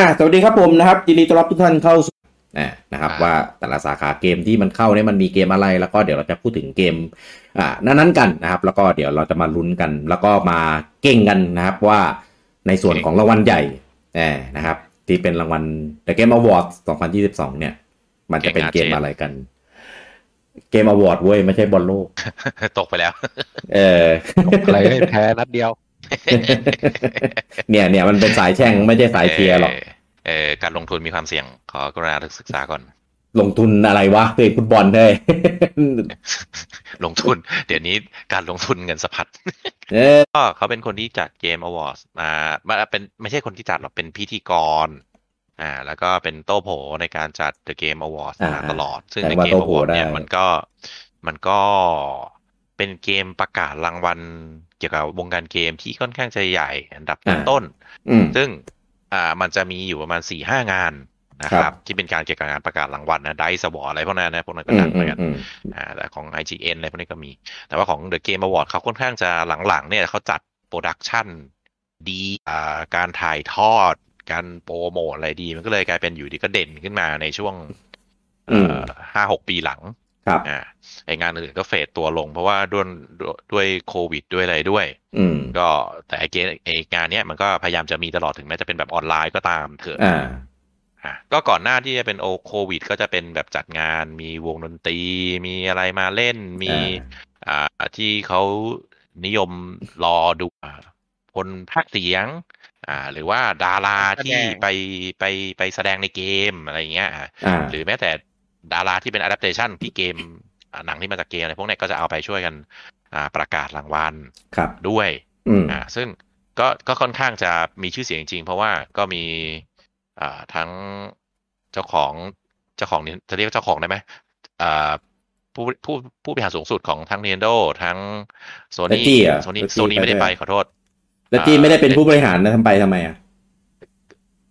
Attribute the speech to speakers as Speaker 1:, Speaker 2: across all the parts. Speaker 1: อ่าสวัสดีครับผมนะครับยินดีต้อนรับทุกท่านเข้าสู่
Speaker 2: นะนะครับ
Speaker 3: ครับ
Speaker 2: ว่าแต่ละสาขาเกมที่มันเข้าเนี่ยมันมีเกมอะไร แล้วก็เดี๋ยวเราจะพูดถึงเกมอ่านั้นๆกันนะครับ แล้วก็เดี๋ยวเราจะมาลุ้นกัน แล้วก็มาเก่งกันนะครับว่าในส่วนของรางวัลใหญ่แหมนะครับที่เป็นรางวัล The Game Awards 2022 เนี่ย มันจะเป็นเกมอะไรกัน เกมอวอร์ดเว้ยไม่ใช่บอลโลก
Speaker 3: ตกไปแล้ว
Speaker 2: เออ
Speaker 4: อะไรให้แพ้นัดเดียว
Speaker 2: เนี่ยเนี่ยมันเป็นสายแช่งไม่ใช่สายเชียร์หรอก
Speaker 3: เออการลงทุนมีความเสี่ยง ขอกรุณาศึกษาก่อน
Speaker 2: ลงทุนอะไรวะเตะฟุตบอลเลย
Speaker 3: ลงทุน เดี๋ยวนี้การลงทุนเงินสะพัด
Speaker 2: เออ
Speaker 3: ก็เขาเป็นคนที่จัดเกมอวอร์ดมามาเป็นไม่ใช่คนที่จัดหรอก เป็นพิธีกร อ่า แล้วก็เป็นโต้โผในการจัด The Game Awards
Speaker 2: อ่า
Speaker 3: มาตลอด ซึ่ง
Speaker 2: แต่
Speaker 3: ใน
Speaker 2: ว่า
Speaker 3: เกม
Speaker 2: โต้โผ
Speaker 3: Award เนี่ย
Speaker 2: ได้
Speaker 3: มันก็มันก็เป็นเกมประกาศรางวัลเกี่ยวกับวงการเกมที่ค่อนข้างจะใหญ่อันดับต้นๆ
Speaker 2: อืม
Speaker 3: ซึ่งอ่ามันจะมีอยู่ประมาณสี่ห้างานนะค
Speaker 2: ครั
Speaker 3: รับ
Speaker 2: บ
Speaker 3: ที่เป็นการเกี่ยวกับงานประกาศรางวัลนะไดสวออะไรพวกนั้นนะพวกนั้นก็
Speaker 2: อื
Speaker 3: ดั
Speaker 2: ม
Speaker 3: ง
Speaker 2: อืม
Speaker 3: เหมือนกัน
Speaker 2: อืม
Speaker 3: อ่าแต่ของ IGN อะไรพวกนี้ก็มี แต่ว่าของ The Game Award เขาค่อนข้างจะหลังๆเนี่ยเขาจัดโปรดักชันดีอ่าการถ่ายทอด การโปรโมทอะไรดี มันก็เลยกลายเป็นอยู่ดีก็เด่นขึ้นมาในช่วง
Speaker 2: อืม
Speaker 3: ห้าหกปีหลัง
Speaker 2: ครับ
Speaker 3: อ่าไองานอื่นก็เฟดตัวลง เพราะว่าด้วยด้วยโควิดด้วยอะไรด้วย
Speaker 2: อืม
Speaker 3: ก็แต่ไอเกมไองานเนี้ยมันก็พยายามจะมีตลอดถึงแม้จะเป็นแบบออนไลน์ก็ตามเถอะ
Speaker 2: อ่า
Speaker 3: อ่ะก็ก่อนหน้าที่จะเป็นโอโควิด ก็จะเป็นแบบจัดงานมีวงดนตรี มีอะไรมาเล่นมี อ่าที่เขานิยมรอดูอ่าคนพากย์เสียง อ่า หรือว่าดารา
Speaker 4: แสดง
Speaker 3: ที่ไปไปไปแสดงในเกมอะไรอย่างเงี้ยอ่ะ
Speaker 2: อ่า
Speaker 3: หรือแม้แต่ดาราที่เป็นอะดัปเ t ชันที่เกมอ่าหนังที่มาจากเกมอะไรพวกเนี้ยก็จะเอาไปช่วยกันอ่าประกาศรางวัล
Speaker 2: ครับ
Speaker 3: ด้วย
Speaker 2: อืม
Speaker 3: อ่าซึ่งก็ก็ค่อนข้างจะมีชื่อเสียงจริงๆ เพราะว่าก็มีอ่าทั้งเจ้าของเจ้าของนี่จะเรียกเจ้าของได้ไหมอ่าผู้ผู้ผู้บริหารสูงสุดของทั้ง Nintendo ทั้ง Sony
Speaker 2: Reggie เหรอ
Speaker 3: Sony
Speaker 2: Reggie
Speaker 3: Sony ไม่ได้ไป
Speaker 2: ไปด้วย
Speaker 3: ขอโทษ
Speaker 2: แล้วที่ไม่ได้เป็นผู้บริหารนะทำไปทำไมอ่ะ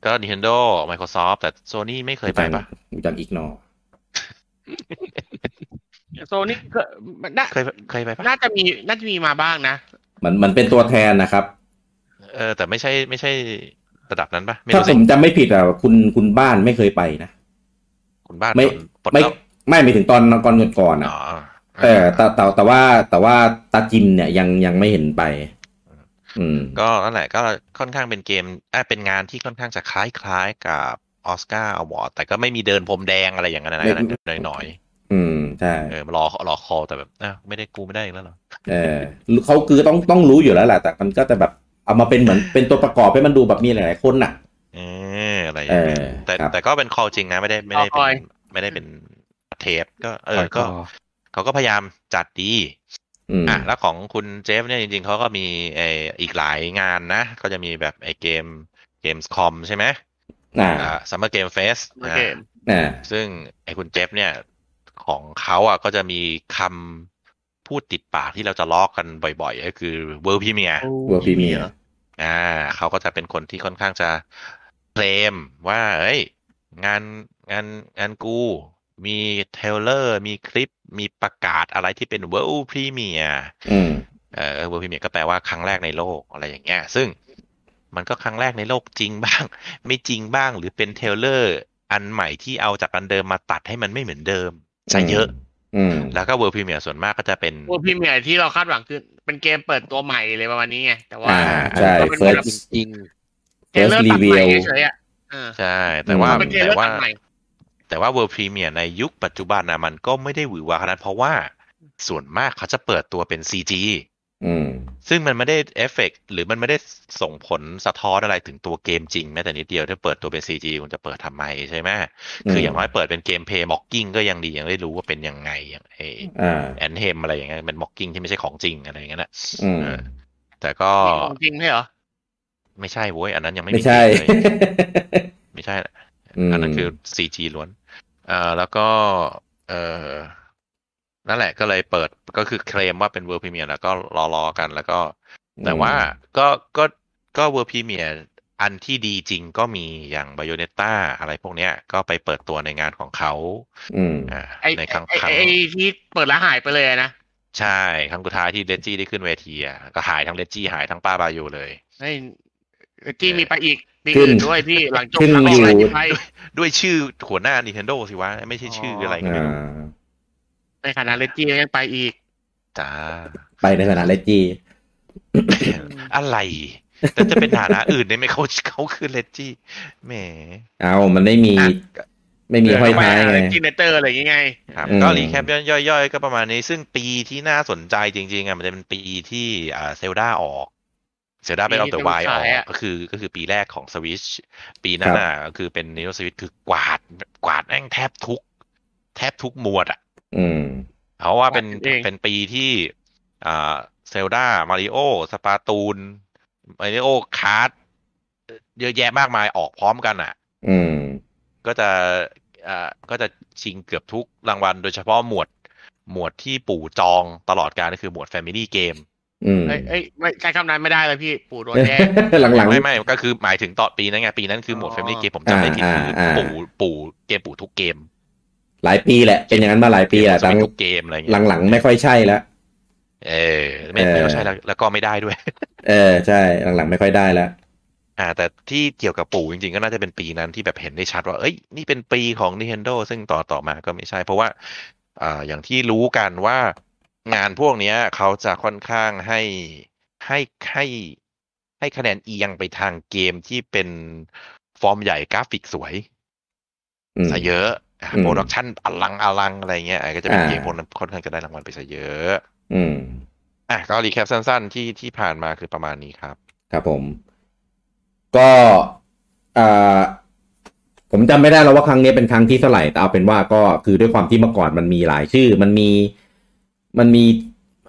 Speaker 3: ก็ Nintendo Microsoft แต่ Sony ไม่เคยไปปะ
Speaker 2: รู้จักอีกนอ
Speaker 4: โซนี่ก็มันน่า
Speaker 3: เคยเคยไปปะ
Speaker 4: น่าจะมีน่าจะมีมาบ้างนะ
Speaker 2: มันมันเป็นตัวแทนนะครับ
Speaker 3: เออแต่ไม่ใช่ไม่ใช่ระดับนั้นปะไม่
Speaker 2: ถ้า
Speaker 3: รู้
Speaker 2: ผ
Speaker 3: สิ
Speaker 2: มจำไม่ผิดอ่ะคุณคุณบ้านไม่เคยไปนะ
Speaker 3: คุณบ้าน
Speaker 2: ไม่
Speaker 3: โดนปลด
Speaker 2: ไม่
Speaker 3: ล็อก
Speaker 2: ไม่หมายถึงตอนก่อนก่อนๆอ่ะ
Speaker 3: อ๋อ
Speaker 2: เออแต่แต่แต่ว่าแต่ว่าตาจิมเนี่ยยังยังไม่เห็นไป อืม
Speaker 3: ก็นั่นแหละก็ค่อนข้างเป็นเกมอ่ะเป็นงานที่ค่อนข้างจะคล้ายๆกับออสการ์อวอร์ดแต่ก็ไม่มีเดินพรมแดงอะไรอย่างนั้นนะ
Speaker 2: ไม่
Speaker 3: เดินหน่อย
Speaker 2: อืมใช่
Speaker 3: ๆเออรอรอคอแต่แบบอ้าวไม่ได้กูไม่ได้อีกแล้วเหรอ
Speaker 2: เออเขาคือต้องต้องรู้อยู่แล้วแหละแต่มันก็จะแบบเอามาเป็นเหมือนเป็นตัวประกอบให้มันดูแบบมีหลายๆคนน่ะ
Speaker 3: เอออะไรอย่าง
Speaker 2: เอ
Speaker 3: นั้น
Speaker 2: อ
Speaker 3: แต่
Speaker 2: ครับ
Speaker 3: แต่ก็เป็นคอจริงนะไม่ได้ไม่ได้
Speaker 4: คอ
Speaker 3: เป็
Speaker 4: ย
Speaker 3: นไม่ได้เป็นเทปก็เออก็เขาก็พยายามจัดดี
Speaker 2: อืม
Speaker 3: อ่ะแล้วของคุณเจฟเนี่ยจริงๆเขาก็มีไออีกหลายงานนะ ก็จะมีแบบไอเกมเกมคอมใช่ไหม
Speaker 2: อ่า
Speaker 3: อ่าซัมเมอร์เกมเฟส
Speaker 4: Summer Game
Speaker 2: อ่า
Speaker 3: ซึ่งไอ้คุณเจฟเนี่ยของเขาอ่ะก็จะมีคำพูดติดปากที่เราจะล้อกกันบ่อยๆ ก็คือเว r ร์ p พ e เมีย
Speaker 2: วัวพีเมีย
Speaker 3: อ่าเขาก็จะเป็นคนที่ค่อนข้างจะเคลมว่าเอ้ยงานงานงานกู มีเทรลเลอร์ มีคลิปมีประกาศอะไรที่เป็นเว r ร์ p พ e เมีย
Speaker 2: อืม
Speaker 3: เออเวอร์พิเมียก็แปลว่าครั้งแรกในโลกอะไรอย่างเงี้ย ซึ่งมันก็ครั้งแรกในโลกจริงบ้าง ไม่จริงบ้าง หรือเป็นเทรลเลอร์ อันใหม่ที่เอาจากอันเดิมมาตัดให้มันไม่เหมือนเดิมซะเยอะ
Speaker 2: อืม
Speaker 3: แล้วก็เวอร์พิเมียส่วนมากก็จะเป็น
Speaker 4: โอ้พรีเมียร์ที่เราคาดหวังคือเป็นเกมเปิดตัวใหม่เลยประมาณนี้ไงแต่ว่า
Speaker 2: อ่าใช่
Speaker 4: ก็เป็น
Speaker 2: เฟิ
Speaker 4: แบ
Speaker 2: ร์
Speaker 4: บ
Speaker 2: ส
Speaker 4: จริงเทรลเลอ
Speaker 2: first
Speaker 4: ร์ตัดใหม่
Speaker 2: reveal
Speaker 4: เฉยๆอ่ะเออ
Speaker 3: ใช่แต่ว่า
Speaker 2: อื
Speaker 4: เป็นเทรลเลอ
Speaker 3: แต่
Speaker 4: ร์
Speaker 3: ว่า
Speaker 4: ตัดใหม่
Speaker 3: แต่ว่าเวอร์พิเมียในยุคปัจจุบันนะมันก็ไม่ได้หวือหวาขนาดนั้นเพราะว่าส่วนมากเขาจะเปิดตัวเป็น CG
Speaker 2: อืม
Speaker 3: ซึ่งมันไม่ได้เอฟเฟกต์หรือมันไม่ได้ส่งผลสะท้อนอะไรถึงตัวเกมจริงแม้แต่นิดเดียวถ้าเปิดตัวเป็น CG คุณจะเปิดทำไมใช่ไหมคืออย่างน้อยเปิดเป็นเกมเพย์ม็อกกิ้งก็ยังดียังได้รู้ว่าเป็นยังไงอย่างไอ
Speaker 2: อ่า
Speaker 3: แอนเฮมอะไรอย่างเงี้ยเป็นม็อกกิ้งที่ไม่ใช่ของจริงอะไรอย่างเงี้ยนะ
Speaker 2: อืม
Speaker 3: เออแต่ก็
Speaker 4: ของจริงใช่เหรอ
Speaker 3: ไม่ใช่โว้ยอันนั้นยังไม่
Speaker 2: ไม่ใช่
Speaker 3: เกเลยไม่ใช่นะ
Speaker 2: อืม
Speaker 3: อันนั้นคือ CG ล้วนเอ่อแล้วก็เอ่อนั่นแหละก็เลยเปิดก็คือเคลมว่าเป็นเวอร์พรีเมียร์แล้วก็รอๆกันแล้วก็ แต่ว่าก็ก็ก็เวอร์พีเมียอันที่ดีจริงก็มีอย่างไบโอเนต้าอะไรพวกเนี้ยก็ไปเปิดตัวในงานของเขา
Speaker 2: อืม
Speaker 3: อ่า
Speaker 4: ไอ้
Speaker 3: ใน
Speaker 4: ไอ้
Speaker 3: ครั้ง
Speaker 4: ไอ้
Speaker 3: ครั้ง
Speaker 4: ไอ้ที่เปิดแล้วหายไปเลยนะ
Speaker 3: ใช่ ครั้งสุดท้ายที่เลจี้ได้ขึ้นเวทีอ่ะก็หายทั้งเลจี้หายทั้งป้าบายูเลย
Speaker 4: ไอ้ ที่มีไปอีกปี
Speaker 2: ขึ้น
Speaker 4: อื่นด้วย พี่หลังจบ
Speaker 2: ขึ้น
Speaker 4: แล้ว
Speaker 2: อยู่
Speaker 4: ก็ไป
Speaker 3: ด้วยชื่อหัวหน้า Nintendo สิวะ ไม่ใช่ชื่ออะไรก็ไม่รู้
Speaker 2: อ่า
Speaker 4: ในคณะเลจี้ยังไปอีก
Speaker 3: จ้า
Speaker 2: ไปในฐานะเลจี
Speaker 3: อะไรแล้วจะเป็นฐานะอื่นได้ไหมเขาเขาคือเลจี้แหม
Speaker 2: เอามันไม่มี
Speaker 4: อ่ะ
Speaker 2: ไม่มี
Speaker 3: เดี๋ยว
Speaker 2: ห้อย
Speaker 4: ไป
Speaker 2: ท้ายไง
Speaker 4: เลจี้เนเตอร์อะไรอย่างเงี้ย
Speaker 3: ครับ
Speaker 2: อืม
Speaker 3: ก็รีแคปย่อยๆ ก็ประมาณนี้ ซึ่งปีที่น่าสนใจจริงๆอ่ะมันจะเป็นปีที่อ่าเซลดาออก เซลดาไปเอาแต่วายออกก็คือก็คือปีแรกของสวิชปีนั้นอ่ะก็คือเป็นนิโรสวิชคือกวาดกวาดแม่งแทบทุก แทบทุกหมวดอ่ะ
Speaker 2: อืม
Speaker 3: เพราะว่าเป็น
Speaker 4: เอง
Speaker 3: เป็นปีที่อ่าเซลดามาริโอสปาตูนมาริโอคาร์ดเยอะแยะมากมายออกพร้อมกันอ่ะ
Speaker 2: อืม
Speaker 3: ก็จะอ่าก็จะชิงเกือบทุกรางวัล โดยเฉพาะหมวดหมวดที่ปู่จองตลอดการก็คือหมวด Family Game
Speaker 2: อืม
Speaker 4: เอ้ยเอ้ยไม่ใช้คำนั้นไม่ได้เลยพี่ปู่โดนแย่ง
Speaker 2: หลังหลัง
Speaker 3: ไม่ไม่ก็คือหมายถึงตอนปีนั้นไงปีนั้นคือหมวด Family Game ผมจำไม่ผิด
Speaker 2: อ่า
Speaker 3: คืออา ปู่ปู่เกมปู่ทุกเกม
Speaker 2: หลายปีแหละ เป็นอย่างนั้นมาหลายปีแหละ
Speaker 3: ส
Speaker 2: หลั
Speaker 3: มั
Speaker 2: ง
Speaker 3: ยทุกเกมอะไรอย่าง
Speaker 2: หลั
Speaker 3: เงี้
Speaker 2: ง
Speaker 3: ย
Speaker 2: หลังไม่ค่อยใช่แล้ว
Speaker 3: เออไม่ไม่ใช่แล้วแล้วก็ไม่ได้ด้วย
Speaker 2: เออใช่ หลังหลังไม่ค่อยได้แล้ว
Speaker 3: อ่าแต่ที่เกี่ยวกับปู่จริงๆ ก็น่าจะเป็นปีนั้นที่แบบเห็นได้ชัดว่า เอ้ย นี่เป็นปีของ Nintendo ซึ่งต่อต่อมาก็ไม่ใช่ เพราะว่าอ่าอย่างที่รู้กันว่างานพวกเนี้ยเขาจะค่อนข้างให้ให้ให้ให้คะแนนเอียงไปทางเกมที่เป็นฟอร์มใหญ่กราฟิกสวย
Speaker 2: อืม
Speaker 3: ซะเยอะ
Speaker 2: อืม
Speaker 3: โปรดักชันอลังอลังอะไรเงี้ยอ่าก็จะเป็น
Speaker 2: อ่า
Speaker 3: เกมพวกนั้นค่อนข้างจะได้รางวัลไปซะเยอะ
Speaker 2: อืม
Speaker 3: อ่ะก็รีแคปสั้นๆ ที่ที่ผ่านมาคือประมาณนี้ครับ
Speaker 2: ครับผม ก็อ่าผมจำไม่ได้แล้วว่าครั้งนี้เป็นครั้งที่เท่าไหร่ แต่เอาเป็นว่าก็คือด้วยความที่เมื่อก่อนมันมีหลายชื่อ มันมีมันมี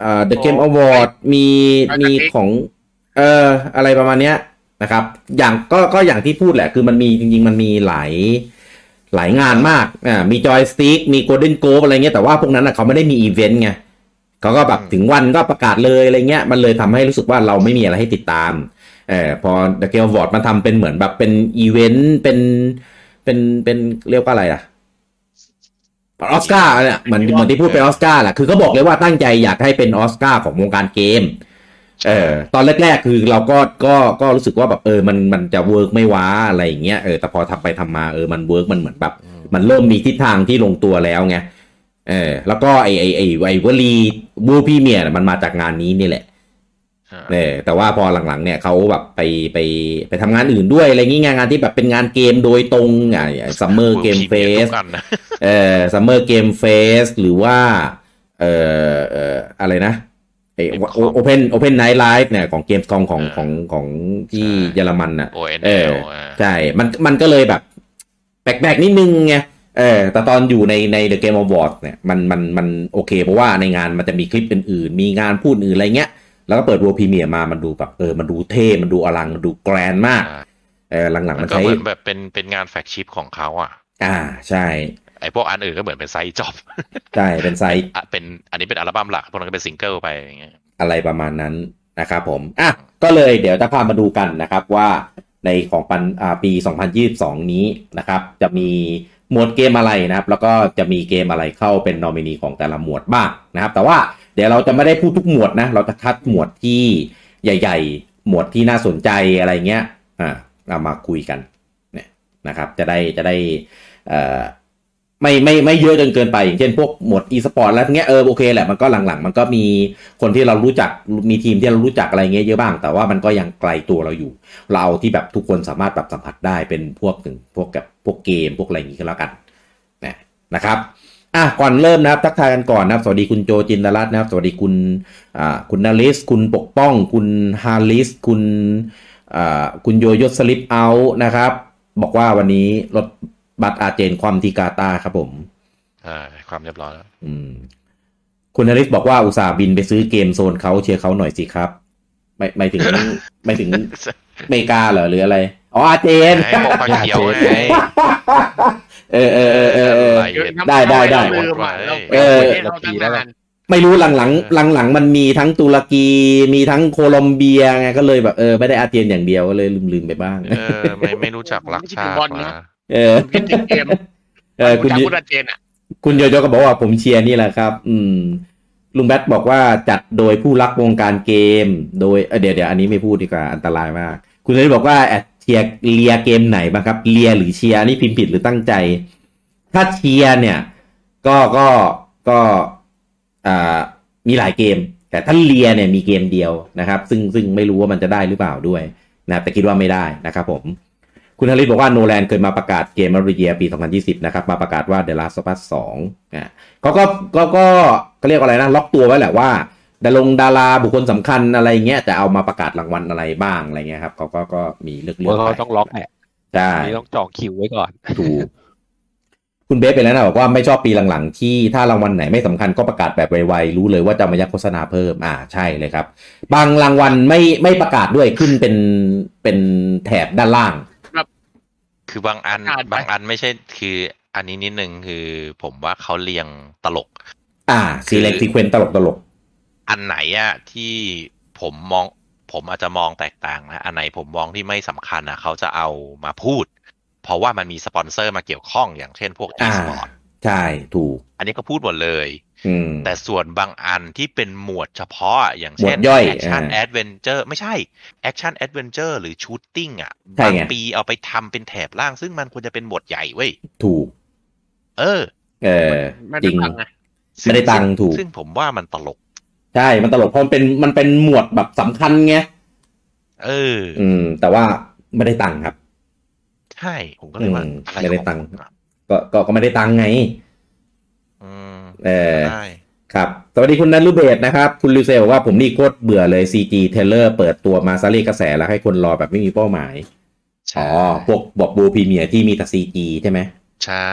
Speaker 2: อ่า The Game Award มีมีของ เอ่ออะไรประมาณเนี้ยนะครับ อย่างก็ก็อย่างที่พูดแหละ คือมันมีจริง ๆ มันมีหลายหลายงานมากอ่ามีจอยสติ๊กมีโกลเด้นโก e อะไรเงี้ยแต่ว่าพวกนั้นน่ะเขาไม่ได้มีอีเวนต์ไงเขาก็แบบ
Speaker 3: อืม
Speaker 2: ถึงวันก็ประกาศเลยอะไรเงี้ยมันเลยทำให้รู้สึกว่าเราไม่มีอะไรให้ติดตามเออพอ The g a m e Award มันทำเป็นเหมือนแบบเป็นอีเวนต์เป็นเป็นเป็นเรียกว่าอะไรอ่ะออสการ์เนี่ยเหมือนเหมือนที่พูดไปออสการ์แหละคือเขาบอกเลยว่าตั้งใจอยากให้เป็นออสการ์ของวงการเกม เออตอนแรก ๆ คือเราก็ก็ก็รู้สึกว่าแบบเออมันมันจะเวิร์กไม่ว้าอะไรอย่างเงี้ยเออแต่พอทำไปทำมาเออมันเวิร์กมันเหมือนแบบ มันเริ่มมีทิศทางที่ลงตัวแล้วไงเออแล้วก็ไอไอไอไอวลีบูพี่เมียน่ะมันมาจากงานนี้นี่แหละ
Speaker 3: อ่า
Speaker 2: เออแต่ว่าพอหลังๆเนี่ยเขาแบบไปไปไปทำงานอื่นด้วยอะไรงี้ไงงานที่แบบเป็นงานเกมโดยตรงอ่ะซัมเมอร์เกม
Speaker 3: World
Speaker 2: เฟ
Speaker 3: Premiere
Speaker 2: ส
Speaker 3: ทุกอันนะ
Speaker 2: เอ่อซัมเมอร์เกมเฟสหรือว่าเอ่อเอ่ออะไรนะไอ
Speaker 3: Gamescom
Speaker 2: โอเพนโอเพนไนท์ไลฟ์เนี่ยของเกม s อมของ
Speaker 3: เออ
Speaker 2: ของของที่
Speaker 3: ใช่
Speaker 2: เยอรมันน่ะ
Speaker 3: O N
Speaker 2: เออ
Speaker 3: L
Speaker 2: ใช่ มันมันก็เลยแบบแปลกๆนิดนึงไงเออแต่ตอนอยู่ในใน The Game Award เนี่ยมันมันมันโอเค เพราะว่าในงานมันจะมีคลิปอื่นๆ มีงานพูดอื่นอะไรเงี้ย แล้วก็เปิดว o พ l เมียมามันดูแบบเออมันดูเท่มันดูอลังมันดูแกรนมากเออหลังๆ
Speaker 3: มั
Speaker 2: มัน น
Speaker 3: ก็
Speaker 2: ใช้
Speaker 3: เหมือนแบบเป็นเป็นงานแฟกชิพของเขาอ่ะ
Speaker 2: อ่าใช่
Speaker 3: ไอพวกอันอื่นก็เหมือนเป็นไซต์จ็อบ
Speaker 2: ใช่เป็นไซส์
Speaker 3: อ่ะเป็นอันนี้เป็นอัลบั้มหลักพวกนั้นก็เป็นซิงเกิลไปอย่างเงี้ย
Speaker 2: อะไรประมาณนั้นนะครับผม อ่ะ ก็เลยเดี๋ยวจะพามาดูกันนะครับว่าในของปันอ่าปี 2022 นี้นะครับ จะมีหมวดเกมอะไรนะครับ แล้วก็จะมีเกมอะไรเข้าเป็นนอมินีของแต่ละหมวดบ้างนะครับ แต่ว่าเดี๋ยวเราจะไม่ได้พูดทุกหมวดนะ เราจะคัดหมวดที่ใหญ่ ๆ หมวดที่น่าสนใจอะไรเงี้ย อ่าเอามาคุยกันเนี่ยนะครับ จะได้จะได้ เอ่อไม่ไม่ไม่เยอะจนเกินไป อย่างเช่นพวกหมวด e-sport แล้วเงี้ยเออโอเคแหละมันก็หลังๆ มันก็มีคนที่เรารู้จักมีทีมที่เรารู้จักอะไรเงี้ยเยอะบ้าง แต่ว่ามันก็ยังไกลตัวเราอยู่ เราเอาที่แบบทุกคนสามารถแบบสัมผัสได้เป็นพวกถึงพวกกับพวกเกมพวกอะไรอย่างงี้ก็แล้วกันนะนะครับอ่ะก่อนเริ่มนะครับทักทายกันก่อนนะครับ สวัสดีคุณโจจินดารัตน์นะครับ สวัสดีคุณอ่าคุณนาริสคุณปกป้อง คุณฮาริสคุณ อ่าคุณโยยศสลิปเอาท์นะครับ บอกว่าวันนี้รถบัตรอาเจนความทีกาตาครับผม
Speaker 3: อ่าความเรียบร้อยแล้ว
Speaker 2: อืม คุณนริศบอกว่าอุตส่าห์บินไปซื้อเกมโซนเขาเชียร์เขาหน่อยสิครับ ไม่ไม่ถึง ไม่ถึงอเมริกาเหรอหรืออะไร อ๋ออาเจน
Speaker 3: ไอ้พวกผ้าเขียวไง
Speaker 2: เออเออเออเออเออ
Speaker 3: ะไรเนี่ย
Speaker 2: ได้ได้ได้
Speaker 4: เราลืมอะเรา
Speaker 3: เอ
Speaker 4: เรา
Speaker 3: อ
Speaker 4: ไม่ได้เราทำงาน
Speaker 2: ไม่รู้หลังหลังหลังหลังๆมันมีทั้งตุรกีมีทั้งโคลอมเบียไงก็เลยแบบเออไม่ได้อาเจนอย่างเดียวก็เลยลืมลืมๆไปบ้าง
Speaker 3: เออไม่ไม่รู้จักรักชาติวะ
Speaker 2: เออ
Speaker 4: คิดถึงเกม
Speaker 2: เออคุณ
Speaker 4: จากพุทธเจนอ่ะ
Speaker 2: คุณโยโยก็บอกว่าผมเชียร์นี่แหละครับ อืม ลุงแบทบอกว่าจัดโดยผู้รักวงการเกม โดยเอ้อเดี๋ยวเดี๋ยวอันนี้ไม่พูดดีกว่าอันตรายมาก คุณเลยบอกว่าแอดเชียร์เลียเกมไหนบ้างครับเลียหรือเชียร์นี่พิมพ์ผิดหรือตั้งใจ ถ้าเชียร์เนี่ย ก็ก็ก็อ่ามีหลายเกม แต่ถ้าเลียเนี่ยมีเกมเดียวนะครับ ซึ่งซึ่งไม่รู้ว่ามันจะได้หรือเปล่าด้วยนะครับแต่คิดว่าไม่ได้นะครับผม คุณธริตบอกว่าโนแลนเคยมาประกาศเกมมาริเยียปี 2020 นะครับ มาประกาศว่า The Last of Us 2อ่ะเขาก็ก็ก็ก็เรียกว่าอะไรนะ ล็อกตัวไว้แหละว่าดารงดาราบุคคลสำคัญอะไรเงี้ยจะเอามาประกาศรางวัลอะไรบ้างอะไรเงี้ยครับเขาก็ก็มีเลือกเลื
Speaker 5: เพราะ
Speaker 2: ไป
Speaker 5: เขาต้องล็อกแหละ
Speaker 2: ใช่
Speaker 5: อันนี้ต้องจองคิวไว้ก่อน
Speaker 2: ถูก คุณเบสไปแล้วนะบอกว่าไม่ชอบปีหลังๆ ที่ถ้ารางวัลไหนไม่สำคัญก็ประกาศแบบไวๆ รู้เลยว่าจะมายัดโฆษณาเพิ่ม อ่าใช่เลยครับ บางรางวัลไม่ไม่ประกาศด้วยขึ้นเป็นเป็นแถบด้านล่าง
Speaker 3: คือบางอัน
Speaker 4: ขาดไป
Speaker 3: บางอันไม่ใช่คืออันนี้นิดนึงคือผมว่าเขาเรียงตลก
Speaker 2: อ่า ซีเล็กซีเควนตลกตลก
Speaker 3: อันไหนอะที่ผมมองผมอาจจะมองแตกต่างนะอันไหนผมมองที่ไม่สำคัญอะเขาจะเอามาพูด เพราะว่ามันมีสปอนเซอร์มาเกี่ยวข้องอย่างเช่นพวก e
Speaker 2: อ่า
Speaker 3: สปอร์ต
Speaker 2: ใช่ถูก
Speaker 3: อันนี้ก็พูดหมดเลย
Speaker 2: อืม
Speaker 3: แต่ส่วนบางอันที่เป็นหมวดเฉพาะอะอย่างเช่น
Speaker 2: หมวดย่อย
Speaker 3: แอคชั่น
Speaker 2: อ่า
Speaker 3: แอดเวนเจอร์ไม่ใช่แอคชั่นแอดเวนเจอร์หรือชูตติ้งอ่ะ
Speaker 2: ใช่
Speaker 3: บาง
Speaker 2: ไง
Speaker 3: ปีเอาไปทำเป็นแถบล่าง ซึ่งมันควรจะเป็นหมวดใหญ่เว้ย
Speaker 2: ถูก
Speaker 3: เออ
Speaker 2: เออ
Speaker 4: ไม่
Speaker 2: จ
Speaker 4: ได้
Speaker 2: ริง
Speaker 4: ฟังไง
Speaker 3: ซึ่ง
Speaker 2: ไม่ได้ตังค์ถูก
Speaker 3: ซึ่งผมว่ามันตลก
Speaker 2: ใช่ มันตลกเพราะมันเป็นมันเป็นหมวดแบบสำคัญไง
Speaker 3: เอออ
Speaker 2: อืม แต่ว่าไม่ได้ตังค์ครับ
Speaker 3: ใช่ผมก็เลยว่า
Speaker 2: อืม
Speaker 3: อะไร
Speaker 2: ไม่ได้
Speaker 3: ของ
Speaker 2: ตังค์
Speaker 3: ผมอะ
Speaker 2: ก็ก็ก็ไม่ได้ตังค์ไง
Speaker 3: อืม
Speaker 2: เออ
Speaker 3: ได้
Speaker 2: ครับ สวัสดีคุณนันรุเบศนะครับ คุณลิวเซลบอกว่าผมนี่โคตรเบื่อเลย CG เทเลอร์เปิดตัวมาซาเรียกกระแสแล้วให้คนรอแบบไม่มีเป้าหมาย อ๋อ พวกบอบบูพรีเมียร์ที่มีแต่ CG ใช่ไหม
Speaker 3: ใช่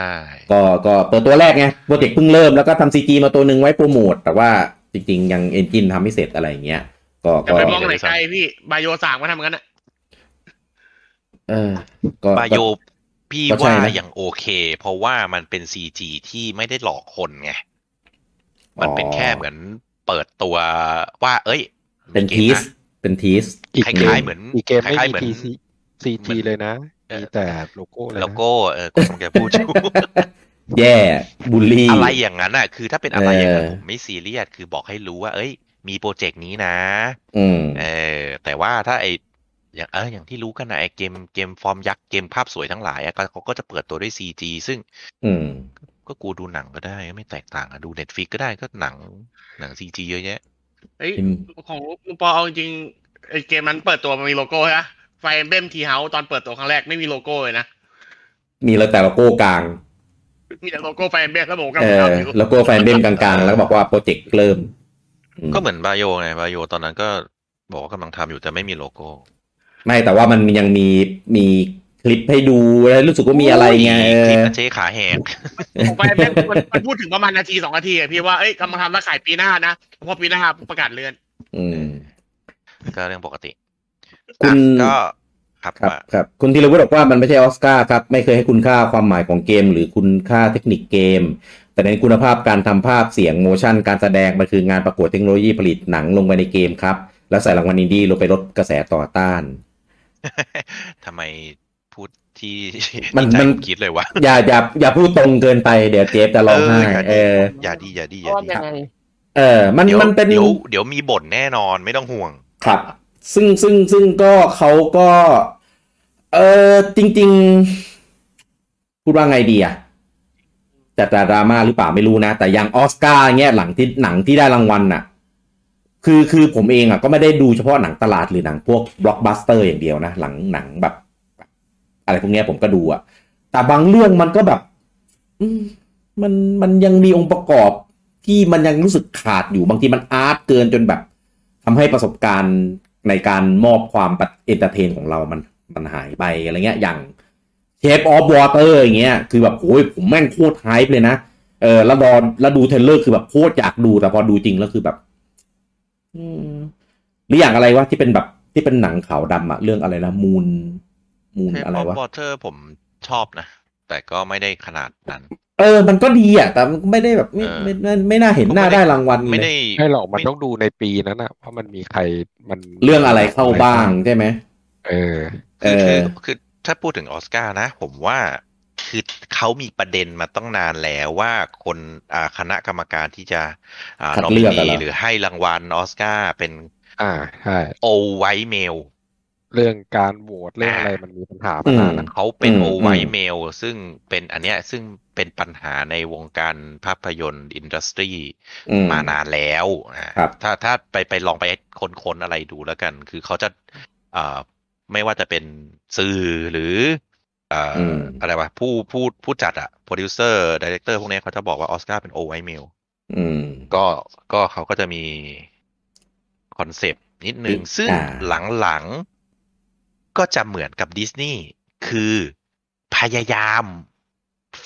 Speaker 2: ก็ก็เปิดตัวแรกไงโปรเจกต์เพิ่งเริ่มแล้วก็ทำ CG มาตัวหนึ่งไว้โปรโมท แต่ว่าจริง ๆ ยังเอนจินทำไม่เสร็จอะไรอย่างเงี้ย ก็
Speaker 4: อย่า
Speaker 2: ก็
Speaker 4: ไปมองไหน
Speaker 3: เลย
Speaker 4: ไกล
Speaker 3: ซ้ำ
Speaker 4: พี่บายโยสามก็ทำงั้นอ่ะ
Speaker 2: เออก็
Speaker 3: บาโย
Speaker 2: ก็
Speaker 3: พี่
Speaker 2: ก็ใช่
Speaker 3: ว่า
Speaker 2: นะ
Speaker 3: ยังโอเค เพราะว่ามันเป็นซีจีที่ไม่ได้หลอกคนไง มันเป็นแค่เหมือนเปิดตัวว่า เอ้ย
Speaker 2: เป็น
Speaker 3: ก
Speaker 2: ที
Speaker 3: ม
Speaker 2: ส
Speaker 3: นะ
Speaker 2: เป็นทีส
Speaker 5: อีก
Speaker 3: ค
Speaker 5: เก
Speaker 3: ล้ายๆ
Speaker 5: ม
Speaker 3: เหมือน
Speaker 5: อีกเกมไม่
Speaker 3: คล้ายๆ
Speaker 5: มี
Speaker 3: เหมือน
Speaker 5: ทีซีซี
Speaker 3: เหมื
Speaker 5: ที
Speaker 3: อน
Speaker 5: เลยนะ
Speaker 3: เอ่อ
Speaker 5: มีแต่โลโก้เลย
Speaker 3: โล
Speaker 5: นะ
Speaker 3: โก้เออคุณคงจะพูด อยู่
Speaker 2: แย่ บูลลี่
Speaker 3: อะไรอย่างนั้นอ่ะ คือถ้าเป็นอะไรอย่างนั้น
Speaker 2: เออ
Speaker 3: ผมไม่ซีเรียสคือบอกให้รู้ว่า เอ้ย มีโปรเจกต์นี้นะ
Speaker 2: อืม
Speaker 3: เออ แต่ว่าถ้าไออย่างเอออย่างที่รู้กันนะไอเกมเกมฟอร์มยักษ์เกมภาพสวยทั้งหลายอะก็เขาก็จะเปิดตัวด้วยซีจีซึ่ง
Speaker 2: อืม
Speaker 3: ก็กูดูหนังก็ได้ก็ไม่แตกต่างอะดูเน็ตฟิกก็ได้ก็หนังหนังซีจีเยอะแยะ
Speaker 4: เฮ้ย
Speaker 2: อืม
Speaker 4: ของลุงปอเอาจริงๆไอเกมนั้นเปิดตัวมันมีโลโก้ใช่ไหมไฟเบมทีเฮาตอนเปิดตัวครั้งแรกไม่มีโลโก้เลยนะ
Speaker 2: มีแล้วแต่โลโก้กลาง
Speaker 4: มีแต่โลโก้ไฟเบมแล้วผมก็
Speaker 2: เอ
Speaker 4: ไม่
Speaker 2: อ
Speaker 4: เอาอยู่
Speaker 2: แล้วก็แฟนเบมกลางๆ แล้วก็บอกว่าโปรเจกต์เริ่มอืม
Speaker 3: ก็เหมือนบาโยไงบาโยตอนนั้นก็บอกว่ากำลังทำอยู่แต่ไม่มีโลโก้
Speaker 2: ไม่แต่ว่ามันยังมีมีคลิปให้ดูแล้วรู้สึกว่ามีอะไรไงเอ
Speaker 3: คลิป
Speaker 2: อ
Speaker 3: นะเจ๊ขาแหก
Speaker 4: ของไฟเบมมันมันพูดถึงประมาณนาทีสองนาทีอะพี่ว่าเอ้ยกำลังทำแล้วขายปีหน้านะเพอปีหน้าประกาศเลื่อน
Speaker 2: อืม
Speaker 3: ก็เรื่องปกติ
Speaker 2: คุณ
Speaker 3: อ่ะก็ครับ
Speaker 2: ครับ
Speaker 3: ว่า
Speaker 2: ครับคุณธีรวุฒิบอกว่ามันไม่ใช่ออสการ์ครับ ไม่เคยให้คุณค่าความหมายของเกม หรือคุณค่าเทคนิคเกม แต่ในคุณภาพการทำภาพเสียงโมชั่น การแสดง มันคืองานประกวดเทคโนโลยีผลิตหนังลงไปในเกมครับ แล้วใส่รางวัลอินดี้ลงไปลดกระแสต่อต้าน
Speaker 3: ทำไมพูดที่
Speaker 2: มัน
Speaker 3: ที่ใจ
Speaker 2: มัน
Speaker 3: ผคิดเลยว่า
Speaker 2: อย่าอย่าอย่าพูดตรงเกินไปเดี๋ยวเจฟจะร้องไห้
Speaker 3: เอออย่าดิ
Speaker 2: เออ
Speaker 3: อย่าดีอย่าดีอย่าดี
Speaker 2: เออ มัน
Speaker 3: เดี๋ยว
Speaker 2: มันเป็น
Speaker 3: เดี๋ยวเดี๋ยวมีบ่นแน่นอนไม่ต้องห่วง
Speaker 2: ครับ ซึ่งซึ่งซึ่งก็เขาก็ เออจริง ๆ พูดว่าไงดีอะแต่แต่ดราม่าหรือเปล่าไม่รู้นะ แต่อย่างออสการ์เงี้ยหลังที่หนังที่ได้รางวัลน่ะ คือคือผมเองอ่ะก็ไม่ได้ดูเฉพาะหนังตลาดหรือหนังพวกบล็อกบัสเตอร์อย่างเดียวนะ หลังหนังแบบ อะไรพวกเนี้ยผมก็ดูอ่ะ แต่บางเรื่องมันก็แบบ อืมมันมันยังมีองค์ประกอบที่มันยังรู้สึกขาดอยู่บางทีมันอาร์ตเกินจนแบบทำให้ประสบการณ์ในการมอบความบันเอนเตอร์เทนของเรามันมันหายไปอะไรเงี้ยอย่างเชฟออฟวอเตอร์อย่างเงี้ยคือแบบโอ้ยผมแม่งโคตรไฮป์เลยนะเออแล้วรอแล้วดูเทรลเลอร์คือแบบโคตรอยากดูแต่พอดูจริงแล้วคือแบบ อืมหรืออย่างอะไรวะที่เป็นแบบที่เป็นหนังขาวดำอะเรื่องอะไรนะมูนมูน
Speaker 3: Shape
Speaker 2: อะไร
Speaker 3: of
Speaker 2: วะ
Speaker 3: Water ผมชอบนะ แต่ก็ไม่ได้ขนาดนั้น
Speaker 2: เออ มันก็ดีอ่ะ แต่มันก็ไม่ได้แบบไม่ไม่ไม่ไม่น่าเห็นหน้าได้รางวัลเล
Speaker 3: ไม่
Speaker 2: ย
Speaker 3: ได้
Speaker 5: ใช่หรอกมันต้องดูในปีนั้นนะว่ามันมีใครมัน
Speaker 2: เรื่องอะไรเข้าบ้างใช่ไหม
Speaker 5: เออ
Speaker 2: เอ
Speaker 3: คื
Speaker 2: อ
Speaker 3: อคือคือถ้าพูดถึงออสการ์นะ ผมว่าคือเขามีประเด็นมาตั้งนานแล้วว่าคนอ่าคณะกรรมการที่จะอ่า
Speaker 2: คัด
Speaker 3: นอ
Speaker 2: เลื
Speaker 3: มิ
Speaker 2: อกอะ
Speaker 3: นี
Speaker 2: เหรอ
Speaker 3: หรือให้รางวัลออสการ์เป็น
Speaker 5: อ่าใช่
Speaker 3: โอไวเมล
Speaker 5: เรื่องการโหวตเรื่องอะไรมันมีปัญหามานานแล้ว
Speaker 3: เขาเป็น
Speaker 2: อืม
Speaker 3: โอไว
Speaker 2: อืม
Speaker 3: เมลซึ่งเป็นอันเนี้ยซึ่งเป็นปัญหาในวงการภาพยนตร์อินดัสทรี
Speaker 2: อืม
Speaker 3: มานานแล้วอ่า
Speaker 2: ครับ
Speaker 3: ถ้าถ้าไปไปลองไปค้นๆอะไรดูแล้วกัน คือเขาจะเอ่อไม่ว่าจะเป็นสื่อหรือเอ่ออ
Speaker 2: ม
Speaker 3: อะไรวะผู้ผู้ผู้จัดอะโปรดิวเซอร์ดีเรคเตอร์พวกเนี้ยเขาจะบอกว่าออสการ์เป็นโอไวเมล
Speaker 2: อืม
Speaker 3: ก็ก็เขาก็จะมีคอนเซปต์นิดนึง
Speaker 2: อืม
Speaker 3: ซึ่ง
Speaker 2: อ่า
Speaker 3: หลังๆ ก็จะเหมือนกับดิสนีย์คือพยายาม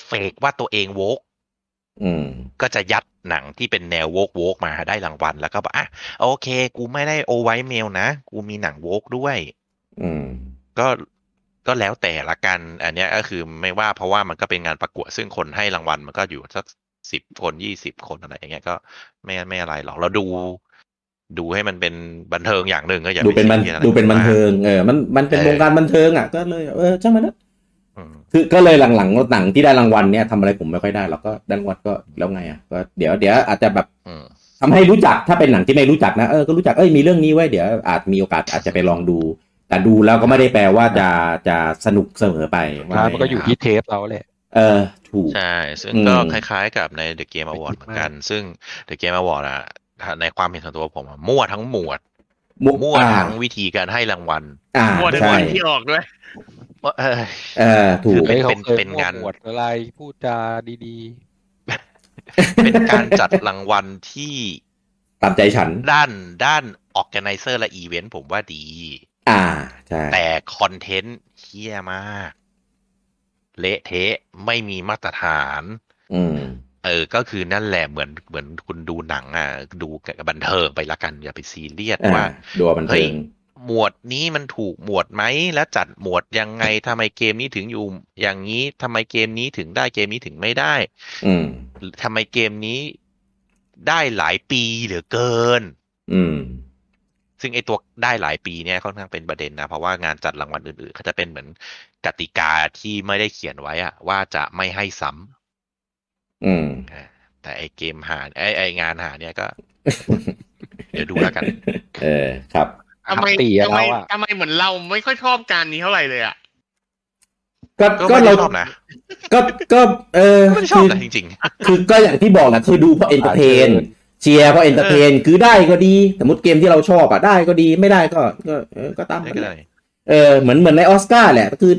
Speaker 3: เฟกว่าตัวเองโวก
Speaker 2: อืม
Speaker 3: ก็จะยัดหนังที่เป็นแนวโวกโวกๆมาได้รางวัล แล้วก็บอกอ่ะโอเค กูไม่ได้โอไวเมลนะ กูมีหนังโวกด้วย
Speaker 2: อืม
Speaker 3: ก็ก็แล้วแต่ละกัน อันเนี้ยก็คือไม่ว่าเพราะว่ามันก็เป็นงานประกวด ซึ่งคนให้รางวัลมันก็อยู่สักสิบคนยี่สิบคนอะไรอย่างเงี้ยก็ไม่ไม่อะไรหรอกเราดู ดูให้มันเป็นบันเทิงอย่างหนึ่งก็อย่า
Speaker 2: ดู
Speaker 3: ไ
Speaker 2: เป็นบัน
Speaker 3: ซีรียสอะไร
Speaker 2: ดูเป็นบันเทิ
Speaker 3: มาก
Speaker 2: งเออมันมันเป็น
Speaker 3: เออ
Speaker 2: วงการบันเทิงอ่ะก็เลยเออช่างมันนะ
Speaker 3: อืม
Speaker 2: คือก็เลยหลังๆหนังที่ได้รางวัลเนี่ยทำอะไรผมไม่ค่อยได้หรอกก็ได้รางวัลก็แล้วไงอ่ะก็เดี๋ยวเดี๋ยวอาจจะแบบ
Speaker 3: อืม
Speaker 2: ทำให้รู้จักถ้าเป็นหนังที่ไม่รู้จักนะเออก็รู้จักเอ้ยมีเรื่องนี้ไว้เดี๋ยวอาจมีโอกาสอาจจะไปลองดู แต่ดูแล้วก็ไม่ได้แปลว่าจะจะสนุกเสมอไป
Speaker 5: สุดท้ายมันก็อยู่ที่เทสเราแหละ
Speaker 2: เออถูก
Speaker 3: ใช่ ซึ่ง
Speaker 2: อืม
Speaker 3: ก็คล้ายๆกับใน The Game
Speaker 5: ไม่คิด
Speaker 3: Award เหมือนกัน
Speaker 5: มาก
Speaker 3: ซึ่ง The Game Award อะถ้าในความเห็นส่วนตัวผมอะมั่วทั้งหมวด
Speaker 2: มุก
Speaker 3: มั่ว
Speaker 2: อ่า
Speaker 3: ทั้งวิธีการให้รางวัล
Speaker 2: อ่า
Speaker 4: หมวด
Speaker 2: ใช่
Speaker 4: วันที่ออกด้วย
Speaker 3: เอ้ย
Speaker 2: เออถูก
Speaker 3: เป็น
Speaker 5: อ้ยขา
Speaker 3: เป็น
Speaker 5: คย
Speaker 3: เป็น
Speaker 5: มั่ว
Speaker 3: งาน
Speaker 5: หมวดอะไรพูดจาดี
Speaker 3: เป็นการจัดรางวัลที่
Speaker 2: ตามใจฉัน
Speaker 3: ด้านด้านออกแกไนเซอร์และอีเวนต์ผมว่าดี
Speaker 2: อ่าใช่
Speaker 3: แต่คอนเทนต์เฮี้ยมาก เละเทะไม่มีมาตรฐาน
Speaker 2: อืม
Speaker 3: เออ ก็คือนั่นแหละเหมือนเหมือนคุณดูหนังอ่ะ ดูบันเทิงไปละกัน อย่าไปซีเรียส
Speaker 2: อ่า
Speaker 3: ว่า
Speaker 2: ดูบันเทิง
Speaker 3: หมวดนี้มันถูกหมวดไหม แล้วจัดหมวดยังไงทำไมเกมนี้ถึงอยู่ อย่างนี้ทำไมเกมนี้ถึงได้เกมนี้ถึงไม่ได้
Speaker 2: อืม
Speaker 3: ทำไมเกมนี้ได้หลายปีเหลือเกิน
Speaker 2: อืม
Speaker 3: ซึ่งไอตัวได้หลายปีเนี่ยค่อนข้างเป็นประเด็นนะ เพราะว่างานจัดรางวัลอื่นๆเขาจะเป็นเหมือนกติกาที่ไม่ได้เขียนไว้อะว่าจะไม่ให้ซ้ำ
Speaker 2: อืม
Speaker 3: อ่าแต่ไอเกมหาไอไองานหาเนี่ยก็ เดี๋ยวดูแล้วกัน
Speaker 2: เออครับ
Speaker 4: ทำไม
Speaker 5: ตีอะ
Speaker 4: ทำไม
Speaker 5: เราอะ
Speaker 4: ทำไมเหมือนเราไม่ค่อยชอบการนี้เท่าไหร่เลยอ่ะ
Speaker 2: ก็
Speaker 3: ก็
Speaker 2: ก็
Speaker 3: ไม่
Speaker 2: เรา
Speaker 3: ได้ชอบนะ
Speaker 2: ก็ก็เออ
Speaker 3: ก็ไม่ได้ชอบนะจริง
Speaker 2: คือก็อย่างที่บอกนะคือดูเพราะเอนเตอร์เทนเชียร์เพราะเอนเตอร์เทนคือได้ก็ดี สมมติเกมที่เราชอบอ่ะได้ก็ดีไม่ได้ก็ก็เออก็ตาม
Speaker 3: ๆ
Speaker 2: มั
Speaker 3: ได้
Speaker 2: น
Speaker 3: ก็ได้
Speaker 2: เออเหมือนเหมือนในออสการ์แหละคือ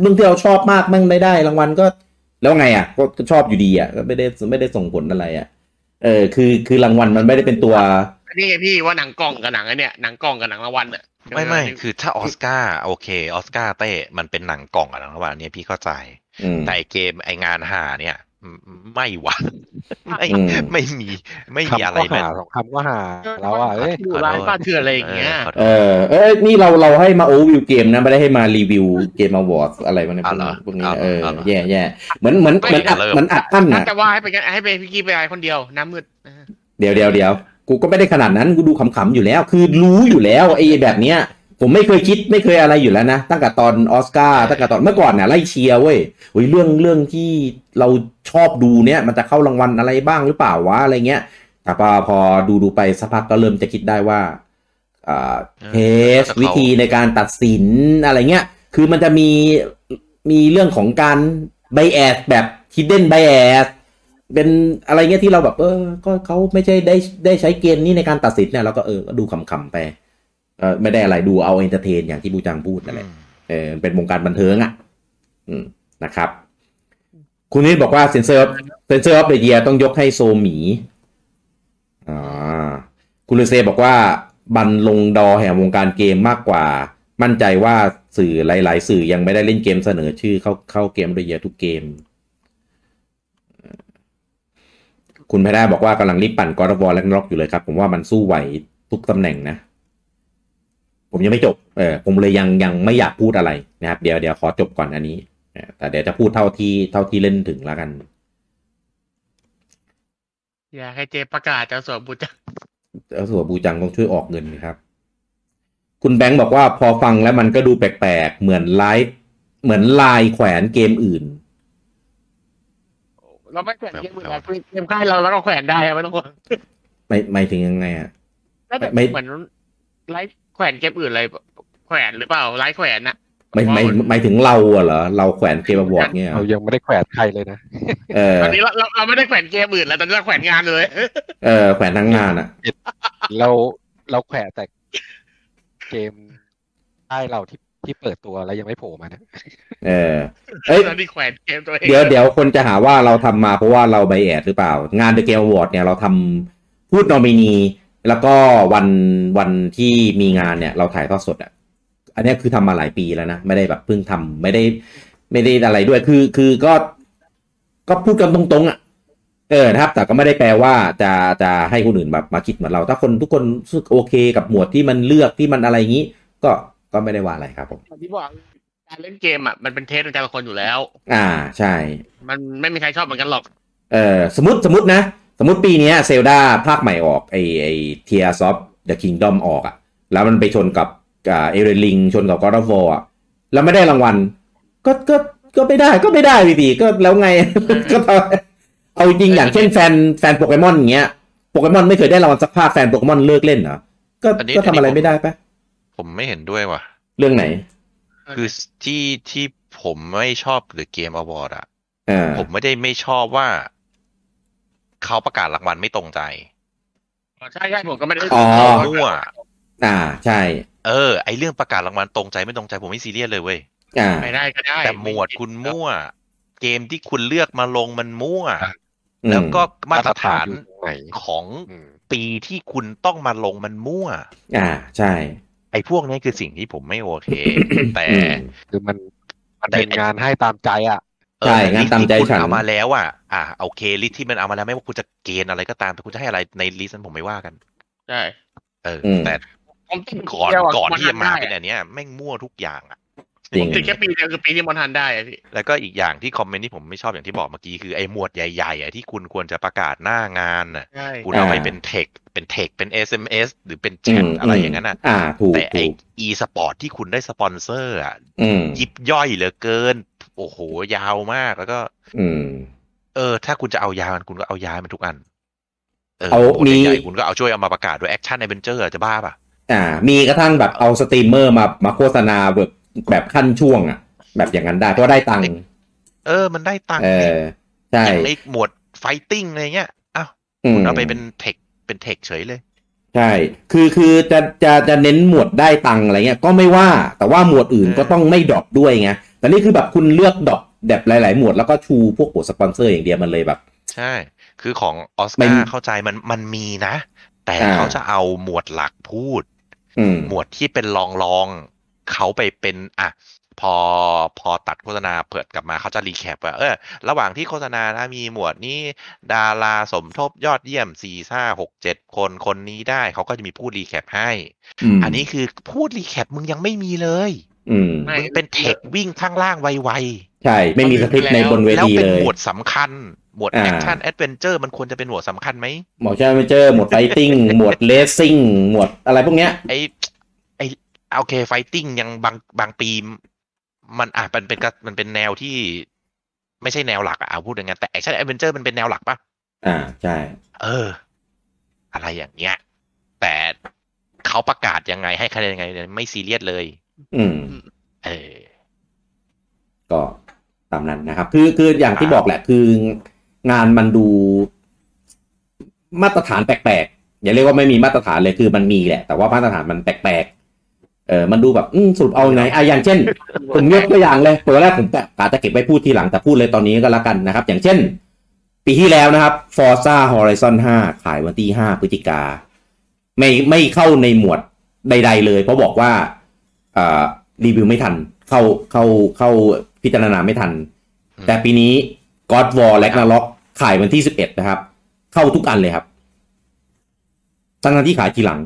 Speaker 2: เรื่องที่เราชอบมากแม่งไม่ได้รางวัลก็ แล้วไงอ่ะก็ก็ชอบอยู่ดีอ่ะก็ไม่ได้ไม่ได้ส่งผลอะไรอ่ะเออคือคือรางวัลมันไม่ได้เป็นตัว
Speaker 4: นี่ไงพี่ว่าหนังกล่องกับหนังไอ้เนี่ยหนังกล่องกับหนังรางวัลอ่ะ
Speaker 3: ไม่ไม่คือถ้าออสการ์โอเคออสการ์เต้มันเป็นหนังกล่องอะนะระหว่างเนี้พี่เข้าใจ
Speaker 2: อืม
Speaker 3: แต่ไอ้เกมไองานหาเนี่ย ไม่ไม่หวานไม่
Speaker 2: อืม
Speaker 3: ไม่มีไม่
Speaker 5: ๆ
Speaker 3: มีอะ
Speaker 5: คำ
Speaker 3: ไร
Speaker 5: ก็
Speaker 3: นะ
Speaker 5: หาสองคำก็หาแล้วอ่ะเอ้ย
Speaker 4: ดูร้านบ้านเถื่อนอะไรอย่างเงี้ย
Speaker 3: ขอโท
Speaker 2: เอ
Speaker 3: ษ
Speaker 2: อเอ้ยนี่เราเราให้มาโอวิวเกมนะไม่ได้ให้มารีวิวเกมอวอร์ดอะไรมาเนี่ยพวกนี้
Speaker 3: อ๋อเหร
Speaker 2: พวกนี้เออ
Speaker 3: ออ๋อเหรออ๋อเหรอ
Speaker 2: แย่แย่เหมือนเหมือน
Speaker 4: ไม่
Speaker 2: เหมือนอัด
Speaker 3: เริ่ม
Speaker 2: เหมือนอัดอั้น
Speaker 4: ถ้า
Speaker 2: น่ะ
Speaker 4: จะว่าให้ไปกันให้ไปพี่กี้ไปไอคนเดียวน้ำมืดนะฮะ
Speaker 2: เดี๋ยวเดี๋ยวเดี๋ยวกูก็ไม่ได้ขนาดนั้นกูดูขำๆอยู่แล้ว คือรู้อยู่แล้วไอ้แบบเนี้ย ผมไม่เคยคิดไม่เคยอะไรอยู่แล้วนะ ตั้งแต่ตอนออสการ์ตั้งแต่ตอนเมื่อก่อนเนี่ยไล่เชียร์เว้ยโอ้ยเรื่องเรื่องที่เราชอบดูเนี่ย มันจะเข้ารางวัลอะไรบ้างหรือเปล่าวะอะไรเงี้ย แต่พอพอดูดูไปสักพักก็เริ่มจะคิดได้ว่าอ่าเทส
Speaker 3: เออ
Speaker 2: วิธีในการตัดสินอะไรเงี้ย คือมันจะมีมีเรื่องของการไบแอสแบบ hidden bias เป็นอะไรเงี้ยที่เราแบบเออ ก็เขาไม่ใช่ได้ได้ใช้เกณฑ์นี้ในการตัดสินเนี่ยเราก็เออก็ดูขำๆไปเออไม่ได้อะไรดูเอาเอนเตอร์เทนอย่างที่บูจังพูดนั่นแหละ เออเป็นวงการบันเทิงอ่ะ อืมนะครับ คุณนิดบอกว่าเซนเซอร์เซนเซอร์ออฟเดียต้องยกให้โซหมีอ่าคุณลูเซบอกว่า บันลงดอแห่งวงการเกมมากกว่า มั่นใจว่าสื่อหลาย ๆ สื่อยังไม่ได้เล่นเกมเสนอชื่อเข้าเข้าเกมเดียทุกเกม คุณแพด้าบอกว่ากำลังรีบปั่นกอร์วอลแลกน็อกอยู่เลยครับ ผมว่ามันสู้ไหวทุกตำแหน่งนะ ผมยังไม่จบ เออ ผมเลยยังยังไม่อยากพูดอะไรนะครับ เดี๋ยวเดี๋ยวขอจบก่อนอันนี้เออแต่เดี๋ยวจะพูดเท่าที่เท่าที่เล่นถึงแล้วกัน
Speaker 4: อยากให้เจประกาศจะสวมบุตรจักร
Speaker 2: เอาสัวบูจังต้องช่วยออกเงินนะครับ คุณแบงค์บอกว่าพอฟังแล้วมันก็ดูแปลกๆ เหมือนไลฟ์เหมือนลายแขวนเกมอื่น
Speaker 4: เราไม่แขวนเกมอื่นนะเกมใกล้เราแล้วก็แขวนได้อะไม่ต้องห่วง
Speaker 2: ไม่ไม่ถึงยังไงอะ
Speaker 4: แล้วแต่
Speaker 2: ไม่
Speaker 4: เหมือนไลฟ์แขวนเกมอื่นอะไรแข แขวนหรือเปล่าไลฟ์แขวนน่ะ
Speaker 2: ไม่ไม่หมายถึงเราอะเหรอเราแขวนเกมบอร์ดเนี่ยเหร
Speaker 5: เรา
Speaker 2: อ
Speaker 5: ยังไม่ได้แขวนใครเลยนะ
Speaker 2: เออ
Speaker 4: ตอนนี้เราเราเราไม่ได้แขวนเกมอื่นแล้วตอนนี้เราแขวนงานเลย
Speaker 2: เออแขวนทั้งงานอะ
Speaker 5: เราเราแขวนแต่เกมค่ายเราที่ที่เปิดตัวแล้วยังไม่โผล่มาเนี่ย
Speaker 2: เออเอ้ย
Speaker 4: ตอนนี้แขวนเกมตัวเอง
Speaker 2: เดี๋ยวเดี๋ยวคนจะหาว่าเราทำมาเพราะว่าเราไบแอดหรือเปล่า งานเดอะเกมวอร์ดเนี่ยเราทำพูดนอมินี แล้วก็วันวันที่มีงานเนี่ยเราถ่ายทอดสดอ่ะ อันเนี้ยคือทำมาหลายปีแล้วนะ ไม่ได้แบบเพิ่งทำไม่ได้ ไม่ได้อะไรด้วยคือคือก็ ก็พูดกันตรงๆอ่ะเออนะครับ แต่ก็ไม่ได้แปลว่าจะจะให้คนอื่นแบบมาคิดเหมือนเรา ถ้าคนทุกคนรู้สึกโอเคกับหมวดที่มันเลือกที่มันอะไรอย่างนี้ ก็ก็ไม่ได้ว่าอะไรครับผม
Speaker 4: อย่างที่บอกการเล่นเกมอ่ะมันเป็นเทสของแต่ละคนอยู่แล้ว
Speaker 2: อ่าใช่
Speaker 4: มันไม่มีใครชอบเหมือนกันหรอก
Speaker 2: เออสมมติสมมตินะ สมมติปีเนี้เซลดาภาคใหม่ออกไอไอเทียซอฟเดอะคิงดอมออกอะแล้วมันไปชนกับอ่าเอเรลิงชนกับกอร์ดฟอร์อะแล้วไม่ได้รางวัล ก็ก็ก็ไม่ได้ก็ไม่ได้พี่ตีก็แล้วไง ก็เอาเอาจริ งอย่างเช่นแฟนแฟนโปเกมอนอย่างเงี้ยโปเกมอนไม่เคยได้รางวัลสักภาคแฟนโปเกมอนเลิกเล่นเหรอก็
Speaker 3: อันนี้
Speaker 2: ก็ทำอะไรไม่ได้ปะ
Speaker 3: ผมไม่เห็นด้วยว่ะ
Speaker 2: เรื่องไหน
Speaker 3: คือที่ที่ผมไม่ชอบหรือเกมอวอร์ดอะ
Speaker 2: อ่า
Speaker 3: ผมไม่ได้ไม่ชอบว่า เขาประกาศรางวัลไม่ตรงใจ
Speaker 4: ใช่ใช่ผมก็ไม่ได้
Speaker 3: เขามั่ว
Speaker 2: อ่าใช่
Speaker 3: เออไอเรื่องประกาศรางวัลตรงใจไม่ตรงใจผมไม่ซีเรียสเลยเว้ย
Speaker 2: อ่า
Speaker 4: ไม่ได้ก็ได้
Speaker 3: แต่หมวดคุณมั่ว เกมที่คุณเลือกมาลงมันมั่ว
Speaker 2: อืม
Speaker 3: แล้วก็มาตรฐาน
Speaker 5: อยู่ตรงไหน
Speaker 3: ของ
Speaker 5: อืม
Speaker 3: ปีที่คุณต้องมาลงมันมั่ว
Speaker 2: อ่าใช่
Speaker 3: ไอ้พวกนี้คือสิ่งที่ผมไม่โอ เค แต่
Speaker 2: อืม
Speaker 5: คือมันมันเป็นงานให้ตามใจอ่ะ
Speaker 3: เออ
Speaker 2: ใช่งั้นตามใจ
Speaker 3: ลิสที่คุณ
Speaker 2: ฉัน
Speaker 3: เอามาแล้วอ่ะอ่ะโอเคลิสต์ที่มันเอามาแล้วไม่ว่าคุณจะเกณฑ์อะไรก็ตามแต่คุณจะให้อะไรในลิสต์นั้นผมไม่ว่ากัน
Speaker 4: ใช่
Speaker 3: เอออ
Speaker 2: ม
Speaker 3: แต่
Speaker 4: ผมติด
Speaker 3: ก่อน
Speaker 4: เดียวะ
Speaker 3: ก่อนที่จะมา
Speaker 4: ได้
Speaker 3: เป็นอันเนี้ยแม่งมั่วทุกอย่างอ่ะ
Speaker 2: จริง
Speaker 4: ติดแค่ปีเดียวคือปีที่มอนทันได้อะพี่
Speaker 3: แล้วก็อีกอย่างที่คอมเมนต์ที่ผมไม่ชอบอย่างที่บอกเมื่อกี้คือไอ้หมวดใหญ่ๆอ่ะที่คุณควรจะประกาศหน้างานน่ะ
Speaker 4: ใช่
Speaker 3: คุณเอาไป
Speaker 2: อ่า
Speaker 3: เป็นเทค เป็นเทค เป็น SMS หรือเป็นแช
Speaker 2: อื
Speaker 3: ท
Speaker 2: ม
Speaker 3: อะไรอย่างนั้นน่ะ
Speaker 2: อ่าถูก
Speaker 3: แต่ไอ
Speaker 2: ถูก
Speaker 3: อีสปอร์ตที่คุณได้สปอนเซอร์อ่ะ
Speaker 2: อืม
Speaker 3: ยิบย่อยเหลือเกิน โอ้โห ยาวมากแล้วก็
Speaker 2: อืม
Speaker 3: เออ ถ้าคุณจะเอายาวมันคุณก็เอายาวมันทุกอัน เออ
Speaker 2: เอา
Speaker 3: โหมดใหญ่
Speaker 2: มี
Speaker 3: ๆคุณก็เอาช่วยเอามาประกาศด้วยแอคชั่นในเบนเจอร์จะบ้าป่ะ
Speaker 2: อ่า มีกระทั่งแบบเอาสตรีมเมอร์มามาโฆษณาแบบแบบขั้นช่วงอ่ะ แบบอย่างนั้นได้เพราะได้ตังค์
Speaker 3: เออ มันได้ตังค์
Speaker 2: เออใช่
Speaker 3: อย่างไอหมวดไฟติ้งอะไรเงี้ยอ้าว
Speaker 2: ม
Speaker 3: เอาไปเป็นเทค เป็นเทคเฉยเลย
Speaker 2: ใช่ คือคือจะจะจะเน้นหมวดได้ตังค์อะไรเงี้ยก็ไม่ว่าแต่ว่าหมวดอื่นก็ต้องไม่ดรอปด้วยไงแต่นี่คือแบบคุณเลือกดรอปแบบหลาย ๆ หมวดแล้วก็ชูพวกหัวสปอนเซอร์อย่างเดียวมันเลยแบบ
Speaker 3: ใช่ คือของออส
Speaker 2: มั
Speaker 3: กาน ร์เข้าใจมันมันมีนะ แต่
Speaker 2: อ่า
Speaker 3: เขาจะเอาหมวดหลักพูด
Speaker 2: อืม
Speaker 3: หมวดที่เป็นรองรองๆเขาไปเป็นอ่ะพอพอตัดโฆษณาเปิดกลับมาเขาจะรีแคปว่าเออระหว่างที่โฆษณานะมีหมวดนี้ ดาราสมทบยอดเยี่ยมสี่ห้าหกเจ็ดคนคนนี้ได้เขาก็จะมีพูดรีแคปให้
Speaker 2: ม
Speaker 3: อันนี้คือพูดรีแคปมึงยังไม่มีเลย
Speaker 2: อืม
Speaker 4: ไม่
Speaker 3: มึงเป็นเทควิ่งข้างล่างไว
Speaker 2: ใช่ไม่มีสคริปต์ในบนเว
Speaker 3: ๆแล้ว
Speaker 2: ที
Speaker 3: เป็น
Speaker 2: เลย
Speaker 3: หมวดสำคัญ หมวด
Speaker 2: อ่า
Speaker 3: แอคชั่นแอดเวนเจอร์มันควรจะเป็นหมวดสำคัญไหม
Speaker 2: หมวดชาร์เมเจอร์หมวดไฟติ้งหมวดเลสซิ่งหมวดอะไรพวกเนี้ย
Speaker 3: ไอไอโอเคไฟติ้งยังบางบางปีมมันอ่ะมันเป็นกระมันเป็นแนวที่ไม่ใช่แนวหลักอะเอาพูดอย่างงั้นแต่แอคชั่นแอดเวนเจอร์มันเป็นแนวหลักปะ
Speaker 2: อ่าใช่
Speaker 3: เออ อะไรอย่างเงี้ย แต่เขาประกาศยังไงให้คะแนนยังไงเนี่ยไม่ซีเรียสเลย
Speaker 2: อืม
Speaker 3: เออ
Speaker 2: ก็ตามนั้นนะครับ คือคืออย่างที่บอกแหละ คืองานมันดูมาตรฐานแปลกๆ อย่าเรียกว่าไม่มีมาตรฐานเลยคือมันมีแหละ แต่ว่ามาตรฐานมันแปลกๆ เออมันดูแบบอืมสรุปเอาไงอ่ะอย่างเช่น ผมยกตัวอย่างเลยตัวแรกผมกะกะจะเก็บไว้พูดทีหลังแต่พูดเลยตอนนี้ก็แล้วกันนะครับ อย่างเช่น ปีที่แล้วนะครับ Forza Horizon 5 ขายวันที่ 5 พฤศจิกา ไม่ไม่เข้าในหมวดใด ๆ เลย เพราะบอกว่าเอ่อรีวิวไม่ทัน เข้าเข้าเข้าพิจารณาไม่ทัน
Speaker 3: อืม
Speaker 2: แต่ปีนี้ God War Ragnarok ขายวันที่ 11 นะครับ เข้าทุกอันเลยครับทั้งๆที่ขายทีหลัง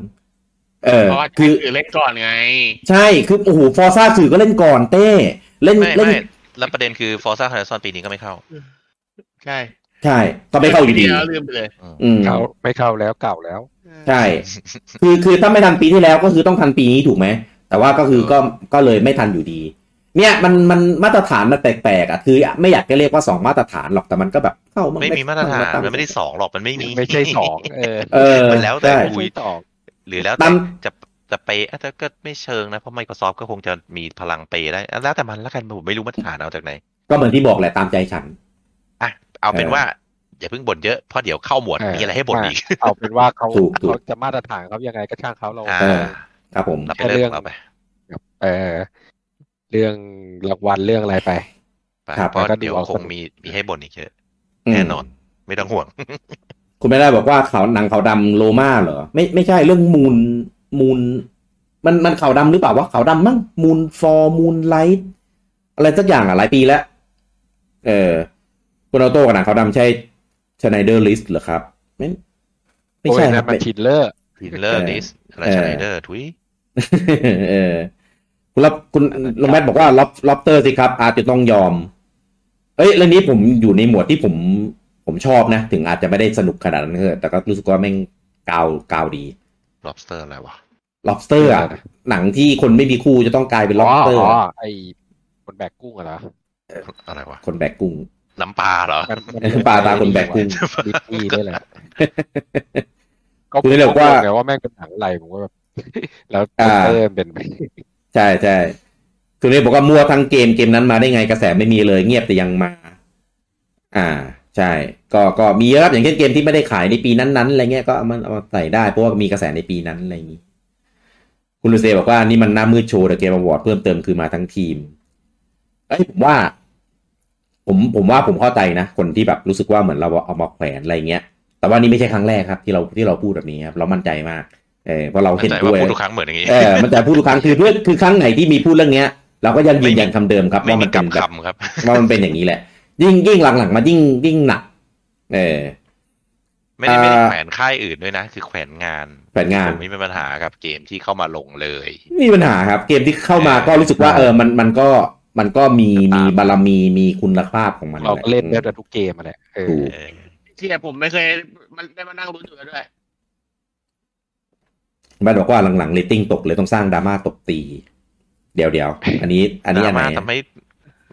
Speaker 2: เออ
Speaker 4: เพราะว่า
Speaker 2: คือ
Speaker 4: คือเล่นก่อนไง
Speaker 2: ใช่ คือ โอ้โห ฟอร์ซ่าสื่อก็เล่นก่อนเต้ เล่น
Speaker 3: ไม่
Speaker 2: เล่น
Speaker 3: ไม่แล้วประเด็นคือฟอร์ซ่าฮาร์ซอนปีนี้ก็ไม่เข้า
Speaker 4: ใช่
Speaker 2: ใช่ ก็ไม่เข้าอยู่ดี
Speaker 4: ปีแล้วลืมไปเลย
Speaker 2: อืม
Speaker 5: เข้าไม่เข้าแล้วเก่าแล้ว
Speaker 2: ใช่ คือ คือ ถ้าไม่ทันปีที่แล้วก็คือต้องทันปีนี้ถูกไหม แต่ว่าก็คือ ก็ ก็เลยไม่ทันอยู่ดี เนี่ย มัน มันมาตรฐานมันแปลกๆ อ่ะ คือไม่อยากจะเรียกว่าสองมาตรฐานหรอก แต่มันก็แบบเข้าบ้ง
Speaker 3: ไม่มีมาตรฐาน
Speaker 2: เข้บ้ง
Speaker 3: มันไม่ ได้สองหรอกมันไม่มี
Speaker 5: ไม่ใช่สองเออ
Speaker 2: เออ
Speaker 3: มันแล้วแต่
Speaker 2: ใช่
Speaker 3: อุ้ย
Speaker 5: ไม่ใช่สอง
Speaker 3: หรือแล้ว
Speaker 2: ตา
Speaker 3: แต่
Speaker 2: ม
Speaker 3: จะ จะเปย์อ่ะแต่ก็ไม่เชิงนะ เพราะ Microsoft ก็คงจะมีพลังเปย์ได้อ่ะแล้วแต่มันแล้วกันผมไม่รู้มาตรฐาน เอาจากไหน
Speaker 2: ก็เหมือนที่บอกแหละตามใจฉัน
Speaker 3: อ่ะ เอาเป็น
Speaker 2: เออ
Speaker 3: ว่า อย่าเพิ่งบ่นเยอะ เพราะเดี๋ยวเข้าหมวด
Speaker 5: เออ
Speaker 3: มีอะไรให้บ่นอีก
Speaker 5: เอาเป็นว่าเขา
Speaker 2: ถูกถูก
Speaker 5: เขาจะมาตรฐานเขายังไงก็ช่างเขาเรา
Speaker 3: อ่า
Speaker 2: เออครับผม
Speaker 3: เราไปเรื่องเราไป
Speaker 5: เออเรื่องรางวัลเรื่องอะไรไป
Speaker 3: ไป
Speaker 2: ครับ
Speaker 3: เพราะ
Speaker 5: แล้วก็ดู
Speaker 3: เดี๋ยว
Speaker 5: เอา
Speaker 3: คง
Speaker 5: สนุก
Speaker 3: มีมีให้บ่นอีกเยอะ
Speaker 2: ม
Speaker 3: แน่นอน ไม่ต้องห่วง
Speaker 2: คุณไม่ได้บอกว่าเขาวหนังขาวดำโลมาเหรอ ไม่ไม่ใช่เรื่องมูลมูล มันมันขาวดำหรือเปล่าวะขาวดำมั้งมูลฟอร์มูลไลท์อะไรสักอย่างอ่ะหลายปีแล้ว เออคุณเอาโต้กับหนังขาวดำใช่ชไนเดอร์ลิสเหรอครับ ไม่ไม่ใช่
Speaker 5: โอ้ย
Speaker 2: ครั
Speaker 5: นะ
Speaker 2: บ
Speaker 5: มัน
Speaker 2: ไม่
Speaker 5: ชินเลอร์
Speaker 3: ทินเลอ ร์
Speaker 2: เออ
Speaker 3: ดิสอะไร
Speaker 2: เออ
Speaker 3: ชไนเดอร์ทุย
Speaker 2: เออคุณรับคุณลงแมทบอกว่าล็อบล็อบเตอร์สิครับ อาจจะต้องยอม เอ้ยเรื่องนี้ผมอยู่ในหมวดที่ผมผมชอบนะ ถึงอาจจะไม่ได้สนุกขนาดนั้นเออแต่ก็รู้สึกว่าแม่งกาวกาวดี
Speaker 3: ล็อบสเตอร์อะไรวะ
Speaker 2: lobster อ่ะ
Speaker 5: เออ
Speaker 2: หนังที่คนไม่มีคู่จะต้องกลายเป็น
Speaker 5: อ๋อ
Speaker 2: lobster
Speaker 5: อ๋อ
Speaker 2: อะ
Speaker 5: ไอคนแบกกุ้งอะเหรอ
Speaker 3: อะไรวะ
Speaker 2: คนแบกกุ้ง
Speaker 3: น้ำปลาเหรอ
Speaker 5: มันมัน
Speaker 2: ปลาตาคนแบกกุ้ ง
Speaker 5: ดิสนีย์ ด้วยแหละ
Speaker 2: คือเรียกว่า
Speaker 5: ผมงงไงว่าแม่งเป็นหนังอะไรผมก็แบบ แล้ว
Speaker 2: อ่า
Speaker 5: เตอร์มันเป็นไป
Speaker 2: ใช่ใช่คือเนี่ยบอกว่ามั่วทั้งเกมเกมนั้นมาได้ไงกระแสไม่มีเลยเงียบแต่ยังมา อ่า ใช่ ก็ก็มีเยอะครับอย่างเช่นเกมที่ไม่ได้ขายในปีนั้นๆอะไรเงี้ยก็เอามันเอามาใส่ได้เพราะว่ามีกระแสในปีนั้นอะไรอย่างนี้ คุณลูเซบอกว่านี่มันหน้ามืดโชว์แต่เกมอวอร์ดเพิ่มเติมคือมาทั้งทีมเอ้ยผมว่า ผมผมว่าผมเข้าใจนะ คนที่แบบรู้สึกว่าเหมือนเราเอามาแขวนอะไรเงี้ย แต่ว่านี่ไม่ใช่ครั้งแรกครับ ที่เราที่เราพูดแบบนี้ครับเรามั่นใจมากเออเพราะเรา
Speaker 3: เข้า
Speaker 2: เห็น
Speaker 3: ใจ
Speaker 2: ด้ว
Speaker 3: ว่า
Speaker 2: ย
Speaker 3: พูดทุกครั้งเหมือ นอย่างนี้
Speaker 2: เอ อมันจะพูดทุกครั้งคือเพื่อคือครั้งไหนที่มีพูดเรื่องเนี้ย เราก็ยังยืนยันคำเดิมครับ
Speaker 3: ไม่
Speaker 2: ว่า
Speaker 3: มี
Speaker 2: มันเป็น
Speaker 3: กำ
Speaker 2: แบบ
Speaker 3: คำครับ
Speaker 2: ว่ามันเป็นอย่างนี้แหละ ยิ่งยิ่งหลังๆมายิ่งยิ่งหนัก เออ
Speaker 3: ไม่ได้ไม่ได้
Speaker 2: อ่า
Speaker 3: แขวนค่ายอื่นด้วยนะ คือแขวนงาน
Speaker 2: แผนงาน
Speaker 3: ผมไม่มีปัญหากับเกมที่เข้ามาลงเลย
Speaker 2: ไม่มีปัญหาครับ เกมที่เข้ามาก็รู้สึกว่า เออมันมันก็มันก็มีมีบารมีมีคุณภาพของมัน
Speaker 5: เราก็เล่น
Speaker 2: แห
Speaker 5: แบ
Speaker 2: ละ
Speaker 5: บทุกเกมมาแหละเออ
Speaker 2: ถูก
Speaker 3: เออ
Speaker 4: ที่ผมไม่เคยมันได้มานั่งรุ้นอยู่แล้วด้วย
Speaker 2: บ้านบอกว่าหลังๆเรตติ้งตกเลยต้องสร้างดราม่าตบตี เดี๋ยวเดี๋ยวอันนี้ อันนี้อันไหน
Speaker 3: ดราม่าทำให้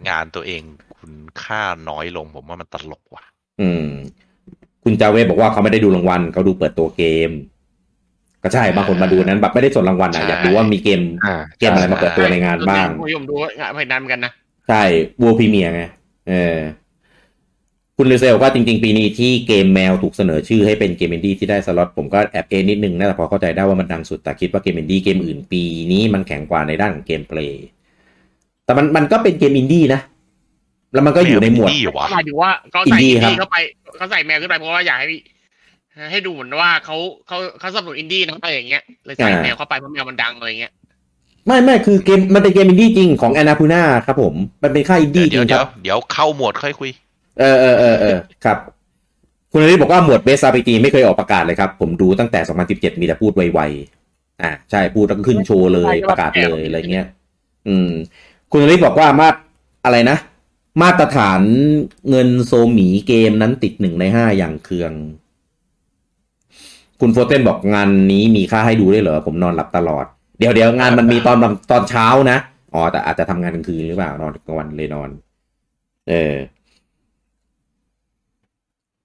Speaker 3: งานตัวเองคุณค่าน้อยลงผมว่ามันตลกว่ะ
Speaker 2: อืม คุณจาเวบอกว่าเขาไม่ได้ดูรางวัลเขาดูเปิดตัวเกม ก็ใช่บางคนมาดูนั้นแบบไม่ได้สนรางวัลอ่ะอยากดูว่ามีเกม
Speaker 5: อ่า
Speaker 2: เกมอะไรมาเปิดตัวในงานบ้าง
Speaker 4: ผมยมดูงานเพจนั้นเหมือนกันนะ
Speaker 2: ใช่บัวพรีเมียร์ไงเออ คุณลิเซลว่าจริง ๆ ปีนี้ที่เกมแมวถูกเสนอชื่อให้เป็นเกมอินดี้ที่ได้สล็อตผมก็แอบเอนิดนึงนะแต่พอเข้าใจได้ว่ามันดังสุดแต่คิดว่าเกมอินดี้เกมอื่นปีนี้มันแข็งกว่าในด้านของเกมเพลย์แต่มันมันก็เป็นเกมอินดี้นะ แล้วมันก็อยู่ในหมวด
Speaker 3: แมวเป็นอินดี้ วะ
Speaker 4: หมายถึงว่าเขาใส่
Speaker 2: อินดี้
Speaker 4: อิน
Speaker 2: ครับ
Speaker 4: ดี้เข้าไปเขาใส่แมวขึ้นไปเพราะว่าอยากให้ ให้ดูเหมือนว่าเขาเขาเขาสนับสนุนอินดี้นะอะไรอย่างเงี้ยเลยใส่แมวเข้าไปเพราะแมวมันดังอะไรอย่างเงี้ย
Speaker 2: ไม่ไม่คือเกมมันเป็นเกมอินดี้จริงของแอนาพูน่าครับผม มันเป็นค่ายอินดี้จ
Speaker 3: เดี๋
Speaker 2: ริ
Speaker 3: ยว
Speaker 2: งค
Speaker 3: เดี๋ย
Speaker 2: รั
Speaker 3: ว
Speaker 2: บ
Speaker 3: เดี๋ยวเข้าหมวดค่อยคุย
Speaker 2: เออเออเออเออครับ คุณอริบอกว่าหมวดเบสซาปิตีไม่เคยออกประกาศเลยครับ ผมดูตั้งแต่ 2017 มีแต่พูดไวๆอ่าใช่พูดแล้วก็ขึ้นโชว์เลยประกาศเลยอะไรเงี้ย อืม คุณอริบอกว่ามาตรอะไรนะ มาตรฐานเงินโซหมีเกมนั้นติดหนึ่งในห้าอย่างเคือง คุณโฟเทนบอกงานนี้มีค่าให้ดูได้วยเหรอ ผมนอนหลับตลอด เดี๋ยวเดี๋ยวงานมันมีตอนตอนเช้านะอ๋อแต่อาจจะทำงานกลางคืนหรือเปล่านอนกลางวันเลยนอน เออ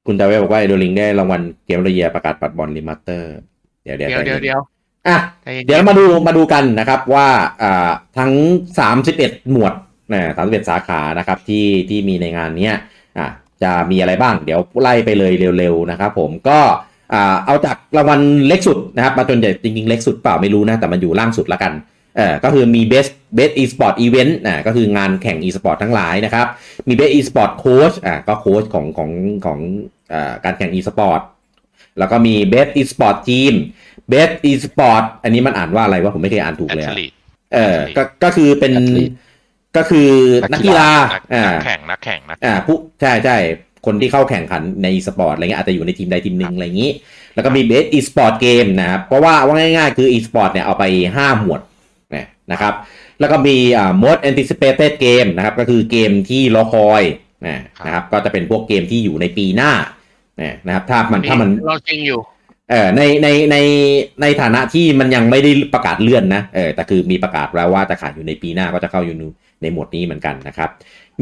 Speaker 2: คุณดาเวลบอกว่าไอโดลิงได้รางวัลเกมระเยียประกาศปัดบอลรีมาสเตอร์ เดี๋ยวเดี๋ยว
Speaker 4: เดี๋ยวเดี๋ยวเดี๋ยว
Speaker 2: อ่ะ
Speaker 4: ใจเย็นๆ
Speaker 2: เดี๋ยวเรามาดูมาดูกันนะครับว่าอ่าทั้ง 31 หมวดนะ31 สาขานะครับที่ที่มีในงานเนี้ยอ่ะจะมีอะไรบ้าง เดี๋ยวไล่ไปเลยเร็วๆนะครับผมก็อ่าเอาจากรางวัลเล็กสุดนะครับ มาจนใหญ่จริงๆ เล็กสุดเปล่าไม่รู้นะ แต่มันอยู่ล่างสุดละกันเออก็คือมี best best e-sport event นะก็คืองานแข่ง e-sport ทั้งหลายนะครับ มี best e-sport coach อ่ะก็โค้ชของของของอ่าการแข่ง e-sport แล้วก็มี best e-sport team best e-sport อันนี้มันอ่านว่าอะไรวะผมไม่เคยอ่านถูก
Speaker 3: แอ
Speaker 2: เล
Speaker 3: ท
Speaker 2: ยอะ
Speaker 3: ลีต
Speaker 2: เออก็ก็คือเป็น
Speaker 5: แอทลีต
Speaker 2: ก็คือนักกีฬา
Speaker 3: นัก
Speaker 2: อ่า
Speaker 3: นักแข่งนักแข่งนักแข่ง
Speaker 2: อ่าผู้ใช่ใช่คนที่เข้าแข่งขันในสปอร์ตอะไรเงี้ยอาจจะอยู่ในทีมใดทีมหนึ่งอะไรอย่างนี้ แล้วก็มีเบสอีสปอร์ตเกมนะครับเพราะว่าว่าง่ายๆ คืออีสปอร์ตเนี่ยเอาไป 5 หมวดนะนะครับ แล้วก็มีอ่า most anticipated game นะครับ ก็คือเกมที่รอคอยนะนะครับ ก็จะเป็นพวกเกมที่อยู่ในปีหน้านะนะครับ ถ้ามันถ้ามัน
Speaker 4: เราจริงอยู่
Speaker 2: เออในในในในฐานะที่มันยังไม่ได้ประกาศเลื่อนนะเออแต่คือมีประกาศแล้วว่าจะขายอยู่ในปีหน้าก็จะเข้าอยู่ในหมวดนี้เหมือนกันนะครับ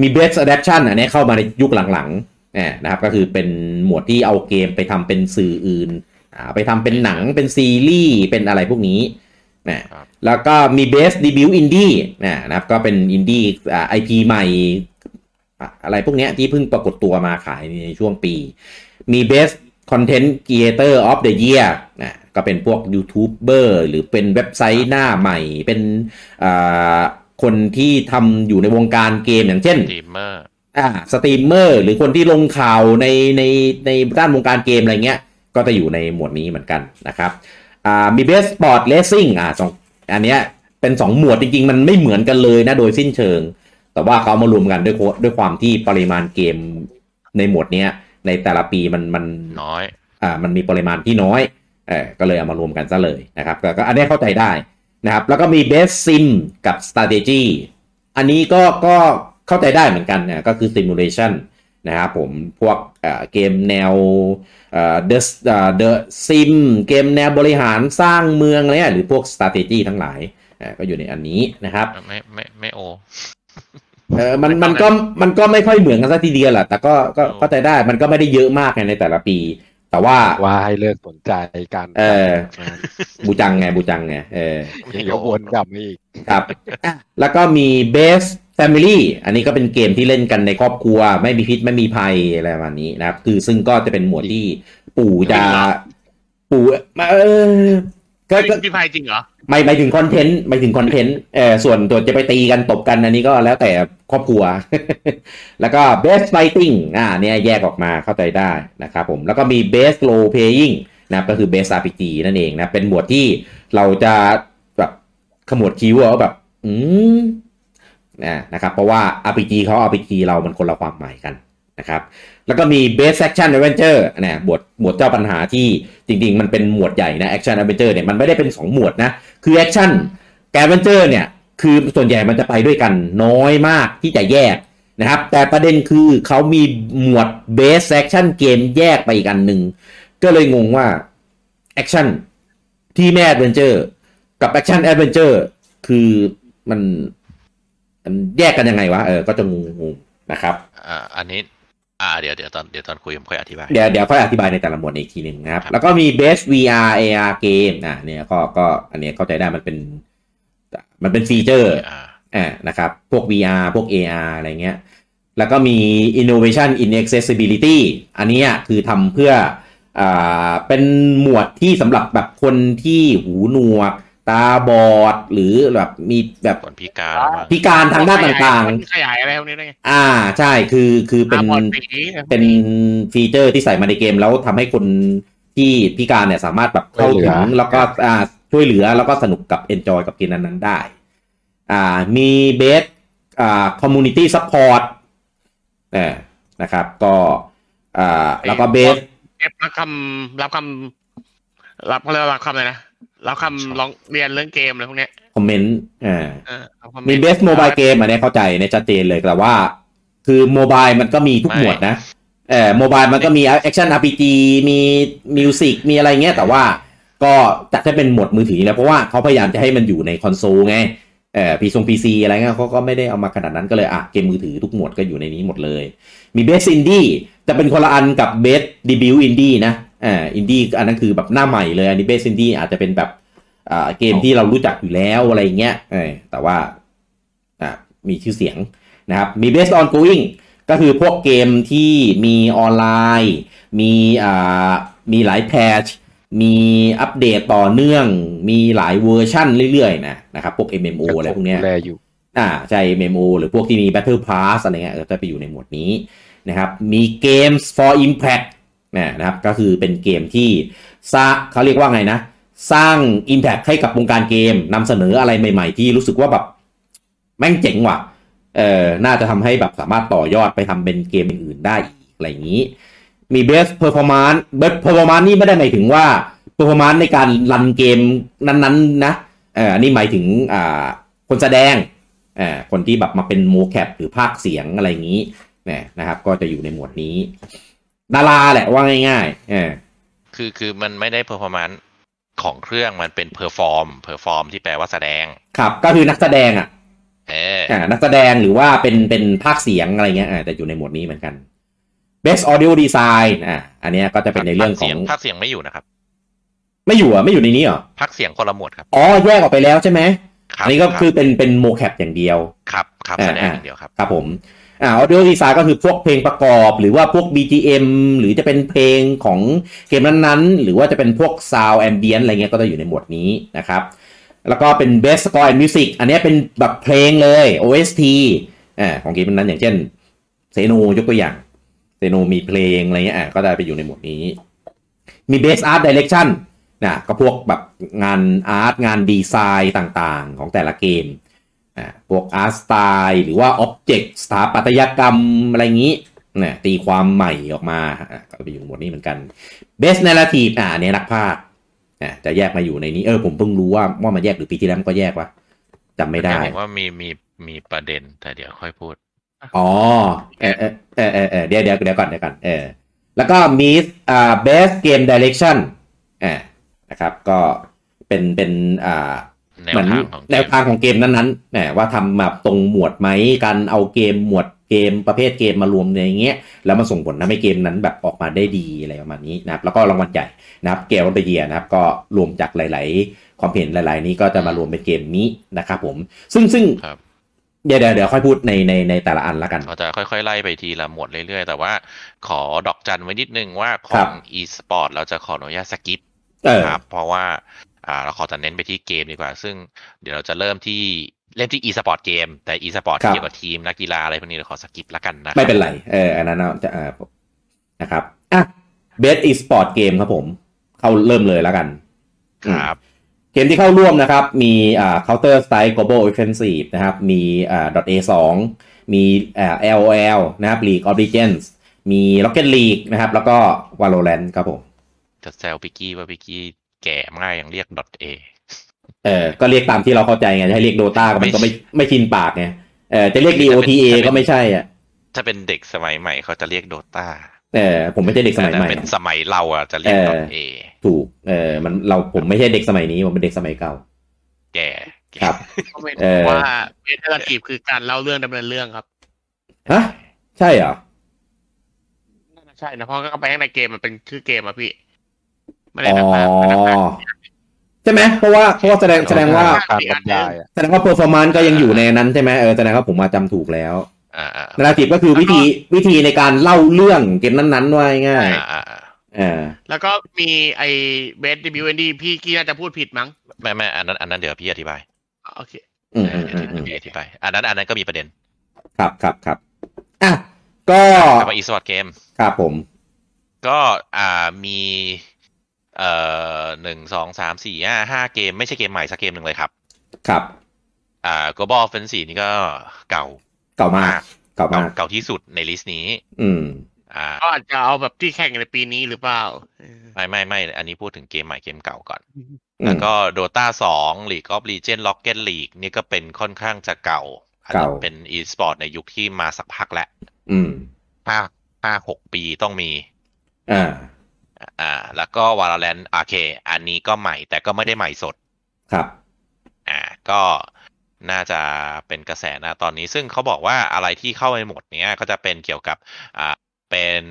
Speaker 2: มี Best Adaption อันนี้เข้ามาในยุคหลังๆเนี่ยนะครับก็คือเป็นหมวดที่เอาเกมไปทำเป็นสื่ออื่นอ่าไปทำเป็นหนังเป็นซีรีส์เป็นอะไรพวกนี้ นะครับ แล้วก็มี Best Debut Indie นะนะครับ ก็เป็นอินดี้อ่า IP ใหม่อ่ะอะไรพวกเนี้ยที่เพิ่งปรากฏตัวมาขายในช่วงปี มี Best Content Creator of the Year นะก็เป็นพวกยูทูบเบอร์หรือเป็นเว็บไซต์หน้าใหม่ เป็นอ่าคนที่ทำอยู่ในวงการเกมอย่างเช่น
Speaker 3: ทีมเมอร์
Speaker 2: อ่าสตรีมเมอร์หรือคนที่ลงข่าวในในในด้านวงการเกมอะไรเงี้ย ก็จะอยู่ในหมวดนี้เหมือนกันนะครับอ่ามีเบสสปอร์ตเลสซิ่งอ่าสองอันเนี้ยเป็น 2 หมวดจริง ๆ มันไม่เหมือนกันเลยนะโดยสิ้นเชิง แต่ว่าเขาเอามารวมกันด้วยโคด้วยความที่ปริมาณเกมในหมวดเนี้ยในแต่ละปีมันมัน
Speaker 3: น้อย
Speaker 2: อ่ามันมีปริมาณที่น้อยเออก็เลยเอามารวมกันซะเลยนะครับแต่ก็อันนี้เข้าใจได้นะครับ แล้วก็มี Best Sim กับ Strategy อันนี้ก็ก็เข้าใจได้เหมือนกันเนี่ยก็คือ Simulation นะครับผมพวกเอ่อเกมแนวเอ่อ The เอ่อ The Sim เกมแนวบริหารสร้างเมืองอะไรเนี่ยหรือพวก Strategy ทั้งหลายเอ่อก็อยู่ในอันนี้นะครับ
Speaker 3: ไม่ไม่ไม่ โอ
Speaker 2: เออมัน มันก็ มันก็ไม่ค่อยเหมือนกันสักทีเดียวแหละ แต่ก็ ก็เข้าใจได้ มันก็ไม่ได้เยอะมากไงในแต่ละปี แต่ว่า
Speaker 5: ว่าให้เลิกสนใจการ
Speaker 2: เออ บูจังไง บูจังไง เออ
Speaker 5: ยังจะวนกลับมาอีก
Speaker 2: ครับ แล้วก็มี Base Family อันนี้ก็เป็นเกมที่เล่นกันในครอบครัว ไม่มีพิษไม่มีภัยอะไรประมาณนี้นะครับ คือซึ่งก็จะเป็นหมวดที่ปู่จะ ปู่เออก็ก็
Speaker 4: พี่พายจริงเหรอ
Speaker 2: ไม่ไม่ถึงคอนเทนต์ไม่ถึงคอนเทนต์เออส่วนตัวจะไปตีกันตบกันอันนี้ก็แล้วแต่ครอบครัว แล้วก็ best fighting อ่าเนี่ยแยกออกมาเข้าใจได้นะครับผม แล้วก็มี best role playing นะครับก็คือ best RPG นั่นเองนะ เป็นหมวดที่เราจะแบบขมวดคีย์เวิร์ดว่าแบบ อืมนะนะครับ เพราะว่า RPG เขา RPG เรามันคนละความหมายกันนะครับ แล้วก็มี Best Action Adventure นะหมวดหมวดเจ้าปัญหาที่จริง ๆ มันเป็นหมวดใหญ่นะ Action Adventure เนี่ยมันไม่ได้เป็น 2 หมวดนะ คือ Action กับ Adventure เนี่ย คือส่วนใหญ่มันจะไปด้วยกันน้อยมากที่จะแยกนะครับ แต่ประเด็นคือเขามีหมวด Best Action Game แยกไปอีกอันหนึ่ง ก็เลยงงว่า Action ที่แม่ Adventure กับ Action Adventure คือมันมันแยกกันยังไงวะเออก็จะงงๆนะครับ
Speaker 3: อ่า อันนี้ อ่า เดี๋ยวเดี๋ยวตอนเดี๋ยวตอนคุยผมค่อยอธิบาย
Speaker 2: เดี๋ยวเดี๋ยวค่อยอธิบายในแต่ละหมวดอีกทีหนึ่งนะครับ
Speaker 3: ครับ
Speaker 2: แล้วก็มี best VR AR game อ่ะเนี่ยก็ก็อันเนี้ยเข้าใจได้มันเป็น มันเป็นฟีเจอร์
Speaker 3: อ่า
Speaker 2: อ่านะครับ พวก VR พวก AR อะไรเงี้ย แล้วก็มี innovation in accessibility อันเนี้ยคือทำเพื่ออ่าเป็นหมวดที่สำหรับแบบคนที่หูหนวก ตาบอด หรือแบบมีแบบ
Speaker 3: คนพิการบ้าง
Speaker 2: พิการทางด้านต่าง
Speaker 4: ขยายอะไรพวกนี้ได้ไง
Speaker 2: ๆ อ่าใช่คือคือเป็น
Speaker 4: อาบอดสี
Speaker 2: เป็นฟีเจอร์ที่ใส่มาในเกมแล้วทำให้คนที่พิการเนี่ยสามารถแบบเข้าถึง
Speaker 5: ช่วยเหลื
Speaker 2: แล้ว
Speaker 5: อ
Speaker 2: ก็อ่าช่วยเหลือแล้วก็สนุกกับเอนจอยกับเกมนั้นๆได้ อ่ามีเบสอ่าคอมมูนิตี้ซัพพอร์ตเนี่ยนะครับก็อ่าแล้วก็เบส
Speaker 4: เอฟรับคำรับคำรับเขาเรียกว่ารับคำอะไรนะรับคำร้องเรียนเรื่องเกมอะไรพวกเนี้ย
Speaker 2: คอมเมนต์อ่า
Speaker 4: เออรับคำ
Speaker 2: มีเบสโมบายเกมอันนี้เข้าใจในยชัดเจนเลยแต่ว่า คือโมบายมันก็มีทุกหมวดนะเออโมบายมันก็มีแอคชั่นอาร์พีจีมีมิวสิกมีอะไรเงี้ยแต่ว่าก็จัดให้เป็นหมวดมือถือแล้วเพราะว่าเขาพยายามจะให้มันอยู่ในคอนโซลไงเออพีซงพีซีอะไรเงี้ยเขาก็ไม่ได้เอามาขนาดนั้นก็เลยอ่ะเกมมือถือทุกหมวดก็อยู่ในนี้หมดเลย มีเบสอินดี้จะเป็นคนละอันกับเบสดีบิวอินดี้นะอ่าอินดี้อันนั้นคือแบบหน้าใหม่เลยอันนี้เบสอินดี้อาจจะเป็นแบบอ่าเกมที่เรารู้จักอยู่แล้วอะไรเงี้ยเออแต่ว่าอ่ามีชื่อเสียงนะครับมีเบสออน o i อิงก็คือพวกเกมที่มีออนไลน์ มีอ่ามีหลายแพทชมีอัปเดตต่อเนื่อง มีหลายเวอร์ชั่นเรื่อยๆนะนะครับพวก MMO อะไรพวกเนี้ย
Speaker 5: ดูแลอยู่
Speaker 2: อ่าใช่ MMO หรือพวกที่มี Battle Pass อะไรเงี้ยเออจะไปอยู่ในหมวดนี้นะครับมี Games for Impact นะนะครับก็คือเป็นเกมที่สร้างเขาเรียกว่าไงนะ สร้าง Impact ให้กับวงการเกมนำเสนออะไรใหม่ๆ ที่รู้สึกว่าแบบ แม่งเจ๋งว่ะเออน่าจะทำให้แบบสามารถต่อยอดไปทำเป็นเกมอื่นๆได้อีกอะไรอย่างนี้ มี Best Performance Best Performance นี่ไม่ได้หมายถึงว่า Performance ในการรันเกมนั้นๆนะ เอ่ออันนี้หมายถึงอ่าคนแสดงเอ่อคนที่แบบมาเป็นโมแคปหรือภาคเสียงอะไรอย่างนี้เนี่ยนะครับ ก็จะอยู่ในหมวดนี้ ดาราแหละว่าง่ายๆเออ
Speaker 3: คือคือมันไม่ได้เพอร์ฟอร์มนของเครื่องมันเป็นเพอร์ฟอร์มเพอร์ฟอร์มที่แปลว่าแสดง
Speaker 2: ครับก็คือนักแสดงอ่ะ
Speaker 3: เออ
Speaker 2: อ่านักแสดงหรือว่าเป็นเป็นภาคเสียงอะไรเงี้ยอ่าแต่อยู่ในหมวดนี้เหมือนกัน Best Audio Design อ่าอันเนี้ยก็จะเป็นในเรื่องของ
Speaker 3: ภาคเสียงไม่อยู่นะครับ
Speaker 2: ไม่อยู่อ่ะไม่อยู่ในนี้เหรอ
Speaker 3: พักเสียงคนละหมวดครับ
Speaker 2: อ๋อแยกออกไปแล้วใช่ไหม
Speaker 3: ครั
Speaker 2: อั
Speaker 3: บ
Speaker 2: นนี้ก็
Speaker 3: รับ
Speaker 2: คือเป็นเป็นโมแคปอย่างเดียว
Speaker 3: ครับครับ
Speaker 2: อ่า
Speaker 3: แสดงอ
Speaker 2: อ่า
Speaker 3: ย่างเดียวครับ
Speaker 2: ครับผมอ่าออดิโอดีไซน์ก็คือพวกเพลงประกอบ หรือว่าพวก BGM หรือจะเป็นเพลงของเกมนั้นๆ หรือว่าจะเป็นพวกซาวแอมเบียนอะไรเงี้ยก็จะอยู่ในหมวดนี้นะครับ แล้วก็เป็น Best Score and Music อันเนี้ยเป็นแบบเพลงเลย OST อ่าของเกมนั้นๆอย่างเช่นเซโนยกตัวอย่างเซโนมีเพลงอะไรเงี้ยอ่าก็ได้ไปอยู่ในหมวดนี้ มี Best Art Direction นะก็พวกแบบงานอาร์ตงานดีไซน์ต่างๆ ของแต่ละเกมอ่าพวกอาร์ตสไตล์หรือว่าอ็อบเจกต์สถาปัตยกรรมอะไรงี้นะตีความใหม่ออกมาอ่ะก็ไปอยู่หมวดนี้เหมือนกัน Best Narrative อ่าเนี่ยนักพากย์อ่ะจะแยกมาอยู่ในนี้ เออผมเพิ่งรู้ว่าว่ามันแยกหรือปีที่แล้วมันก็แยกวะจำไม่ได้
Speaker 3: แต่ผมว่ามีมีมีประเด็นแต่เดี๋ยวค่อยพูด
Speaker 2: อ๋อเออเออเออเออเออเดี๋ยวเดี๋ยวเดี๋ยวก่อนเดี๋ยวก่อนเออแล้วก็มีอ่า best game direction อ่านะครับก็เป็นเป็นอ่า
Speaker 3: แนว
Speaker 2: เหมือน
Speaker 3: ทางของเกม
Speaker 2: แนวทางของเกมนั้นๆนะว่าทำแบบตรงหมวดไหมการเอาเกมหมวดเกมประเภทเกมมารวมในอย่างเงี้ยแล้วมันส่งผลทำให้เกมนั้นแบบออกมาได้ดีอะไรประมาณนี้นะครับแล้วก็รางวัลใหญ่นะครับเกมวันเดียนะครับก็รวมจากหลาย ๆ ความเห็นหลาย ๆ นี้ก็จะมารวมเป็นเกมนี้นะครับผมซึ่งซึ่ง
Speaker 3: ครับ
Speaker 2: เดี๋ยวเดี๋ยวเดี๋ยวค่อยพูดในในในแต่ละอันละกัน
Speaker 3: เราจะค่อยๆ ไล่ไปทีละหมวดเรื่อยๆ แต่ว่าขอดอกจันไว้นิดนึงว่าของ e-sport เราจะขออนุญาตสกิป
Speaker 2: เออ
Speaker 3: ครับ เพราะว่าอ่าเราขอจะเน้นไปที่เกมดีกว่า ซึ่งเดี๋ยวเราจะเริ่มที่เริ่มที่ e-sport เกม แต่ e-sport
Speaker 2: ครับ
Speaker 3: ที่เกี่ยวกับทีมนักกีฬาอะไรพวกนี้เราขอสกิปละกันนะคบ
Speaker 2: ไม่เป็นไร เออ อันนั้นเอาจะเออนะครับ อ่ะ Best Esport Game ครับผม เข้าเริ่มเลยแล้วกัน
Speaker 3: ครับ
Speaker 2: เกมที่เข้าร่วมนะครับ มีอ่า Counter Strike Global Offensive นะครับ มีอ่า .A2 มีอ่า LOL นะครับ League of Legends มี Rocket League นะครับ แล้วก็ Valorant ครับผม
Speaker 3: จะแซวพิกกี้ว่าพิกกี้แก่มากยังเรียก .a
Speaker 2: เออ ก็เรียกตามที่เราเข้าใจไง ให้เรียก Dota ก็มันก็ไม่ไม่ชินปากไง เออ จะเรียก DOTA ก็ไม่ใช่อ่ะ
Speaker 3: ถ้าเป็นเด็กสมัยใหม่เขาจะเรียก Dota
Speaker 2: เออ ผมไม่ใช่เด็กสมัยใหม่
Speaker 3: แต่ถ้าเป็นสมัยเราอ่ะจะเรียก
Speaker 2: เออ
Speaker 3: .a
Speaker 2: ถูก เออ มันเราผมไม่ใช่เด็กสมัยนี้ ผมเป็นเด็กสมัยเก่า
Speaker 3: แก่แก่
Speaker 2: ครับ
Speaker 4: เขาเป็น
Speaker 2: เออ
Speaker 4: ว่าเมทาทีฟคือการเล่าเรื่องดำเนินเรื่องครับ
Speaker 2: ฮะ ใช่เหรอ
Speaker 4: น่าจะใช่นะเพราะก็ไปข้างในเกมมันเป็นชื่อเกมอะพี่ไม่ได้
Speaker 2: อ๋อ
Speaker 4: นักภาคนักภาค
Speaker 2: ใช่ไหมเพราะว่าเพราะว่าแสดงแสดงว่า
Speaker 5: การบรรยายอะ
Speaker 2: แสดงว่า performance ก็ยังอยู่ในนั้นใช่ไหมเออแสดงว่าผมมาจำถูกแล้ว
Speaker 3: อ่าอ่า
Speaker 2: นาราทีฟก็คือวิธีวิธีในการเล่าเรื่องเกมนั้นๆไว้ง่าย
Speaker 3: อ่าอ่าอ่า
Speaker 2: เออ
Speaker 4: แล้วก็มีไอ้เบสดิบิวเอนดีพี่กี้น่าจะพูดผิดมั้ง
Speaker 3: ไม่ไม่อันนั้นอันนั้นเดี๋ยวพี่อธิบาย
Speaker 4: อ๋อโอเค
Speaker 2: อืม
Speaker 3: เอ
Speaker 2: อืม
Speaker 3: อเดี๋ย
Speaker 2: อืม
Speaker 3: ว
Speaker 2: อืม
Speaker 3: พี่อธิบายอันนั้นอันนั้นก็มีประเด็น
Speaker 2: ครับครับครับอ่ะก็
Speaker 3: กลับมาอีสปอร์ตเกม
Speaker 2: ครับผม
Speaker 3: ก็อ่ามีเอ่อหนึ่งสองสามสี่ห้าห้าเกม ไม่ใช่เกมใหม่สักเกมหนึ่งเลยครับ
Speaker 2: ครับ
Speaker 3: อ่า Global Offensive นี่ก็เก่า
Speaker 2: เก่ามากเก่า
Speaker 3: เก่าม
Speaker 2: าก
Speaker 3: เก่าที่สุดในลิสต์นี้
Speaker 2: อืม
Speaker 3: อ่า
Speaker 4: ก็อาจจะเอาแบบที่แข่งในปีนี้หรือเปล่าเออ
Speaker 3: ไม่ไม่ไม่อันนี้พูดถึงเกมใหม่เกมเก่าก่อน
Speaker 2: อืม
Speaker 3: แล้วก็ Dota 2 League of Legends Rocket League นี่ก็เป็นค่อนข้างจะเก่าอันนี้
Speaker 2: เก่า
Speaker 3: เป็น e-sport ในยุคที่มาสักพักแล้ว
Speaker 2: อืม
Speaker 3: ห้าห้าหกปีต้องมี
Speaker 2: อ่า
Speaker 3: อ่าแล้วก็ Valorant โอเค อันนี้ก็ใหม่แต่ก็ไม่ได้ใหม่สด
Speaker 2: ครับ
Speaker 3: อ่าก็น่าจะเป็นกระแสนะตอนนี้ ซึ่งเขาบอกว่าอะไรที่เข้าไปหมดเนี้ยก็จะเป็นเกี่ยวกับอ่าเป็น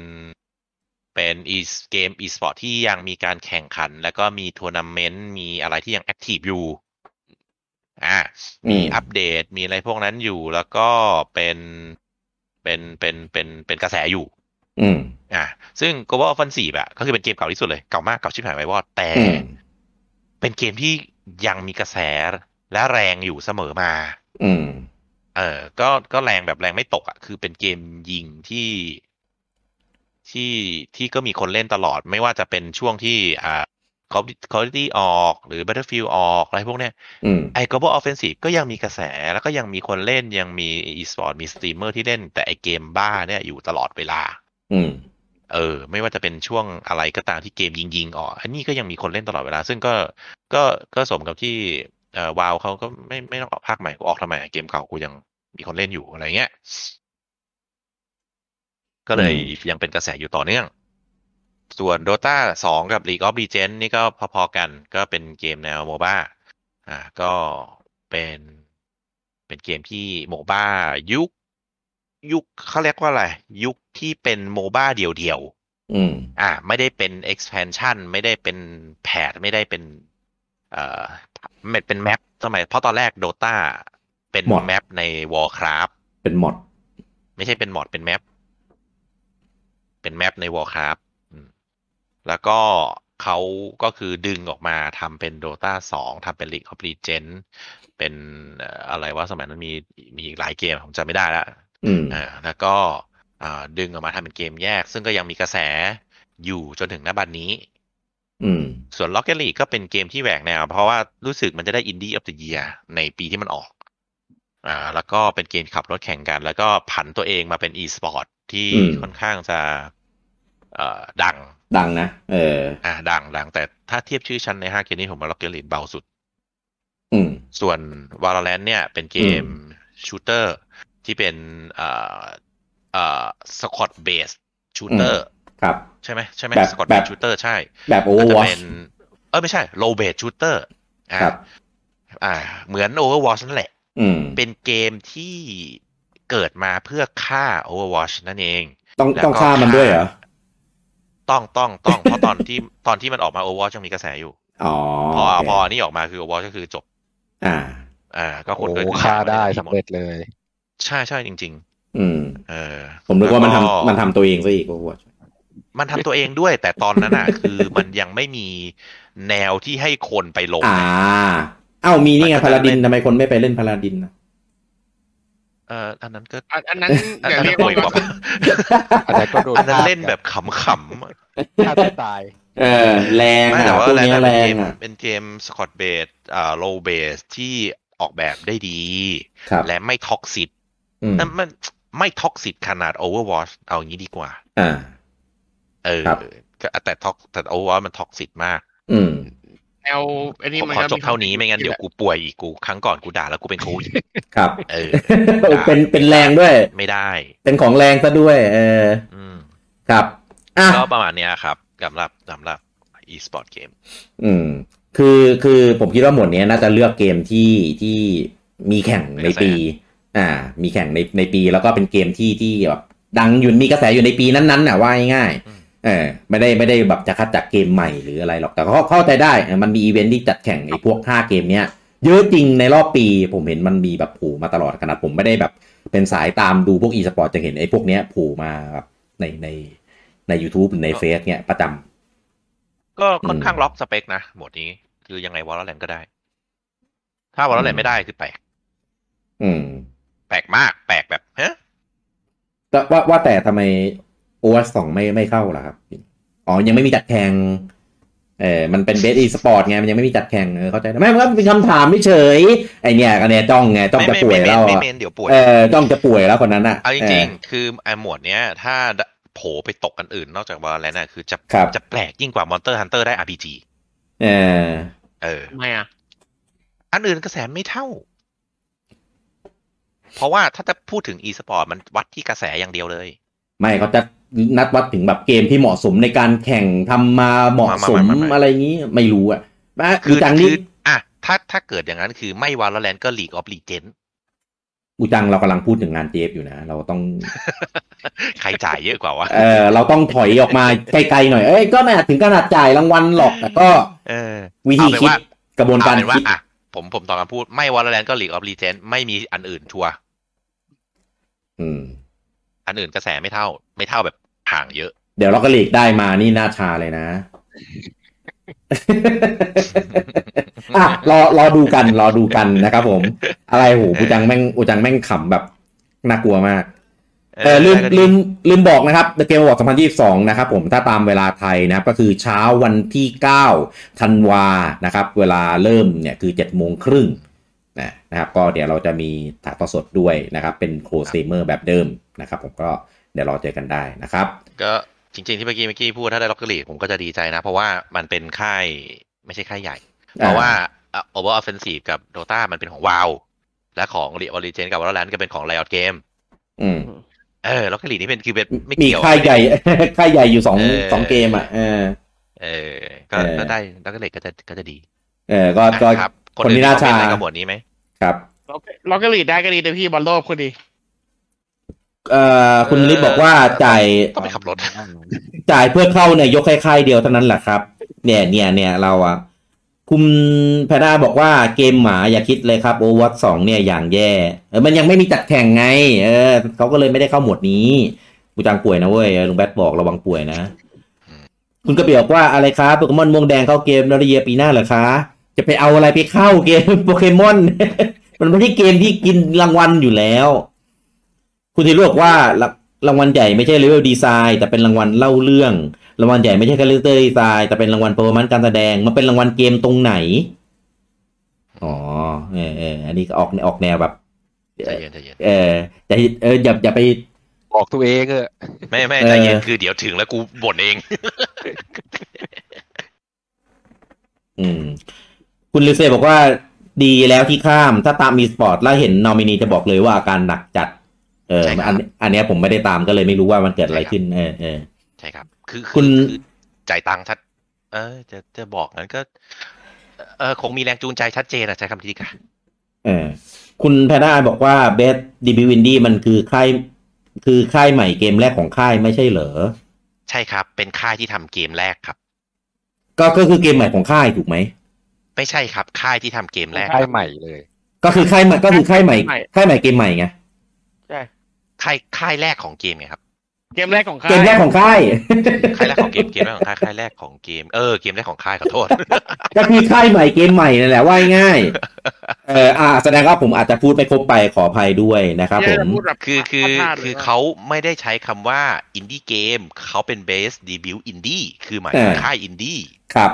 Speaker 3: เป็น e เกม e สปอร์ตที่ยังมีการแข่งขัน แล้วก็มีทัวร์นาเมนต์มีอะไรที่ยังแอคทีฟอยู่อ่ามี
Speaker 2: อืม
Speaker 3: อัปเดตมีอะไรพวกนั้นอยู่แล้วก็เป็นเป็นเป็นเป็นเป็นกระแสอยู่
Speaker 2: อืม
Speaker 3: อ่ะซึ่ง Global Offensive อะก็คือเป็นเกมเก่าที่สุดเลย เก่ามากเก่าชิบหายไว้วอด แต่
Speaker 2: อืม
Speaker 3: เป็นเกมที่ยังมีกระแสและแรงอยู่เสมอมา
Speaker 2: อืม
Speaker 3: เออ ก็ก็แรงแบบแรงไม่ตกอะคือเป็นเกมยิงที่ที่ที่ก็มีคนเล่นตลอด ไม่ว่าจะเป็นช่วงที่อ่า Call Call of Duty ออกหรือ Battlefield ออกอะไรพวกเนี้ย
Speaker 2: อืม
Speaker 3: ไอ้ Global Offensive ก็ยังมีกระแสแล้วก็ยังมีคนเล่นยังมี e-sport มีสตรีมเมอร์ที่เล่น แต่ไอเกมบ้าเนี่ยอยู่ตลอดเวลา
Speaker 2: อืม
Speaker 3: เออไม่ว่าจะเป็นช่วงอะไรก็ตามที่เกมยิงๆออก อันนี้ก็ยังมีคนเล่นตลอดเวลา ซึ่งก็ก็ก็สมกับที่เอ่อวาวเขาก็ไม่ไม่ต้องออกภาคใหม่กูออกทำไมเกมเก่ากูยังมีคนเล่นอยู่อะไรเงี้ย ก็เลยยังเป็นกระแสอยู่ต่อเนื่อง ส่วน Dota 2 กับ League of Legends นี่ก็พอๆกันก็เป็นเกมแนวโมบ้าอ่าก็เป็นเป็นเกมที่โมบ้ายุค ยุคเขาเรียกว่าอะไร ยุคที่เป็นโมบ้าเดียว
Speaker 2: อืม
Speaker 3: อ่าไม่ได้เป็น expansion ไม่ได้เป็นแผดไม่ได้เป็น เอ่อไม่เป็นแมปสมัยเพราะตอนแรก Dota เป็น
Speaker 2: หมด
Speaker 3: แมปใน Warcraft
Speaker 2: เป็นหมด
Speaker 3: ไม่ใช่เป็นมอดเป็นแมป เป็นแมปใน Warcraft อืมแล้วก็เขาก็คือดึงออกมาทำเป็น Dota 2ทำเป็น League of Legends เป็นเอ่ออะไรว่าสมัยนั้นมีมีอีกหลายเกม ผมจำไม่ได้แล้ว
Speaker 2: อืม
Speaker 3: อ่าแล้วก็อ่าดึงออกมาทำเป็นเกมแยก ซึ่งก็ยังมีกระแสอยู่จนถึงหน้าบัดนนี้
Speaker 2: อืม
Speaker 3: ส่วน Rocket League ก็เป็นเกมที่แหวกแนว เพราะว่ารู้สึกมันจะได้ Indie of the Year ในปีที่มันออกอ่าแล้วก็เป็นเกมขับรถแข่งกัน แล้วก็ผันตัวเองมาเป็น e-sport ที่
Speaker 2: อืม
Speaker 3: ค่อนข้างจะเอ่อดัง
Speaker 2: ดังนะ เออ
Speaker 3: อ่าดังดังแต่ถ้าเทียบชื่อชั้นใน 5 เกมนี้ผมว่า Rocket League เบาสุด
Speaker 2: อืม
Speaker 3: ส่วน Valorant เนี่ยเป็นเกมชูเตอร์ที่เป็นเอ่อเอ่อสกอตเบสชูเตอร์
Speaker 2: ครับ
Speaker 3: ใช่ไหมใช่ไหม
Speaker 2: แบบ
Speaker 3: สกอต
Speaker 2: แบ
Speaker 3: เบส
Speaker 2: บ
Speaker 3: ชูเตอร์ใช่
Speaker 2: แบบโอเว
Speaker 3: ก็
Speaker 2: อร์
Speaker 3: จะ
Speaker 2: วอช
Speaker 3: เป็นเออไม่ใช่โลเบสชูเตอร์อ่า
Speaker 2: ครับ
Speaker 3: อ่า เหมือน Overwatch นั่นแหละ
Speaker 2: อืม
Speaker 3: เป็นเกมที่เกิดมาเพื่อฆ่า Overwatch นั่นเอง
Speaker 2: ต้อง
Speaker 3: แล้วก็
Speaker 2: ต้องฆ่ามันด้วยเหรอ
Speaker 3: ต้องต้องต้อง เพราะตอนที่ ตอนที่มันออกมา Overwatch ยังมีกระแสอยู่
Speaker 2: อ๋อ
Speaker 3: พอ
Speaker 2: โเค
Speaker 3: พออันนี่ออกมาคือ Overwatch ก็คือจบ
Speaker 2: อ่า
Speaker 3: อ่าก็คน
Speaker 5: โอ้
Speaker 3: ก็คือ
Speaker 5: ฆ่าได้
Speaker 3: ป
Speaker 5: สำ
Speaker 3: หม
Speaker 5: เร็จเลย
Speaker 3: ใช่ใช่จริง ๆ
Speaker 2: อืม
Speaker 3: เออ
Speaker 2: ผมนึกว่ามันทำ
Speaker 3: แล้ว
Speaker 2: มันทำตัวเองซะอีกโอเวอร์วอช
Speaker 3: มันทำตัวเองด้วย แต่ตอนนั้นอ่ะ คือมันยังไม่มีแนวที่ให้คนไปลง
Speaker 2: อ่า เอ้ามีนี่ไง
Speaker 3: มันก็
Speaker 2: พาราดิน
Speaker 3: เล่น
Speaker 2: ทำไมคนไม่ไปเล่นพาราดินนะ
Speaker 3: เอออันนั้นก็
Speaker 4: อันอั นนั้น
Speaker 3: อัน
Speaker 4: เดี๋ยว
Speaker 3: นั้น
Speaker 4: เรียก
Speaker 3: ป่ว
Speaker 4: ว่าย
Speaker 3: กว่า
Speaker 5: อันนั้นก็โดน
Speaker 3: อันนั้น
Speaker 5: ฆ่า
Speaker 3: เล่นแบบขำๆอะ
Speaker 5: ฆ่าตัวตาย
Speaker 2: เออ แรง
Speaker 3: ไม่
Speaker 2: อ่ะ
Speaker 3: แต่ว่า
Speaker 2: พวก
Speaker 3: แรง
Speaker 2: เนี้ย
Speaker 3: นั้น
Speaker 2: แรงอ่ะ
Speaker 3: เป็นเกมเป็นเกมสกอตเบสอ่าโลเบสที่ออกแบบได้ดี
Speaker 2: ครับ
Speaker 3: และไม่ท็อกซิต
Speaker 2: อืม
Speaker 3: นั่นมันไม่ท็อกซิตขนาด Overwatch เอาอย่างนี้ดีกว่า
Speaker 2: อ่า
Speaker 3: เออ
Speaker 2: ครับ
Speaker 3: ก็แต่ท็อกแต่ Overwatch มันท็อกซิตมาก
Speaker 2: อืม
Speaker 4: แนวอันนี้
Speaker 3: ผม
Speaker 4: มัน
Speaker 3: ขอ
Speaker 4: ก็
Speaker 3: จบเท่านี้ไม่งั้นเดี๋ยวกูป่วยอีกกูครั้งก่อนกูด่าแล้วกูเป็นโควิด
Speaker 2: ครับ
Speaker 3: เออ
Speaker 2: เป็นเป็นแรงด้วย
Speaker 3: ไม่ได้
Speaker 2: เป็นของแรงซะด้วย เออ
Speaker 3: อืม
Speaker 2: ครับ อ่ะ
Speaker 3: ก็ประมาณเนี้ยครับสำหรับสำหรับ e-sport เกม
Speaker 2: อืม คือคือผมคิดว่าหมวดเนี้ยน่าจะเลือกเกมที่ที่มีแข่งในปี อ่า มีแข่งในในปีแล้วก็เป็นเกมที่ที่แบบดังอยู่มีกระแสอยู่ในปีนั้นๆน่ะว่าง่ายๆ
Speaker 3: อืม
Speaker 2: เออไม่ได้ไม่ได้แบบจะคัดจากเกมใหม่หรืออะไรหรอกแต่ก็เข้าใจได้นะมันมีอีเวนท์ที่จัดแข่งไอ้พวก 5 เกมเนี้ยเยอะจริงในรอบปี ผมเห็นมันมีแบบผูมาตลอดขนาดผมไม่ได้แบบเป็นสายตามดูพวกอีสปอร์ตจะเห็นไอ้พวกเนี้ยผูมาแบบในในใน YouTube หรือในเฟซเนี้ยประจำ
Speaker 3: ก็ค่อนข้าง
Speaker 2: อืม
Speaker 3: ล็อกสเปคนะ หมวดนี้ คือยังไงวอลเลนก็ได้ ถ้าวอลเลนไม่ได้คือแปลก
Speaker 2: อืม
Speaker 3: แปลกมาก แปลกแบบฮะ
Speaker 2: แต่ว่าว่าแต่ทำไม OS 2ไม่ไม่เข้าล่ะครับ อ๋อ ยังไม่มีจัดแข่งเออมันเป็นเบสอีสปอร์ตไง มันยังไม่มีจัดแข่งเออเข้าใจนะไม่มันก็เป็นคำถามไม่เฉยๆไอเนี่ยกันเนี่ยจ้องไงจ้องจะ
Speaker 3: ไม่ไม่
Speaker 2: ป่วย
Speaker 3: ไม่เม
Speaker 2: แล้
Speaker 3: น
Speaker 2: ว
Speaker 3: ไม่
Speaker 2: อะ
Speaker 3: เมนเดี๋ยวป่วย
Speaker 2: เออจ้องจะป่วยแล้วคนนั้นอ่ะ
Speaker 3: เอาจ
Speaker 2: เอ
Speaker 3: ริ
Speaker 2: อ
Speaker 3: งๆ คือไอ้หมวดเนี้ย ถ้าโผล่ไปตกกันอื่น นอกจากวอลเลนน่ะ คือจะ
Speaker 2: ครับ
Speaker 3: จะแปลกยิ่งกว่ามอนเตอร์ฮันเตอร์ได้ RPG
Speaker 2: เออ
Speaker 3: เออ
Speaker 4: ทำไมอ่ะ
Speaker 3: อันอื่นกระแสไม่เท่า เพราะว่าถ้าจะพูดถึง e-sport มันวัดที่กระแสอย่างเดียวเลย
Speaker 2: ไม่เขาจะนัดวัดถึงแบบเกมที่เหมาะสมในการแข่งทำมาเหมาะสม
Speaker 3: มามามามา
Speaker 2: อะไรอย่างงี้ไม่รู้อ่ะมา
Speaker 3: คื
Speaker 2: อู
Speaker 3: อ
Speaker 2: จัง
Speaker 3: คื
Speaker 2: นี่
Speaker 3: ออ่ะถ้าถ้าเกิดอย่างนั้นคือไม่วอลเลนก็ League of Legends
Speaker 2: อูจังเรากำลังพูดถึงงานเจฟอยู่นะ เราต้อง
Speaker 3: ใครจ่ายเยอะกว่าวะ
Speaker 2: เออเราต้องถอยออกมาไกลๆหน่อย เอ้ยก็ไม่ถึงขนาดจ่ายรางวัลหรอก แต่ก็
Speaker 3: เออ
Speaker 2: วิธีคิด
Speaker 3: เอาเป็นว่า
Speaker 2: กระบวนการ
Speaker 3: เอเป็นว่า
Speaker 2: คิด
Speaker 3: อ่ะผมผมต่อการพูดไม่วอลเลนก็ League of Legends ไม่มีอันอื่นชัวร์
Speaker 2: อืม
Speaker 3: อันอื่นกระแสไม่เท่า ไม่เท่าแบบห่างเยอะ
Speaker 2: เดี๋ยวเราก็หลีกได้มานี่หน้าชาเลยนะ อ่ะรอรอดูกัน รอดูกันนะครับผม อะไรโหอูจังแม่งอูจังแม่งขำแบบน่ากลัวมาก เออลืมลืมลืมบอกนะครับ The Game Award 2022 นะครับผมถ้าตามเวลาไทยนะครับก็คือเช้าวันที่ 9 ธันวานะครับ เวลาเริ่มเนี่ยคือ 7 โมงครึ่งนะนะครับ ก็เดี๋ยวเราจะมีถ่ายทอดสดด้วยนะครับ เป็นโคสตรีมเมอร์แบบเดิมนะครับ ผมก็เดี๋ยวรอเจอกันได้นะครับ
Speaker 3: ก็จริงๆที่เมื่อกี้เมื่อกี้พูดถ้าได้ล็อกเกอรี่ผมก็จะดีใจนะ เพราะว่ามันเป็นค่ายไม่ใช่ค่ายใหญ่ เพราะว่าโอเวอร์ออฟเฟนซีฟกับโดตามันเป็นของวาวและของ League of Legends กับวอลเลนก็เป็นของ Riot Game
Speaker 2: อืม
Speaker 3: เออล็อกเกอรี่นี่เป็นคือเป็นไม่
Speaker 2: มี
Speaker 3: เกี่ยว
Speaker 2: ค่ายใหญ่ ค่ายใหญ่อยู่สอง
Speaker 3: เออ
Speaker 2: สองเกมอ่ะเออ
Speaker 3: เออก็
Speaker 2: เออ
Speaker 3: ก็ได้ล็อกเกอรี่ก็จะก็จะดี
Speaker 2: เออก็ก็
Speaker 3: นะครับ
Speaker 2: คนที่น่า
Speaker 3: อื่
Speaker 2: ชา
Speaker 3: คอมเมนต์อะไรกับหมวดนี้ไหม
Speaker 2: ครับ
Speaker 4: ล็อกเกอรี่ได้ก็ดีแต่พี่บอลโลกคนดี
Speaker 2: เอ่อคุณลิศบอกว่าจ่าย
Speaker 3: ต้องไปขับรถ
Speaker 2: จ่ายเพื่อเข้าเนี่ยยกแค่ค่ายเดียวเท่านั้นแหละครับ เนี่ยเนี่ยเนี่ยเราอะคุณแพด้าบอกว่าเกมหมาอย่าคิดเลยครับโอวัตสองเนี่ยอย่างแย่เออมันยังไม่มีจัดแข่งไง เออเขาก็เลยไม่ได้เข้าหมวดนี้กูจังป่วยนะเว้ยเออลุงแบทบอกระวังป่วยนะ คุณกระเบียบอกว่าอะไรครับโปเกมอนม่วงแดงเข้าเกมแล้วเรียปีหน้าเหรอคะจะไปเอาอะไรไปเข้าเกม โปเกมอน มันไม่ใช่เกมที่กินรางวัลอยู่แล้ว คุณธีรบอกว่ารางวัลใหญ่ไม่ใช่เลเวลดีไซน์แต่เป็นรางวัลเล่าเรื่อง รางวัลใหญ่ไม่ใช่คาแรคเตอร์ดีไซน์แต่เป็นรางวัลเปอร์มันการแสดง มันเป็นรางวัลเกมตรงไหน อ๋อเออเอออันนี้ก็ออกออกแนวแบบ
Speaker 3: ใจเย็นใจเย็น
Speaker 2: เออแต่เอออย่าอย่าไป
Speaker 5: บอกตัวเองเออะ
Speaker 3: ไม่ไม่
Speaker 2: เออ
Speaker 3: ใจเย็นคือเดี๋ยวถึงแล้วกูบ่นเอง
Speaker 2: อืม คุณลิเซ่บอกว่าดีแล้วที่ข้ามถ้าตามมีสปอร์ตแล้วเห็นนอมินีจะบอกเลยว่าอาการหนักจัด เออ
Speaker 3: ใช่ครับ
Speaker 2: อันอันเนี้ยผมไม่ได้ตามก็เลยไม่รู้ว่ามันเกิดอะไรขึ้นเออเออ
Speaker 3: ใช่ครับ คือ
Speaker 2: คุณ
Speaker 3: อจ่ายตังค์ชัด เออ จะจะบอกงั้นก็ เออคงมีแรงจูงใจชัดเจนนะใช้คำนี้ดีกัน
Speaker 2: เออคุณแพด้าบอกว่าเบสดีบิวินดี้มันคือค่ายคือค่ายใหม่เกมแรกของค่ายไม่ใช่เหรอ
Speaker 3: ใช่ครับ เป็นค่ายที่ทำเกมแรกครับ
Speaker 2: ก็ก็คือเกมใหม่ของค่ายถูกไหม
Speaker 3: ไม่ใช่ครับ ค่ายที่ทำเกมแรกค
Speaker 5: ค่าย
Speaker 3: รับ
Speaker 5: ใหม่เลย
Speaker 2: ก็คือค่ายใหม่ก็คือค่ายใหม่
Speaker 4: ใหม่
Speaker 2: ค่ายใหม่เกมใหม่ไง
Speaker 3: ค่ายค่ายแรกของเกมไงครับ
Speaker 4: เกมแรกของค่าย
Speaker 2: เกมแรกของ ค่าย
Speaker 3: ค่ายแรกของเกมเกมแรกของค่ายค่ายแรกของเกมเออเกมแรกของค่ายขอโทษ
Speaker 2: ก็คือค่ายใหม่เกมใหม่นั่นแหละว่าง่ายๆเอออ่าแสดงว่าผมอาจจะพูดไม่ครบไปขออภัยด้วยนะครับ
Speaker 4: เนี่
Speaker 2: ผ
Speaker 4: ย
Speaker 2: ม
Speaker 4: จะพูดแบบ
Speaker 3: คือคือ
Speaker 4: พลดๆลย
Speaker 3: คือ
Speaker 4: ว่
Speaker 3: เขาไม่ได้ใช้คำว่าอินดี้เกมเขาเป็นเบสดีบิวอินดี้คือหมาย
Speaker 2: เอ
Speaker 3: ถึง
Speaker 2: อ
Speaker 3: ค่ายอินดี้
Speaker 2: ครับ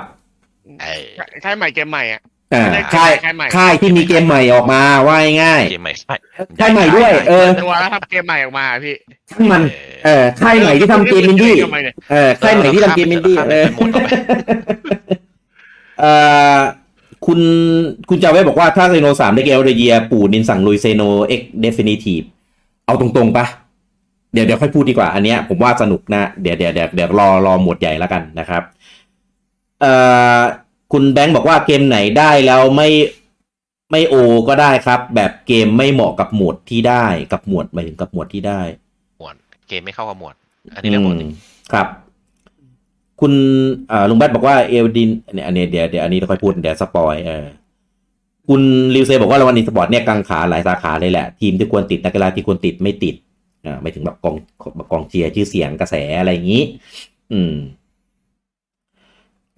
Speaker 3: เออ
Speaker 4: ค่ายใหม่เกมใหม่อ่ะ
Speaker 2: อ่า
Speaker 4: ไม่ได้
Speaker 2: ค่าย
Speaker 4: ค่ายใหม่
Speaker 2: ค่ายที่มีเกมใหม่ออกมาว่าง่าย
Speaker 3: เกมใหม่ใช่
Speaker 2: ๆค่ายใหม่ด้วย เออ
Speaker 4: ตัวแล้วทำเกมใหม่ออกมาพี่
Speaker 2: ช่างมัน
Speaker 3: เออ
Speaker 2: เออค่ายใหม่ที่ทำเกมอินดี้
Speaker 4: ใหม่เนี่ย
Speaker 2: เออค่ายใหม่ที่ทำเกมอินดี้เออ
Speaker 3: ข้ามไปหมดแล้วไป
Speaker 2: เออคุณคุณจาเวสบอกว่าถ้าเซโนสามได้เกมเดเยียปู่นินสั่งลุยเซโนเอ็กเดฟินิทีฟเอาตรงๆปะเดี๋ยวเดี๋ยวค่อยพูดดีกว่า อันเนี้ยผมว่าสนุกนะ เดี๋ยวเดี๋ยวเดี๋ยวเดี๋ยวรอรอหมวดใหญ่แล้วกันนะครับ เอ่อคุณแบงค์บอกว่าเกมไหนได้แล้วไม่ไม่โอก็ได้ครับ แบบเกมไม่เหมาะกับหมวดที่ได้กับหมวดหมายถึงกับหมวดที่ได้
Speaker 3: หมวดเกมไม่เข้ากับหมวด อันนี้เรื่องปกติ
Speaker 2: อืมครับ คุณเอ่อลุงแบทบอกว่าเอลดินเนี่ยอันนี้เดี๋ยวเดี๋ยวอันนี้เราค่อยพูดเดี๋ยวสปอยเออคุณลิวเซบอกว่ารางวัลอีสปอร์ตเนี่ยกังขาหลายสาขาเลยแหละ ทีมที่ควรติดนักกีฬาที่ควรติดไม่ติดอ่าไม่ถึงแบบกองกองเชียร์ชื่อเสียงกระแสอะไรอย่างนี้ อืม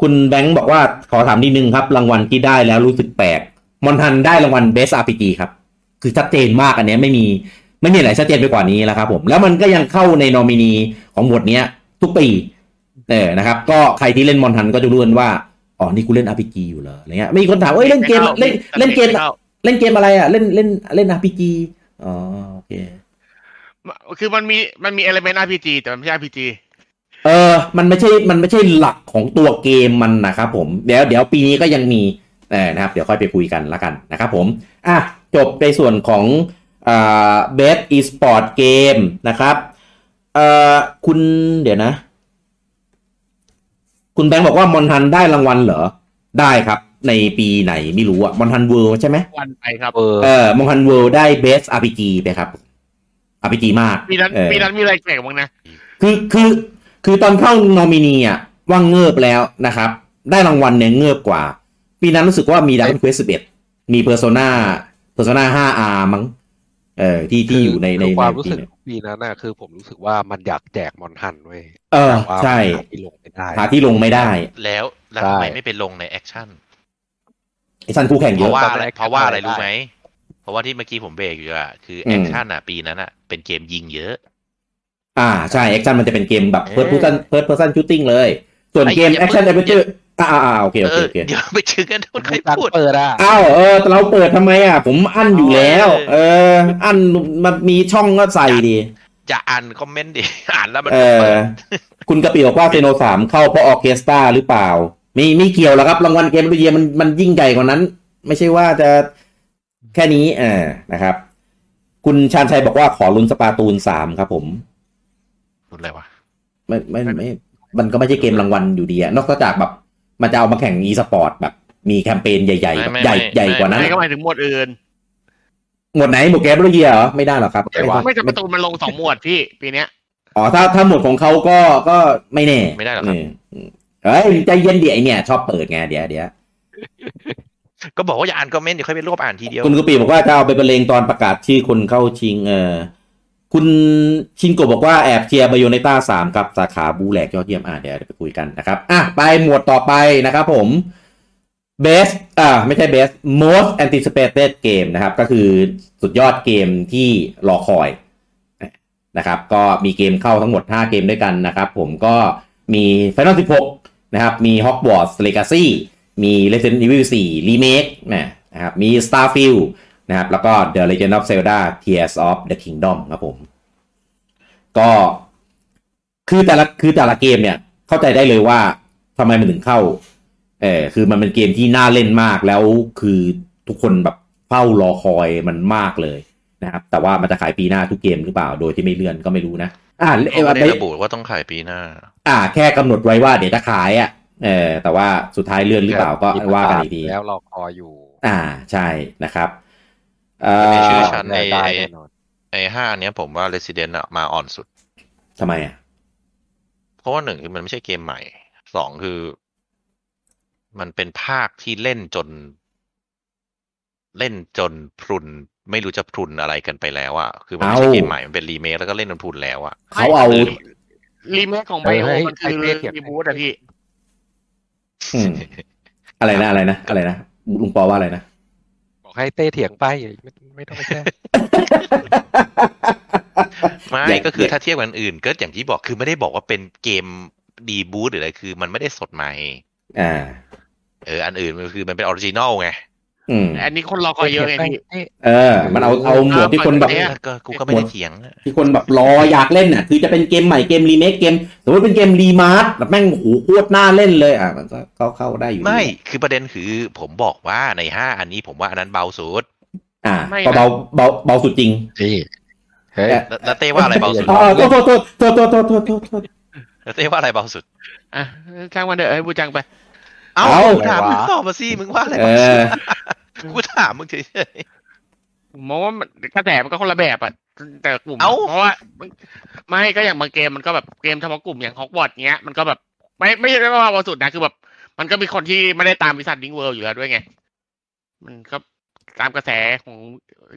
Speaker 2: คุณแบงค์บอกว่าขอถามนิดนึงครับ รางวัลที่ได้แล้วรู้สึกแปลกมอนทันได้รางวัลเบสอาร์พีจีครับ คือชัดเจนมากอันเนี้ยไม่มี ไม่มีอะไรชัดเจนไปกว่านี้แล้วครับผม แล้วมันก็ยังเข้าในนอมินีของบทเนี้ย ทุกปีเออนะครับ ก็ใครที่เล่นมอนทันก็จะรู้กันว่าอ๋อนี่กูเล่น RPG อยู่เหรออะไรเงี้ยมีคนถามเอ้ยเล่นเกมเล่นเล่นเกม
Speaker 4: ไข้า
Speaker 2: เล่นเกมอะไรอ่ะ เล่นเล่นเล่น RPG อ๋อโอเค
Speaker 4: คือมันมีมันมีเอลเมนต์ RPG แต่มันไม่ใช่ RPG
Speaker 2: เออ มันไม่ใช่ มันไม่ใช่หลักของตัวเกมมันนะครับผม เดี๋ยว เดี๋ยวปีนี้ก็ยังมีเออนะครับ เดี๋ยวค่อยไปคุยกันละกันนะครับผม อ่ะ จบในส่วนของอ่าเบสอีสปอร์ตเกมนะครับเอ่อคุณเดี๋ยวนะ คุณแบงค์บอกว่ามอนทันได้รางวัลเหรอ ได้ครับ ในปีไหนไม่รู้อะมอนทันเวิลด์ใช่ไหม
Speaker 4: วันไปครับ
Speaker 5: เออ
Speaker 2: เออมอนทันเวิลด์ได้เบส RPG ไปครับ RPG มาก
Speaker 4: ปีนั้น
Speaker 2: เออ
Speaker 4: ปีนั้นมีอะไรแปลกบ้างนะ
Speaker 2: คือคือคือตอนเข้านอมินีอ่ะว่างเงิบแล้วนะครับ ได้รางวัลเนี่ยเงิบกว่า ปีนั้นรู้สึกว่ามีดังเควสสิบเอ็ดมีเพอร์โซนาเพอร์โซนาห้าอาร์มั้งเออที่ที่อยู่ในใน
Speaker 5: คือ
Speaker 2: ใน
Speaker 5: ความรู้สึก
Speaker 2: ปีเนี่ย
Speaker 5: ปีนั้นน่ะคือผมรู้สึกว่ามันอยากแจกมอนทันเว้ย
Speaker 2: เออ
Speaker 5: แต่ว่า
Speaker 2: ใช่
Speaker 5: หาที่ลงไม่ได้
Speaker 2: หาที่ลงไม่ได้
Speaker 3: แล้วแล้ว
Speaker 5: ใช่
Speaker 3: ทำไมไม่ไปลงในแอคชั่น
Speaker 2: ไอ้ซันคู่แข่ง
Speaker 3: เพ
Speaker 2: เยอะ
Speaker 3: ราะว่าอะไร
Speaker 5: ตอนแรก
Speaker 3: เพราะว่าอะไร
Speaker 5: ได้
Speaker 3: รู้ไหมเพราะว่าที่เมื่อกี้ผมเบรกอยู่อะคือ
Speaker 2: อื
Speaker 3: แอ
Speaker 2: ม
Speaker 3: คชั่นอะปีนั้นอะเป็นเกมยิงเยอะ
Speaker 2: อ่าใช่แอคชั่นมันจะเป็นเกมแบบเพิร์ด
Speaker 3: เออ
Speaker 2: เพอร์ซันเพิร์ดเพอร์ซันชูตติ้งเลย ส่วนเกม
Speaker 3: ไอ้เหี้ย
Speaker 2: แอคชั่นแอ
Speaker 3: เปิ
Speaker 2: ด
Speaker 3: ด
Speaker 2: เวนเจอร์อ่าอ่าโอเคโอ
Speaker 3: เอ
Speaker 2: เค
Speaker 3: อ
Speaker 2: โอเค
Speaker 3: เดี๋ยวไปถึงกันคนใคร
Speaker 5: ตั้ง
Speaker 3: พูด
Speaker 5: เปิดอ่ะ
Speaker 2: อ้าวเออแต่เราเปิดทำไมอ่ะ ผมอั้นอยู่แล้ว เออ อั้นมันมีช่องก็ใส่ดี
Speaker 3: อย่าอ่านคอมเมนต์ดิ อ่านแล้วมัน
Speaker 2: เอ
Speaker 3: เปิ
Speaker 2: อ
Speaker 3: ด
Speaker 2: คุณกระปิบอกว่าเซโนสามเข้าเพราะออร์เคสตราหรือเปล่า ไม่ไม่เกี่ยวแล้วครับ รางวัลเกมรุ่นเยียมันมันยิ่งใหญ่กว่านั้น ไม่ใช่ว่าจะแค่นี้อ่านะครับ คุณชาญชัยบอกว่าขอลุ้นสปาตูนสามครับผม
Speaker 3: พูดอะไรวะ
Speaker 2: ไม่ไม่ไม่ มันก็ไม่ใช่เกมรางวัลอยู่ดีอะนอกจากแบบ มันจะเอามาแข่งอีสปอร์ตแบบ มีแคมเปญใหญ่ๆแบบใหญ่ใหญ่กว่านั้น
Speaker 4: ไม่
Speaker 2: อะ
Speaker 4: ก็หมายถึงหมวดอื่น
Speaker 2: หมวดไหนหมวดแกมโลเยียเหรอไม่ได้หรอกครับ
Speaker 5: ไม่ได้
Speaker 4: ไม่จะประตูมันลงสองหมวดพี่ปีเนี้ย
Speaker 2: อ๋อถ้าถ้าหมวดของเขาก็ก็ไม่แน่
Speaker 3: ไม่ได้หรอกครับ
Speaker 2: อืมเฮ้ยใจเย็นเดี๋ยวไอ้เนี่ย ชอบเปิดไงเดี๋ยวเดี๋ยว
Speaker 3: ก็บอกว่าอย่าอ่านคอมเมนต์เดี๋ยวค่อยไปรวบอ่านทีเดียว
Speaker 2: คุณกะปีบอกว่าจะเอาไปบรรเลงตอนประกาศชื่อคนเข้าชิง เออคุณชินโกะบอกว่าแอบเชียร์บ a โ o เนต้าสามกับสาขาบูแหลกยอดเยี่ยมอ่ะเดี๋ยวเดี๋ยวไปคุยกันนะครับ อ่ะ ไปหมวดต่อไปนะครับผม best อ่าไม่ใช่ best most anticipated game นะครับ ก็คือสุดยอดเกมที่รอคอย นะครับก็มีเกมเข้าทั้งหมด 5 เกมด้วยกันนะครับ ผมก็มี Final 16 นะครับ มี Hogwarts Legacy มี Resident Evil 4 Remake นะนะครับมี Starfield นะครับแล้วก็ The Legend of Zelda Tears of the Kingdom ครับผม ก็คือแต่ละคือแต่ละเกมเนี่ย เข้าใจได้เลยว่าทำไมมันถึงเข้าเออคือมันเป็นเกมที่น่าเล่นมากแล้วคือทุกคนแบบเฝ้ารอคอยมันมากเลยนะครับ แต่ว่ามันจะขายปีหน้าทุกเกมหรือเปล่า โดยที่ไม่เลื่อนก็ไม่รู้นะ อ่าเออ
Speaker 3: เขาไม่ได้
Speaker 2: ไม่
Speaker 3: ระบุว่าต้องขายปีหน้า
Speaker 2: อ่า แค่กำหนดไว้ว่าเดี๋ยวจะขายอ่ะเออแต่ว่าสุดท้ายเลื่อนหรือเปล่าก็ว่ากันอีกที
Speaker 5: แล้วรอคอยอยู่
Speaker 2: อ่าใช่นะครับเอ่
Speaker 3: ไม่ใ
Speaker 2: อ
Speaker 3: ชั้นใน
Speaker 5: ได้แน่นอน
Speaker 3: ไอ้ห้าเนี้ยผมว่า Resident อะมาอ่อนสุด
Speaker 2: ทำไมอ่ะ
Speaker 3: เพราะว่าหนึ่งคือมันไม่ใช่เกมใหม่สองคือ มันเป็นภาคที่เล่นจน เล่นจนพรุน ไม่รู้จะพรุนอะไรกันไปแล้วอะคือมันไม่ใช่
Speaker 2: เอ้า
Speaker 3: เกมใหม่มันเป็นรีเมคแล้วก็เล่นจนพรุนแล้วอะ
Speaker 2: เขาเอา
Speaker 4: รีเมคของไบโอมันคือรีบูตอะพี่
Speaker 2: อืม อะไรนะอะไรนะอะไรนะลุงปอว่าอะไรนะ
Speaker 5: บอกให้เต้เถียงไปไม่ไม่ต้องไปแก้
Speaker 3: ไม่
Speaker 2: เด็ก
Speaker 3: ก็คือ
Speaker 2: เด็ก
Speaker 3: ถ้าเทียบกับอันอื่น ก็อย่างที่บอกคือไม่ได้บอกว่าเป็นเกมดีบูตหรืออะไรคือ มันไม่ได้สดใหม่
Speaker 2: อ่า
Speaker 3: เอออันอื่นมันคือมันเป็นออริจินอลไง
Speaker 2: อืม
Speaker 4: อันนี้คนรอคอยเยอะไงพี่
Speaker 2: เออ มันเอาเอาหมวดที่คนแบบ
Speaker 4: เอ๊ะ
Speaker 3: ก็กูก็ไม่ได้เถียงนะ
Speaker 2: ที่คนแบบรออยากเล่นน่ะ คือจะเป็นเกมใหม่เกมรีเมคเกมสมมติเป็นเกมรีมาร์สแบบแม่งโหโคตรน่าเล่นเลยอ่ะมันก็เข้าเข้าได้อยู่ดี
Speaker 3: ไม่ คือประเด็นคือผมบอกว่าในห้าอันนี้ผมว่าอันนั้นเบาสุด
Speaker 2: อ่า
Speaker 4: ไม่นะ
Speaker 2: ก็เบาเบาเบาสุดจริง
Speaker 5: พี่ เฮ้ย
Speaker 2: เอ๊ะ
Speaker 3: แล้วแล้วเต้ว่าอะไรเบาสุด
Speaker 2: อ๋อโทษโทษโทษโทษโทษโทษโทษโทษ
Speaker 3: แล้วเต้ว่าอะไรเบาสุด
Speaker 4: อ่ะช่างมันเถอะให้บูจังไป
Speaker 3: เอ้า
Speaker 2: เอ้า
Speaker 3: กูถาม
Speaker 5: อะไรวะ
Speaker 3: มึงตอบมาสิมึงว่าอะไร
Speaker 2: เอ
Speaker 3: เบาสุ
Speaker 2: อ
Speaker 3: ดกูถามมึงเฉย
Speaker 4: ผมมองว่ามันกระแสมันก็คนละแบบอะแต่กลุ่ม
Speaker 3: เอ้า
Speaker 4: เพราะว่าไม่ไม่ก็อย่างบางเกมมันก็แบบเกมเฉพาะกลุ่มอย่างฮอกวอตส์เงี้ยมันก็แบบ ไม่ไม่ใช่ว่าวันสุดนะคือแบบ มันก็มีคนที่ไม่ได้ตามวิสัทดิงเวิลด์อยู่แล้วด้วยไง มันก็ตามกระแสของ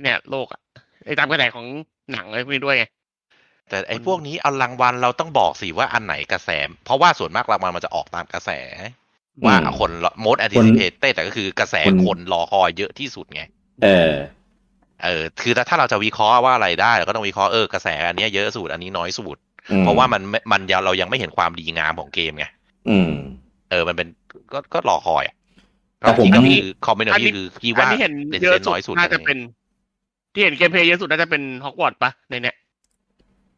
Speaker 4: เนี่ยโลกอะไอตามกระแสของหนังอะไรพวกนี้ด้วยไง
Speaker 3: ๆแต่ไอ้พวกนี้เอารางวัลเราต้องบอกสิว่าอันไหนกระแส เพราะว่าส่วนมากรางวัลมันจะออกตามกระแส ว่า
Speaker 2: อืม
Speaker 3: คนโมดแอนติซิเพตแต่ก็คือกระแส
Speaker 2: คน
Speaker 3: คนรอคอยเยอะที่สุดไง
Speaker 2: เออ
Speaker 3: เออ คือถ้าเราจะวิเคราะห์ว่าอะไรได้เราก็ต้องวิเคราะห์เออกระแสอันเนี้ยเยอะสุดอันนี้น้อยสุด
Speaker 2: อืม
Speaker 3: เพราะว่ามันไม่มันยังเรายังไม่เห็นความดีงามของเกมไง
Speaker 2: อืม
Speaker 3: เออ มันเป็นก็ก็รอคอยอะ
Speaker 2: แต่ผม
Speaker 3: ก็คือคอมเมนต์
Speaker 4: อันนี้
Speaker 3: ที่คือพี่
Speaker 4: อัน
Speaker 3: ว่า
Speaker 4: ที่เห็น
Speaker 3: เด่น
Speaker 4: เยอะ
Speaker 3: น้
Speaker 4: สุ
Speaker 3: อยสุด
Speaker 4: ดน่า
Speaker 3: อั
Speaker 4: จะ
Speaker 3: นนี้
Speaker 4: เป็น ที่เห็นเกมเพลย์เยอะสุดน่าจะเป็นฮอกวอตส์ปะในเนี้ย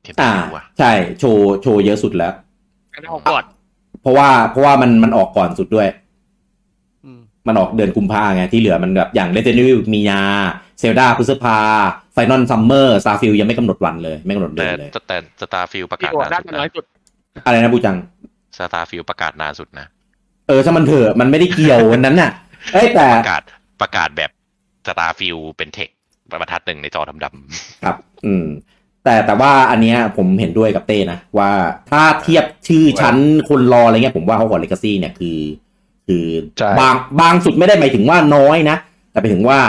Speaker 3: เข็ม
Speaker 2: อ่า
Speaker 3: ทิวอะ
Speaker 2: ใช่ โชว์โชว์เยอะสุดแล้ว
Speaker 4: อันนั้นฮอกวอตส์
Speaker 2: เพราะว่าเพราะว่ามันมันออกก่อนสุดด้วย
Speaker 4: อืม
Speaker 2: มันออกเดือนกุมภาไง ที่เหลือมันแบบอย่าง Resident Evil มีนาเซลดาพฤษภาไฟนอลซัมเมอร์ซาฟิลยังไม่กำหนดวันเลย ไม่กำหนดเดื
Speaker 3: แต่
Speaker 2: อนเลย
Speaker 3: แต่สตาร์ฟิลประ
Speaker 4: ที่
Speaker 3: กาศ
Speaker 4: โดด
Speaker 3: นา
Speaker 4: ได้
Speaker 3: นสุ
Speaker 4: มั
Speaker 3: ด
Speaker 4: นน้อ
Speaker 3: นะ
Speaker 4: ยสุด
Speaker 2: อะไรนะบูจัง
Speaker 3: สตาร์ฟิลประกาศนานสุดนะ
Speaker 2: เออช่างมันเถอะมันไม่ได้เกี่ยววันนั้นน่ะเอ้ยแต่
Speaker 3: ประกาศประกาศแบบสตาร์ฟิลเป็นเทคบรรทัดหนึ่งในจอดำ
Speaker 2: ครับ อืม แต่แต่ว่าอันเนี้ยผมเห็นด้วยกับเต้นะ ว่าถ้าเทียบชื่อชั้นคนรออะไรเงี้ยผมว่าเขาก่อนเลกาซี่เนี่ยคือ คือ
Speaker 5: ใช่
Speaker 2: บางบางสุดไม่ได้หมายถึงว่าน้อยนะ แต่ไปถึงว่า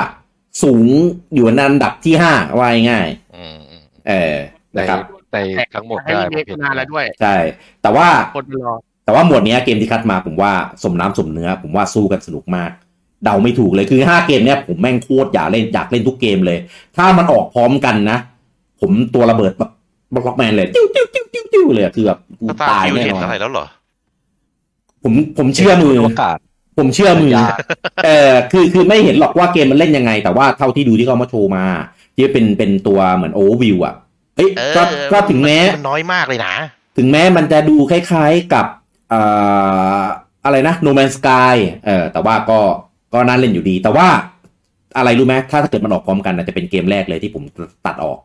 Speaker 2: สูงอยู่ในอันดับที่ห้าว่าง่าย
Speaker 3: ๆอืมอืม
Speaker 2: ๆเออ
Speaker 5: ใน
Speaker 2: นะครับ
Speaker 5: ในทั้งหมด
Speaker 4: ให้
Speaker 5: ได้
Speaker 4: รีเมค
Speaker 5: ผมเห็
Speaker 4: นานแล้วด้วย
Speaker 2: ใช่ แต่ว่า
Speaker 4: คนรอ
Speaker 2: แต่ว่าหมวดเนี้ยเกมที่คัดมาผมว่าสมน้ำสมเนื้อ ผมว่าสู้กันสนุกมาก เดาไม่ถูกเลยคือ 5 เกมเนี้ยผมแม่งโคตรอยากเล่นอยากเล่นทุกเกมเลย ถ้ามันออกพร้อมกันนะ ผมตัวระเบิดแบบบล็อกแมนเลยจิ้วจิ้วจิ้วจิ้วจิ้วเลยอะคือแบบกู
Speaker 3: สตาร์
Speaker 2: ตาย
Speaker 3: ฟิล
Speaker 2: แน่
Speaker 3: เห็
Speaker 2: น
Speaker 3: น
Speaker 2: อน
Speaker 3: อะไรแล้วเหรอ
Speaker 2: ผมผมเชื่อมือ
Speaker 5: โอกาส
Speaker 2: ผมเชื่อมือ
Speaker 5: ยาก
Speaker 2: เออคือคือไม่เห็นหรอกว่าเกมมันเล่นยังไง แต่ว่าเท่าที่ดูที่เขามาโชว์มา ที่เป็นเป็นตัวเหมือนโอเวอร์วิวอ่ะเอ้ย
Speaker 3: เออ
Speaker 2: ก็ก็ถึงแม้
Speaker 3: มันน้อยมากเลยนะ
Speaker 2: ถึงแม้มันจะดูคล้ายๆกับเอ่ออะไรนะ No Man's Sky เออแต่ว่าก็ก็น่าเล่นอยู่ดี แต่ว่าอะไรรู้ไหมถ้าเกิดมันออกพร้อมกันน่ะจะเป็นเกมแรกเลยที่ผมตัดออก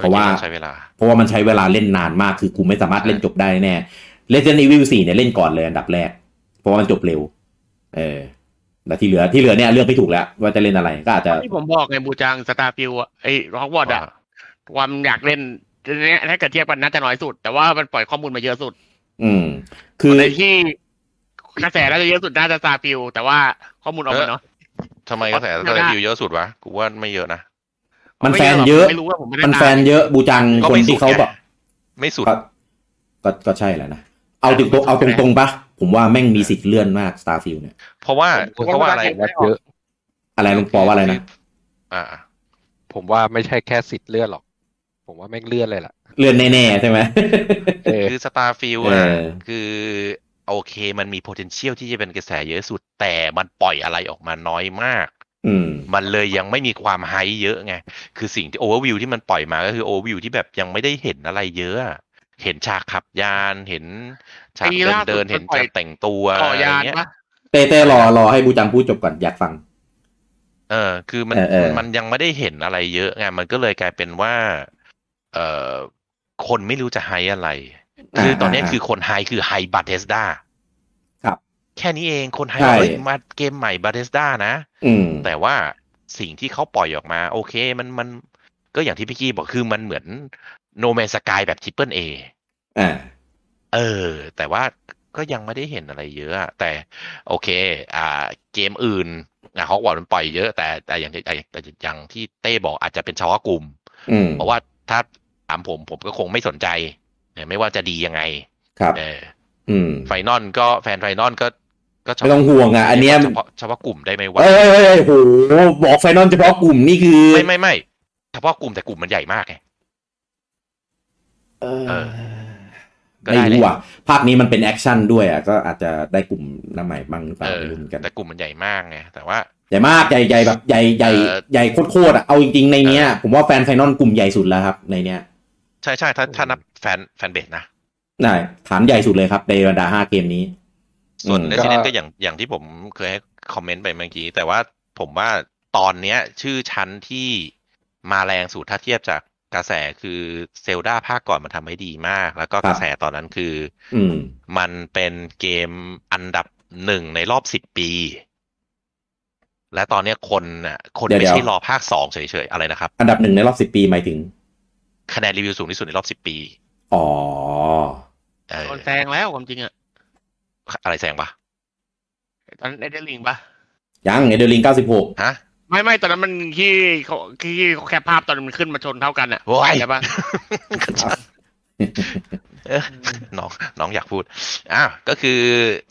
Speaker 2: เพราะว่า
Speaker 3: ใช้เวลา
Speaker 2: เพราะว่ามันใช้เวลาเล่นนานมากคือกูไม่สามารถ
Speaker 3: ใช่
Speaker 2: เล่นจบได้แน่ Resident Evil 4เนี่ยเล่นก่อนเลยอันดับแรก เพราะว่ามันจบเร็ว เออ แต่ที่เหลือที่เหลือเนี่ยเลือกไม่ถูกแล้ว ว่าจะเล่นอะไรก็อาจจะ
Speaker 4: ที่ผมบอกไงบูจังสตาร์ฟิวไอ้ฮอกวอตอะความอยากเล่นเนี่ยถ้าเกิดเทียบกันน่าจะน้อยสุด แต่ว่ามันปล่อยข้อมูลมาเยอะสุด
Speaker 2: อืม คือ
Speaker 4: ในที่กระแสน่าจะเยอะสุดน่าจะสตาร์ฟิวแต่ว่าข้อมูลออกมาเนาะ
Speaker 3: ทำไมกระแสส
Speaker 4: เอาได้
Speaker 3: ตาร์ฟิวเยอะสุดวะกูว่าไม่เยอะนะ
Speaker 2: มัน
Speaker 4: ไ
Speaker 2: แฟนเยอะ
Speaker 4: ไม่รู้ว่าผมไม่ได้
Speaker 2: มัน
Speaker 4: ตา
Speaker 2: แฟนเยอะบูจัง
Speaker 3: ก็
Speaker 2: คน
Speaker 3: ไม่สุ
Speaker 2: ที่
Speaker 3: ด
Speaker 2: เขา
Speaker 3: ไง
Speaker 2: แบบ
Speaker 3: ไม่สุด
Speaker 2: ก็ก็ก็ใช่แหละนะ เอาตรงๆเอาตรงๆปะผมว่าแม่งมีสิทธิ์เลื่อนมาก Starfield เนี่ย
Speaker 3: เพราะว่า
Speaker 5: ผม
Speaker 3: เพราะว่าอะไร
Speaker 5: ผมว่าเยอะ
Speaker 2: อะไรลงปอว่าอะไรนะ
Speaker 3: อ่า
Speaker 5: ผมว่าไม่ใช่แค่สิทธิ์เลื่อนหรอก ผมว่าแม่งเลื่อนเลยล่ะ
Speaker 2: เลื่อนแน่ๆใช่ไหม
Speaker 5: เออ
Speaker 3: คือสตาร์ฟิล
Speaker 2: เอ
Speaker 3: อะ
Speaker 2: อ
Speaker 3: คือโอเคมันมี potential ที่จะเป็นกระแสเยอะสุด แต่มันปล่อยอะไรออกมาน้อยมาก
Speaker 2: อืม
Speaker 3: มันเลยยังไม่มีความไฮเยอะไง คือสิ่งที่โอเวอร์วิวที่มันปล่อยมาก็คือโอเวอร์วิวที่แบบยังไม่ได้เห็นอะไรเยอะอะเห็นฉากขับยานเห็นฉาก
Speaker 4: ไ
Speaker 3: เดิ
Speaker 4: อ้ล่าน สุด
Speaker 3: เดิน
Speaker 4: มัน
Speaker 3: เห็น
Speaker 4: ปล่
Speaker 3: จา
Speaker 4: อย
Speaker 3: กแต่งตัว
Speaker 4: ต่อ
Speaker 3: อะไร
Speaker 4: ยาน
Speaker 3: เงี้ย
Speaker 4: ปะ
Speaker 2: เต้เต้รอรอให้บูจังพูดจบก่อนอยากฟัง
Speaker 3: เออคือมัน
Speaker 2: เออเออ
Speaker 3: มันยังไม่ได้เห็นอะไรเยอะไงมันก็เลยกลายเป็นว่า เออคนไม่รู้จะไฮอะไร คือตอนเนี้ยคือคนไฮคือไฮบาเทสดา
Speaker 2: ครับ
Speaker 3: แค่นี้เองคนไฮ
Speaker 2: ใช่
Speaker 3: เอ้ยมาเกมใหม่บาเทสดานะ
Speaker 2: อืม
Speaker 3: แต่ว่าสิ่งที่เขาปล่อยออกมา โอเคมันมันก็อย่างที่พี่กี้บอกคือมันเหมือนโนแมสกายแบบทริปเปิลเอ
Speaker 2: อ่า
Speaker 3: เออ แต่ว่าก็ยังไม่ได้เห็นอะไรเยอะอะแต่โอเค อ่า เกมอื่นนะฮอกวอตมันปล่อยเยอะแต่แต่อย่างที่แต่อย่างที่เต้บอกอาจจะเป็นเฉพาะกลุ่ม
Speaker 2: อืม
Speaker 3: เพราะว่าถ้าถามผมผมก็คงไม่สนใจเออไม่ว่าจะดียังไง
Speaker 2: ครับ
Speaker 3: เออ
Speaker 2: อืม
Speaker 3: ไฟนอลก็แฟนไฟนอลก็ก็เฉ
Speaker 2: ไม่ต้องห่วงอ่ะอันเนี้ย
Speaker 3: เฉพาะเฉพาะกลุ่มได้ไหมวะ
Speaker 2: เอ้ยเอ้ยเอ้ยโหบอกไฟนอลเฉพาะกลุ่มนี่คือ
Speaker 3: ไม่ไม่ไม่เฉพาะกลุ่มแต่กลุ่มมันใหญ่มากไง
Speaker 2: เออ
Speaker 3: เออก็ได้
Speaker 2: ไม่
Speaker 3: แห
Speaker 2: รู้
Speaker 3: ละ
Speaker 2: อ่ะภาคนี้มันเป็นแอคชั่นด้วยอ่ะก็อาจจะได้กลุ่มหน้าใหม่บ้างหรือเปล่า
Speaker 3: เออ
Speaker 2: ไม่รู้เหมือนกัน
Speaker 3: แต่กลุ่มมันใหญ่มากไงแต่ว่า
Speaker 2: ใหญ่มากใหญ่ใหญ่แบบใหญ่ใหญ่
Speaker 3: เออ
Speaker 2: ใหญ่โคตรๆอ่ะเอาจริงๆในเนี้ย ผมว่าแฟนไฟนอลกลุ่มใหญ่สุดแล้วครับในเนี้ย
Speaker 3: ใช่ใช่ถ้าถ้านับแฟนแฟนเบสนะ
Speaker 2: ได้ฐานใหญ่สุดเลยครับในบรรดาห้าเกมนี้
Speaker 3: ส่วน
Speaker 2: อืม
Speaker 3: เ e ส i เ e นก็อย่างอย่างที่ผมเคยให้คอมเมนต์ไปเมื่อกี้ แต่ว่าผมว่าตอนเนี้ย ชื่อชั้นที่มาแรงสุดถ้าเทียบจากกระแสคือเซลดาภาคก่อนมันทำให้ดีมาก แล้วก็กระแสตอนนั้นคือ
Speaker 2: อืม
Speaker 3: มันเป็นเกมอันดับหนึ่งในรอบสิบปี และตอนเนี้ยคนน่ะคน
Speaker 2: เดี๋ยว
Speaker 3: ไม่ใช่
Speaker 2: เดี๋ยว
Speaker 3: รอภาคสองเฉยๆ อะไรนะครับ
Speaker 2: อันดับหนึ่งในรอบสิบปีหมายถึง
Speaker 3: คะแนนรีวิวสูงที่สุดในรอบสิบปี
Speaker 2: อ๋อ
Speaker 3: เออ
Speaker 4: คนแซงแล้วความจริงอะ
Speaker 3: อะไรแซงปะ
Speaker 4: ตอนนั้นได้ลิงปะ
Speaker 2: ยังเอเดลิง96
Speaker 3: ฮะ
Speaker 4: ไม่ไม่ตอนนั้นมันที่เขาที่เขาแคปภาพตอนมันขึ้นมาชนเท่ากันอะ
Speaker 3: โอ้ย
Speaker 4: ใช่ปะ
Speaker 3: เออ น้องน้องอยากพูดอ่ะก็คือ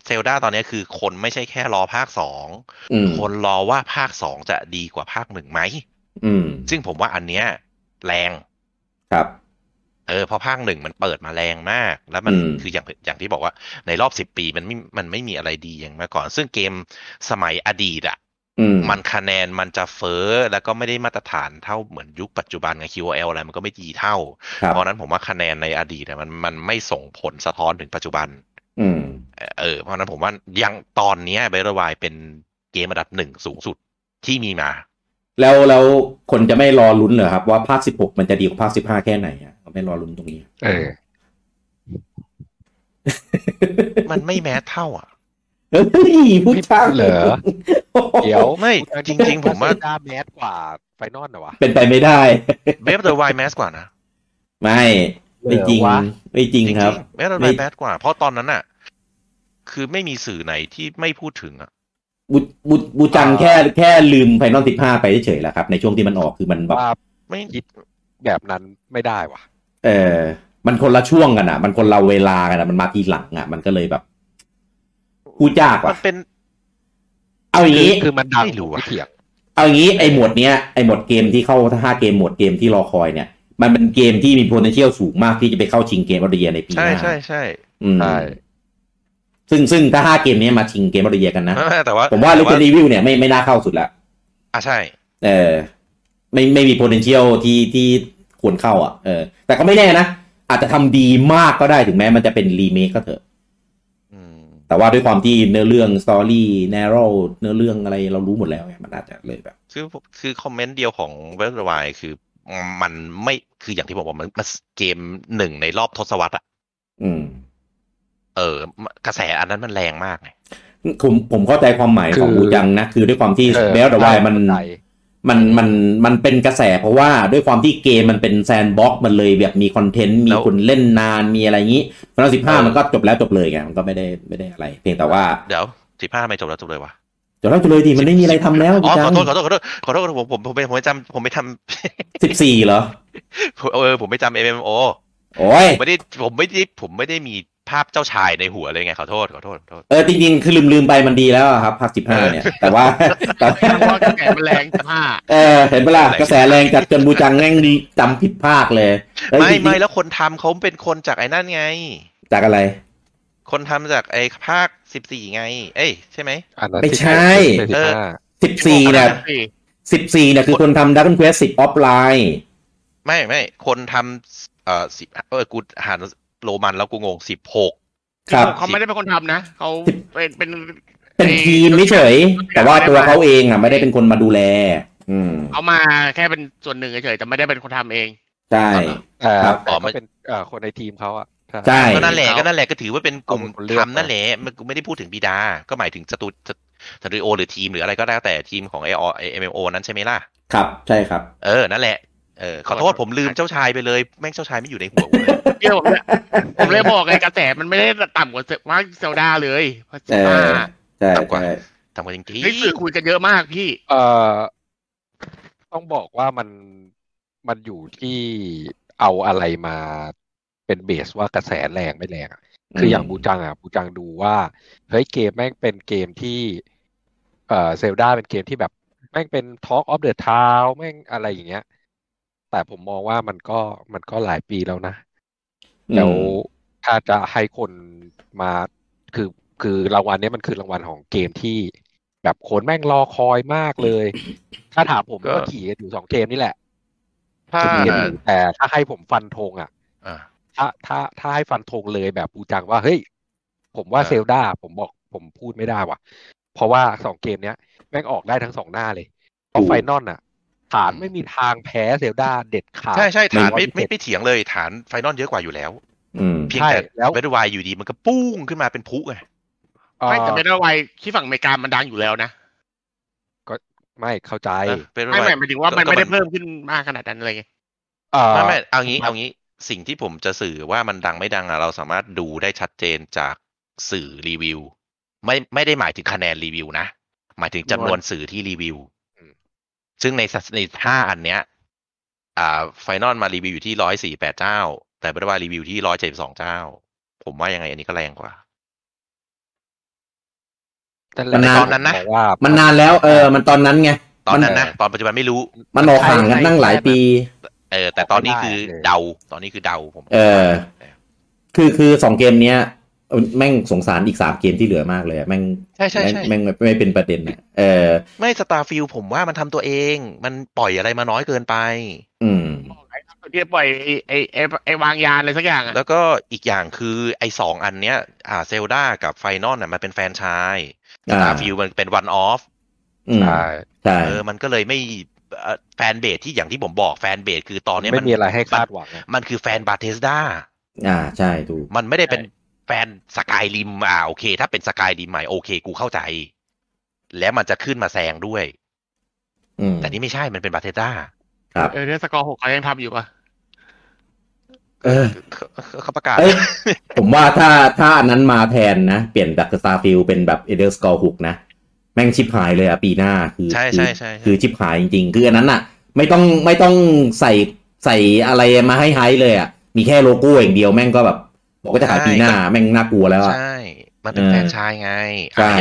Speaker 3: เซลดาตอนเนี้ยคือคนไม่ใช่แค่รอภาคสอง
Speaker 2: อืม
Speaker 3: คนรอว่าภาคสองจะดีกว่าภาคหนึ่งไหม
Speaker 2: อืม
Speaker 3: ซึ่งผมว่าอันเนี้ยแรง
Speaker 2: ครับ
Speaker 3: เออเพราะภาคหนึ่งมันเปิดมาแรงมาก แล้วมัน
Speaker 2: อืม
Speaker 3: คืออย่างอย่างที่บอกว่าในรอบสิบปีมันไม่มันไม่มีอะไรดีอย่างเมื่อก่อน ซึ่งเกมสมัยอดีตอะ
Speaker 2: อืม
Speaker 3: มันคะแนนมันจะเฟ้อแล้วก็ไม่ได้มาตรฐานเท่าเหมือนยุคปัจจุบันไง QOL อะไรมันก็ไม่ดีเท่า
Speaker 2: ครับ
Speaker 3: เพราะฉะนั้นผมว่าคะแนนในอดีตอะมันมันไม่ส่งผลสะท้อนถึงปัจจุบัน
Speaker 2: อืม
Speaker 3: เออเพราะฉะนั้นผมว่ายังตอนเนี้เบรวายเป็นเกมอันดับหนึ่งสูงสุดที่มีมา
Speaker 2: แล้วแล้วคนจะไม่รอลุ้นเหรอครับ ว่าภาค 16 มันจะดีกว่าภาค 15 แค่ไหนอ่ะ เขาไม่รอลุ้นตรงนี้
Speaker 5: เออ
Speaker 3: มันไม่แม้เท่าอ่ะ
Speaker 2: เฮ้ยพูดช้า
Speaker 5: เหรอ เดี๋ยว
Speaker 3: ไม่จริงๆผมว่า
Speaker 5: ดาแมสกว่าไฟนอลเหรอวะ
Speaker 2: เป็นไปไม่ได้
Speaker 3: เบรวายแมสกว่านะ
Speaker 2: ไม่ ไม่จริง
Speaker 5: เหรอวะ
Speaker 2: ไม่จริงครับ
Speaker 3: ไม่เรา
Speaker 2: ไม่
Speaker 3: ไแบดกว่า เพราะตอนนั้นน่ะ คือไม่มีสื่อไหนที่ไม่พูดถึงอ่ะ
Speaker 2: บูบูบูจังแค่แค่ลืมไฟนอล15 ไปเฉยๆแหละครับ ในช่วงที่มันออกคือมันแบบ
Speaker 5: ว่า
Speaker 3: ไม่
Speaker 5: แบบนั้นไม่ได้วะ
Speaker 2: เออ มันคนละช่วงกันอ่ะ มันคนละเวลากันอ่ะ มันมาทีหลังอ่ะ มันก็เลยแบบพูดยาก
Speaker 3: มั
Speaker 2: ว่ะ
Speaker 3: นเป็น
Speaker 2: เอาอย่าง
Speaker 5: คื
Speaker 2: นี้
Speaker 5: คือมันดัง
Speaker 3: ไม่รู้อะ
Speaker 5: ไม่เถียง
Speaker 2: เอาอย่างนี้ไอ้หมวดเนี้ยไอ้หมวดเกมที่เข้าห้าเกมหมวดเกมที่รอคอยเนี่ย มันเป็นเกมที่มี potential สูงมากที่จะไปเข้าชิงเกมออเดียในปีห
Speaker 3: ใช่
Speaker 2: น้า
Speaker 3: ใช่ใช่
Speaker 2: อืม
Speaker 5: ใช่
Speaker 2: ซึ่งซึ่งถ้าห้าเกมเนี้ยมาชิงเกมออเดียกันนะ
Speaker 3: ไม่ไม่แต่ว่า
Speaker 2: ผมว่าลู
Speaker 3: แต่
Speaker 2: กรีวิวเนี่ยไม่ไม่น่าเข้าสุดละ
Speaker 3: อ่ะใช่
Speaker 2: เออไม่ไม่มี potential ที่ที่ควรเข้าอ่ะเออแต่ก็ไม่แน่นะ อาจจะทำดีมากก็ได้ถึงแม้มันจะเป็นรีเมคก็เถอะ
Speaker 3: อืม
Speaker 2: แต่ว่าด้วยความที่เนื้อเรื่องสตอรี่แนโรเนื้อเรื่องอะไรเรารู้หมดแล้วไงมันอาจจะเลยแบบ
Speaker 3: คือคือคอมเมนต์เดียวของเว็บวายคือมันไม่คืออย่างที่ผมบอกมันมันเกมหนึ่งในรอบทศวรรษอ่ะ
Speaker 2: อืม
Speaker 3: เออกระแสอันนั้นมันแรงมากไง
Speaker 2: ผมผมเข้าใจความหมายของ
Speaker 5: คือ
Speaker 2: บูจังนะ คือด้วยความที่
Speaker 5: เออ
Speaker 2: เบลดวายมัน
Speaker 5: เข้าใจ
Speaker 2: มันมันมันเป็นกระแสเพราะว่าด้วยความที่เกมมันเป็นแซนด์บ็อกซ์มันเลยแบบมีคอนเทนต์ มี
Speaker 3: แล้ว
Speaker 2: คนเล่นนานมีอะไรอย่างนี้ฟนสิบห้ามันก็จบแล้วจบเลยไงมันก็ไม่ได้ไม่ได้อะไร เพียงแต่ว่า
Speaker 3: เดี๋ยวสิบห้าไม่จบแล้วจบเลยวะ
Speaker 2: จบแล้วจบเลยดิมันไม่มีอะไรทำแล้วบู
Speaker 3: อ๋อ
Speaker 2: จั
Speaker 3: ของ โทษขอโทษขอโทษขอโทษผมผมผมไม่ผมไม่จำผม ไม่ท
Speaker 2: สิบสี่เหรอ
Speaker 3: ำเออผมไม่จำ MMO
Speaker 2: โอ้ย
Speaker 3: ผมไม่ได้ผมไม่ได้ผมไม่ได้มีภาพเจ้าชายในหัวเลยไงขอโทษขอโทษขอโทษ
Speaker 2: เออจริงๆ คือลืมลืมๆไปมันดีแล้วอะครับพักสิบห้าเนี่ย แต่ ว่าแต่
Speaker 4: เพราะ
Speaker 2: ว่า
Speaker 4: ว่ากระแสมันแรงผ้า
Speaker 2: เออเห็นปะล่ะกระแสแรงจัดจนบูจังแง่งดีจำผิดภาคเลยแล้ว
Speaker 3: ไม่
Speaker 2: จริงๆ
Speaker 3: ไม่แล้วคนทำเขาเป็นคนจากไอ้นั่นไง
Speaker 2: จากอะไร
Speaker 3: คนทำจากไอ้ภาคสิบสี่ไง เอ้ยใช่ไหม
Speaker 5: อันนั้น
Speaker 2: ไม่ใช่
Speaker 5: สิบห้า
Speaker 2: สิบสี่เนี่ย
Speaker 4: สี่
Speaker 2: สิบสี่เนี่ยคือคนทำดักเบิลเควสสิบออฟไลน์
Speaker 3: ไม่ไม่คนทำเอ่อสิบเออกูหานโรมันแล้วกูงงสิบหก
Speaker 2: ครับ
Speaker 4: เขาไม่ได้เป็นคนทำนะเขาเป็นเป็น
Speaker 2: เป็นทีมไม่เฉยๆแต่ว่าตัวเขาเองอ่ะไม่ได้เป็นคนมาดูแล อืม
Speaker 4: เอามาแค่เป็นส่วนหนึ่งเฉยๆแต่ไม่ได้เป็นคนทำเอง
Speaker 2: ใช่
Speaker 5: แต่
Speaker 2: ครับ
Speaker 5: แต่
Speaker 3: อ๋อมั
Speaker 5: ก็
Speaker 3: น
Speaker 5: เป็นเอ่อคนในทีมเขาอะใช่
Speaker 2: ใช่
Speaker 3: ก็นั่นแหละ
Speaker 4: เขา
Speaker 3: ก็นั่นแหละก็ถือว่าเป็นกลุ่ม
Speaker 5: เอาคนเลือก
Speaker 3: ทำนั่นแหละมันกูไม่ได้พูดถึงบิดา ก็หมายถึงสตูสสตูดิโอหรือทีมหรืออะไรก็แล้วแต่ทีมของไอเอ็มโอนั้นใช่ไหมล่ะ
Speaker 2: ครับใช่ครับ
Speaker 3: เออ นั่นแหละเออขอโทษผมลืมเจ้าชายไปเลย แม่งเจ้าชายไม่อยู่ในหัวกูเลย
Speaker 4: เกี่ยวผมเลยผมเลยบอกไงกระแสมันไม่ได้ต่ำกว่าเซว่าเซลดาเลยเพราะ
Speaker 2: เอ
Speaker 4: เซล
Speaker 2: อ
Speaker 4: ดา
Speaker 2: ใช่
Speaker 3: ต่ำกว่า
Speaker 2: ใช่
Speaker 3: ทำกันจริง
Speaker 4: เฮ้ยสื่อคุยกันเยอะมากพี่
Speaker 5: เอ่อต้องบอกว่ามันมันอยู่ที่เอาอะไรมาเป็นเบสว่ากระแสแรงไม่แรงอะคืออย่างบูจังอ่ะบูจังดูว่าเฮ้ยเกมแม่งเป็นเกมที่เอ่อเซลดาเป็นเกมที่แบบ แม่งเป็น Talk of the Town แม่งอะไรอย่างเงี้ย แต่ผมมองว่ามันก็มันก็หลายปีแล้วนะ แล้วถ้าจะให้คนมาคือคือรางวัลเนี้ยมันคือรางวัลของเกมที่แบบคนแม่งรอคอยมากเลย ถ้าถามผมก็ขี่กันอยู่สองเกมนี่แหละ
Speaker 3: ๆถ้า
Speaker 5: ขี่กันอยู่แต่ถ้าให้ผมฟันธงอ่ะ
Speaker 3: อ่ะ
Speaker 5: ถ้าถ้าถ้าให้ฟันธงเลยแบบปูจังว่าเฮ้ยผมว่า
Speaker 3: เออ
Speaker 5: เซลดาผมบอกผมพูดไม่ได้ว่ะ เพราะว่าสองเกมเนี้ยแม่งออกได้ทั้งสองหน้าเลยเพ
Speaker 2: ถู
Speaker 5: ราะ
Speaker 2: ก
Speaker 5: ไฟนอลน่ะ ฐานไม่มีทางแพ้เซลดาเด็ดขาด
Speaker 3: ใช่ใช่ฐานไม่
Speaker 5: 100%
Speaker 3: ไม่ไม่เถียงเลยฐานไฟนอลเยอะกว่าอยู่แล้ว
Speaker 2: อืม
Speaker 3: เพียง
Speaker 5: ใช่
Speaker 3: แต่
Speaker 5: แล้ว
Speaker 3: เวทวายอยู่ดีมันก็ปุ้งขึ้นมาเป็นพลุไง
Speaker 4: ไม่แต่ไม่ได้ไวที่ฝั่งอเมริกามันดังอยู่แล้วนะ
Speaker 5: ไม่เข้าใจ
Speaker 3: เป็น
Speaker 4: ไม่
Speaker 3: ว่า
Speaker 4: หมายหมายถึงว่ามัน
Speaker 3: ก็มัน
Speaker 4: ไม่ได้เพิ่มขึ้นมากขนาดนั้นเลยไง
Speaker 5: เอ่อ
Speaker 3: ไม่ไม่เอางี้เอางี้สิ่งที่ผมจะสื่อว่ามันดังไม่ดังอะเราสามารถดูได้ชัดเจนจากสื่อรีวิว ไม่ไม่ได้หมายถึงคะแนนรีวิวนะ หมายถึงจำนวนสื่อที่รีวิว
Speaker 5: อืม
Speaker 3: ซึ่งในสัดในห้าอันเนี้ย อ่าไฟนอลมารีวิวอยู่ที่ร้อยสี่แปดเจ้า แต่บัตวารีวิวที่ร้อยเจ็ดสองเจ้า ผมว่ายังไงอันนี้ก็แรงกว่า
Speaker 5: นั่นแหละ
Speaker 2: มันนาน
Speaker 5: ตอนนั้นนะว่ามั
Speaker 2: มันนานแล้วเออมันตอนนั้นไง
Speaker 3: ตอนนั้น
Speaker 2: มัน
Speaker 3: นะตอนปัจจุบันไม่รู้
Speaker 2: มันออกห่างกันตั้งหลายปี
Speaker 3: เออ แต่ตอนนี้คือเดาตอนนี้คือเดาผม
Speaker 2: เออ คือคือสองเกมเนี้ยเออแม่งสงสารอีกสามเกมที่เหลือมากเลยอะแม่ง
Speaker 3: ใช่ใช่
Speaker 2: แม่ง
Speaker 3: ใช่
Speaker 2: แม่งไม่เป็นประเด็นอะเออ
Speaker 3: ไม่สตาร์ฟิลผมว่ามันทำตัวเอง มันปล่อยอะไรมาน้อยเกินไป
Speaker 2: อืม
Speaker 4: ที่ปล่อยไอ้ไอ้ไอ้ไอ้วางยาอะไรสักอย่างอะ
Speaker 3: แล้วก็อีกอย่างคือไอ้สองอันเนี้ย อ่าเซลดากับไฟนอลน่ะมันเป็นแฟรนไชายส
Speaker 2: อ่า
Speaker 3: ตาร์ฟิลมันเป็นวันออฟ
Speaker 2: อืม
Speaker 5: ใช่
Speaker 2: ใช่
Speaker 3: เออมันก็เลยไม่เอ่อแฟนเบสที่อย่างที่ผมบอกแฟนเบสคือตอนเนี้ย
Speaker 5: ไม่
Speaker 3: มัน
Speaker 5: มีอะไรให้คาดหวังอะ
Speaker 3: มันคือแฟนบาเทสดา
Speaker 2: อ่าใช่ถูก
Speaker 3: มันไม่ได้เป็นแฟนสกายริมอ่าโอเค ถ้าเป็นสกายริมใหม่โอเค กูเข้าใจ และมันจะขึ้นมาแซงด้วย
Speaker 2: อืม
Speaker 3: แต่นี่ไม่ใช่มันเป็นบาเทสดา
Speaker 2: ครับ
Speaker 4: เออเนี่ยสกอร์หกเขายังทำอยู่ปะ
Speaker 2: เออ
Speaker 3: เขาเขาประกาศ
Speaker 2: เอ้ยผมว่าถ้าถ้าอันนั้นมาแทนนะ เปลี่ยนจากสตาร์ฟิลเป็นแบบเอเดอร์สกอร์หกนะ แม่งชิบหายเลยอะปีหน้าคือ
Speaker 3: ใช่
Speaker 2: คือ
Speaker 3: ใช่ใช่ใช่
Speaker 2: คือชิบหายจริงๆ คืออันนั้นอะไม่ต้องไม่ต้องใส่ใส่อะไรมาให้ไฮป์เลยอะมีแค่โลโก้อย่างเดียวแม่งก็แบบบอกว่าจะขายปีหน้าแม่งน่ากลัวแล้วอะ
Speaker 3: ใช่ มันเป็น
Speaker 2: เออ
Speaker 3: แฟรนไชายไง
Speaker 2: ใช่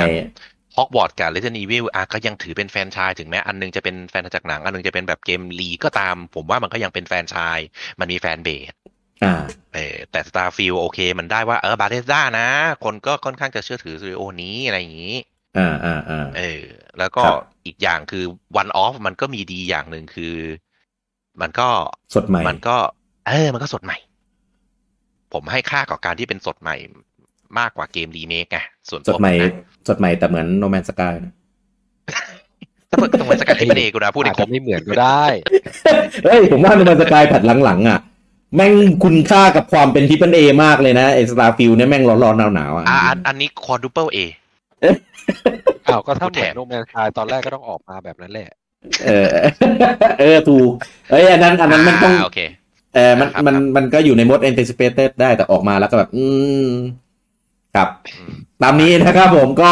Speaker 3: ฮอกวอตกับเลเจนด์อีวิลอ่ะก็ยังถือเป็นแฟรนไชายถึงแม้อันนึงจะเป็นแฟนจากหนัง อันนึงจะเป็นแบบเกมลีก็ตาม ผมว่ามันก็ยังเป็นแฟรนไชาย มันมีแฟนเบส
Speaker 2: อ่า
Speaker 3: เออแต่สตาร์ฟิลโอเค มันได้ว่าเออบาเทสด้านะ คนก็ค่อนข้างจะเชื่อถือสตูดิโอนี้อะไรอย่างนี้
Speaker 2: อ่าอ่าอ่า
Speaker 3: เออ แล้วก็
Speaker 2: ครับ
Speaker 3: อีกอย่างคือวันออฟมันก็มีดีอย่างหนึ่งคือ มันก็
Speaker 2: สดใหม่
Speaker 3: มันก็ เออ มันก็สดใหม่ ผมให้ค่ากับการที่เป็นสดใหม่มากกว่าเกมรีเมคไงส่วน
Speaker 2: ส
Speaker 3: ตัว
Speaker 2: ดใหม่
Speaker 3: ผมนะ
Speaker 2: สดใหม่แต่เหมือนโนแมนสกาย
Speaker 3: ถ้าเพิ่งต้องเป็นสกัดที่เป็นเอกกูนะพูดเอ
Speaker 5: อาจ
Speaker 3: งคร
Speaker 5: จะ
Speaker 3: บ
Speaker 5: ไม่เหมือนก็ได้
Speaker 2: เฮ้ย ผมว่าโนแมนสกายแผ่นหลังๆ อ่ะ แม่งคุณค่ากับความเป็นทิปเปิลเอมากเลยนะไอสตาร์ฟิลเนี่ยแม่งร้อนๆหนาวๆอ่ะ
Speaker 3: อ่าอันอันนี้ควอ d ูเปิลเอ
Speaker 5: อ้าวก็ถ้าเหมื
Speaker 3: แถ
Speaker 5: อน
Speaker 3: ม
Speaker 5: โนแมนคายตอนแรกก็ต้องออกมาแบบนั้นแหละ
Speaker 2: เออ เออถูกเอ้ยอันนั้นอันนั้นมันต้อง
Speaker 3: าโอเค
Speaker 2: เออมัน
Speaker 3: ครับ
Speaker 2: มัน
Speaker 3: ครับ
Speaker 2: มันก็อยู่ใน mode anticipated ได้แต่ออกมาแล้วก็แบบ อืม ครับ
Speaker 3: อืม
Speaker 2: ตามนี้นะครับผมก็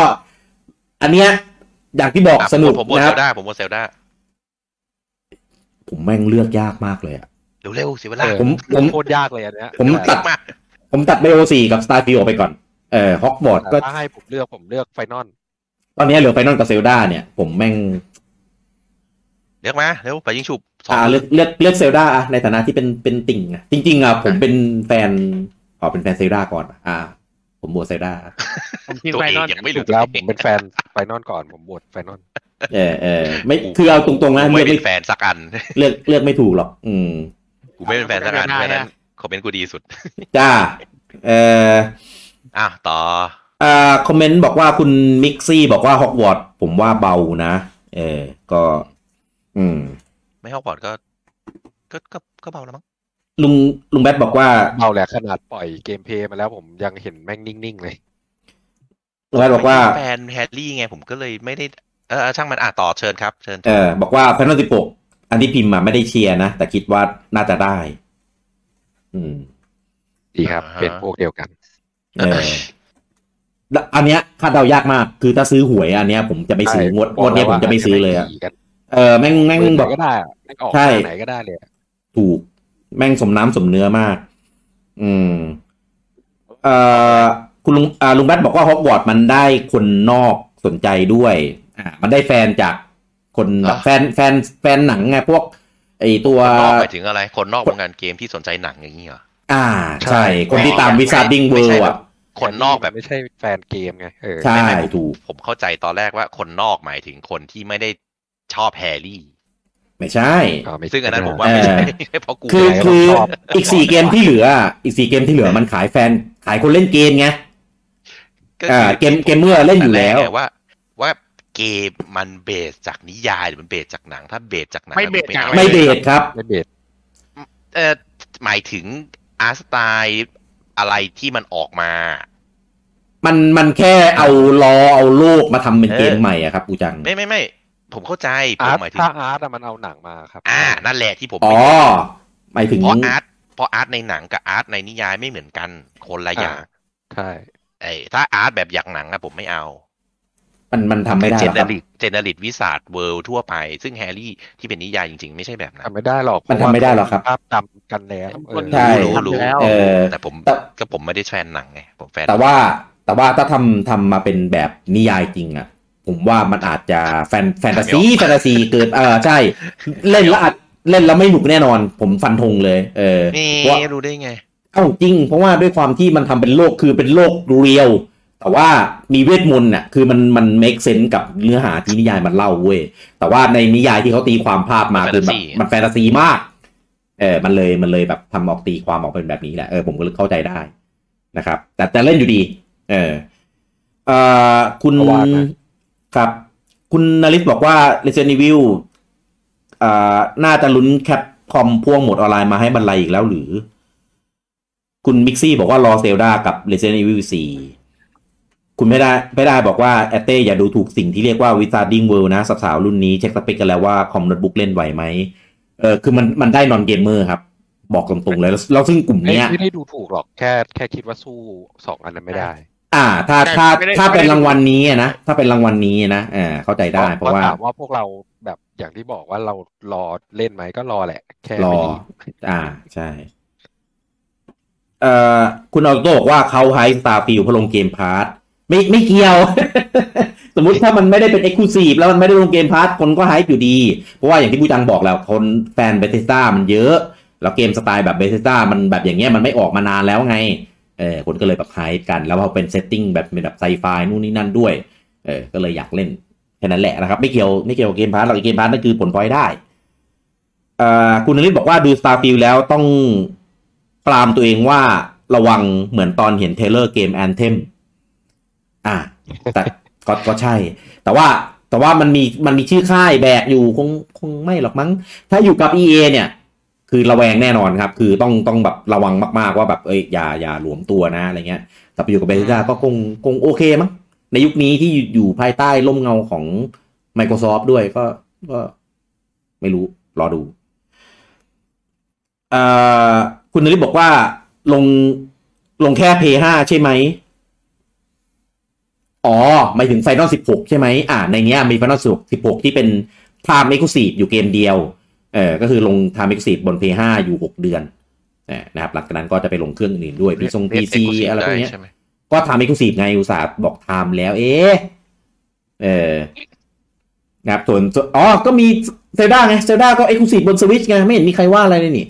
Speaker 2: อันเนี้ยอย่างที่บอก
Speaker 3: อ่ะ
Speaker 2: สนุก
Speaker 3: ผมบวช
Speaker 2: นะครั
Speaker 3: เซ
Speaker 2: บ
Speaker 3: ลดาผมบวชเซลดา
Speaker 2: ผมแม่งเลือกยากมากเลยอะ
Speaker 3: เร็วๆสิเวลา
Speaker 5: เออ
Speaker 2: ผมผม
Speaker 5: โคตรยากเลยอันเนี้ย
Speaker 2: ผมตัด
Speaker 3: มาก
Speaker 2: ผมตัด BO4 กับ Starfield ออกไปก่อน เออฮอกวอต
Speaker 5: แต่
Speaker 2: ก็
Speaker 5: ถ้าให้ผมเลือกผมเลือกไฟนอล
Speaker 2: ตอนเนี้ยเหลือไ i นอ l กับเซลดาเนี่ย ผมแม่ง
Speaker 3: เรียกมาเร็วไปยิงฉุบสอง
Speaker 2: อ่าเลือกเลือกเลือกเซลดาอะในฐานะที่เป็นเป็นติ่งอะจริง ๆอะผมเป็นแฟนอ๋อเป็นแฟนเซลดาก่อนอะอ่า ผมบวชเซลดา
Speaker 4: ผมทิ้ง
Speaker 3: ตัว
Speaker 4: ไป
Speaker 3: เอง
Speaker 4: นอน
Speaker 3: ยังไม่
Speaker 5: ถู
Speaker 3: รู้
Speaker 5: กแล้วผมเป็นแฟนไฟนอลก่อนผมบวชไฟนอล
Speaker 2: เออเออไม่คือเอาตรงๆนะเลื
Speaker 3: กู
Speaker 2: อ
Speaker 3: ไม่
Speaker 2: ก
Speaker 3: เป็
Speaker 2: ไม่
Speaker 3: นแฟนสักอัน
Speaker 2: เลือกเลือกไม่ถูกหรอก อืม
Speaker 3: กูไม่เป็นแฟนสักอันเพราะฉะนั้นคอมเมนต์กูดีสุด
Speaker 2: จ้า เอ่อ
Speaker 3: อ่ะต่อ
Speaker 2: อ่าคอมเมนต์บอกว่าคุณมิกซี่บอกว่าฮอกวอตส์ผมว่าเบานะ เออ ก็ อืม
Speaker 3: ไม่ฮอกวอตส์ก็ก็ก็ก็เบาแล้วมั้ง
Speaker 2: ลุงลุงแบทบอกว่า
Speaker 5: เอาแหละขนาดปล่อยเกมเพลย์มาแล้วผมยังเห็นแม่งนิ่งๆเลย
Speaker 2: ลุงแบทบอกว่า
Speaker 3: แฟนแฮร์รี่ไงผมก็เลยไม่ได้เออช่างมันอ่ะต่อเชิญครับ เชิญ
Speaker 2: เออบอกว่าพันสิบหกอันที่พิมพ์มาไม่ได้เชียร์นะ แต่คิดว่าน่าจะได้ อืม
Speaker 5: ดีครับ เป็นพวกเดียวกัน
Speaker 2: เออแล้วอันเนี้ยคาดเดายากมาก คือถ้าซื้อหวยอันเนี้ย ผมจะไม่ซื้องวดงวดเนี้ยผมจะไม่ซื้อเลยอะเออแม่งแม่ง
Speaker 5: แม่ง
Speaker 2: แบ
Speaker 5: แบบ
Speaker 2: บ
Speaker 5: ก็ได้อะแม่งออก
Speaker 2: ใช่
Speaker 5: ทางไหนก็ได้เลยอะ
Speaker 2: ถูกแม่งสมน้ำสมเนื้อมาก อืม เอ่อคุณลุงอ่าลุงแบทบอกว่าฮอกวอตส์มันได้คนนอกสนใจด้วย อ่า มันได้แฟนจากคนแบบแฟนแฟนแฟนหนังไงพวก ไอตัว
Speaker 3: นอกหมายถึงอะไร คนนอกวงการเกมที่สนใจหนังอย่างนี้เหรอ
Speaker 2: อ่า ใช่ คนที่ตาม
Speaker 3: ไม่
Speaker 2: วิซาร์ดิงเวิ
Speaker 3: ไม่
Speaker 2: ล
Speaker 3: ใช่
Speaker 2: ด์
Speaker 3: แบ
Speaker 2: อ่ะ
Speaker 3: บ คนนอกแบบ
Speaker 5: ไม่ใช่แฟนเกมไงเออ
Speaker 2: ใช่
Speaker 3: ไม่ไม่
Speaker 2: ถูก
Speaker 3: ผมเข้าใจตอนแรกว่าคนนอกหมายถึงคนที่ไม่ได้ชอบแฮร์รี่
Speaker 2: ไม่ใช่
Speaker 5: เาไม่
Speaker 3: ซึ่งอันนั้น
Speaker 5: ไได้
Speaker 3: ผมว่าไม่
Speaker 2: เอ
Speaker 3: ใช่
Speaker 2: อ
Speaker 3: ไม่ใช่เพราะกู
Speaker 2: คือ
Speaker 5: ไม่
Speaker 2: คือ
Speaker 5: ชอบ
Speaker 2: อีกสี่เกมที่เหลืออ่ะอีกสี่เกมที่เหลือมันขายแฟน ขายคนเล่นเกมไง
Speaker 3: ก็
Speaker 2: อ่า
Speaker 3: คือ
Speaker 2: เกมเกมเมอร์เล่นอยู่แล้ว
Speaker 3: ต่รกไงว่า ว่าเกมมันเบสจากนิยายหรือมันเบสจากหนัง ถ้าเบสจากหนัง
Speaker 4: ไม่เบสจากอะร
Speaker 2: ไม่เด
Speaker 4: ลย
Speaker 2: ทครับ
Speaker 5: ไม่เบส
Speaker 3: เออหมายถึงอาร์ตสไตล์อะไรที่มันออกมา
Speaker 2: มันมันแค่เอารอเอาโลกมาทำเป็นเกมใหม่อ่ะครับกูจัง
Speaker 3: ไม่ไม่ไม่ผมเข้าใจผ
Speaker 5: อาร์
Speaker 3: ม
Speaker 5: ต
Speaker 3: หมายถึง
Speaker 5: ถ้าอาร์ตอะมันเอาหนังมาครับ
Speaker 3: อ่า นั่นแหละที่ผม
Speaker 2: อ๋อห
Speaker 3: ไม่เข้าใจ
Speaker 2: มายถึง
Speaker 3: เพราะอาร์ตเพราะอาร์ตในหนังกับอาร์ตในนิยายไม่เหมือนกันคนละอย่าง
Speaker 5: ใช่
Speaker 3: ไอ้ถ้าอาร์ตแบบอย่างหนังอะผมไม่เอา
Speaker 2: มันมันทำไม่ได้
Speaker 3: เจ
Speaker 2: หรอก
Speaker 3: เน
Speaker 2: ครับ
Speaker 3: ริตเจเนริตวิสาดเวิลด์ทั่วไป ซึ่งแฮร์รี่ที่เป็นนิยายจริงๆ ไม่ใช่แบบนั้น
Speaker 5: ทำไม่ได้หรอก
Speaker 2: มันทำไม่ได้หรอกครับ
Speaker 5: ภาพจำกันแล้วเออ
Speaker 2: ใช่
Speaker 3: รู้รู้
Speaker 4: ทำแล้ว
Speaker 2: เออ
Speaker 3: แต่ผม
Speaker 2: แต่
Speaker 3: ก็ผมไม่ได้แฟนหนังไงผมแฟน
Speaker 2: แต่ว่าแต่ว่าถ้าทำทำมาเป็นแบบนิยายจริงอ่ะ ผมว่ามันอาจจะแฟนแฟนตาซีแฟนตาซีเกิดเออใช่ เล่นแล้วอาจเล่นแล้วไม่หนุกแน่นอน ผมฟันธงเลย เออ
Speaker 3: นี่
Speaker 2: เพราะว่า
Speaker 3: รู้ได้ไง
Speaker 2: เอ้าจริง เพราะว่าด้วยความที่มันทำเป็นโลกคือเป็นโลกเรียว แต่ว่ามีเวทมนต์น่ะคือมันมันเมคเซนส์กับเนื้อหาที่นิยายมันเล่าเว้ยแต่ว่าในนิยายที่เขาตีความภาพมา
Speaker 3: มัน
Speaker 2: คือแบบ
Speaker 3: fantasy
Speaker 2: มันแฟนตาซีมาก เออมันเลยมันเลยแบบทำออกตีความออกเป็นแบบนี้แหละเออผมก็เลยเข้าใจได้นะครับ แต่แต่เล่นอยู่ดี เออเอ่อคุณ
Speaker 5: ก็ว่าไป
Speaker 2: ครับ คุณนริศบอกว่า Resident Evil อ่าน่าจะลุ้นแคปคอมพ่วงโหมดออนไลน์มาให้บรรลัยอีกแล้วหรือ คุณมิกซี่บอกว่ารอเซลดากับ Resident Evil 4 คุณไม่ได้ไม่ได้บอกว่าแอตเต้อย่าดูถูกสิ่งที่เรียกว่า Wizarding World นะสาวๆรุ่นนี้เช็คสเปคกันแล้วว่าคอมโน้ตบุ๊กเล่นไหวไหม เออคือมันมันได้นอนเกมเมอร์ครับ บอกตรงๆเลยแล้วแล้วซึ่งกลุ่ม
Speaker 5: ไม่
Speaker 2: เนี้ย
Speaker 5: ไม่ได้ดูถูกหรอกแค่แค่คิดว่าสู้สองอันนั้นไม่ได้
Speaker 2: อ่า ถ้า
Speaker 4: แต่
Speaker 2: ถ้า
Speaker 4: ไม่ได้
Speaker 2: ถ้า
Speaker 4: ไม่ได้
Speaker 2: เป็นรางวัลนี้อะนะถ้าเป็นรางวัลนี้นะอ่าเข้าใจได้ เพราะว่า
Speaker 5: ถามว่าพวกเราแบบอย่างที่บอกว่าเรารอเล่นไหมก็รอแหละ แค่
Speaker 2: รอ
Speaker 5: ไม่
Speaker 2: อ่าใช่เอ่อคุณออโต้บอกว่าเขาไฮสตาร์ฟิลพอลงเกมพาร์ทไม่ไม่เกี่ยว สมมุติถ้ามันไม่ได้เป็นเอ็กซ์คลูซีฟแล้วมันไม่ได้ลงเกมพาร์ทคนก็ไฮป์อยู่ดี เพราะว่าอย่างที่ผู้จังบอกแล้ว คนแฟนเบเ e สตามันเยอะ แล้วเกมสไตล์แบบเบเ e สตามันแบบอย่างเงี้ยมันไม่ออกมานานแล้วไงเออคนก็เลยแบบไฮป์กัน แล้วพอเป็นเซตติ้งแบบเป็นแบบไซไฟนู่นนี่นั่นด้วยเออก็เลยอยากเล่นแค่นั้นแหละนะครับ ไม่เกี่ยวไม่เกี่ยวกับเกมพาร์ทหรอกเกมพาร์ทนั่นคือผลพลอยได้ เอ่อคุณนฤทธิ์บอกว่าดู Starfield แล้วต้องปรามตัวเองว่าระวังเหมือนตอนเห็นเทรลเลอร์เกม Anthem อ่ะแต่ ก็ก็ใช่ แต่ว่าแต่ว่ามันมีมันมีชื่อค่ายแบกอยู่คงคงไม่หรอกมั้ง ถ้าอยู่กับ EA เนี่ย คือระแวงแน่นอนครับ คือต้องต้องแบบระวังมากๆว่าแบบเอ้ยอย่าอย่าหลวมตัวนะอะไรเงี้ยแต่ไปอยู่กับเบลิด้าก็คงคงโอเคมั้งใน ในยุคนี้ที่อยู่ภายใต้ร่มเงาของ Microsoft ด้วยก็ก็ไม่รู้ รอดูเอ่อคุณนริบอกว่าลงลงแค่ p 5ใช่ไหม อ๋อหมายถึง Final 16 ใช่ไหมอ่า ในเนี้ยมี Final 16 ที่เป็น Time Exclusive อยู่เกมเดียว เออก็คือลง Time Exclusive บน PS5 อยู่ 6 เดือนนะนะครับ หลังจากนั้นก็จะไปลงเครื่องอื่นๆด้วยพีซง
Speaker 3: Red
Speaker 2: PC
Speaker 3: Exclusive
Speaker 2: อะไรพวก
Speaker 3: ด้
Speaker 2: เนี้ย
Speaker 3: ใช่ไหม
Speaker 2: ก็ทำ Exclusive ไงอุตส่าห์บอกทำแล้ว เอ๊ะเออนะครับส่วนส่วนอ๋อ ก็มีเซลดาไงเซลดาก็ Exclusive บน Switch ไง ไม่เห็นมีใครว่าอะไรเลยนี่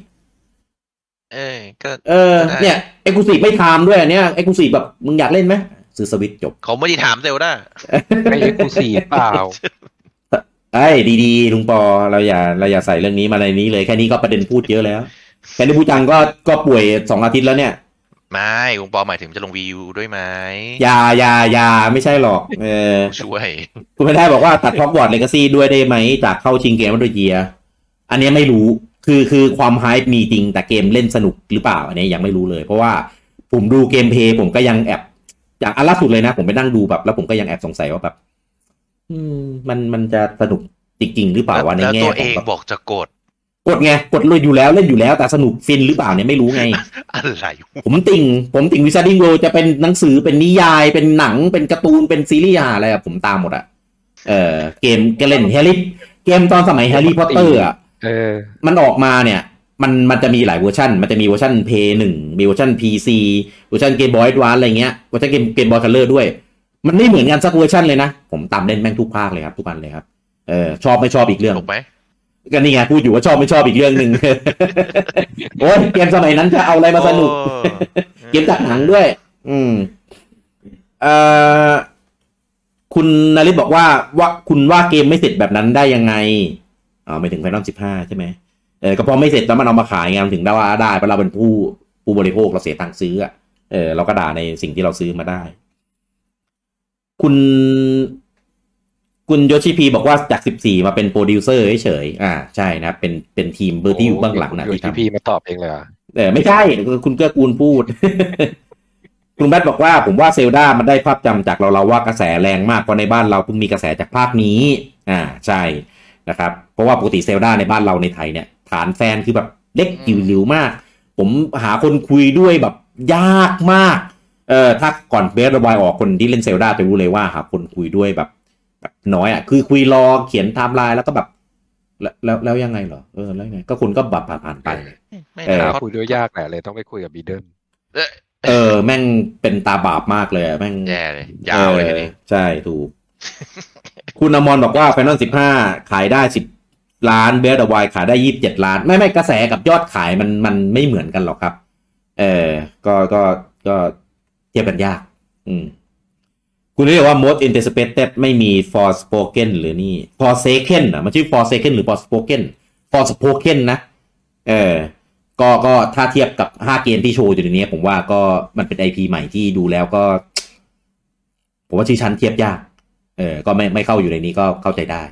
Speaker 3: เอ้ยก็
Speaker 2: เออ
Speaker 3: ก็ได้
Speaker 2: เนี่ย Exclusive ไม่ทำด้วยอันเนี้ย Exclusive แบบมึงอยากเล่นไหมซื้อ Switch จบ
Speaker 3: เขาไม่ได้ถามเซลด้า
Speaker 5: ไม่เอ็กซ์คลูซีฟเปล่า
Speaker 2: ไอ้ยดีๆลุงปอเราอย่าเราอย่าใส่เรื่องนี้มาในนี้เลยแค่นี้ก็ประเด็นพูดเยอะ แล้วแค่นี้ผู้จังก็ก็ป่วยสองอาทิตย์แล้วเนี่ย
Speaker 3: ไม่ลุงปอหมายถึงจะลงวีวด้วยไหม
Speaker 2: อยาอยาอยาไม่ใช่หรอกเออ
Speaker 3: ช่วย
Speaker 2: คุณไม่ได้บอกว่าตัดท็อปวอร์ดเลกาซี่ด้วยได้ไหมจากเข้าชิงเกมวันเดียอันเนี้ยไม่รู้คือคือความไฮป์มีจริงแต่เกมเล่นสนุกหรือเปล่า อันเนี้ยยังไม่รู้เลย เพราะว่าผมดูเกมเพลย์ผมก็ยังแอบอย่างอันล่าสุดเลยนะ ผมไปนั่งดูแบบแล้วผมก็ยังแอบสงสัยว่าแบบ อืม มันมันจะสนุกจริง ๆ หรือเปล่าวะใน
Speaker 3: แล้ว
Speaker 2: แง่
Speaker 3: ตั
Speaker 2: ข
Speaker 3: วเอ
Speaker 2: อง
Speaker 3: ง
Speaker 2: แบบ
Speaker 3: บอกจะกด
Speaker 2: กดไงกดเลยอยู่แล้วเล่นอยู่แล้วแต่สนุกฟินหรือเปล่าเนี่ยไม่รู้ไง
Speaker 3: อะไรวะ
Speaker 2: ผมติ่ง ผมติ่งวิซาร์ดิงโรจะเป็นหนังสือเป็นนิยาย เป็นหนังเป็นการ์ตูนเป็นซีรีส์อะไรอะผมตามหมดอะเออเกมก็เล่นแฮร์รี่เกมตอนสมัยแฮร์รี่พอตเตอร์อะ
Speaker 5: เออ
Speaker 2: มันออกมาเนี่ย มันมันจะมีหลายเวอร์ชันมันจะมีเวอร์ชัน p 1มีเวอร์ชัน PC เวอร์ชัน Game Boy Advance อะไรเงี้ยเวอร์ชันเกมเกมบอยคัลเลอร์ด้วย มันไม่เหมือนกันสักเวอร์ชันเลยนะ ผมตามเล่นแม่งทุกภาคเลยครับทุกอันเลยครับเออชอบไม่ชอบอีกเรื่อง
Speaker 3: ถูกไหม
Speaker 2: ก็นี่ไงพูดอยู่ว่าชอบไม่ชอบอีกเรื่องห นึ่ง โอ้ยเกมสมัยนั้นจะเอาอะไรมาสนุก
Speaker 3: โอ้
Speaker 2: เกมจากหนังด้วย อืมเอ่อคุณนาริศบอกว่าว่าคุณว่าเกมไม่เสร็จแบบนั้นได้ยังไงอ๋อไม่ถึงไฟนอลสิบห้าใช่ไหมเออก็เพอไม่เสร็จแล้วมันเอามาขายไงมันถึงได้ว่าได้เพราะเราเป็นผู้ผู้บริโภคเราเสียตังค์ซื้ออะเออเราก็ด่าในสิ่งที่เราซื้อมาได้ คุณ คุณโยชิพีบอกว่าจากสิบสี่มาเป็นโปรดิวเซอร์เฉยๆอ่าใช่นะครับเป็นเป็นทีมเบอร์ที่อยู่เบื้องหลังนะ
Speaker 5: โอยู่
Speaker 2: ที่
Speaker 5: ที่
Speaker 2: ทำ
Speaker 5: พี่มาตอบเองเลยเหรอ
Speaker 2: เออไม่ใช่คุณเกื้อกูลพูด คุณแบทบอกว่าผมว่าเซลดามันได้ภาพจำจากเราเราว่ากระแสแรงมากเพราะในบ้านเราเพิ่งมีกระแสจากภาคนี้ อ่าใช่นะครับ เพราะว่าปกติเซลดาในบ้านเราในไทยเนี่ย ฐานแฟนคือแบบเล็กจิ๋วหลิวมาก ผมหาคนคุยด้วยแบบยากมาก เออถ้าก่อนเบสระบายออกคนที่เล่นเซลดาจะรู้เลยว่าหาคนคุยด้วยแบบแบบน้อยอ่ะคือคุยรอเขียนไทม์ไลน์แล้วก็แบบ แล้วแล้วแล้วยังไงเหรอเออแล้วยังไงก็คนก็แบบผ่านๆไป
Speaker 3: ไม่
Speaker 2: เออ
Speaker 5: หา
Speaker 3: เขา
Speaker 5: คุยด้วยยากแหละเลยต้องไปคุยกับบีเดน
Speaker 2: เออแม่งเป็นตาบาปมากเลยอะแม่ง
Speaker 3: แย่เลยยาวเลยทีนี้
Speaker 2: ออใช่ถูก คุณอมรบอกว่า f ฟน a l สิบห้าขายได้สิบล้านเบลดวายขายได้ยี่บเจ็ดล้าน ไม่ไม่กระแสกับยอดขายมันมันไม่เหมือนกันหรอกครับ เออก็ก็ก็เทียบกันยาก อืม คุณเรียกว่า most anticipated ไม่มี for spoken หรือนี่ for second อ่ะ มันชื่อ for second หรือ for spoken for spoken นะ เออ ก็ก็ถ้าเทียบกับ 5 เกมที่โชว์อยู่ในนี้ผมว่าก็มันเป็น IP ใหม่ที่ดูแล้วก็ ผมว่าชื่อชั้นเทียบยาก เออ ก็ไม่ไม่เข้าอยู่ในนี้ก็เข้าใจได้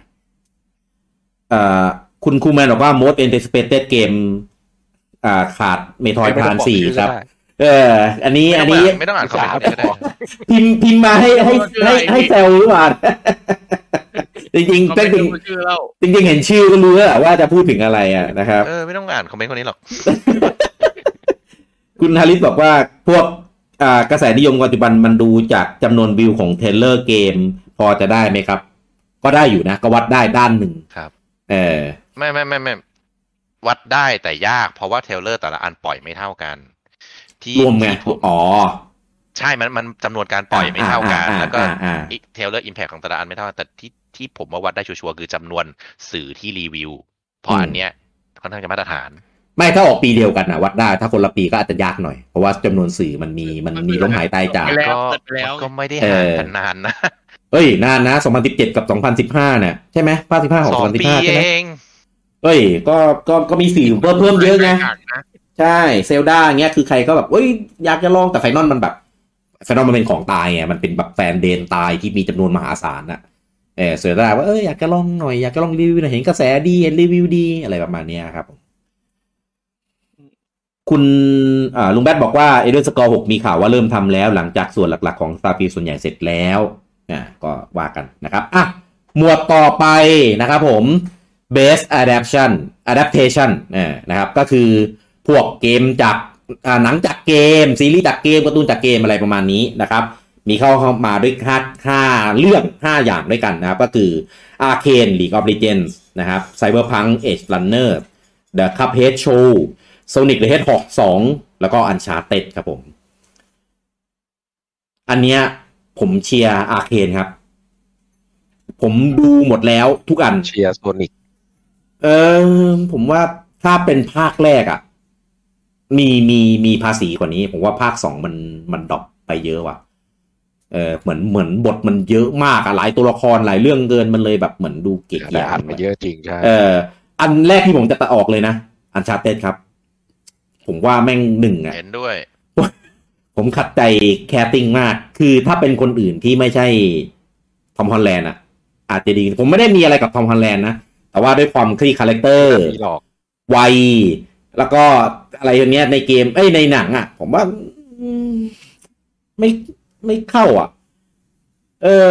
Speaker 2: เอ่อ คุณคูแมนบอกว่า most anticipated เกมอ่าขาดเมทอยพานสี่ครับ เออ อันนี้อันนี้
Speaker 3: ไม่ต้องอ่านคอมเมนต์ก็ได้
Speaker 2: พิมพ์พิมพ์มาให้ให้ให้ให้แซวหรือเปล่า จริงๆ
Speaker 4: ก็
Speaker 2: จ
Speaker 4: ไม่
Speaker 2: ริง
Speaker 4: รู้ชื่อแล้ว
Speaker 2: จริงๆเห็นชื่อก็รู้แล้วอะว่าจะพูดถึงอะไรอ่ะนะครับ
Speaker 3: เออไม่ต้องอ่านคอมเมนต์คนนี้หรอก
Speaker 2: คุณฮาริสบอกว่าพวกอ่ากระแสนิยมปัจจุบันมันดูจากจำนวนวิวของเทรลเลอร์เกม พอจะได้ไหมครับ ก็ได้อยู่นะ ก็วัดได้ด้านหนึ่ง
Speaker 3: ครับ
Speaker 2: เออ
Speaker 3: ไม่ไม่ไม่ไม่วัดได้แต่ยาก เพราะว่าเทรลเลอร์แต่ละอันปล่อยไม่เท่ากัน ที่
Speaker 2: รวมไง
Speaker 3: ที่ผม
Speaker 2: อ๋อ
Speaker 3: ใช่มันมันจำนวนการปล่อยไม่เท่ากัน
Speaker 2: อ่
Speaker 3: แล้วก็
Speaker 2: อ่าอ่า
Speaker 3: อีกเทเลอร์อิมแพคของแต่ละอันไม่เท่ากันแต่ที่ที่ผมว่าวัดได้ชัวร์ๆคือจำนวนสื่อที่รีวิว เพราะอันเนี้ยค่อนข้างจะมาตรฐาน
Speaker 2: ไม่ถ้าออกปีเดียวกันนะวัดได้ ถ้าคนละปีก็อาจจะยากหน่อย เพราะว่าจำนวนสื่อมันมีมันมีล้มหายตายจาก
Speaker 4: ไปแล้ว
Speaker 3: ก็
Speaker 4: เปิดไปแล้ว
Speaker 3: ก็ไม่ได้
Speaker 2: เออ
Speaker 3: ห่างกันนานนะ
Speaker 2: เอ้ยนานนะ 2017 กับ 2015เนี่ยใช่ไหมภาค15ของ
Speaker 3: สองปี
Speaker 2: 2015 ใช่ไหม
Speaker 3: เอง
Speaker 2: เอ้ย ก็ก็ก็มีสี่เพิ่มเพิ่มเยอะไง ใช่เซลดาเงี้ยคือใครก็แบบเอ้ยอยากจะลองแต่ไฟนอลมันแบบไฟนอลมันเป็นของตายไงมันเป็นแบบแฟนเดนตายที่มีจำนวนมหาศาลอะเออเซลดาว่าเอ้ยอยากจะลองหน่อยอยากจะลองรีวิวหน่อยเห็นกระแสดีเห็นรีวิวดีอะไรประมาณเนี้ยครับ คุณอ่าลุงแบทบอกว่าเอเดนสกอร์หกมีข่าวว่าเริ่มทำแล้ว หลังจากส่วนหลักๆของ s t า r f i e l d ส่วนใหญ่เสร็จแล้ว อ่าก็ว่ากันนะครับ อ่ะ หมวดต่อไปนะครับผม best adaptation adaptation อ่านะครับ ก็คือพวกเกมจากอ่าหนังจากเกม ซีรีส์จากเกมการ์ตูนจากเกมอะไรประมาณนี้นะครับ มีเข้าเข้ามาด้วยค่าค่าเรื่อง 5 อย่างด้วยกันนะครับ ก็คือ Arcane League of Legends นะครับ Cyberpunk Edge Runner The Cuphead Show Sonic the Hedgehog 2 แล้วก็ Uncharted ครับผม อันเนี้ยผมเชียร์อาร์เคนครับ ผมดูหมดแล้วทุกอัน
Speaker 5: เชียร์โซนิก
Speaker 2: เออผมว่าถ้าเป็นภาคแรกอะ่ะ มีมีมีภาษีกว่านี้ ผมว่าภาคสองมันมันดรอปไปเยอะว่ะ เออเหมือนเหมือนบทมันเยอะมากอะหลายตัวละครหลายเรื่องเกินมันเลยแบบเหมือนดูเกะ
Speaker 5: แต่
Speaker 2: กะ
Speaker 5: อัดมาเยอะจริงใช่
Speaker 2: เอออันแรกที่ผมจะตัดออกเลยนะอันชาเต็ดครับ ผมว่าแม่งหนึ่งอ่ะ
Speaker 3: เห็นด้วย
Speaker 2: ผมขัดใจแคสติ้งมาก คือถ้าเป็นคนอื่นที่ไม่ใช่ทอมฮอลแลนด์อ่ะ อาจจะดี ผมไม่ได้มีอะไรกับทอมฮอลแลนด์นะ แต่ว่าด้วยความคลี่คาแรคเตอร์
Speaker 5: มีหรอก
Speaker 2: วัย แล้วก็อะไรอย่างเนี้ยในเกม เอ้ยในหนังอ่ะ ผมว่าอืมไม่ไม่เข้าอ่ะ เออ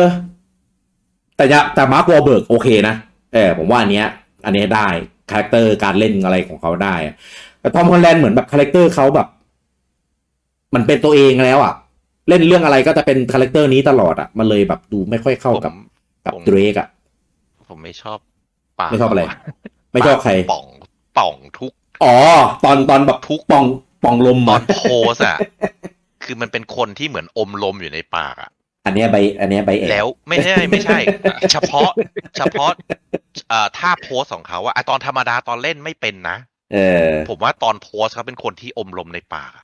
Speaker 2: แต่จะแต่มาร์ควอเบิร์กโอเคนะ เออผมว่าอันเนี้ย อันเนี้ยได้ คาแรคเตอร์การเล่นอะไรของเขาได้อะแต่ทอมฮอลแลนด์เหมือนแบบคาแรคเตอร์เขาแบบ มันเป็นตัวเองแล้วอ่ะ เล่นเรื่องอะไรก็จะเป็นคาแรคเตอร์นี้ตลอดอ่ะ มันเลยแบบดูไม่ค่อยเข้ากับ
Speaker 3: ผม
Speaker 2: กับ
Speaker 3: ผม
Speaker 2: เดรกอ่ะ
Speaker 3: ผมไม่ชอบปาก
Speaker 2: ไม่ชอบอะไร ไม่ชอบใคร
Speaker 3: ป่องป่องทุก
Speaker 2: อ๋อ ตอนตอนแบบทุกป่องป่องลม
Speaker 3: ตอ
Speaker 2: อ่ะ
Speaker 3: นโพสอะ คือมันเป็นคนที่เหมือนอมลมอยู่ในปากอะ
Speaker 2: อันเนี้ยใบ อันเนี้ยใบเอก
Speaker 3: แล้วไม่ใช่ไม่ใช่ เฉพาะ เฉพาะเอ่อท่าโพสของเขาอะอะตอนธรรมดาตอนเล่นไม่เป็นนะ
Speaker 2: เออ
Speaker 3: ผมว่าตอนโพสเขาเป็นคนที่อมลมในปากอะ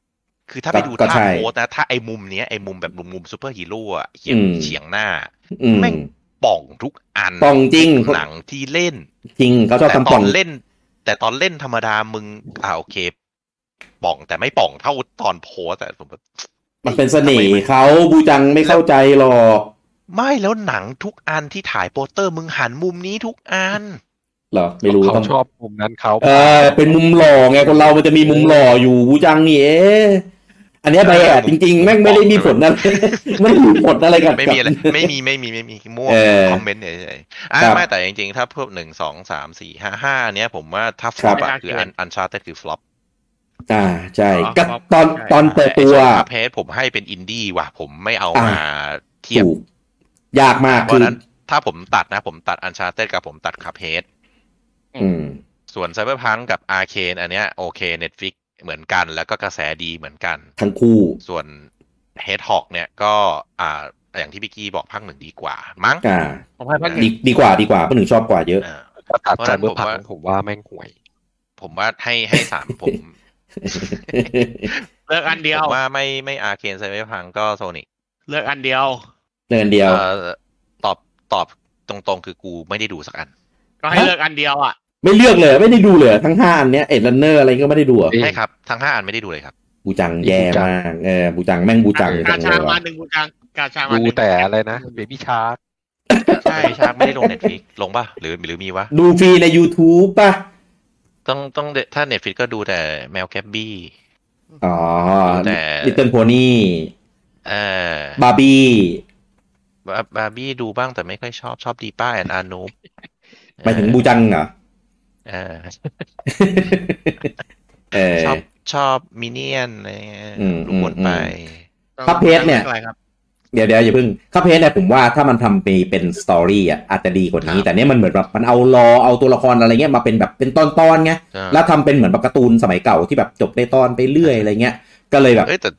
Speaker 3: คือถ้าไปดู
Speaker 2: ก็
Speaker 3: ท่า
Speaker 2: ใช่
Speaker 3: โพสนะ ถ้าไอ้มุมเนี้ยไอ้มุมแบบมุมมุมซูเปอร์ฮีโร่อะเฉียง
Speaker 2: อืม
Speaker 3: เฉียงหน้า
Speaker 2: อืม
Speaker 3: แม่ง ป่องทุกอัน
Speaker 2: ป่องจริง
Speaker 3: หนังที่เล่น
Speaker 2: จริงเขาชอบ
Speaker 3: แต่
Speaker 2: ทำ
Speaker 3: ต
Speaker 2: ป่
Speaker 3: อ
Speaker 2: อนง
Speaker 3: เล่น แต่ตอนเล่นธรรมดามึงอ่าโอเค ป่องแต่ไม่ป่องเท่าตอนโพสแต่ผมว่า
Speaker 2: มันเป็นเสน่ห์
Speaker 3: ทำไม
Speaker 2: เขาบูจังไม่เข้าใจหรอก
Speaker 3: ไม่แล้วหนังทุกอันที่ถ่ายโปสเตอร์มึงหันมุมนี้ทุกอัน
Speaker 2: เหรอ ไม่รู้
Speaker 5: เขา
Speaker 2: ต้อง
Speaker 5: ชอบมุมนั้นเขา
Speaker 2: เออเป็นมุมหล่อไงคนเรามันจะมีมุมหล่ออยู่บูจังนี่เอ๊ะอันเนี้ยใบแอดจริงๆ แม่งไม่ได้มีผล อะไร ไม่ได้มีผลอะไรกับ
Speaker 3: ไม่มีอะไรไม่มีไม่มีไม่มีมั่ว
Speaker 2: เออ
Speaker 3: คอมเมนต์เฉยๆอ่ะ
Speaker 2: ครับ
Speaker 3: ไม่แต่จริงๆ ถ้าพวกหนึ่งสองสามสี่ห้าห้าเนี้ยผมว่าถ้าฟ
Speaker 2: ครั
Speaker 3: ลอบ ปอะคืออันอันชาเต็ดคือฟลอป
Speaker 2: อ่าใช่
Speaker 4: อ๋อ
Speaker 2: ก็
Speaker 4: ครับ
Speaker 2: ตอน
Speaker 4: ใช่
Speaker 2: ตอนเปิดตัว
Speaker 3: เพจผมให้เป็นอินดี้ว่ะ ผมไม่เอา
Speaker 2: อ่ะ
Speaker 3: มาเทียบ
Speaker 2: ถูกยากมาก
Speaker 3: เพ
Speaker 2: คื
Speaker 3: ราะ
Speaker 2: อ
Speaker 3: ฉะนั้นถ้าผมตัดนะ ผมตัดอันชาเต็ดกับผมตัดคับเฮด
Speaker 2: อืม
Speaker 3: ส่วนไซเบอร์พังกับอาเคนอันเนี้ยโอเคเน็ตฟิกเหมือนกัน แล้วก็กระแสดีเหมือนกัน
Speaker 2: ทั้งคู่
Speaker 3: ส่วนเฮดฮอกเนี่ยก็อ่าอย่างที่พี่กี้บอกภาคหนึ่งดีกว่า มั้ง
Speaker 2: อ่า
Speaker 4: ผมให้พักหนึ่
Speaker 2: ดี
Speaker 4: ง
Speaker 2: ดีกว่าดีกว่าคนหนึ่งชอบกว่าเยอะ
Speaker 3: เออ
Speaker 5: ตัด
Speaker 3: เพราะฉะนั้
Speaker 5: จาก
Speaker 3: น
Speaker 5: เมื่อ
Speaker 3: ผม
Speaker 5: พัง
Speaker 3: ว่า
Speaker 5: ผมว่าแม่งห่วย
Speaker 3: ผมว่าให้ให้สามผม
Speaker 4: เลือกอันเดียว
Speaker 3: ผมว่าไม่ไม่อาเคนไซเบอร์พังก็โซนิก
Speaker 4: เลือกอันเดียว
Speaker 2: เนินเดียว
Speaker 3: ตอบตอบตรงๆ คือกูไม่ได้ดูสักอัน
Speaker 4: ก็ให้
Speaker 2: ฮะ
Speaker 4: เลือกอันเดียวอ่ะ
Speaker 2: ไม่เลือกเลย ไม่ได้ดูเลยทั้งห้าอันเนี้ยเอ็ดลันเนอร์อะไรก็ไม่ได้ดูอะ
Speaker 5: เอ๊ะ
Speaker 3: ให้ครับ ทั้งห้าอันไม่ได้ดูเลยครับ
Speaker 2: บูจังแย่มากเออบูจังแม่งบูจัง
Speaker 4: กา
Speaker 2: จังเล
Speaker 4: ชาย มาว
Speaker 2: ะ
Speaker 4: หนึ่งบูจังกาชามา
Speaker 5: ดู
Speaker 4: หนึ่ง
Speaker 5: แต่อะไรนะเบบี้ชาร์ก
Speaker 4: ใช่
Speaker 3: ไม่ชาไม่ได้ลงเน็ตฟิกลงป่ะ หรือหรือมีวะ
Speaker 2: ดูฟรีใน YouTube ป่ะ
Speaker 3: ต้องต้องถ้าเน็ตฟิกก็ดูแต่แมวแกบบี้
Speaker 2: อ๋อ
Speaker 3: แต่
Speaker 2: ลิตเติ้ลโพนี่
Speaker 3: เออ
Speaker 2: บาร์บี้
Speaker 3: บาบาร์บี้ดูบ้างแต่ไม่ค่อยชอบชอบดีป้าแอนอานู
Speaker 2: ไปถึงบูจังเหรอ
Speaker 3: เออ
Speaker 2: เออ
Speaker 3: ชอบชอบมินเนี่ยนอะไรเงี้ย
Speaker 2: อืม
Speaker 3: ลูกบอลไป
Speaker 2: อื พับเพจเนี่ย
Speaker 4: อะไรครับ
Speaker 2: เดี๋ยวเดี๋ยวอย่าเพิ่งคาเพจเนี่ยผมว่าถ้ามันทำเป็นเป็นสตอรี่อ่ะอาจจะดีกว่านี้
Speaker 3: ครับ
Speaker 2: แต่เนี้ยมันเหมือนแบบมันเอารอเอาตัวละครอะไรเงี้ยมาเป็นแบบเป็นตอนๆไง แล้วทำเป็นเหมือนแบบการ์ตูนสมัยเก่าที่แบบจบในตอนไปเรื่อยอะไรเงี้ย ก็เลยแบบ
Speaker 3: เอ้ยแต่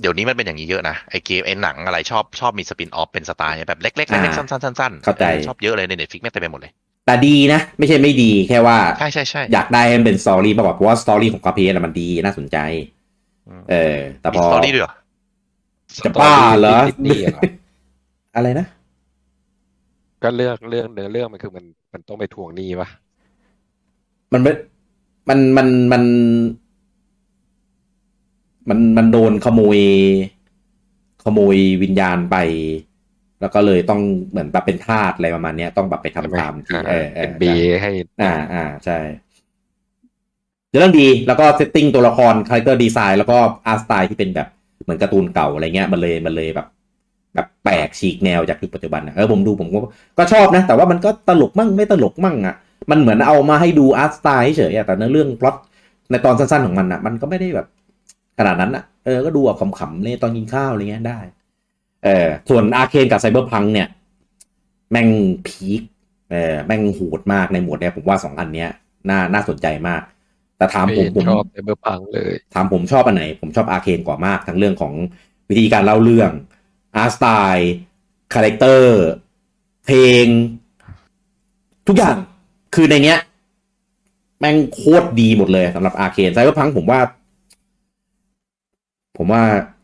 Speaker 3: เดี๋ยวนี้มันเป็นอย่างนี้เยอะนะ ไอเกมไอหนังอะไรชอบชอบมีสปินออฟเป็นสไตล์แบบเล็กๆเล็ก
Speaker 2: อ่า
Speaker 3: ๆสั้นๆสั้นๆ
Speaker 2: เข้าใจ
Speaker 3: ออชอบเยอะเลยในเน็ตฟิกแม่งเต็มไปหมดเลย
Speaker 2: แต่ดีนะ ไม่ใช่ไม่ดีแค่ว่า
Speaker 3: ใช่ใช่ใช่
Speaker 2: อยากได้ให้มันเป็นสตอรี่มากกว่าเพราะว่าสตอรี่ของคาเพจมันดีน่าสนใจ เออ แต่
Speaker 3: มี
Speaker 2: พอ
Speaker 3: สตอรี่ด้วยเหรอ
Speaker 2: จะบ้าเหรอ
Speaker 5: ดิสนีย์อะครับ
Speaker 2: อะไรนะ
Speaker 5: ก็เลือกเรื่องเนื้อเรื่องมันคือมันมันต้องไปทวงหนี้ปะ
Speaker 2: มันไม่มันมันมัน มันมันโดนขโมย ขโมยวิญญาณไป แล้วก็เลยต้องเหมือนแบบเป็นทาสอะไรประมาณเนี้ยต้องแบบไป
Speaker 5: ใช่ไหม
Speaker 2: ทำตามที่
Speaker 5: อ่า
Speaker 2: เออออ
Speaker 5: เป็นเบย์ให้
Speaker 2: อ่าอ่าใช่เรื่องดีแล้วก็เซตติ้งตัวละครคาแรคเตอร์ดีไซน์แล้วก็อาร์ตสไตล์ที่เป็นแบบเหมือนการ์ตูนเก่าอะไรเงี้ยมันเลยมันเลยแบบ แบบแปลกฉีกแนวจากยุคปัจจุบันอะเออผมดูผมก็ก็ชอบนะ แต่ว่ามันก็ตลกมั่งไม่ตลกมั่งอะมันเหมือนเอามาให้ดูอาร์ตสไตล์เฉยๆอะแต่เนื้อเรื่องพล็อตในตอนสั้นๆของมันอะมันก็ไม่ได้แบบขนาดนั้นอะเออก็ดูแบบขำๆในตอนกินข้าวอะไรเงี้ยได้ เออส่วนอาเคนกับไซเบอร์พังเนี่ย แม่งพีคเออแม่งโหดมากในหมวดเนี้ยผมว่าสองอันเนี้ยน่าน่าสนใจมาก แต่ถามผมผม
Speaker 5: ชอบไซเบอร์พังเลย
Speaker 2: ถามผมชอบอันไหน ผมชอบอาเคนกว่ามากทั้งเรื่องของวิธีการเล่าเรื่องอาร์ตสไตล์คาแรคเตอร์ เพลง ทุกอย่างคือในเนี้ย แม่งโคตรดีหมดเลยสำหรับอาเคนไซเบอร์พังผมว่า ผมว่า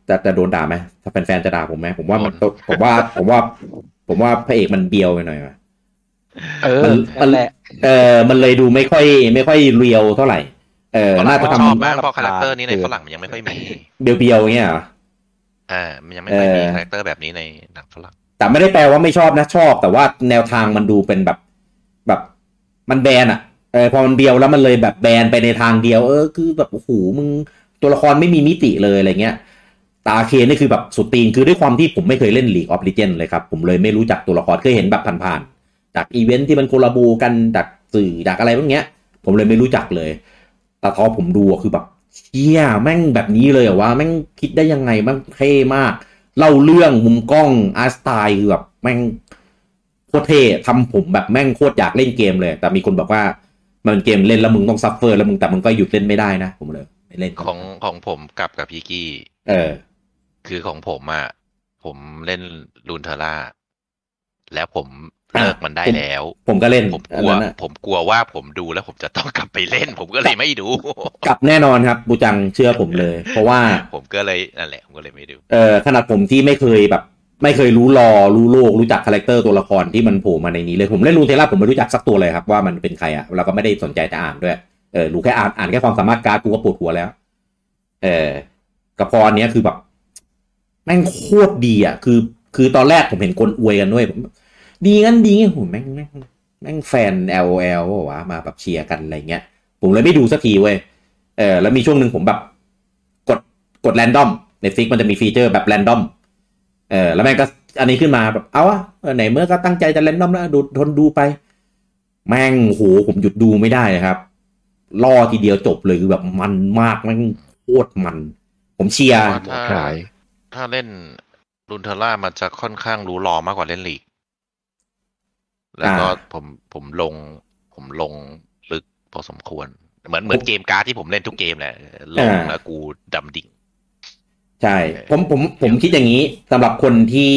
Speaker 2: จะจะโดนด่าไหมถ้าแฟนๆจะด่าผมไหมผมว่ามันผมว่า ผมว่า ผมว่าพระเอกมันเบียวไปหน่อยว่ะ
Speaker 5: เอ
Speaker 2: มั
Speaker 5: อน
Speaker 2: มัน
Speaker 5: นั่นแหละ
Speaker 2: เออมันเลยดูไม่ค่อย ไม่ค่อยเรียวเท่าไหร่เออ
Speaker 3: ฝรั่
Speaker 2: น่าง จะ
Speaker 3: ก็
Speaker 2: ท
Speaker 3: ชอบมาก
Speaker 5: ทำ
Speaker 3: เพราะคาแรคเตอร์นี้ในฝรั่งมันยังไม่ค่อยมี
Speaker 2: ำเบียวๆอย่างเงี้ยเหรอ
Speaker 3: อ่า มันยังไม่ค่อยมี
Speaker 2: เออ
Speaker 3: คาแรคเตอร์แบบนี้ในหนังฝรั่ง
Speaker 2: แต่ไม่ได้แปลว่าไม่ชอบนะชอบ แต่ว่าแนวทางมันดูเป็นแบบแบบมันแบนอะเออพอมันเบียวแล้วมันเลยแบบแบนไปในทางเดียว เออคือแบบโอ้โหมึงตัวละครไม่มีมิติเลยอะไรเงี้ยตาเคนนี่คือแบบสุดตีนคือด้วยความที่ผมไม่เคยเล่น League of Legends เลยครับ ผมเลยไม่รู้จักตัวละครเคยเห็นแบบผ่านๆจากอีเวนท์ที่มันโคลาโบกันจากสื่อจากอะไรพวกเนี้ย ผมเลยไม่รู้จักเลย แต่พอผมดูอะคือแบบเชี่ยแม่งแบบนี้เลยเหรอวะแม่งคิดได้ยังไงแม่งเท่มาก เล่าเรื่องมุมกล้องอาร์ตสไตล์คือแบบแม่งโคตรเท่ทำผมแบบแม่งโคตรอยากเล่นเกมเลย แต่มีคนบอกว่ามันเป็นเกมเล่นแล้วมึงต้องซัฟเฟอร์แล้วมึงแต่มึงก็หยุดเล่นไม่ได้นะ ผมเลยไม่เล่น
Speaker 3: ของของผมกลับกับพี่กี้
Speaker 2: เออ
Speaker 3: คือของผมอ่ะ ผมเล่นลูนเทอร่า แล้วผมเลิกมันได้
Speaker 2: อ่ะ
Speaker 3: แล้ว
Speaker 2: ผมก็เล่น
Speaker 3: ผมกลัว
Speaker 2: อันนั้นน่ะ
Speaker 3: ผมกลัวว่าผมดูแล้วผมจะต้องกลับไปเล่น ผมก็เลยไม่ดู
Speaker 2: กลับแน่นอนครับ บูจังเชื่อผมเลย เพราะว่า
Speaker 3: ผมก็เลยนั่นแหละผมก็เลยไม่ดู
Speaker 2: เอ่อขนาดผมที่ไม่เคยแบบ ไม่เคยรู้รอรู้โลกรู้จักคาแรคเตอร์ตัวละครที่มันโผล่มาในนี้เลยผมเล่นรูเทล่าผมไม่รู้จักสักตัวเลยครับว่ามันเป็นใครอะเราก็ไม่ได้สนใจจะอ่านด้วยเออรู้แค่อ่านอ่านแค่ความสามารถการดกูก็ปวดหัวแล้ว เออกับพออันเนี้ยคือแบบแม่งโคตรดีอะคือ คือตอนแรกผมเห็นคนอวยกันด้วยผมดีงั้นดีงี้ผมแม่งแม่งแม่งแฟน L O L วะมาแบบเชียร์กันอะไรเงี้ย ผมเลยไม่ดูสักทีเว้ย เออแล้วมีช่วงหนึ่งผมแบบกดกดแรนดอมในฟิกมันจะมีฟีเจอร์แบบแรนดอมเออแล้วแม่งก็อันนี้ขึ้นมาแบบเอาอะเออไหนเมื่อก็ตั้งใจจะแรนดอมแล้วดูทนดูไป แม่งโหผมหยุดดูไม่ได้เลยครับ ล่อทีเดียวจบเลยคือแบบมันมากแม่งโคตรมัน ผมเชียร์
Speaker 3: ถ้า
Speaker 5: หาย
Speaker 3: ถ้าเล่นลูนเทอร่ามันจะค่อนข้างรู้รอมากกว่าเล่นลีก แล้วก็
Speaker 2: อ่า
Speaker 3: ผมผมลง ผมลงลึกพอสมควร เหมือนเหมือนเกมการ์ดที่ผมเล่นทุกเกมแหละลงแล้วกูดำดิ่ง
Speaker 2: ใช่ ผมผมผมคิดอย่างนี้สำหรับคนที่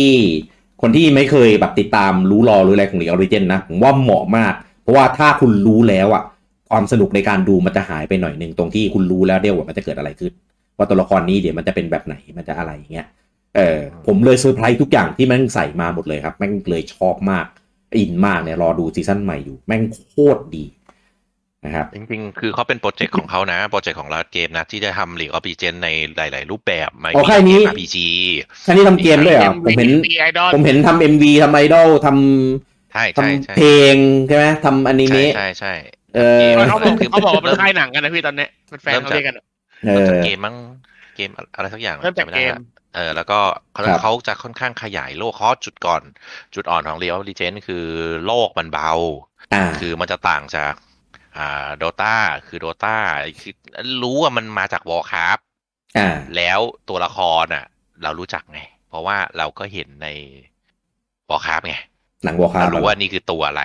Speaker 2: คนที่ไม่เคยแบบติดตามรู้รอรู้อะไรของ League of Legends นะ ผมว่าเหมาะมาก เพราะว่าถ้าคุณรู้แล้วอ่ะ ความสนุกในการดูมันจะหายไปหน่อยหนึ่งตรงที่คุณรู้แล้วเดี๋ยวว่ามันจะเกิดอะไรขึ้น ว่าตัวละครนี้เดี๋ยวมันจะเป็นแบบไหนมันจะอะไรอย่างเงี้ยเออผมเลยเซอร์ไพรส์ทุกอย่างที่แม่งใส่มาหมดเลยครับ แม่งเลยชอบมาก อินมากเนี่ยรอดูซีซั่นใหม่อยู่ แม่งโคตรดีนะครับ
Speaker 3: จริงๆ คือเขาเป็นโปรเจกต์ของเขานะ โปรเจกต์ของลาดเกมนะ ที่จะทำหลีกออฟปีเจนในหลาย ๆ รูปแบบมา
Speaker 2: อ๋อค่ายนี้
Speaker 3: อาร์พีจี
Speaker 2: ท่านนี้ทำเกมด้วยเหรอผมเห็น
Speaker 4: มีไอดอล
Speaker 2: ผมเห็นทำเอ็มวีทำไอดอลทำ
Speaker 3: ใช่ใช่ใช่
Speaker 2: ทำเพลงใช่ไหมทำอนิ
Speaker 3: ใช่
Speaker 2: เมะ
Speaker 3: ใช่ใช่
Speaker 2: เออ
Speaker 4: เขาบอกเขาบอกว่าเป็นค่ายหนังกันนะพี่ตอนเนี้ยเป็นแฟนเขาเรียกกันอะ
Speaker 2: เออ
Speaker 3: เริ่มจากเกมมั้งเกมอะไรสักอย่าง
Speaker 4: เริ่มจาก
Speaker 3: จำไได้
Speaker 4: เกม
Speaker 3: ละ เออแล้วก็เขา
Speaker 2: ครับ
Speaker 3: เขาจะค่อนข้างขยายโลกเพราะจุดก่อน จุดอ่อนของ League of Legends คือโลกมันเบา
Speaker 2: อ่า
Speaker 3: คือมันจะต่างจากอ่าโดตาคือโดตาคือรู้ว่ามันมาจากวอลคราฟ
Speaker 2: อ่า
Speaker 3: แล้วตัวละครอ่ะ เรารู้จักไง เพราะว่าเราก็เห็นในวอลคราฟไง
Speaker 2: หนังวอลคา
Speaker 3: เรา
Speaker 2: ร์
Speaker 3: รู้ว่านี่คือตัวอะไร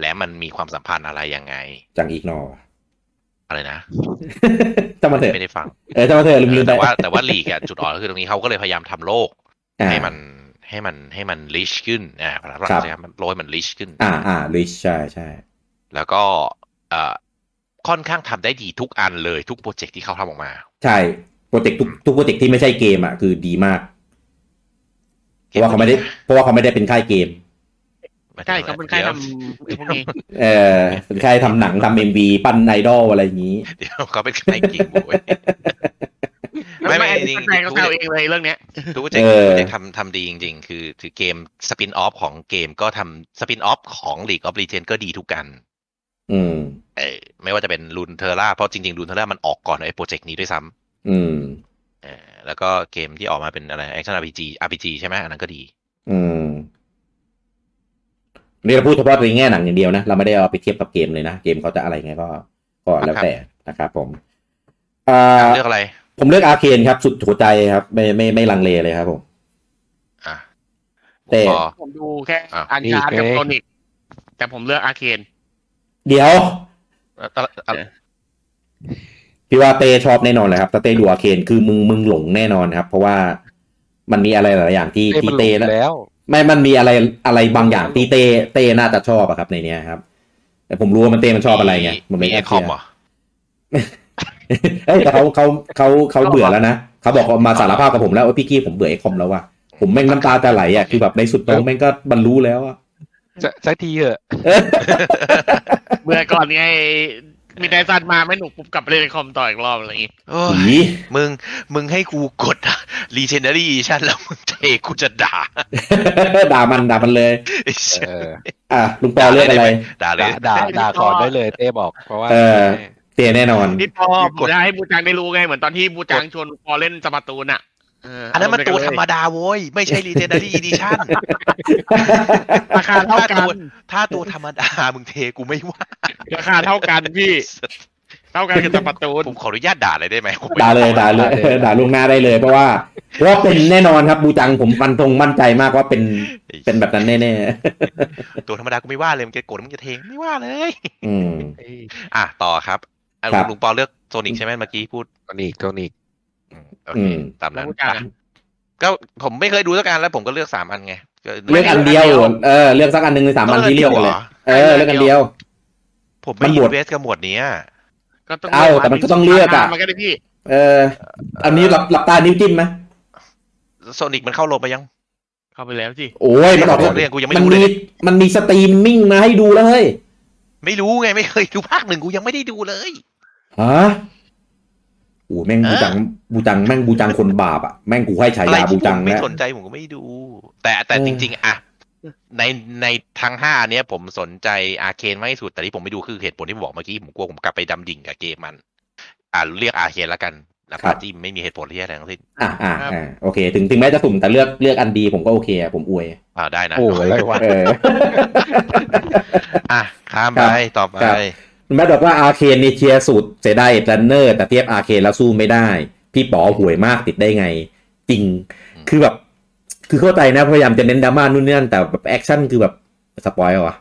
Speaker 3: และมันมีความสัมพันธ์อะไรยังไง
Speaker 2: จังอีกนอ
Speaker 3: อะไรนะ
Speaker 2: จำมาเถอะ
Speaker 3: ไม่ได้ฟัง
Speaker 2: เออจำมาเถอะลืมลืมไป
Speaker 3: แต่ว่าแต่ว่าลีกอ่ะจุดอ่อนก็คือตรงนี้เขาก็เลยพยายามทำโลก
Speaker 2: อ่า
Speaker 3: ให้มันให้มันให้มันลิชขึ้น อ่าภาษาฝรั่
Speaker 2: ครั
Speaker 3: ง
Speaker 2: บ
Speaker 3: ใช้คำมันโรยมันลิชขึ้น
Speaker 2: อ่าอ่าลิชใช่ใช่
Speaker 3: แล้วก็เอ่อค่อนข้างทำได้ดีทุกอันเลยทุกโปรเจกต์ที่เขาทำออกมา
Speaker 2: ใช่โปรเจกต์ทุกทุกโปรเจกต์ที่ไม่ใช่เกมอ่ะคือดีมากเพราะว่าเขาไม่ได้เพราะว่าเขาไม่ได้เป็นค่ายเกม
Speaker 4: ใช่เขาเป็นค่ายทำไอ้พวกนี้
Speaker 2: เออเป็นค่ายทำหนังทำเอ็มวีปั้นไอดอลอะไรอย่างนี้
Speaker 3: เดี๋ยวเขาเป็นค่ายเกมโว้ย
Speaker 4: ไม่ไม่จริงใจเขา
Speaker 3: ทุก
Speaker 4: แซวเองเลยเรื่องเนี้ย
Speaker 3: ทุกโปรเจกต์
Speaker 2: เออ
Speaker 3: ทุกโปรเจกต์ทำทำดีจริงๆ คือคือเกมสปินออฟของเกมก็ทำสปินออฟของ League of Legends ก็ดีทุกกัน
Speaker 2: อืม
Speaker 3: เออไม่ว่าจะเป็นลุนเทอร่าเพราะจริงๆลุนเทอร่ามันออกก่อนไอ้โปรเจกต์นี้ด้วยซ้ำ
Speaker 2: อืม
Speaker 3: เ อ่าแล้วก็เกมที่ออกมาเป็นอะไร action RPG RPG ใช่ไหมอันนั้นก็ดี
Speaker 2: อืมนี่เราพูดเฉพาะในแง่หนังอย่างเดียวนะ เราไม่ได้เอาไปเทียบกับเกมเลยนะ เกมเขาจะอะไรไงก็ก็แล้วแต่นะครับผมอ่า
Speaker 3: เลือกอะไร
Speaker 2: ผมเลือกอาเคนครับ สุดหัวใจครับ ไม่ไม่ไม่ลังเลเลยครับผม
Speaker 3: อ่ะ
Speaker 2: แต่
Speaker 3: ผมก็
Speaker 4: ผมดูแค่
Speaker 3: อ้าว
Speaker 4: อันชาร์ดกับ
Speaker 5: นี่เป๊ก
Speaker 4: โซนิกแต่ผมเลือกอาเคน
Speaker 2: เดี๋ยว
Speaker 3: เอ่อเอ่อเอ่อ
Speaker 2: พี่ว่าเต้ชอบแน่นอนเลยครับแต่เต้ดูอาเคนคือมึงมึงหลงแน่นอนครับ เพราะว่ามันมีอะไรหลายอย่างที่
Speaker 5: เอ้ย
Speaker 2: ที่
Speaker 5: มัน
Speaker 2: เต้
Speaker 5: หลง
Speaker 2: และ
Speaker 5: แล้ว
Speaker 2: ไม่มันมีอะไรอะไรบางอย่างที่เต้เต้น่าจะชอบอะครับในเนี้ยครับ แต่ผมรู้ว่ามันเต้มันชอบอะไรไงมัน
Speaker 3: มี
Speaker 2: ไม่
Speaker 3: เอ
Speaker 2: น่า
Speaker 3: คอ
Speaker 2: เชื่
Speaker 3: มเหรอ
Speaker 2: เอ้ยแต่เขาเขาเขาเขาเบื่อแล้วนะเขาบอกมาสารภาพกับผมแล้วว่าพี่กี้ผมเบื่อไอคอมแล้วว่ะผมแม่งน้ำตาจะไหล อะคือแบบในสุดน้องแม่งก็บรรลุแล้วอะ
Speaker 5: จะสักทีเถอะ
Speaker 4: เมื่อก่อนไงมีไดซันมาไม่หนุกปุ๊บกลับไปเล่นในคอมต่ออีกรอบอะไรอย่างงี้
Speaker 3: โอ้ย
Speaker 2: ผี
Speaker 3: มึง มึงให้กูกด Legendary Edition แล้วมึงเทกูจะด่า
Speaker 2: ด่ามันด่ามันเลย
Speaker 3: ไอ้เหี้ย
Speaker 5: เออ
Speaker 2: อ่ะลุงปอเลือกอะไร
Speaker 3: ด่าเลย
Speaker 5: ด่าด่าด่าก่อนได้เลยเต้บอก เพราะว่า
Speaker 2: เออ เต้แน่นอน
Speaker 4: นี่พอผ
Speaker 3: ก
Speaker 4: ม
Speaker 3: ด
Speaker 4: จะให้บูจังได้รู้ไง เหมือนตอนที่บูจังชวนพอเล่นสปาตูนอ่ะเ
Speaker 3: อันนั้นมันตัวธรรมดาโว้ย ไม่ใช่ Legendary Edition
Speaker 4: ราคาเท่ากัน
Speaker 3: ถ้าตัวธรรมดา มึงเทกูไม่ว่า
Speaker 4: ราคาเท่ากันพี่ เท่ากันกับสปาตูน
Speaker 3: ผมขออนุญาตด่าเลยได้ไหมผมไม่
Speaker 2: ด่าเลยด่าเลยเออด่าลุงหน้าได้เลย เพราะว่าเพราะว่าเป็นแน่นอนครับบูจังผมฟันธงมั่นใจมากว่าเป็นเป็นแบบนั้นแน่
Speaker 3: ตัวธรรมดากูไม่ว่าเลย มึงจะโกรธมึงจะเทไม่ว่าเลย
Speaker 2: ๆอืม
Speaker 5: เอ้ย
Speaker 3: อ่ะต่อครับอ่ะ
Speaker 2: ครับ
Speaker 3: ลุงปอเลือกโซนิกใช่ไหมเมื่อกี้พูด
Speaker 5: โทนิกโทนิก
Speaker 3: อืมโอเค
Speaker 2: อืม
Speaker 3: ตามนั้น
Speaker 4: แล้วพูดกันอ่ะ
Speaker 3: ก็ผมไม่เคยดูสักอันแล้วผมก็เลือกสามอันไง
Speaker 2: เลือกอันเดียว เออเลือกสักอันหนึ่งในสามอันที่เลือก
Speaker 3: ห
Speaker 2: เล
Speaker 3: ร
Speaker 2: ย
Speaker 3: อ
Speaker 2: เออเลือกอันเดียว
Speaker 3: ผมไม่
Speaker 2: มัน
Speaker 3: อิ
Speaker 2: บวช
Speaker 3: นเวสกับหมวดเนี้ย
Speaker 4: ก็ต้อง
Speaker 2: เอ้าแต่มันก็ต้องเลือกอะ
Speaker 4: มันก็ได้พี่
Speaker 2: เออ อันนี้หลับหลับตานิ้วจิ้มไหม
Speaker 3: โซนิกมันเข้าโรงไปยัง
Speaker 4: เข้าไปแล้วสิ
Speaker 2: โอ้ยมันออก
Speaker 3: เรื่องกูยังไม่
Speaker 2: มัน
Speaker 3: รู้เล
Speaker 2: มี
Speaker 3: ย
Speaker 2: มันมีสตรีมมิ่งมาให้ดูแล้วเฮ้ย
Speaker 3: ไม่รู้ไงไม่เคยดูภาคหนึ่งกูยังไม่ได้ดูเลย
Speaker 2: ฮะโอ้แม่งบูจังบูจังแม่งบูจังคนบาปอ่ะแม่งกูให้ฉา
Speaker 3: อะไร
Speaker 2: ยาบู
Speaker 3: ที่ผ
Speaker 2: จัง
Speaker 3: มไม่
Speaker 2: นะ
Speaker 3: สนใจผมก็ไม่ดู แต่แต่
Speaker 2: เออ
Speaker 3: จริง ๆอะในในทั้งห้าอันเนี้ยผมสนใจอาเคนมากที่สุด แต่ที่ผมไม่ดูคือเหตุผลที่ผมบอกเมื่อกี้ผมกลัวผมกลับไปดำดิ่งกับเกมมัน อ่าเรียกอาเคนละกันนะครัที่ไม่มีเหตุผลที่อะไรทั้งสิ้น
Speaker 2: อ่ะอ่ะอ่ะโอเค ถึงถึงแม้จะสุ่มแต่เลือกเลือกอันดีผมก็โอเคอะผมอวยอะ
Speaker 3: อ่าได้นะ
Speaker 5: โอ้อะไรวะ
Speaker 2: เออ
Speaker 3: อ่ะข้ามไปต่อไป
Speaker 2: ครับ แม่บอกว่าอาเคนนี่เชียร์สุดเสียดายแลนเนอร์ แต่เทียบอาเคนแล้วสู้ไม่ได้ พี่ป๋อห่วยมากติดได้ไง จริง คือแบบ คือเข้าใจนะ พยายามจะเน้นดราม่านู่นนี่นั่นแต่แบบแอคชั่นคือแบบ สปอยเหรอวะ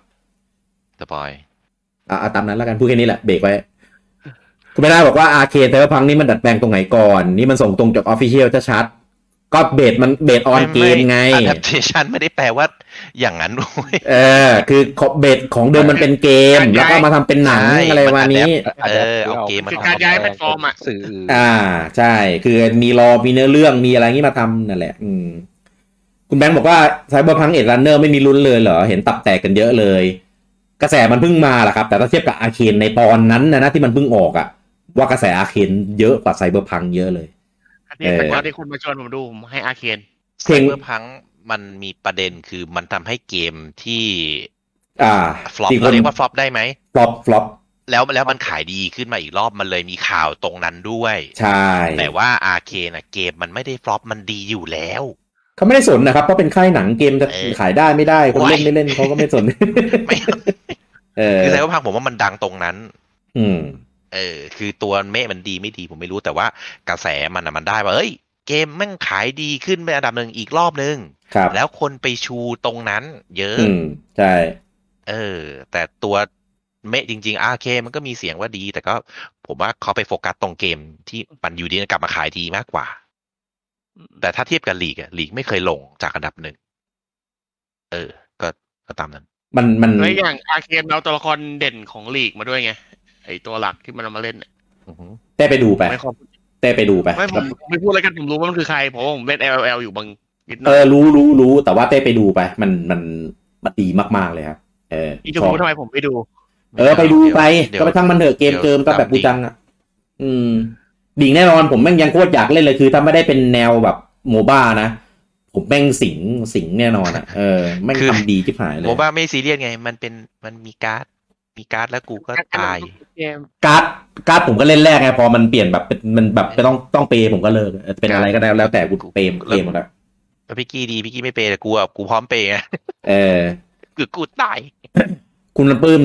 Speaker 3: สปอย
Speaker 2: อ่ะอ่ะตามนั้นแล้วกันพูดแค่นี้แหละเบรกไว้ คุณไม่ได้บอกว่าอาเคนเทอร์พังนี่มันดัดแปลงตรงไหนก่อน นี่มันส่งตรงจากออฟฟิเชียลชัดๆก็เบสมันเบสออนเกมไง
Speaker 3: อะดัปเทชันไม่ได้แปลว่าอย่างนั้นเว้ ย
Speaker 2: เออ คือเบสของเดิมมันเป็นเกม แล้วก็มาทำเป็นหนังอะไรประมาณนี้
Speaker 3: เออเอาเกมมา
Speaker 4: คือ
Speaker 3: ทำ
Speaker 4: การย้ายแพลตฟอร์มอ่ะ
Speaker 5: สื่อ
Speaker 2: อ่าใช่ คือมีรอมีเนื้อเรื่องมีอะไรงี้มาทำนั่นแหละ อืม คุณแบงค์บอกว่าไซเบอร์พังเอ็ดรันเนอร์ไม่มีลุ้นเลยเหรอ เห็นตับแตกกันเยอะเลย กระแสมันเพิ่งมาแหละครับ แต่ถ้าเทียบกับอาเคนในตอนนั้นนะนะที่มันเพิ่งออกอะว่ากระแสอาเคนเยอะกว่าไซเบอร์พังเยอะเลย
Speaker 4: อันนี้
Speaker 2: เออ
Speaker 4: แต่ก่อนที่คุณมาชวนผมดูผมให้อาเคน
Speaker 2: เพ
Speaker 3: เพ
Speaker 2: ล
Speaker 3: ล
Speaker 2: ง
Speaker 3: งเมื่อพังมันมีประเด็นคือมันทำให้เกมที่
Speaker 2: อ่า
Speaker 3: ฟลอป
Speaker 2: สี่ค
Speaker 3: เรา
Speaker 2: น
Speaker 3: เรียกว่าฟลอปได้ไหม
Speaker 2: ฟลอปฟลอป
Speaker 3: แล้วแล้วมันขายดีขึ้นมาอีกรอบมันเลยมีข่าวตรงนั้นด้วย
Speaker 2: ใช่
Speaker 3: แต่ว่าอาเคนอะเกมมันไม่ได้ฟลอปมันดีอยู่แล้ว
Speaker 2: เขาไม่ได้สนนะครับเพราะเป็นค่ายหนังเกมจะ
Speaker 3: เออ
Speaker 2: ขายได้ไม่ได้คนเล่น
Speaker 3: โอ้ย
Speaker 2: ไม่เล่นเขาก็ไม่สน
Speaker 3: ไม่
Speaker 2: เออ
Speaker 3: คือแต่ว่าพังผมว่ามันดังตรงนั้น
Speaker 2: อืม
Speaker 3: เออ คือตัวเมฆมันดีไม่ดีผมไม่รู้แต่ว่ากระแสมันอะมันได้ว่าเอ้ย เกมแม่งขายดีขึ้นเป็นอันดับหนึ่งอีกรอบนึง
Speaker 2: ครับ
Speaker 3: แล้วคนไปชูตรงนั้น เยอะ
Speaker 2: อืมใช่
Speaker 3: เออ แต่ตัวเมะจริงๆอาเคมันก็มีเสียงว่าดี แต่ก็ผมว่าเขาไปโฟกัสตรงเกมที่มันอยู่ดีกลับมาขายดีมากกว่า แต่ถ้าเทียบกับลีกอะลีกไม่เคยลงจากอันดับหนึ่ง เออ ก็ก็ตามนั้น
Speaker 2: มันมัน
Speaker 4: แล้วอย่างอาเคนเอาตัวละครเด่นของลีกมาด้วยไงไอตัวหลักที่มันเอามาเล่นน่ะ
Speaker 3: อือฮึ
Speaker 2: เต้ไปดูไป
Speaker 4: ไม่ค่อย
Speaker 2: เต้ไปดูไป
Speaker 4: ไม่ผมผมไม่พูดแล้วกันผมรู้ว่ามันคือใครเพราะว่าผมเล่น LOL อยู่บางนิดห
Speaker 2: เอ
Speaker 4: น่อย
Speaker 2: อรู้รู้รู้แต่ว่าเต้ไปดูไป มันมันมันดีมาก ๆ เลยครับ เออ
Speaker 4: อีกจะ
Speaker 2: ชอบ
Speaker 4: รู้ทำไมผมไม่ดู
Speaker 2: เออไปดูไป
Speaker 3: เดี๋ยว
Speaker 2: ก็ไปทั้งมันเถอะเกม
Speaker 3: เดี๋ยว
Speaker 2: เกิมก็แบบ
Speaker 3: ตาม
Speaker 2: บูจังอ่ะ อืมดิ่งแน่นอนผมแม่งยังโคตรอยากเล่นเลยคือถ้าไม่ได้เป็นแนวแบบโมบ้านะ ผมแม่งสิงสิงแน่นอนอ่ะเออแม่ง
Speaker 3: คือ
Speaker 2: ทำดีที่หายเลย
Speaker 3: ผมว่าไม่ซีเรียสไง มันเป็นมันมีการ์ด มีการ์ดแล้วกูก็ตาย
Speaker 4: เกม
Speaker 2: การ์ดการ์ดผมก็เล่นแรกไงพอมันเปลี่ยนแบบเป็นมันแบบไม่ต้องต้องเปย์ผมก็เลิกเออเป็นอะไรก็ได้แล้วแต่กูเปย์เปย์หมดอะ
Speaker 3: แล้วพี่กี้ดีพี่กี้ไม่เปย์แต่กูอะกูพร้อมเปย์ไง
Speaker 2: เออ
Speaker 3: คือกูตาย
Speaker 2: คุณลำปื้ม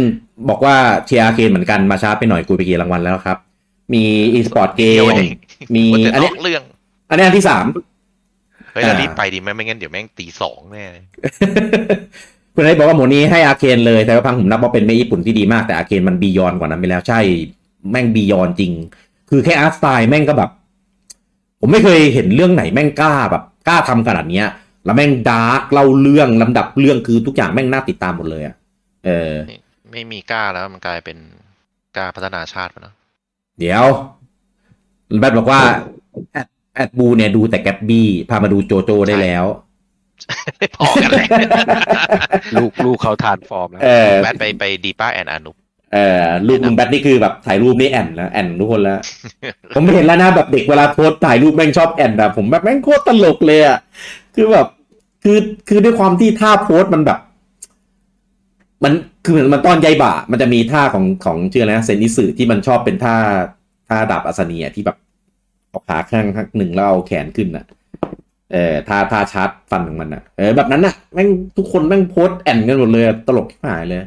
Speaker 2: บอกว่าเชียร์อาร์เคนเหมือนกันมาช้าไปหน่อยกูไปกี่รางวัลแล้วครับ มีอีสปอร์ตเก
Speaker 3: เดี
Speaker 2: ม
Speaker 3: ยวเอง
Speaker 2: มี
Speaker 3: กูจะ
Speaker 2: อัน
Speaker 3: น
Speaker 2: เนี้
Speaker 3: อย กเรื่อง
Speaker 2: อันเนี้ยอันที่สาม
Speaker 3: เฮ้ยเรา
Speaker 2: อ่า
Speaker 3: รีบไปดีไหมไม่งั้นเดี๋ยวแม่งตีสองแน่เลย
Speaker 2: คุณไอ้บอกว่าหมูนี้ให้อาร์เคนเลยแต่ว่าพังผมนับว่าเป็นไม่ญี่ปุ่นที่ดีมากแต่อาร์เคนมันบียอนกว่านั้นไปแล้วใช่แม่งบียอนจริง คือแค่อาร์ตสไตล์แม่งก็แบบ ผมไม่เคยเห็นเรื่องไหนแม่งกล้าแบบกล้าทำขนาดเนี้ย แล้วแม่งดาร์กเล่าเรื่องลำดับเรื่องคือทุกอย่างแม่งน่าติดตามหมดเลยอะเออ
Speaker 3: ไม่มีกล้าแล้วมันกลายเป็นกล้าพัฒนาชาติไปแล้ว
Speaker 2: เดี๋ยวแบทบอกว่าแอดแอดบูเนี่ยดูแต่แกบบี้พามาดูโจโจได้แล้ว
Speaker 3: ไม่พอกันเลย
Speaker 5: ลูกลูกเขาทานฟอร์มแล้ว
Speaker 2: เออ
Speaker 3: แบทไปไปดีป้าแอนอานุ
Speaker 2: เออรูปคุณแบทนี่คือแบบถ่ายรูปนี่แอนแล้วแอนทุกคนแล้ว ผมเห็นแล้วนะแบบเด็กเวลาโพสต์ถ่ายรูปแม่งชอบแอนแบบผมแบบแม่งโคตรตลกเลยอ่ะคือแบบ คือคือด้วยความที่ท่าโพสต์มันแบบ มันคือเหมือนมันตอนใยบ่า มันจะมีท่าของของชื่ออะไรนะเซนนิสึที่มันชอบเป็นท่าท่าดาบอัสเนียที่แบบเอาขาข้างข้างหนึ่งแล้วเอาแขนขึ้นอ่ะ เออท่าท่าชาร์จฟันของมันอ่ะเออแบบนั้นอ่ะแม่งทุกคนแม่งโพสต์แอนกันหมดเลยอะตลกที่หายเลย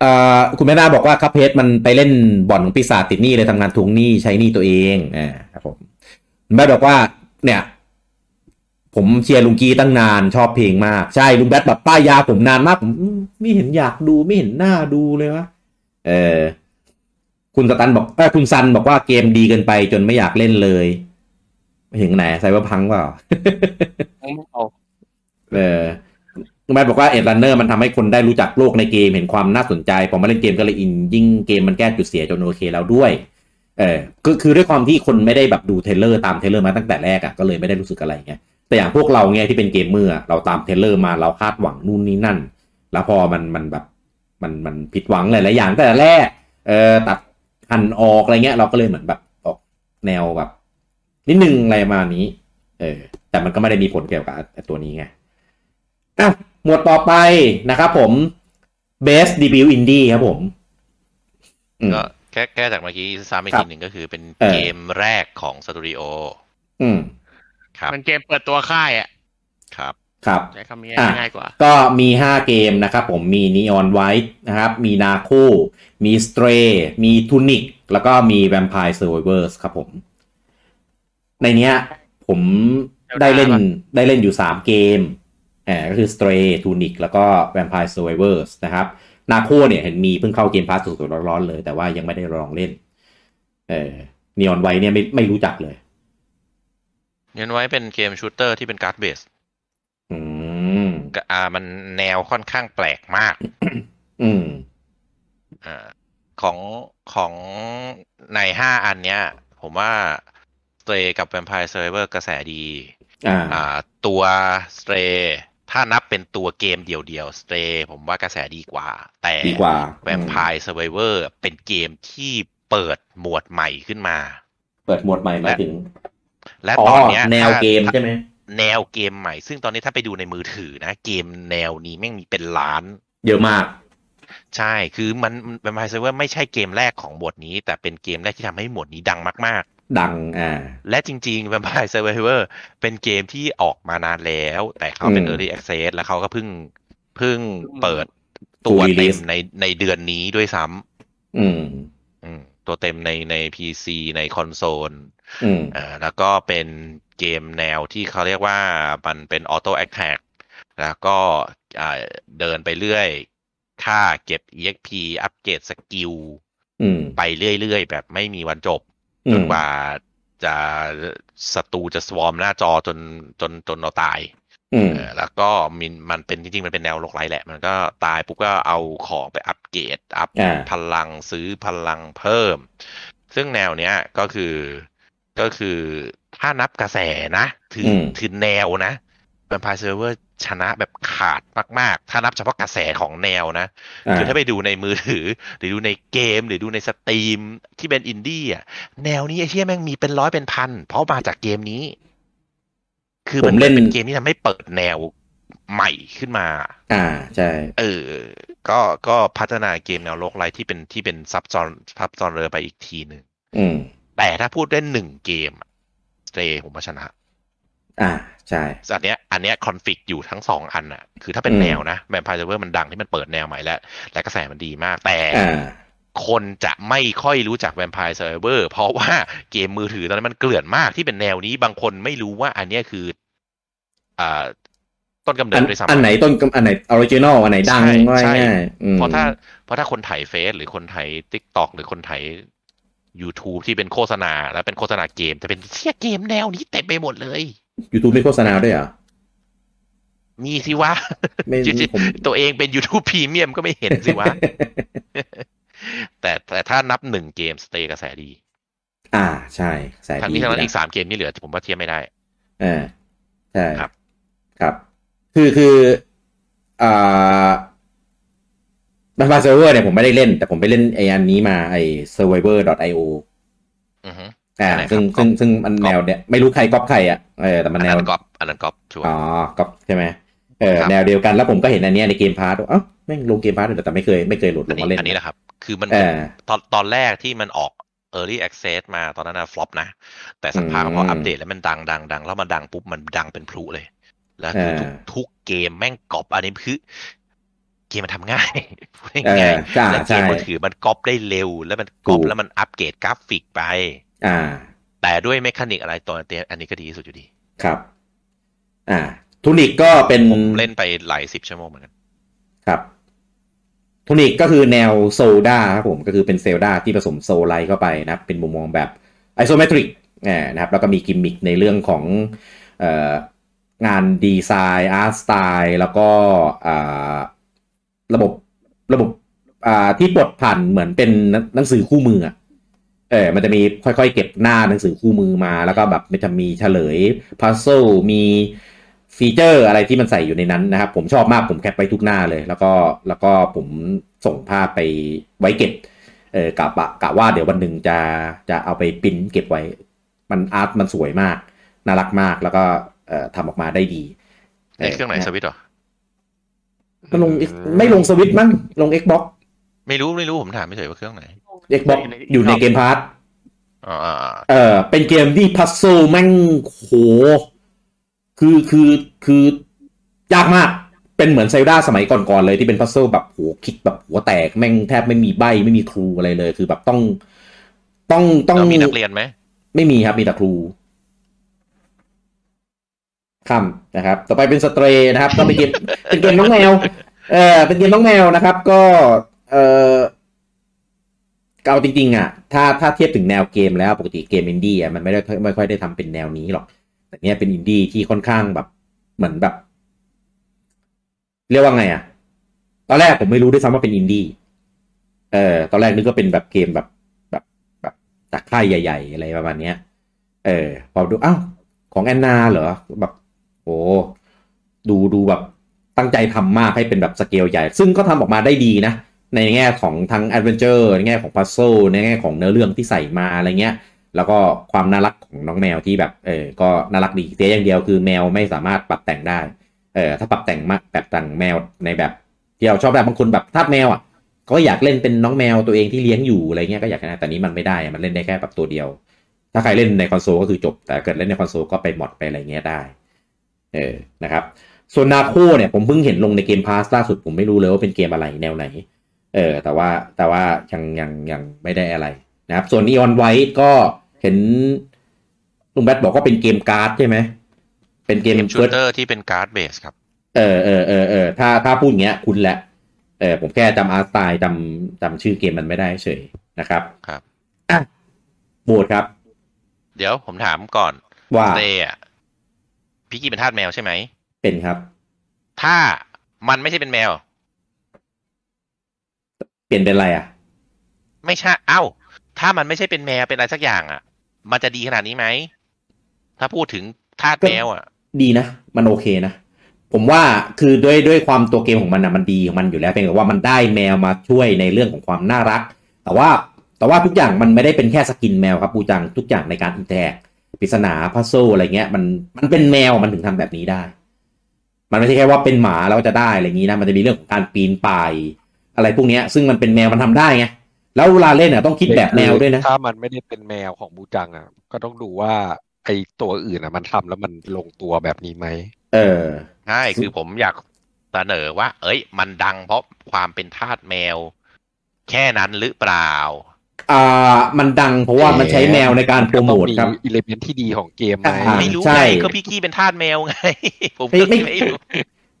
Speaker 2: เอ่อคุณแม่นาบอกว่าคัพเพจมันไปเล่นบ่อนของปีศาจติดหนี้เลยทำงานทวงหนี้ใช้หนี้ตัวเองอ่าครับผมคุณแม่บอกว่า เนี่ย ผมเชียร์ลุงกีตั้งนานชอบเพลงมาก ใช่ลุงแบทแบบป้ายยาผมนานมากผมอืมไม่เห็นอยากดูไม่เห็นหน้าดูเลยวะเออคุณสตันบอกเออคุณซันบอกว่าเกมดีเกินไปจนไม่อยากเล่นเลยไม่ถึงไหนไซเบอร์พังเปล่า เออคุณแม่บอกว่าเอ็ด n ันเนอร์มันทำให้คนได้รู้จักโลกในเกมเห็นความน่าสนใจ พอมาเล่นเกมก็เลยอิน ยิ่งเกมมันแก้จุดเสียจนโอเคแล้วด้วย เออคือคือด้วยความที่คนไม่ได้แบบดูเทรลเลอร์ตามเทรลเลอร์มาตั้งแต่แรกอะ่ะก็เลยไม่ได้รู้สึกอะไรไงแต่อย่างพวกเราไงที่เป็นเกมเมอร์อะเราตามเทรลเลอร์มาเราคาดหวังนู่นนี่นั่น แล้วพอมันมันแบบมันมันผิดหวังหลายๆอย่างตั้งแต่แรก เออตัดหันออกอะไรเงี้ย เราก็เลยเหมือนแบบออกแนวแบบ นิดนึงอะไรประมาณนี้ เออ แต่มันก็ไม่ได้มีผลเกี่ยวกับไอ้ตัวนี้ไง อ่ะหมวดต่อไปนะครับผม Best Debut Indie ครับผมอืม
Speaker 3: ก็แค่แก้จากเมื่อกี้ซ้ำอีกทีหนึ่งก็คือเป็น
Speaker 2: เออ
Speaker 3: เกมแรกของสตูดิโอ
Speaker 2: อืม
Speaker 3: ครับ
Speaker 4: มันเกมเปิดตัวค่ายอ่ะ
Speaker 3: ครับ
Speaker 2: ครับ
Speaker 4: ใช้คำนี้
Speaker 2: อ่ะ
Speaker 4: ง่ายกว่า
Speaker 2: ก็มี 5 เกมนะครับผมมี Neon White นะครับ มี Narco มี Stray มี Tunic แล้วก็มี Vampire Survivors ครับผม ในเนี้ย ผมได้เล่นได้เล่นอยู่ 3 เกมอ่าก็คือ Stray Tunic แล้วก็ Vampire Survivors นะครับ Narco เนี่ยเห็นมีเพิ่งเข้าเกมพาสสดๆร้อนๆเลย แต่ว่ายังไม่ได้ลองเล่น เออ Neon White เนี่ยไม่ไม่รู้จักเลย
Speaker 3: เน้นไว้เป็นเกมชูตเตอร์ที่เป็นการ์ดเบส
Speaker 2: อืม
Speaker 3: ก็อ่ามันแนวค่อนข้างแปลกมาก
Speaker 2: อืม
Speaker 3: อ่าของของในห้าอันเนี้ย ผมว่าสเตรกับแวมไพร์เซอร์เวอร์กระแสดี
Speaker 2: อ่า
Speaker 3: อ่าตัวสเตรถ้านับเป็นตัวเกมเดียวๆสเตรผมว่ากระแสดีกว่า แต่
Speaker 2: ดีกว่า
Speaker 3: แวมไพร์ s เ r เวอร์เป็นเกมที่เปิดหมวดใหม่ขึ้นมา
Speaker 2: เปิดหมวดใหม่หมายถึง
Speaker 3: และตอนเนี้ย
Speaker 2: แนว
Speaker 3: ถ้า
Speaker 2: เกมใช่ไหม
Speaker 3: แนวเกมใหม่ ซึ่งตอนนี้ถ้าไปดูในมือถือนะ เกมแนวนี้แม่งมีเป็นล้าน
Speaker 2: เยอะมาก
Speaker 3: ใช่ คือมันแวมไพร์ s เ r เวอร์ไม่ใช่เกมแรกของหมวดนี้ แต่เป็นเกมแรกที่ทำให้หมวดนี้ดังมาก
Speaker 2: ดัง อ่า
Speaker 3: ๆ และจริงๆ Vampire Survivor เป็นเกมที่ออกมานานแล้ว แต่เขาเป็น
Speaker 2: อืม
Speaker 3: Early Access แล้วเขาก็เพิ่งเพิ่งเปิด
Speaker 2: ถู
Speaker 3: ตั
Speaker 2: ก
Speaker 3: วเต็ม
Speaker 2: release
Speaker 3: ในในเดือนนี้ด้วยซ้ำ
Speaker 2: อืม
Speaker 3: อืมตัวเต็มในใน PC ในคอนโซล
Speaker 2: อืม
Speaker 3: อ่าแล้วก็เป็นเกมแนวที่เขาเรียกว่ามันเป็นออโต้แอคแท็กแล้วก็อ่าเดินไปเรื่อย ค่าเก็บ EXP อัปเกรดสกิล
Speaker 2: อืม
Speaker 3: ไปเรื่อยๆ แบบไม่มีวันจบ
Speaker 2: อื
Speaker 3: จ
Speaker 2: ม
Speaker 3: นกว่าจะศัตรูจะสวอมหน้าจอจนจนจนเราตาย
Speaker 2: อืม
Speaker 3: เออแล้วก็มินมันเป็นจริงๆ มันเป็นแนวโลกไร้แหละ มันก็ตายปุ๊บก็เอาของไปอัปเกรดอัพ
Speaker 2: อ่า
Speaker 3: พลังซื้อพลังเพิ่ม ซึ่งแนวเนี้ยก็คือก็คือถ้านับกระแสนะถือ
Speaker 2: ม
Speaker 3: ถือแนวนะแวมไพร์เซอร์เวอร์ชนะแบบขาดมาก ๆ ถ้านับเฉพาะกระแสของแนวนะ
Speaker 2: อ่า
Speaker 3: คือถ้าไปดูในมือถือ หรือดูในเกม หรือดูในสตรีมที่เป็นอินดี้อ่ะแนวนี้ไอ้เชี่ยแม่งมีเป็นร้อยเป็นพัน เพราะมาจากเกมนี้ คือมันเป็นเกมที่ทำให้เปิดแนว ใหม่ขึ้นมา
Speaker 2: อ่าใช่
Speaker 3: เออ ก็ก็พัฒนาเกมแนวโลกไลท์ที่เป็นที่เป็นซับจอนซับจอนเรือไปอีกทีหนึ่ง
Speaker 2: อืม
Speaker 3: แต่ถ้าพูดได้หนึ่งเกมสเตย์ผมว่าชนะ
Speaker 2: อ่าใช่
Speaker 3: อันเนี้ยอันเนี้ยคอนฟ lict อยู่ทั้งสองอันอ่ะ คือถ้าเป็น
Speaker 2: อืม
Speaker 3: แนวนะแ a ม p พ r e เ e อร์มันดังที่มันเปิดแนวใหม่แล้ว และกระแสมันดีมาก แต่
Speaker 2: อ่า
Speaker 3: คนจะไม่ค่อยรู้จักแ a ม p พ r e เ e อร์เพราะว่าเกมมือถือตอนนั้นมันเกลื่อนมากที่เป็นแนวนี้บางคนไม่รู้ว่าอันเนี้ยคืออ่าต้นกำเนิ
Speaker 2: อั
Speaker 3: ด
Speaker 2: น
Speaker 3: ด้วยซ้ำ
Speaker 2: อันไหนต้นกำอันไหนออริจินอลอันไหนดัง
Speaker 3: ใช่
Speaker 2: ว่า
Speaker 3: ใช่
Speaker 2: ง่ายๆอืม
Speaker 3: เพราะถ้าเพราะถ้าคนไถเฟซหรือคนไถทิกตอกหรือคนไถ YouTube ที่เป็นโฆษณา แล้วเป็นโฆษณาเกม จะเป็นเชี่ยเกมแนวนี้เต็มไปหมดเลย
Speaker 2: ยูทูบไม่โฆษณาด้วยเหรอ
Speaker 3: มีสิวะ
Speaker 2: ไม่
Speaker 3: จริงๆ
Speaker 2: ผม
Speaker 3: ตัวเองเป็น YouTube พรีเมียมก็ไม่เห็นสิวะ แต่แต่ถ้านับหนึ่งเกมสเตย์กระแสดี
Speaker 2: อ่าใช่สาย
Speaker 3: ทั้ง
Speaker 2: ดี
Speaker 3: นี้ทั้งนั้น
Speaker 2: นะ
Speaker 3: อีกสามเกมนี่เหลือผมว่าเทียบไม่ได้
Speaker 2: เออใช่
Speaker 3: ครับ
Speaker 2: ครับ คือคืออ่าบัฟฟาเซอร์เวอร์เนี่ยผมไม่ได้เล่น แต่ผมไปเล่นไออันนี้มาไอ survivor.io
Speaker 3: อือฮึ
Speaker 2: อ่า
Speaker 3: อะไรครับ
Speaker 2: ซึ่งซึ่งซึ่งมันแนวเนี่ยไม่รู้ใครก๊อปใครอ่ะเออแต่มั
Speaker 3: ั
Speaker 2: น
Speaker 3: น
Speaker 2: แนว
Speaker 3: นั้นกอบอันนั้นกอบชัวร์
Speaker 2: อ๋อก๊อปใช่ไหมเออ
Speaker 3: ครับ
Speaker 2: แนวเดียวกันแล้วผมก็เห็นอันเนี้ยในเกมพาร์ทเอ้าแม่งลงเกมพาร์ทเลยแต่ไม่เคยไม่เคยโหลดล
Speaker 3: อัน
Speaker 2: ง
Speaker 3: นี้
Speaker 2: มาเล่น
Speaker 3: อันนี้แหละครับ คือมัน
Speaker 2: เออ
Speaker 3: ตอนตอนแรกที่มันออก Early Access มาตอนนั้นนะฟลอปนะ แต่สักพัก
Speaker 2: อืม
Speaker 3: พออัปเดตแล้วมันดังดังดังแล้วมันดังปุ๊บมันดังเป็นพลุเลย แล้วคือ
Speaker 2: เอ
Speaker 3: ทุก
Speaker 2: อ
Speaker 3: ทุกเกมแม่งกอบอันนี้คือ เกมมันทำง่าย พูด
Speaker 2: เออ
Speaker 3: ง่า
Speaker 2: ย
Speaker 3: ๆ
Speaker 2: จ้า
Speaker 3: แล้วเก
Speaker 2: ใช่
Speaker 3: มมือถือมันก๊อปได้เร็ว แล้วมันก๊อป
Speaker 2: ถูก
Speaker 3: แล้วมันอัปเกรดกราฟิกไป
Speaker 2: อ่า
Speaker 3: แต่ด้วยเมคานิกอะไรตัวเนี้ยอันนี้ก็ดีที่สุดอยู่ดี
Speaker 2: ครับ อ่าทุนิกก็เป็น
Speaker 3: ผมเล่นไปหลายสิบชั่วโมงเหมือนกัน
Speaker 2: ครับทุนิกก็คือแนวโซดาครับผมก็คือเป็นเซลดาที่ผสมโซลไลท์เข้าไปนะครับเป็นมุมมองแบบไอโซเมตริกนะครับแล้วก็มีกิมมิคในเรื่องของเอองานดีไซน์อาร์ตสไตล์แล้วก็อ่าระบบระบบอ่าที่ปลดผ่านเหมือนเป็นหนังหนังสือคู่มืออะเออมันจะมีค่อยๆ เก็บหน้าหนังสือคู่มือมาแล้วก็แบบมันจะมีเฉลยพัซเซิลมีฟีเจอร์อะไรที่มันใส่อยู่ในนั้นนะครับ ผมชอบมากผมแคปไปทุกหน้าเลย แล้วก็แล้วก็ผมส่งภาพไปไว้เก็บเออกะบะกะว่าเดี๋ยววันหนึ่งจะจะเอาไปปริ้นเก็บไว้ มันอาร์ตมันสวยมาก น่ารักมากแล้วก็เอ่อทำออกมาได้ดี
Speaker 3: ไอ้เครื่องไหนสวิตช์เหรอ
Speaker 2: มันลง X- ไม่ลงสวิตช์มั้งลง Xbox
Speaker 3: ไม่รู้ไม่รู้ผมถามไม่เฉยว่าเครื่องไหน
Speaker 2: Xbox อยู่ในเกมพาร์ท
Speaker 3: อ๋ออ่าอ่า
Speaker 2: เออเป็นเกมที่พัซโซแม่งโห คือคือคือยากมาก เป็นเหมือนเซลดาสมัยก่อนๆเลยที่เป็นพัซโซแบบโหคลิกแบบหัวแตกแม่งแทบไม่มีใบไม่มีครูอะไรเลย คือแบบต้อง ต้องต้อง
Speaker 3: เรามีนักเรียนไหม
Speaker 2: ไม่มีครับ มีแต่ครูคำนะครับ ต่อไปเป็นสเตรย์นะครับ ก็เป็นเกม เป็นเกมน้องแมว เออเป็นเกมน้องแมวนะครับ ก็ เออเอาจริงๆอ่ะ ถ้าถ้าเทียบถึงแนวเกมแล้วปกติเกมอินดี้อ่ะมันไม่ได้ไม่ค่อยได้ทำเป็นแนวนี้หรอก แต่เนี้ยเป็นอินดี้ที่ค่อนข้างแบบ เหมือนแบบ เรียกว่าไงอ่ะ ตอนแรกผมไม่รู้ด้วยซ้ำว่าเป็นอินดี้ เออ ตอนแรกนึกว่าเป็นแบบเกมแบบแบบแบบจากค่ายใหญ่ ๆ อะไรประมาณเนี้ย เออ พอดูอ้าวของแอนนาเหรอ แบบโอ้ดูดูแบบตั้งใจทำมากให้เป็นแบบสเกลใหญ่ ซึ่งก็ทำออกมาได้ดีนะ ในแง่ของทั้งแอดเวนเจอร์ในแง่ของพัซโซในแง่ของเนื้อเรื่องที่ใส่มาอะไรเงี้ย แล้วก็ความน่ารักของน้องแมวที่แบบ เออ ก็น่ารักดีเสียอย่างเดียวคือแมวไม่สามารถปรับแต่งได้ เออ ถ้าปรับแต่งมาแบบแต่งแมวในแบบที่เราชอบแบบบางคนแบบทาสแมวอ่ะ ก็อยากเล่นเป็นน้องแมวตัวเองที่เลี้ยงอยู่อะไรเงี้ยก็อยากนะแต่นี้มันไม่ได้อะมันเล่นได้แค่แบบตัวเดียว ถ้าใครเล่นในคอนโซลก็คือจบ แต่เกิดเล่นในคอนโซลก็ไปหมดไปอะไรเงี้ยได้ เออนะครับ ส่วนนาโคเนี่ยผมเพิ่งเห็นลงในเกมพาสล่าสุดผมไม่รู้เลยว่าเป็นเกมอะไรแนวไหน เออแต่ว่าแต่ว่ายังยังยังไม่ได้อะไรนะครับ ส่วน e ออนไวท์ก็เห็นลุงแบทบอกว่าเป็นเกมการ์ดใช่ไหมเป็นเก
Speaker 3: เก
Speaker 2: ม
Speaker 3: มชูเตอร์ที่เป็นการ์ดเบสครับ
Speaker 2: เออเออเออเออถ้าถ้าพูดอย่างเงี้ยคุณแหละ เออผมแค่จำอาร์ตสไตล์จำจำชื่อเกมมันไม่ได้เฉยนะครับ
Speaker 3: ครับ
Speaker 2: อ่ะโบดครับ
Speaker 3: เดี๋ยวผมถามก่อน
Speaker 2: ว่า
Speaker 3: เตย์อะพี่กี้เป็นทาสแมวใช่ไหม
Speaker 2: เป็นครับ
Speaker 3: ถ้ามันไม่ใช่เป็นแมว
Speaker 2: เปลี่ยนเป็นอะไรอ่ะ
Speaker 3: ไม่ใช่ เอ้า ถ้ามันไม่ใช่เป็นแมวเป็นอะไรสักอย่างอ่ะ มันจะดีขนาดนี้ไหม ถ้าพูดถึงทาสแมวอ่ะ
Speaker 2: ดีนะ มันโอเคนะ ผมว่าคือด้วยด้วยความตัวเกมของมันนะมันดีของมันอยู่แล้วเพียงแต่ว่ามันได้แมวมาช่วยในเรื่องของความน่ารัก แต่ว่าแต่ว่าทุกอย่างมันไม่ได้เป็นแค่สกินแมวครับปูจังทุกอย่างในการอินแทกปริศนาพัซโซอะไรเงี้ย มันมันเป็นแมวมันถึงทำแบบนี้ได้ มันไม่ใช่แค่ว่าเป็นหมาแล้วจะได้อะไรอย่างนี้นะมันจะมีเรื่องของการปีนป่าย อะไรพวกเนี้ย ซึ่งมันเป็นแมวมันทำได้ไงแล้วเวลาเล่นอ่ะต้องคิดแบบแมวด้วยนะ
Speaker 5: ถ้ามันไม่ได้เป็นแมวของบูจังอ่ะ ก็ต้องดูว่าไอตัวอื่นอ่ะ มันทำแล้วมันลงตัวแบบนี้ไหม
Speaker 2: เออ
Speaker 3: ใช่คือผมอยากเสนอว่า เอ้ย มันดังเพราะความเป็นทาสแมว แค่นั้นหรือเปล่า
Speaker 2: อ่า มันดังเพราะว่ามันใช้แมวในการโปรโมทครับ
Speaker 5: อิเลเมนที่ดีของเกมไหม
Speaker 2: อ่า
Speaker 3: ไม่รู้
Speaker 2: ใช่
Speaker 3: ไงก็พี่กี้เป็นทาสแมวไง ผมก็
Speaker 2: ไม่
Speaker 3: ไม่รู้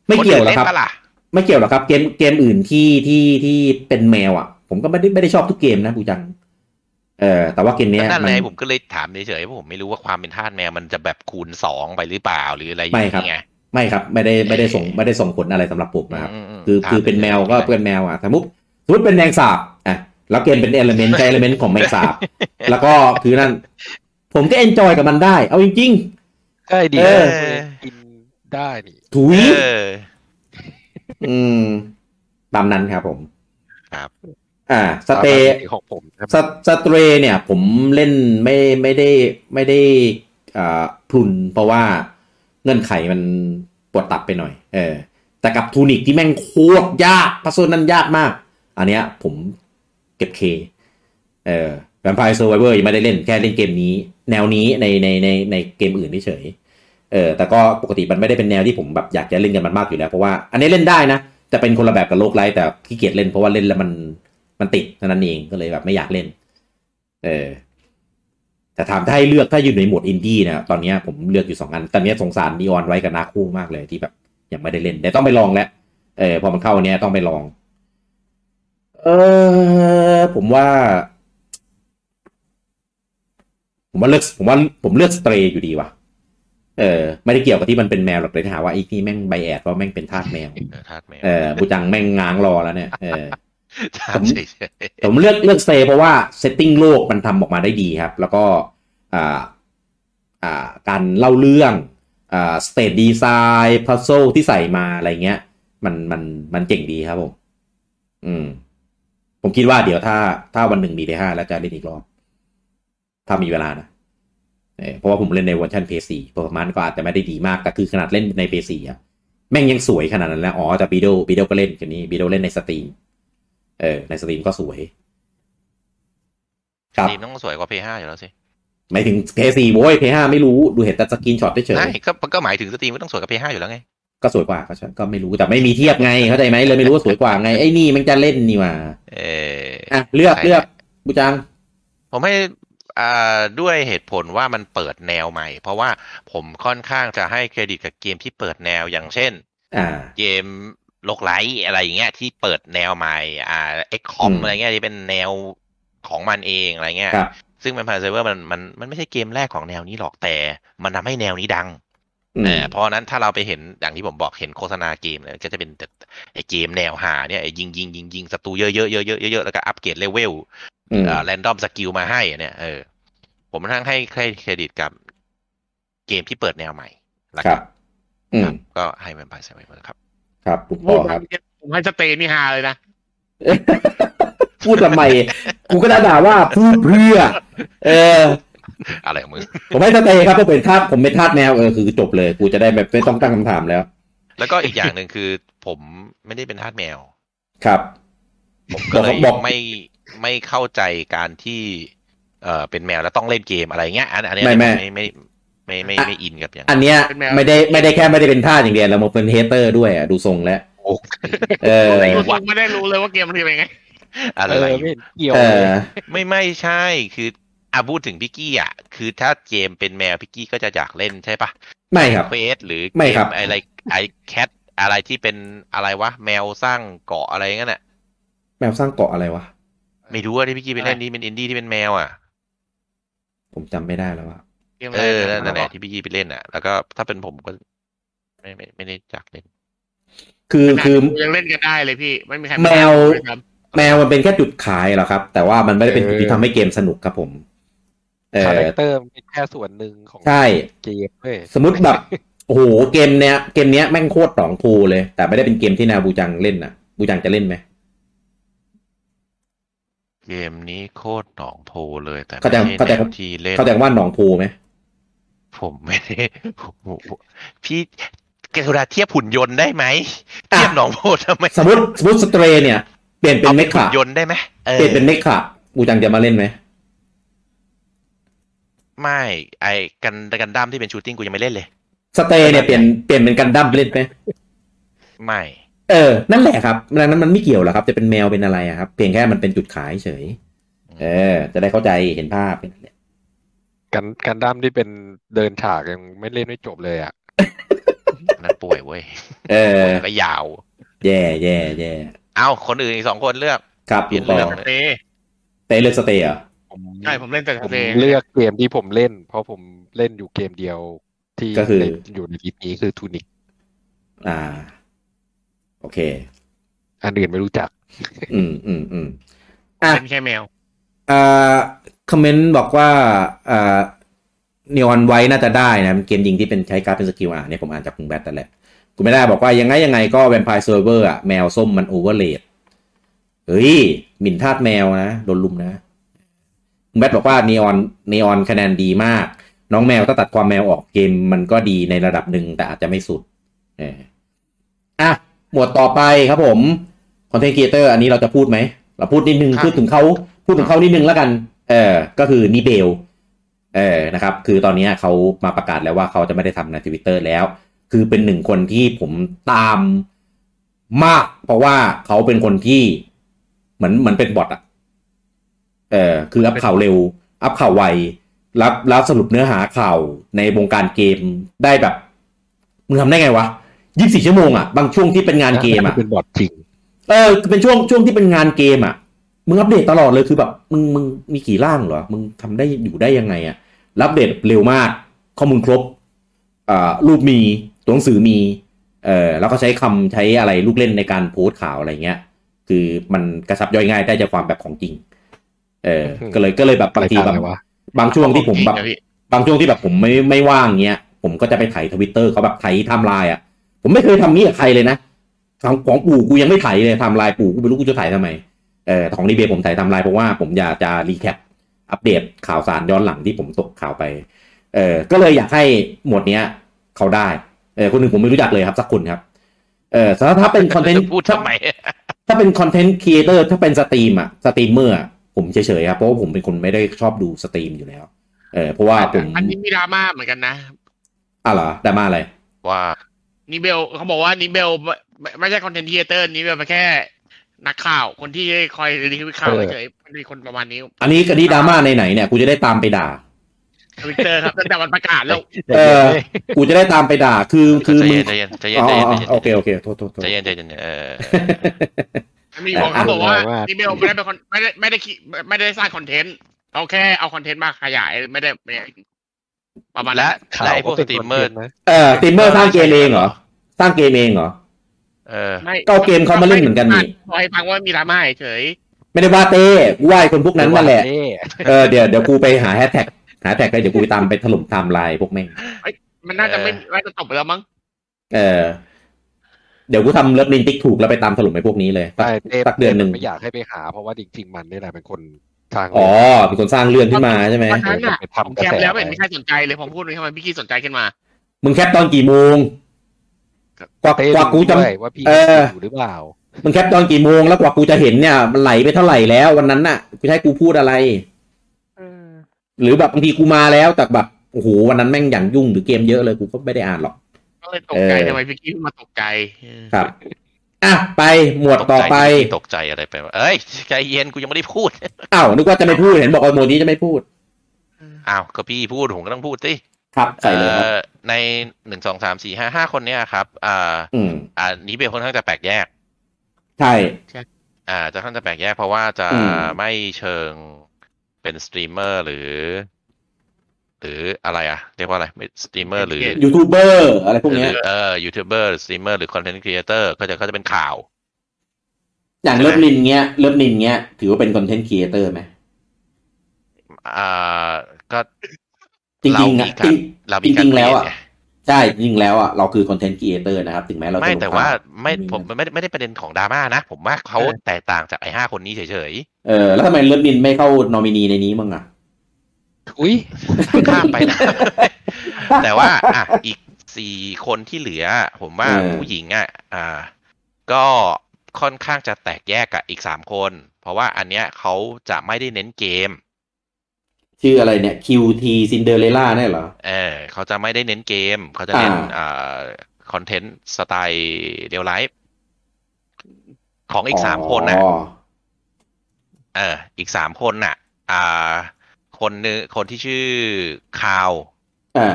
Speaker 2: ไม่เกี่ยวหรอกครับ
Speaker 3: นนล่นปะล่ะ
Speaker 2: ไม่เกี่ยวหรอกครับ เกมเกมอื่นที่ที่ที่เป็นแมวอ่ะ ผมก็ไม่ได้ไม่ได้ชอบทุกเกมนะปูจัง เออแต่ว่าเกมเนี้ย
Speaker 3: นั่น
Speaker 2: มั
Speaker 3: เลยผมก็เลยถามเฉยๆเพราะผมไม่รู้ว่าความเป็นทาสแมวมันจะแบบคูณสองไปหรือเปล่าหรืออะไรอย่าง
Speaker 2: ไม่ครับ
Speaker 3: เงี้ย
Speaker 2: ไม่ครับ ไม่ได้ไม่ได้ส่ง
Speaker 3: เอ่อ
Speaker 2: ไม่ได้ส่งผลอะไรสำหรับผมนะครับ
Speaker 3: มม
Speaker 2: คือ
Speaker 3: ถา
Speaker 2: คือเป็นแมวก็เป็นแมวอ่ะสมมติสมมติเป็นแมงสาบอ่ะแล้วเกมเป็นเอลเมนต์ใช้เอลเมนต์ของแมงสาบ แล้วก็คือนั่น ผมก็เอนจอยกับมันได้ เอาจริง
Speaker 5: ใช่ดี
Speaker 2: เออ
Speaker 5: กินได้นี่
Speaker 2: ๆ ถุ
Speaker 3: เอย อ
Speaker 2: อืม ตามนั้นครับผม
Speaker 3: ครับ
Speaker 2: อ่า สเตย์
Speaker 5: ของผมใช่ไหม
Speaker 2: สสเตรย์เนี่ยผมเล่นไม่ไม่ได้ไม่ได้อ่าพลุนเพราะว่าเงื่อนไขมันปวดตับไปหน่อย เออ แต่กับทูนิกที่แม่งโคตรยากพัซโซนนั้นยากมาก อันเนี้ยผมเก็บเคเออแวมไพร์เซอร์ไวเวอร์ยังไม่ได้เล่นแค่เล่นเกมนี้ แนวนี้ในในในในเกมอื่นเฉยๆเออแต่ก็ปกติมันไม่ได้เป็นแนวที่ผมแบบอยากจะเล่นกันมันมากอยู่แล้ว เพราะว่าอันนี้เล่นได้นะ แต่เป็นคนละแบบกับโลกไลท์แต่ขี้เกียจเล่นเพราะว่าเล่นแล้วมันมันติดเท่านั้นเองก็เลยแบบไม่อยากเล่น เออ แต่ถามถ้าให้เลือกถ้าอยู่ในหมวดอินดี้นะตอนเนี้ยผมเลือกอยู่สองอัน ตอนเนี้ยสงสารนีออนไว้กับนาคู่มากเลยที่แบบยังไม่ได้เล่นแต่ต้องไปลองแล้วเออพอมันเข้าอันเนี้ยต้องไปลอง เออผมว่า ผมว่าเลือกผมว่าผมเลือกสเตรย์อยู่ดีว่ะ เออ ไม่ได้เกี่ยวกับที่มันเป็นแมวหรอกเลยถ้าหาว่าไอ้ที่แม่งใบแอดเพราะแม่งเป็นทาสแมว
Speaker 3: เออทาสแมว
Speaker 2: เออบูจังแม่งง้างรอแล้วเนี่ยเออ
Speaker 3: ทาสเฉย
Speaker 2: ผมเลือกเลือกเซเพราะว่าเซตติ้งโลกมันทำออกมาได้ดีครับ แล้วก็อ่าอ่าการเล่าเรื่องอ่าสเตทดีไซน์พัซโซที่ใส่มาอะไรเงี้ย มันมันมันเจ๋งดีครับผม อืม ผมคิดว่าเดี๋ยวถ้าถ้าวันหนึ่งมีเดห้าแล้วจะเล่นอีกรอบ ถ้ามีเวลานะเออเพราะว่าผมเล่นในเวอร์ชันเพย์สี่เปอร์มันก็อาจจะไม่ได้ดีมาก แต่คือขนาดเล่นในเพย์สี่อะแม่งยังสวยขนาดนั้นแล้วอ๋อแต่บีโดบีโดก็เล่นกันนี้บีโดเล่นในสตรีมเออ ในสตรีมก็สวย ค
Speaker 3: ๆ
Speaker 2: รับ
Speaker 3: ทีมต้องสวยกว่า P5 อยู่แล้วสิ
Speaker 2: หมายถึง PS4 โว้ย PS5 ไม่รู้ดูเห็นแต่สกรีนช็อตเฉย
Speaker 3: ใช่ก็ก็หมายถึงสตรีมก็ต้องสวยกว่า P5 อยู่แล้วไง
Speaker 2: ๆก็สวยกว่าก็ใช่ก็ไม่รู้แต่ไม่มีเทียบไงเข้าใจไหมเลยไม่รู้ว่าสวยกว่าไง ไอ้นี่มันจะเล่นนี่หว่า
Speaker 3: เอออ
Speaker 2: อ่ะเลือกเลือกบูจัง
Speaker 3: ผมให้อ่าด้วยเหตุผลว่ามันเปิดแนวใหม่ เพราะว่าผมค่อนข้างจะให้เครดิตกับเกมที่เปิดแนวอย่างเช่น
Speaker 2: อ่า
Speaker 3: เกมโลกไลท์อะไรอย่างเงี้ยที่เปิดแนวใหม่อ่าเอ็กคอม
Speaker 2: อืม
Speaker 3: อะไรเงี้ยที่เป็นแนวของมันเองอะไรเงี้ย
Speaker 2: ครับ
Speaker 3: ซึ่งแวมไพร์ไซเวอร์มันมันมันไม่ใช่เกมแรกของแนวนี้หรอกแต่ มันทำให้แนวนี้ดัง
Speaker 2: อืม
Speaker 3: เออเพราะฉะนั้นถ้าเราไปเห็นอย่างที่ผมบอกเห็นโฆษณาเกมเลยก็จะเป็นแต่ไอเกมแนวหาเนี่ยไอ้ยิงยิงยิงยิงศัตรูเยอะเยอะเยอะเยอะเยอะแล้วก็อัปเกรดเลเวล
Speaker 2: อืม
Speaker 3: แรนดอมสกิลมาให้อะเนี่ยเออผมทั้งให้เครดิตกับเกมที่เปิดแนวใหม่ละ
Speaker 2: ครั
Speaker 3: กัน
Speaker 2: บ อืม
Speaker 3: ก็ให้แวมไพร์ไซเวอร์ครับ
Speaker 2: ครับคุณป
Speaker 4: พู
Speaker 2: อ
Speaker 4: ด
Speaker 2: ค
Speaker 4: มา
Speaker 2: รับ
Speaker 4: ผมให้สเตย์นี่ฮาเลยนะ
Speaker 2: พูดทำไมกูก็ได้ด่าว่าพูดเพื่อ เออ
Speaker 3: อะไรของมึง
Speaker 2: ผมให้สเตย์ครับผมเป็นทาสผมเป็นทาสแมวเออคือจบเลย กูจะได้แบบไม่ต้องตั้งคำถามแล้ว
Speaker 3: แล้วก็อีกอย่างหนึ่งคือ ผมไม่ได้เป็นทาสแมว
Speaker 2: ครับ
Speaker 3: ผมก็เลย
Speaker 2: บอก
Speaker 3: ไม่ไม่เข้าใจการที่ เออเป็นแมวแล้วต้องเล่นเกมอะไรเงี้ย อันอันเนี้ย
Speaker 2: ไม่ไม่
Speaker 3: ไม่ไม่ไม่ไม่ไม่อินกับอย่าง
Speaker 2: อันเนี้ย
Speaker 4: เป็นแมว
Speaker 2: ไม่ได้ไม่ได้แค่ไม่ได้เป็นทาสอย่างเดียวแล้วมันเป็นเฮเตอร์ด้วยอ่ะดูทรงแล้ว
Speaker 5: โอ้
Speaker 2: เออ
Speaker 4: ผมไม่ได้รู้เลยว่าเกมมันเป็นยังไง
Speaker 3: อะ
Speaker 5: เอ
Speaker 3: ไร
Speaker 5: อไม่เห็นเกี่ยว
Speaker 2: เอ
Speaker 5: เลย
Speaker 2: อ
Speaker 3: ไม่ไม่ใช่คืออาพูดถึงพิกกี้อ่ะคือถ้าเกมเป็นแมวพิกกี้ก็จะอยากเล่นใช่ปะ
Speaker 2: ไม่ครับ
Speaker 3: เควสหรือ
Speaker 2: ไม่
Speaker 3: เก
Speaker 2: ครับ
Speaker 3: อะไรไอแคทอะไรที่เป็นอะไรวะ แมวสร้างเกาะอะไรงั้นน่ะ
Speaker 2: แมวสร้างเกาะอะไรวะ
Speaker 3: ไม่รู้ว่าที่พี่กี้ไปเล่น
Speaker 4: อะไร
Speaker 3: นี่เป็นอินดี้ที่เป็นแมวอ่ะ
Speaker 2: ผมจำไม่ได้แล้วอะ
Speaker 4: เกมอะ
Speaker 3: เอ
Speaker 4: ไร
Speaker 3: อ
Speaker 4: นะ
Speaker 3: นั่นแหละที่พี่กี้ไปเล่นอ่ะ แล้วก็ถ้าเป็นผมก็ ไม่ไม่ไม่ได้จากเล่น
Speaker 2: คือ
Speaker 4: ขนาด
Speaker 2: คือ
Speaker 4: กูยังเล่นกันได้เลยพี่ ไม่มีใคร
Speaker 2: แมว
Speaker 4: ไม่ครับ
Speaker 2: แมวมันเป็นแค่จุดขายเหรอครับ แต่ว่ามันไม่ได้เป็นจุดที่ทำให้เกมสนุกครับผม เอ
Speaker 5: คาแร
Speaker 2: อ
Speaker 5: คเตอร์มันเป็นแค่ส่วนหนึ่งของ
Speaker 2: ใช่
Speaker 5: เกมเว้ย
Speaker 2: สมมติแบบ โอ้โหเกมเนี้ยเกมเนี้ยแม่งโคตรหนองพูเลย แต่ไม่ได้เป็นเกมที่นาบูจังเล่นน่ะ บูจังจะเล่นไหม
Speaker 3: เกมนี้โคตรหนองโพเลยแต่
Speaker 2: เข้าใจ
Speaker 3: ไม่
Speaker 2: เข้าใจ
Speaker 3: ได้แนวที่เล่น
Speaker 2: เข้าใจว่าหนองพูไหม
Speaker 3: ผมไม่ได้ผมพี่ กรุณาเทียบหุ่นยนต์ได้ไหมเทียบหนองโพทำไม
Speaker 2: สมมติสมมติสเตรเนี่ย เปลี่ยนเป็น
Speaker 3: อา
Speaker 2: เม
Speaker 3: หุ่
Speaker 2: ฆะ
Speaker 3: นยนต์ได้ไหมเอ
Speaker 2: เปลี่ยน
Speaker 3: อ
Speaker 2: เป็นเมฆะอูจังจะมาเล่นไหม
Speaker 3: ไม่ไอ้กันกันดั้มที่เป็นชูตติ้งกูยังไม่เล่นเลย
Speaker 2: สเตรเนี่ยเปลี่ยนเปลี่ยนเป็นกันดั้มเล่นไหม
Speaker 3: ไม่
Speaker 2: เออนั่นแหละครับดังนั้นมันไม่เกี่ยวหรอกครับ จะเป็นแมวเป็นอะไรอะครับ เพียงแค่มันเป็นจุดขายเฉย เออ จะได้เข้าใจเห็นภาพเป็นอะไร
Speaker 5: กันกันดั้มที่เป็นเดินฉากยังไม่เล่นไม่จบเลยอ่ะ
Speaker 3: อันนั้นป่วยเว้ย
Speaker 2: เออ
Speaker 3: แล้วก็ยาว
Speaker 2: แย่แย่แย่
Speaker 3: เอาคนอื่นอีกสองคนเลือก
Speaker 2: ครับ
Speaker 3: เปลี่
Speaker 2: ถู
Speaker 3: ยน
Speaker 2: กต้อง
Speaker 3: เรื่อง
Speaker 4: เต้
Speaker 2: เตะเลือกสเตย์เหรอ
Speaker 5: ผม
Speaker 4: ใช่ผมเล่นแต่
Speaker 5: ผม
Speaker 4: เต้
Speaker 5: เลือกเกมที่ผมเล่น เพราะผมเล่นอยู่เกมเดียวที่
Speaker 2: ก็คือ
Speaker 5: ในอยู่ในลิสต์นี้คือทูนิก
Speaker 2: อ่า โอเค
Speaker 5: อันอื่นไม่รู้จัก
Speaker 2: อืมอืมอืมอ่ะ
Speaker 4: เป็นแค่แมว
Speaker 2: อ่าคอมเมนต์บอกว่าอ่าเนออนไว้น่าจะได้นะเป็นเกมยิงที่เป็นใช้การดเป็นสกิลอ่ะเนี่ยผมอ่านจากคุณแบทแต่นแหละคุณไม่ได้บอกว่ายังไงยังไงก็แวมไพร์เซอร์เวอร์อ่ะแมวส้มมันโอเวอร์เลดเฮ้ยหมิ่นทาสแมวนะ โดนลุมนะ คุณแบทบอกว่าเนออนเนออนคะแนนดีมาก น้องแมวถ้าตัดความแมวออกเกมมันก็ดีในระดับหนึ่งแต่อาจจะไม่สุดเอออ่ะ หมวดต่อไปครับผมคอนเทนต์ r e a เ o เตอร์อันนี้เราจะพูดไหม เราพูดนิดนึง
Speaker 3: ครับ
Speaker 2: พูดถึงเขาพูดถึงเขานิดนึงแล้วกัน เออก็คือนิเบลเออนะครับ คือตอนนี้เขามาประกาศแล้วว่าเขาจะไม่ได้ทำในทวิตเตอร์แล้ว คือเป็นหนึ่งคนที่ผมตามมาก เพราะว่าเขาเป็นคนที่เหมือนเหมือนเป็นบอทอะเออคืออัพข่าวเร็ว อัพข่าวไว รับรับสรุปเนื้อหาข่าวในวงการเกมได้แบบมึงทำได้ไงวะยี่สิบสี่ชั่วโมงอะบางช่วงที่เป็นงานเกมอะ
Speaker 5: เป็นบอร์ดจริง
Speaker 2: เออเป็นช่วงช่วงที่เป็นงานเกมอ่ะ มึงอัปเดตตลอดเลยคือแบบ มึงมึงมีกี่ร่างเหรอ มึงทำได้อยู่ได้ยังไงอ่ะรับอัปเดตเร็วมาก ข้อมูลครบอ่ารูปมี ตัวหนังสือมีเออแล้วก็ใช้คำใช้อะไรลูกเล่นในการโพสต์ข่าวอะไรเงี้ย คือมันกระชับย่อยง่ายได้จากความแบบของจริง เออ
Speaker 5: อืม
Speaker 2: ก็เลยก็เลยแบบบางที
Speaker 5: รยกร
Speaker 2: แบ
Speaker 5: อะ
Speaker 2: บ
Speaker 5: ไรวะ
Speaker 2: บางช่วงที่ผมแบบ
Speaker 4: จริงอะพี่
Speaker 2: บางช่วงที่แบบผมไม่ไม่ว่างเงี้ย ผมก็จะไปไถ่ายทวิตเตอร์เขาแบบไถ่ายไทม์ไลน์อ่ะ ผมไม่เคยทำนี้กับใครเลยนะของของปู่กูยังไม่ไถ่ายเลยไทม์ไลน์ปู่กูไม่รู้กูจะไถ่ายทำไมเออของดีเบผมไถ่ายไทม์ไลน์เพราะว่าผมอยากจะรีแคปอัปเดตข่าวสารย้อนหลังที่ผมตกข่าวไป เออก็เลยอยากให้หมวดเนี้ย เขาได้เออคนหนึ่งผมไม่รู้จักเลยครับสักคนครับ เออถ้าถ้าเป็นคอนเทนต์
Speaker 3: พูดทำไม
Speaker 2: ถ้าเป็นคอนเทนต์ครีเอเตอร์ถ้าเป็นสตรีมอะสตรีมเมอร์อะผมเฉยๆครับเพราะว่าผมเป็นคนไม่ได้ชอบดูสตรีมอยู่แล้ว เออเพราะว่าผม
Speaker 4: อันนี้มีดราม่าเหมือนกันนะ
Speaker 2: อ่ะเหรอดราม่าอะไร
Speaker 3: ว่า
Speaker 4: นิเบลเขาบอกว่านิเบลไม่ไม่ไม่ใช่คอนเทนต์ครีเอเตอร์นิเบลเป็นแค่นักข่าวคนที่คอยรีวิวข่าว
Speaker 5: เออ
Speaker 4: เฉยๆมีคนประมาณนี้
Speaker 2: อันนี้กันนี้ดราม่าในไหนๆเนี่ยกูจะได้ตามไปด่า
Speaker 4: ทวิตเตอร์ครับตั้งแต่วันประกาศแล้ว
Speaker 2: เออ กูจะได้ตามไปด่า คือคือ
Speaker 3: ใจ
Speaker 2: มึง
Speaker 3: เย็นใจเย็นใจเย็น
Speaker 2: อ๋อ
Speaker 3: ใจ
Speaker 2: อ๋อ
Speaker 3: เย็นใจ
Speaker 2: โอเค
Speaker 3: เย็
Speaker 2: โอเค
Speaker 3: น
Speaker 2: โทษโทษโทษ
Speaker 3: ใจเย็นใจเย็นเออ
Speaker 4: มีคน
Speaker 2: อ่ะ
Speaker 4: เขาบอกว่า
Speaker 5: อ่ะอ่ะ
Speaker 4: นิเบลไม่ได้เป็นคนไม่ได้ไม่ได้คิดไม่ได้สร้างคอนเทนต์เอาแค่เอาคอนเทนต์มาขยายไม่ได้ไม่ได้ประมาณ
Speaker 3: และ
Speaker 4: นั้น
Speaker 5: ข่า
Speaker 3: และไอ้พวก
Speaker 5: ป็
Speaker 3: ส
Speaker 5: น
Speaker 3: ตรีมเมอร์
Speaker 5: คอนทนต์นะ
Speaker 2: เออสตรีมเมอร์สร้างเกมเองเหรอสร้างเกมเองเหรอ
Speaker 3: เออ
Speaker 4: ไม่
Speaker 2: ก็เอาเกมเขามาเล่นเหมือนกันนี่
Speaker 4: บอกให้ฟังว่ามีดราม่าเฉย
Speaker 2: ไม่ได้ว่าเต้กูว่าไอ้คนพวกนั้นนั่นแหละ
Speaker 5: เท่
Speaker 2: เออเดี๋ยวเดี๋ยวกูไปหาแฮชแท็กหาแท็กไปเดี๋ยวกูไปตามไปถล่มไทม์ไลน์พวกแม่ง
Speaker 4: มันน่าจะไม่
Speaker 3: เออ
Speaker 4: น่าจะจบไปแล้วมั้ง
Speaker 2: เออเดี๋ยวกูทำเลิฟลินติ๊กถูกแล้วไปตามถล่มไอ้พวกนี้เลยสัก
Speaker 5: ใช่เท่
Speaker 2: สักเดือนหนึ่ง
Speaker 5: ไม่อยากให้ไปหา เพราะว่าจริงๆมันนี่แหละเป็นคนทาง
Speaker 2: อ๋อเป็นคนสร้างเรื่องขึ้นมาใช่ไหม
Speaker 4: ตอนนั้นอ่ะ
Speaker 5: ไป
Speaker 4: ผม
Speaker 5: ทำกระ
Speaker 4: แคป
Speaker 5: แส
Speaker 4: แล้วไม่เห็นมีใครสนใจเลยผมพูดเลยทำไมพี่กี้สนใจขึ้นมา
Speaker 2: มึงแคปตอนกี่โมงกว่าก
Speaker 5: เต้
Speaker 2: ว่ากูจะ
Speaker 5: ดูด้วยว่าพี่
Speaker 2: เออ
Speaker 5: อยู่หรือเปล่า
Speaker 2: มึงแคปตอนกี่โมงแล้วกว่ากูจะเห็นเนี่ยมันไหลไปเท่าไหร่แล้ววันนั้นน่ะกูจะให้กูพูดอะไรหรือแบบบางทีกูมาแล้วแต่แบบโอ้โหวันนั้นแม่งอย่างยุ่งหรือเกมเยอะเลยกูก็ไม่ได้อ่านหรอก
Speaker 4: ก็เลยตกใจ
Speaker 2: เออ
Speaker 4: ทำไมพี่กี้เพิ่งมาตกใจเออ
Speaker 2: ครับอ่ะไปหมวด
Speaker 3: ตก
Speaker 2: ต่อ
Speaker 3: ใจ
Speaker 2: ไป
Speaker 3: ตกใจอะไรไปวะเอ้ยใจเย็นกูยังไม่ได้ พูด
Speaker 2: อ้าวนึกว่าจะไม่พูดเห็นบอกว่าหมวดนี้จะไม่พูด
Speaker 3: อ้าวก็พี่พูดผมก็ต้องพูดสิ
Speaker 2: ครับใส่เลยครับ
Speaker 3: อ่อในหนึ่งสองสามสี่ห้าห้าคนเนี้ยครับ อ่า
Speaker 2: อืม
Speaker 3: อ่านี้เป็นค่อนข้างจะแปลกแยก
Speaker 2: ใช่
Speaker 3: อ่า จะค่อนข้างจะแปลกแยกเพราะว่าจะ
Speaker 2: อืม
Speaker 3: ไม่เชิงเป็นสตรีมเมอร์หรือ หรืออะไรอะเรียกว่าอะไรไม่สตรีมเมอร์หรือ
Speaker 2: ยูทูบเบอร์อะไรพวกเนี้ย
Speaker 3: หรือเออยูทูบเบอร์สตรีมเมอร์หรือคอนเทนต์ครีเอเตอร์ก็จะก็จะเป็นข่าว
Speaker 2: อย่างเลิฟลินเงี้ยเลิฟลินเงี้ย ถือว่าเป็นคอนเทนต์ครีเอเตอร์ไหม
Speaker 3: อ่าก็
Speaker 2: จริงๆอ
Speaker 3: เรา
Speaker 2: ะจริง
Speaker 3: มีการเรามี
Speaker 2: จ
Speaker 3: การ
Speaker 2: ริงๆแล้วอะ
Speaker 3: เปยนไง
Speaker 2: ใช่จริงๆแล้วอ่ะเราคือคอนเทนต์ครีเอเตอร์นะครับ ถึงแม้เราจะ
Speaker 3: ไม่แต่ว่า
Speaker 2: ลงภพ
Speaker 3: ไม่
Speaker 2: อืม
Speaker 3: ผมไม่ได้ไม่ได้ประเด็นของดราม่านะ ผมว่าเขาแตกต่างจากไอ้ห้าคนนี้เฉย
Speaker 2: เออแล้วทำไมเลิฟลินไม่เข้านอมินีในนี้มั้งอ่ะ
Speaker 5: อุ้ย
Speaker 3: ๆข้ามไปนะ แต่ว่าอ่ะอีก สี่คนที่เหลือ ผมว่า
Speaker 2: เออ
Speaker 3: ผู้หญิงอ่ะอ่า ก็ค่อนข้างจะแตกแยกกับอีกสามคน เพราะว่าอันเนี้ยเขาจะไม่ได้เน้นเกม
Speaker 2: ชื่ออะไรเนี่ย QT Cinderella เนี่ยเหรอ
Speaker 3: เออเขาจะไม่ได้เน้นเกม เขาจะเน้น
Speaker 2: อ่า
Speaker 3: อ่าคอนเทนต์สไตล์เรียลไลฟ์ของอีกสามคนนะ
Speaker 2: อ๋อ
Speaker 3: เออ อีกสามคนน่ะ อ่า คนนึงคนที่ชื่อคาว
Speaker 2: อ่า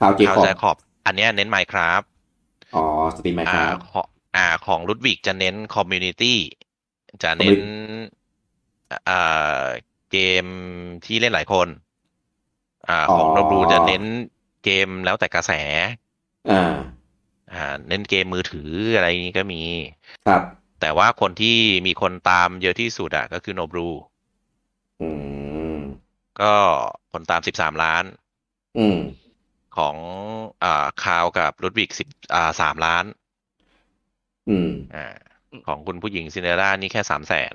Speaker 2: ข่าวเจ
Speaker 3: คาว
Speaker 2: คอบ
Speaker 3: แจคอบ อันเนี้ยเน้นไมครับ
Speaker 2: อ๋อ สตรีมไหมค
Speaker 3: อ่า
Speaker 2: รับ
Speaker 3: ของอ่า ของลุดวิกจะเน้นคอมมูนิตี้ จะเน้น อ่า เกมที่เล่นหลายคน อ่า ของ
Speaker 2: อ๋อ
Speaker 3: นบลูจะเน้นเกมแล้วแต่กระแส
Speaker 2: อ่า
Speaker 3: อ่า เน้นเกมมือถืออะไรอย่างนี้ก็มี
Speaker 2: ครับ
Speaker 3: แต่ว่าคนที่มีคนตามเยอะที่สุดอะก็คือโนบลู
Speaker 2: อืม
Speaker 3: ก็คนตามสิบสามล้าน
Speaker 2: อืม
Speaker 3: ของอ่าคาวกับรุดวิกสิบอ่าสามล้าน
Speaker 2: อืม
Speaker 3: อ่าของคุณผู้หญิงซินเดอเรลล่านี่แค่สามแสน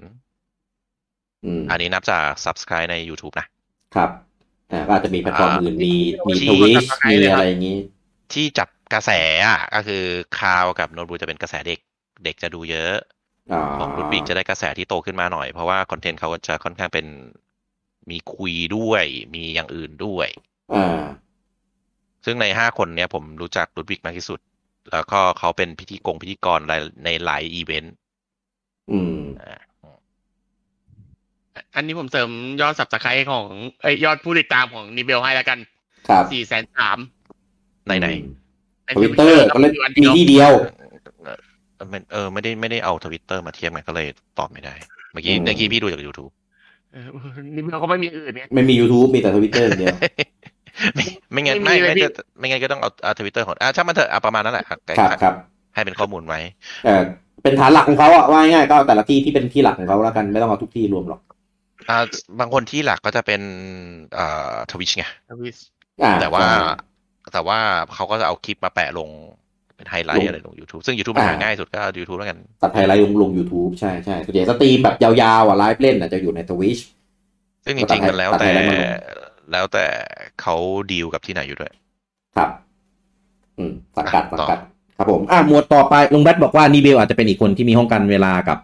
Speaker 2: อืม
Speaker 3: อันนี้นับจาก subscribe ใน YouTube นะ
Speaker 2: ครับอ่าก็อาจจะมีแพลตฟอร์มอื่น มี มี
Speaker 3: ที่
Speaker 2: ทวิช
Speaker 4: ที่
Speaker 2: มีอะไรอย่างนี้
Speaker 3: ที่จับกระแสอ่ะก็คือคาวกับโนบูจะเป็นกระแสเด็ก เด็กจะดูเยอะ
Speaker 2: อ๋อ
Speaker 3: ของรุดวิกจะได้กระแสที่โตขึ้นมาหน่อย เพราะว่าคอนเทนต์เขาจะค่อนข้างเป็นมีคุยด้วย มีอย่างอื่นด้วย
Speaker 2: อ่า
Speaker 3: ซึ่งในห้าคนเนี้ยผมรู้จักรุดวิกมากที่สุด แล้วก็เขาเป็นพิธีกรพิธีกรในหลายอีเวนต์
Speaker 2: อืม
Speaker 3: อ่า
Speaker 4: อันนี้ผมเสริมยอดสับสไครของเอ้ยยอดผู้ติดตามของนิเบลให้แล้วกัน
Speaker 2: ครับ
Speaker 4: สี่แสนสาม
Speaker 3: ในไหน
Speaker 2: ทวิตเตอร์ก็เล่นมีที่เดียว
Speaker 3: เออมันเออไม่ได้ไม่ได้เอาทวิตเตอร์มาเทียบกันก็เลยตอบไม่ได้ เมื่อกี้
Speaker 2: อืม
Speaker 3: เมื่อกี้พี่ดูจาก YouTube
Speaker 4: นิเบลเขาไม่มีอื่นไง
Speaker 2: ไม่มี YouTube มีแต่ทวิตเตอร์เดียว
Speaker 3: ไม่ไม่งั้น
Speaker 4: ไม่
Speaker 3: ไม่
Speaker 4: มี
Speaker 3: ไม่
Speaker 4: เลยพี่
Speaker 3: จะไม่งั้นก็ต้องเอาเอาทวิตเตอร์ของอ่ะช่างมันเถอะอ่ะประมาณนั้นแหละอ่ะ
Speaker 2: ครับครับ
Speaker 3: ให้เป็นข้อมูลไว้
Speaker 2: เออเป็นฐานหลักของเขาอะว่าง่ายๆก็เอาแต่ละที่ที่เป็นที่หลักของเขาแล้วกัน ไม่ต้องเอาทุกที่รวมหรอก
Speaker 3: อ่ะบางคนที่หลักก็จะเป็นเอ่อทวิชไง
Speaker 4: Twitch
Speaker 2: อ่า
Speaker 3: แต่ว่า
Speaker 2: ใช่
Speaker 3: แต่ว่าเขาก็จะเอาคลิปมาแปะลงเป็นไฮไล
Speaker 2: ล
Speaker 3: ท์
Speaker 2: ง
Speaker 3: อะไรลง YouTube ซึ่ง YouTube มันหา
Speaker 2: อ่า
Speaker 3: ง่ายสุดก็ YouTube แล้วกัน
Speaker 2: ตัดไฮไลท์ลงลง YouTube ใช่ใช่ส่วนใหญ่สตรีมแบบยาวๆอ่ะไลฟ์เล่นอ่ะจะอยู่ในทวิช
Speaker 3: ซึ่งจ
Speaker 2: ก็ตั
Speaker 3: ริ
Speaker 2: ดไฮ
Speaker 3: งๆมันแล้ว
Speaker 2: ตัด
Speaker 3: แต่
Speaker 2: ไฮไลท์มาลง
Speaker 3: แล้วแต่เขาดีลกับที่ไหนอยู่ด้วย
Speaker 2: ครับ อืมสังกัด
Speaker 3: อ่ะ
Speaker 2: สั
Speaker 3: ต่
Speaker 2: ง
Speaker 3: อ
Speaker 2: กัด ครับผม อ่ะหมวดต่อไปลุงแบทบอกว่านีเบลอาจจะเป็นอีกคนที่มีห้องกันเวลากับ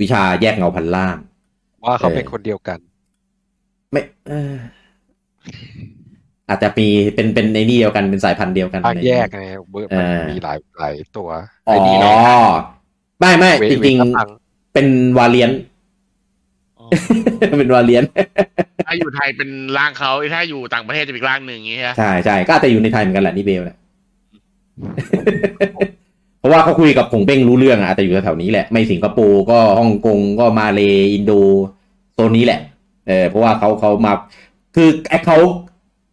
Speaker 2: วิชาแยกเงาพันล่าง
Speaker 5: ว่าเขาเป็น
Speaker 2: เออ
Speaker 5: คนเดียวกัน
Speaker 2: ไม่เอ่ออาจจะมีเป็นเป็นในนี่เดียวกันเป็นสายพันธุ์เดียวกัน
Speaker 5: ภาคแยก
Speaker 2: อะไร
Speaker 5: ไงเบิร์ด
Speaker 2: เอ
Speaker 5: มัน
Speaker 2: อ
Speaker 5: มีหลายหลายตัว
Speaker 2: อ๋อ
Speaker 5: ไอ้นี่แหละ
Speaker 2: ไม่ไม่
Speaker 5: เวท
Speaker 2: จ
Speaker 5: เวท
Speaker 2: ริง
Speaker 5: ก็พัง
Speaker 2: ๆเป็นวาเลียน เป็นวาเลียน
Speaker 4: ถ้าอยู่ไทยเป็นร่างเขาถ้าอยู่ต่างประเทศจะเป็นอีกร่างหนึ่งอย่างเงี้ย
Speaker 2: ใช่ใช่ก็อาจจะอยู่ในไทยเหมือนกันแหละนี่เบลแหละ เพราะว่าเขาคุยกับผงเป้งรู้เรื่องอะอาจจะอยู่แถวๆนี้แหละ ไม่สิงคโปร์ก็ฮ่องกงก็มาเลย์อินโดโซนนี้แหละ เออเพราะว่าเขาเขามา คือไอ้เขา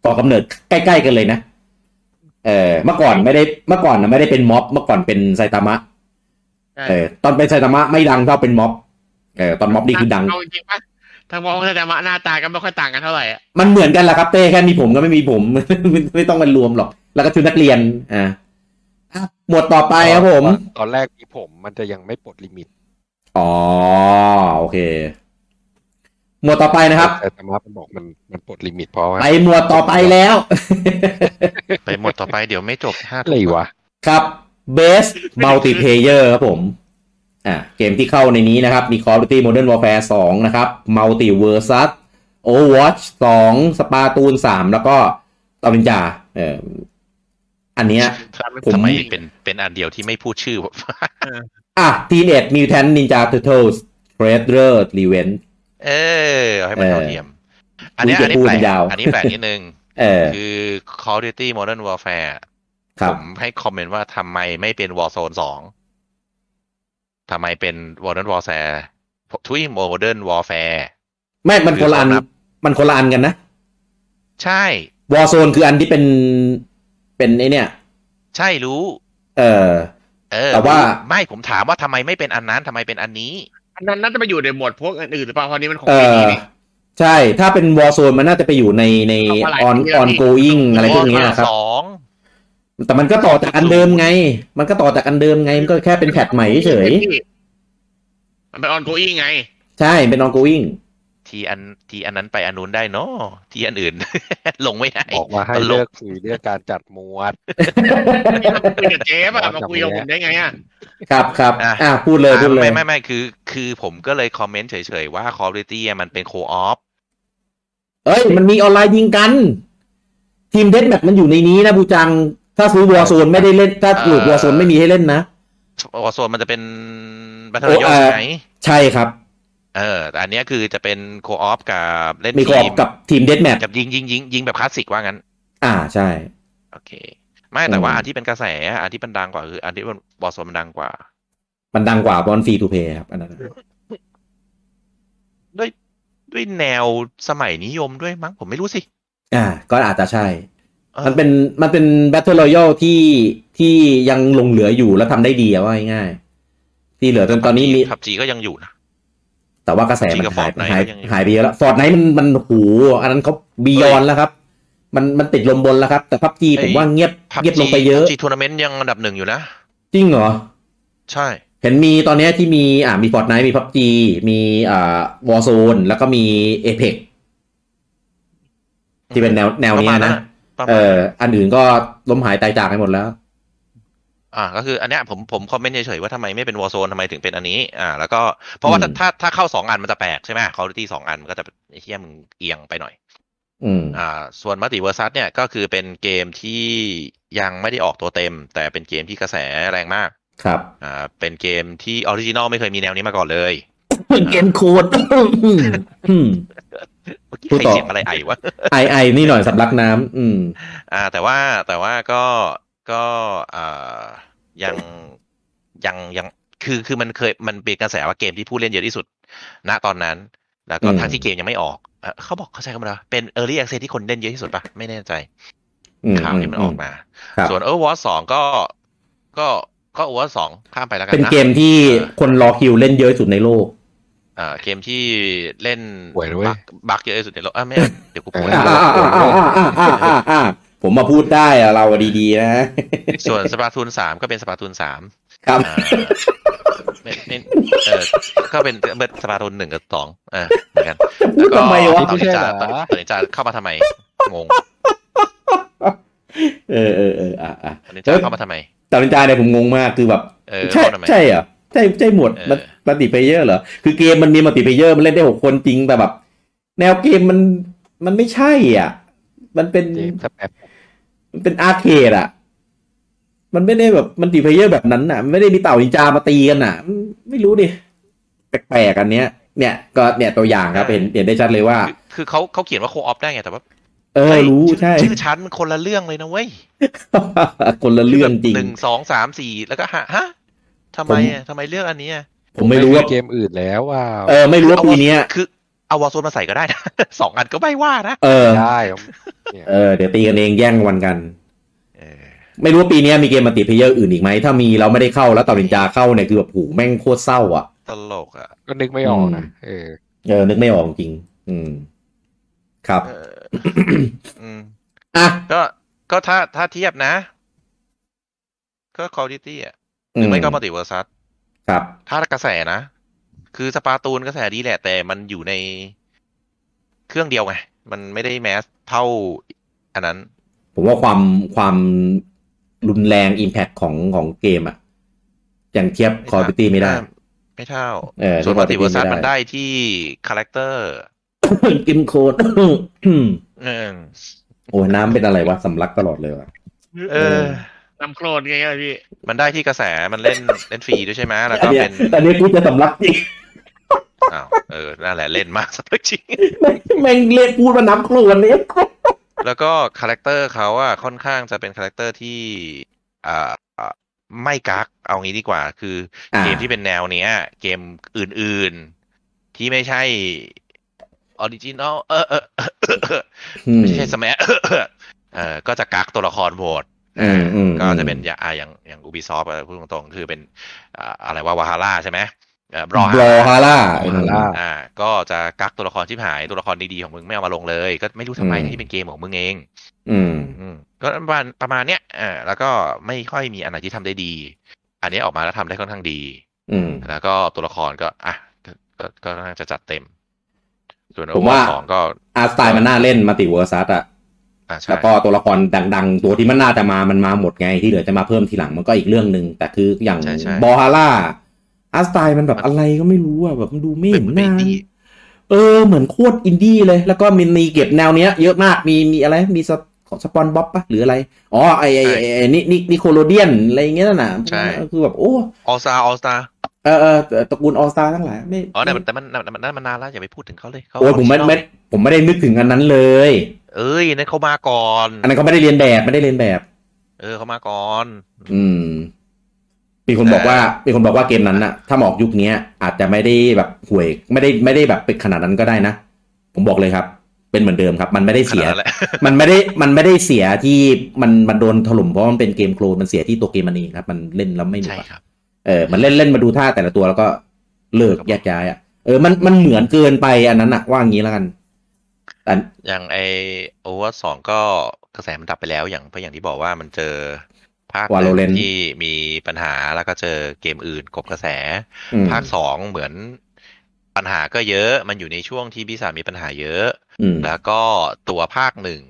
Speaker 2: ต่อกำเนิดใกล้ๆกันเลยนะ เออเมื่อก่อนไม่ได้เมื่อก่อนนะไม่ได้เป็นม็อบ เมื่อก่อนเป็นไซตามะ
Speaker 4: ใช่
Speaker 2: เออ ตอนเป็นไซตามะไม่ดังเท่าเป็นม็อบ เออตอนม็อบนี่คือดัง
Speaker 4: เอาจริงๆปะทางมองแต่มะหน้าตาก็ไม่ค่อยต่างกันเท่าไหร่อะ
Speaker 2: มันเหมือนกันแหละครับเต้แค่มีผมก็ไม่มีผม ไม่ไม่ต้องมันรวมหรอก แล้วก็ชุดนักเรียนอ่าอ่ะหมวดต่อไปครับผม
Speaker 5: ตอนตอนแรกมีผมมันจะยังไม่ปลดลิมิต
Speaker 2: อ๋อ โอเค หมวดต่อไปนะครับ
Speaker 5: แต่ธรรมะมันบอกมันมันปลดลิมิตเพราะว่า
Speaker 2: ไปหมวดต่อไปแล้ว
Speaker 3: ไปหมดต่อไปเดี๋ยวไม่จบห้า
Speaker 5: อะไรวะ
Speaker 2: ครับ Best Multiplayer ครับผม อ่าเกมที่เข้าในนี้นะครับ มี Call of Duty Modern Warfare 2 นะครับ Multiversus Overwatch 2 Splatoon 3 แล้วก็ตอรินจาเอออันเนี้ย ผม
Speaker 3: ทำไมเป็นเป็นอันเดียวที่ไม่พูดชื่อ
Speaker 2: อ่ะ Teenage Mutant Ninja Turtles Shredder Revenge
Speaker 3: เออเอาให้มัน
Speaker 2: เออ
Speaker 3: เท่าเทียม อันเนี้ย
Speaker 2: คุ
Speaker 3: อั
Speaker 2: ณ
Speaker 3: น
Speaker 2: จะ
Speaker 3: นี้แปล
Speaker 2: พูด
Speaker 3: ก
Speaker 2: ยาว
Speaker 3: อันนี้แปลกนิดนึง
Speaker 2: เออ
Speaker 3: คือ Call of Duty Modern Warfare
Speaker 2: ครั
Speaker 3: ผ
Speaker 2: บ
Speaker 3: มให้คอมเมนต์ว่าทำไมไม่เป็น Warzone สองทำไมเป็น Modern Warfare ทุย Modern Warfare
Speaker 2: ไม่ มันคนละอัน มันคนละอันกันนะ
Speaker 3: ใช่
Speaker 2: วอร์โซนคืออันที่เป็นเป็นไอเนี่ย
Speaker 3: ใช่รู้
Speaker 2: เออ
Speaker 3: เออ
Speaker 2: แต่ว่า
Speaker 3: ไม่ผมถามว่าทำไมไม่เป็นอันนั้นทำไมเป็นอันนี้
Speaker 4: อันนั้นน่าจะไปอยู่ในหมวดพวกอื่นๆหรือเปล่าเพราะนี้มันของ
Speaker 2: เอ
Speaker 4: เอ
Speaker 2: อ
Speaker 4: นี่
Speaker 2: ใช่ ถ้าเป็นวอร์โซนมันน่าจะไปอยู่ในใน
Speaker 4: เอามาหลาย
Speaker 2: ออน
Speaker 4: ปี
Speaker 2: อ
Speaker 4: แล้
Speaker 2: อน
Speaker 4: วนี่
Speaker 2: โกอิงอะไรพวกนี้
Speaker 3: Modern
Speaker 2: นะครับ
Speaker 3: Warfare สอง
Speaker 2: แต่มันก็ต่อจากอันเดิมไง มันก็ต่อจากอันเดิมไง มันก็แค่เป็นแพทใหม่เฉย
Speaker 4: มันเป็นออนโกอิงไง
Speaker 2: ๆใช่ เป็นออนโกอิง
Speaker 3: ที ทีอันทีอันนั้นไปอันนู้นได้เนาะทีอันอื่น ลงไม่ได้
Speaker 5: บอกว่าให้
Speaker 3: ตลก
Speaker 5: เลือกคุยเรื่องการจัดหมวด
Speaker 4: นี่มาคุยกับเจ๊ป่ะมาคุยกับผมได้ไงอ่ะ
Speaker 2: ครับครับ
Speaker 3: อ่ะ
Speaker 2: อ่ะพูดเลยพูดเลย
Speaker 3: ไม่ไม่ไม่คือ คือผมก็เลยคอมเมนต์เฉยๆว่าคอ l ลิตี้มันเป็นโคออฟ
Speaker 2: เอ้ย มันมีออนไลน์ยิงกัน ทีมเดสแมทมันอยู่ในนี้นะบูจัง ถ้าซื้อวอร์โซนไม่ได้เล่น ถ้าหลุดวอร์โซนไม่มีให้เล่นนะ
Speaker 3: วอร์โซนมันจะเป็นบัตเทิ
Speaker 2: โอ้
Speaker 3: ลยอ
Speaker 2: อ่า
Speaker 3: ไหน
Speaker 2: ใช่ครับ
Speaker 3: เออแต่อันเนี้ยคือจะเป็นโคออฟกับเล่น
Speaker 2: มีกรอบกับทีมเดสแมท
Speaker 3: กับยิงยิงยิงยิงแบบคลาสสิกว่างั้น
Speaker 2: อ่าใช่
Speaker 3: โอเค ไม่แต่ว่า
Speaker 2: อืม
Speaker 3: อันที่เป็นกระแสอะอันที่มันดังกว่าคืออันที่มันบอสมันดังกว่า
Speaker 2: มันดังกว่าบอลฟรีทูเพย์ครับ อันนั้น
Speaker 3: ด้วยด้วยแนวสมัยนิยมด้วยมั้งผมไม่รู้สิ
Speaker 2: อ่า ก็อาจจะใช่
Speaker 3: ออ
Speaker 2: มันเป็นมันเป็นแบทเทิลรอยัลที่ที่ยังหลงเหลืออยู่แล้วทำได้ดีอะว่าง่ายๆที่เหลือจนตอนนี้มี
Speaker 3: ขับจีก็ยังอยู่นะ
Speaker 2: แต่ว่ากระแสมัน
Speaker 3: Jigga
Speaker 2: หาย
Speaker 3: Fortnite
Speaker 2: หาย
Speaker 3: ก็ยังอยู่
Speaker 2: หายไปเยอะแล้วฟอร์ดไนมันมันโหอันนั้นเขาบียอนแล้วครับ มันมันติดลมบนแล้วครับ แต่พับจีผมว่าเงียบ
Speaker 3: พับ
Speaker 2: เงียบล
Speaker 3: จี
Speaker 2: งไปเยอะ
Speaker 3: จีทัวร์นาเมนต์ยังอันดับหนึ่งอยู่นะ
Speaker 2: จริงเหรอ
Speaker 3: ใช่
Speaker 2: เห็นมีตอนเนี้ยที่มีอ่ามีฟอร์ดไนมีพับจีมีอ่าวอร์โซนแล้วก็มีเอเพกที่เป็นแนวแนวเนี้ยนะ
Speaker 3: ประมาณ
Speaker 2: เอ
Speaker 3: นั้น
Speaker 2: ออันอื่นก็ล้มหายตายจากไปหมดแล้ว
Speaker 3: อ่าก็คืออันเนี้ยผมผมคอมเมนต์เฉยๆว่าทำไมไม่เป็นวอ r z โซนทำไมถึงเป็นอันนี้ อ่า แล้วก็เพราะว่าถ้า
Speaker 2: อืม
Speaker 3: ถ้าถ้าเข้าสองอันมันจะแปลกใช่ไหมคอร์ตี้สองอันมันก็จะไอ้เทียมนเอียงไปหน่อย
Speaker 2: อืม
Speaker 3: อ่าส่วนมัติเวอร์ซัสเนี่ยก็คือเป็นเกมที่ยังไม่ได้ออกตัวเต็ม แต่เป็นเกมที่กระแสแรงมาก
Speaker 2: ครับ
Speaker 3: อ่าเป็นเกมที่ออริจินอลไม่เคยมีแนวนี้มาก่อนเลย
Speaker 2: เกมโคตร
Speaker 3: เมื่อกี้
Speaker 2: พูด
Speaker 3: ใคร
Speaker 2: ต่อ
Speaker 3: เสียงอะไรไอวะ
Speaker 2: ไอไอนี่หน่อยสำลักน้ำอืม
Speaker 3: อ่า แต่ว่าแต่ว่าก็ก็อ่ายังยังยังคือคือมันเคยมันเป็นกระแสว่าเกมที่ผู้เล่นเยอะที่สุด ณตอนนั้น แล้วก็
Speaker 2: อืม
Speaker 3: ทั้งที่เกมยังไม่ออกเอ่อเขาบอกเขาใช้คำว่าอะไรเป็น early access ที่คนเล่นเยอะที่สุดปะไม่แน่ใจ
Speaker 2: อืม
Speaker 3: ข่าวที่มันออกมา
Speaker 2: ครับ
Speaker 3: ส่วน Overwatch 2ก็ก็ก็ Overwatch 2ข้ามไปแล้วกัน
Speaker 2: เป็น
Speaker 3: นะ
Speaker 2: เกมที่คนรอคิวเล่นเยอะที่สุดในโลก
Speaker 3: อ่าเกมที่เล่น
Speaker 5: ป่วยเลยเว้ย
Speaker 3: บั๊กบั๊กเยอะที่สุดในโลกอ่ะไม่เอาเดี๋ยวกูป่วย
Speaker 5: อ่
Speaker 2: อ่าอ่าอ่าอ่าอ่าอ่าอ่าอ่าผมมาพูดได้อะเราอะดีๆนะ
Speaker 3: ส่วนสปาทูนสามก็เป็นสปาทูนสาม
Speaker 2: ครับ
Speaker 3: อ่าไม่ไม่เออก็เป็นเบิร์ดสปาทูนหนึ่งกับสองอ่าเหมือนกัน
Speaker 2: พูดทำไมวะ
Speaker 3: ตอนนี้จะ
Speaker 5: ไม่ใช่เหรอ
Speaker 3: ตอนตอนนี้จะเข้ามาทำไมงง
Speaker 2: เออเออเอออ่าอ่า
Speaker 3: ตอนนี้จะเข้ามาทำไม
Speaker 2: ตอนนินจาเนี่ยผมงงมากคือแบบ
Speaker 3: เออ
Speaker 2: ใช่
Speaker 3: เข้ามาทำไม
Speaker 2: ใช่เหรอใช่ใช่หมวด
Speaker 3: เออ
Speaker 2: มัลติเพเยอร์เหรอ คือเกมมันมีมัลติเพเยอร์มันเล่นได้หกคนจริงแต่แบบ แนวเกมมันมันไม่ใช่อ่ะ มันเป็น
Speaker 5: เกมแทบแอป
Speaker 2: มันเป็นอาร์เคดอ่ะ มันไม่ได้แบบมันติเพลเยอร์แบบนั้นอ่ะมันไม่ได้มีเต่านินจามาตีกันอ่ะมันไม่รู้ดิ แปลกๆอันเนี้ย เนี่ย ก็เนี่ยตัวอย่างครับเห็นเห็นได้ชัดเลยว่า
Speaker 3: คือคือเขาเขาเขียนว่าโคออฟได้ไงแต่ว่า
Speaker 2: เออ รู้
Speaker 3: ชื่
Speaker 2: ใช่
Speaker 3: ชื่อชั้นมันคนละเรื่องเลยนะเว้ย
Speaker 2: คนละเรื่องจริง
Speaker 3: หนึ่งสองสามสี่แล้วก็ฮะฮะทำไมอ่ะทำไมเลือกอันนี้อ่ะ
Speaker 2: ผมไม่รู้ว่า
Speaker 5: เกมอื่นแล้วว่า
Speaker 2: เออ ไม่รู้ว่าปีเนี้ย
Speaker 3: คือเอาวอลโซนมาใส่ก็ได้นะ สองอันก็ไม่ว่านะ
Speaker 2: เออ
Speaker 5: ได้
Speaker 2: เออ เดี๋ยวตีกันเองแย่งวันกัน
Speaker 3: เออ
Speaker 2: ไม่รู้ว่าปีเนี้ยมีเกมมัลติเพลเยอร์อื่นอีกไหม ถ้ามีเราไม่ได้เข้าแล้วเต่านินจาเข้าเนี่ยคือแบบผูแม่งโคตรเศร้าอ่ะ
Speaker 3: ตลกอ่ะ
Speaker 5: ก็นึกไม่ออกนะเออ
Speaker 2: เออ นึกไม่ออกจริง อืม ครับ
Speaker 3: เอ ออืม
Speaker 2: อ่ะ
Speaker 3: ก็ก็ถ้าถ้าเทียบนะ ก็คอร์ดิตี้อ่ะห
Speaker 2: อื
Speaker 3: รือ
Speaker 2: ม
Speaker 3: ไม่ก็มัลติเวอร์ซัส
Speaker 2: ครับ
Speaker 3: ถ้ากระแสนะ คือสปาตูนกระแสดีแหละ แต่มันอยู่ในเครื่องเดียวไง มันไม่ได้แมสเท่าอันนั้น
Speaker 2: ผมว่าความความรุนแรง Impact ของของเกมอะยังเทียบคอร์บิตี้ไม่ได้
Speaker 3: ไม่เท่า
Speaker 2: เออ
Speaker 3: ส่วน
Speaker 2: เทียบ Call of Duty
Speaker 3: มัลติเวอร์ซัส
Speaker 2: ไม่ได้
Speaker 3: มันได้ที่คาแรคเตอร์
Speaker 2: กิมโคด
Speaker 3: เออ
Speaker 2: โอ้ยน้ำเป็นอะไรวะสำลักตลอดเลยว่ะ
Speaker 3: เออ
Speaker 4: น้ำโคลนไงพี่
Speaker 3: มันได้ที่กระแสมันเล่นเล่นฟรีด้วยใช่ไหมแล้วก็
Speaker 2: อันเนี้
Speaker 3: เป็
Speaker 2: ย
Speaker 3: น
Speaker 2: แต่เนี้ยกูจะสำลักจริง
Speaker 3: อ้าวเออ นั่นแหละเล่นมากสั กจริง
Speaker 2: แม่งเรียกพูดว่าน้ำโคลนเนี่ย
Speaker 3: แล้วก็คาแรคเตอร์เขาอะค่อนข้างจะเป็นคาแรคเตอร์ที่อ่าอ่าไม่กักเอางี้ดีกว่า คืออ
Speaker 2: อ่า
Speaker 3: เกมที่เป็นแนวเนี้ย เกมอื่นๆ ที่ไม่ใช่ออริจินอลเออเออ
Speaker 2: อืม
Speaker 3: ไม่ใช่สมัยเออก็จะกักตัวละครโหวต
Speaker 2: อืมอืม
Speaker 3: ก็จะเป็นอย่างอ่าอย่างอย่างอูบิซอฟพูดตรงๆ คือเป็นอ่าอะไรว่าวาฮาร่าใช่ไหมเอ่อ
Speaker 2: บรอฮาร่า
Speaker 5: Brawlhalla อ่ะ
Speaker 3: อ่าก็จะกักตัวละครที่หายตัวละครดีๆของมึงไม่เอามาลงเลย ก็ไม่รู้ทำไม
Speaker 2: อืม
Speaker 3: ที่เป็นเกมของมึงเอง
Speaker 2: อืม
Speaker 3: อืมก็ประมาณประมาณเนี้ยอ่าแล้วก็ไม่ค่อยมีอันไหนที่ทำได้ดี อันนี้ออกมาแล้วทำได้ค่อนข้างดี
Speaker 2: อืม
Speaker 3: แล้วก็ตัวละครก็อ่ะก็ก็ก็น่าจะจัดเต็ม ส่ว
Speaker 2: ผ
Speaker 3: นโอ
Speaker 2: ม
Speaker 3: เวอ
Speaker 2: ว่า
Speaker 3: ร์สองก็
Speaker 2: อาร์ตสไตล์มันน่าเล่นมัลติเวอร์ซัสอะ
Speaker 3: อ่าใช่
Speaker 2: แล้วก็ตัวละครดัง ๆ ตัวที่มันน่าจะมามันมาหมดไงที่เหลือจะมาเพิ่มทีหลังมันก็อีกเรื่องหนึ่งแต่คืออย่าง
Speaker 3: ใช่ใช่
Speaker 2: บอฮาร่าอาร์ตสไตล์มันแบบอะไรก็ไม่รู้อะแบบมันดูไม่เห็น
Speaker 3: เป็น
Speaker 2: งาน
Speaker 3: เป็นอินดี้
Speaker 2: เออเหมือนโคตรอินดี้เลย แล้วก็มินนีเก็บแนวเนี้ย เยอะมากมีมีอะไรมีสปของสปอนบ๊อบปะหรืออะไรอ๋อไอไอไอ้ไอ้นี่นี่นิโคโลเดียนอะไรอย่างเงี้ยน่ะ
Speaker 3: ใช่
Speaker 2: คือแบบโอ้
Speaker 3: ออสตาออสตา
Speaker 2: เออเออตระกูลออสตาทั้งหลายไม่
Speaker 3: อ๋อแต่มันแต่มันแต่มันนั่นมันนานแล้วอย่าไปพูดถึงเขาเลยเขา
Speaker 2: โอ้ยผมไม่
Speaker 3: ออริจินอล
Speaker 2: ไม่ผมไม่ได้นึกถึงอันนั้นเลย
Speaker 3: เอ้ยนั่นเขามาก่อน
Speaker 2: อันนั้นก็ไม่ได้เรียนแบบไม่ได้เรียนแบบ
Speaker 3: เออเขามาก่อน
Speaker 2: อืม มีคนบอกว่ามีคนบอกว่าเกมนั้นน่ะ ถ้าหมออกยุคเนี้ย อาจจะไม่ได้แบบห่วย ไม่ได้ไม่ได้แบบเป็นขนาดนั้นก็ได้นะ ผมบอกเลยครับ เป็นเหมือนเดิมครับ มันไม่ได้
Speaker 3: ข
Speaker 2: เสีย
Speaker 3: นาดนั้นแหละ
Speaker 2: มันไม่ได้มันไม่ได้เสียที่มันมันโดนถล่มเพราะมันเป็นเกมโคลนมันเสียที่ตัวเกมมันเองครับ มันเล่นแล้วไม่หนุก
Speaker 3: ใช่
Speaker 2: อะ
Speaker 3: ครับ
Speaker 2: เออ มันเล่นเล่นมาดูท่าแต่ละตัวแล้วก็เลิกแยกย้ายอ่ะ เออ มัน มันเหมือนเกินไปอันนั้นอะว่างี้แล้วกัน แต่
Speaker 3: อย่างไอโอเวอร์สองก็กระแสมันดับไปแล้ว อย่างเพราะอย่างที่บอกว่ามันเจอภาคหนึ่ง
Speaker 2: Valorant
Speaker 3: ที่มีปัญหาแล้วก็เจอเกมอื่นกบกระแส
Speaker 2: อืม
Speaker 3: ภาคสองเหมือนปัญหาก็เยอะ มันอยู่ในช่วงที่พี่สามมีปัญหาเยอะ
Speaker 2: อืม
Speaker 3: แล้วก็ตัวภาคหนึ่ง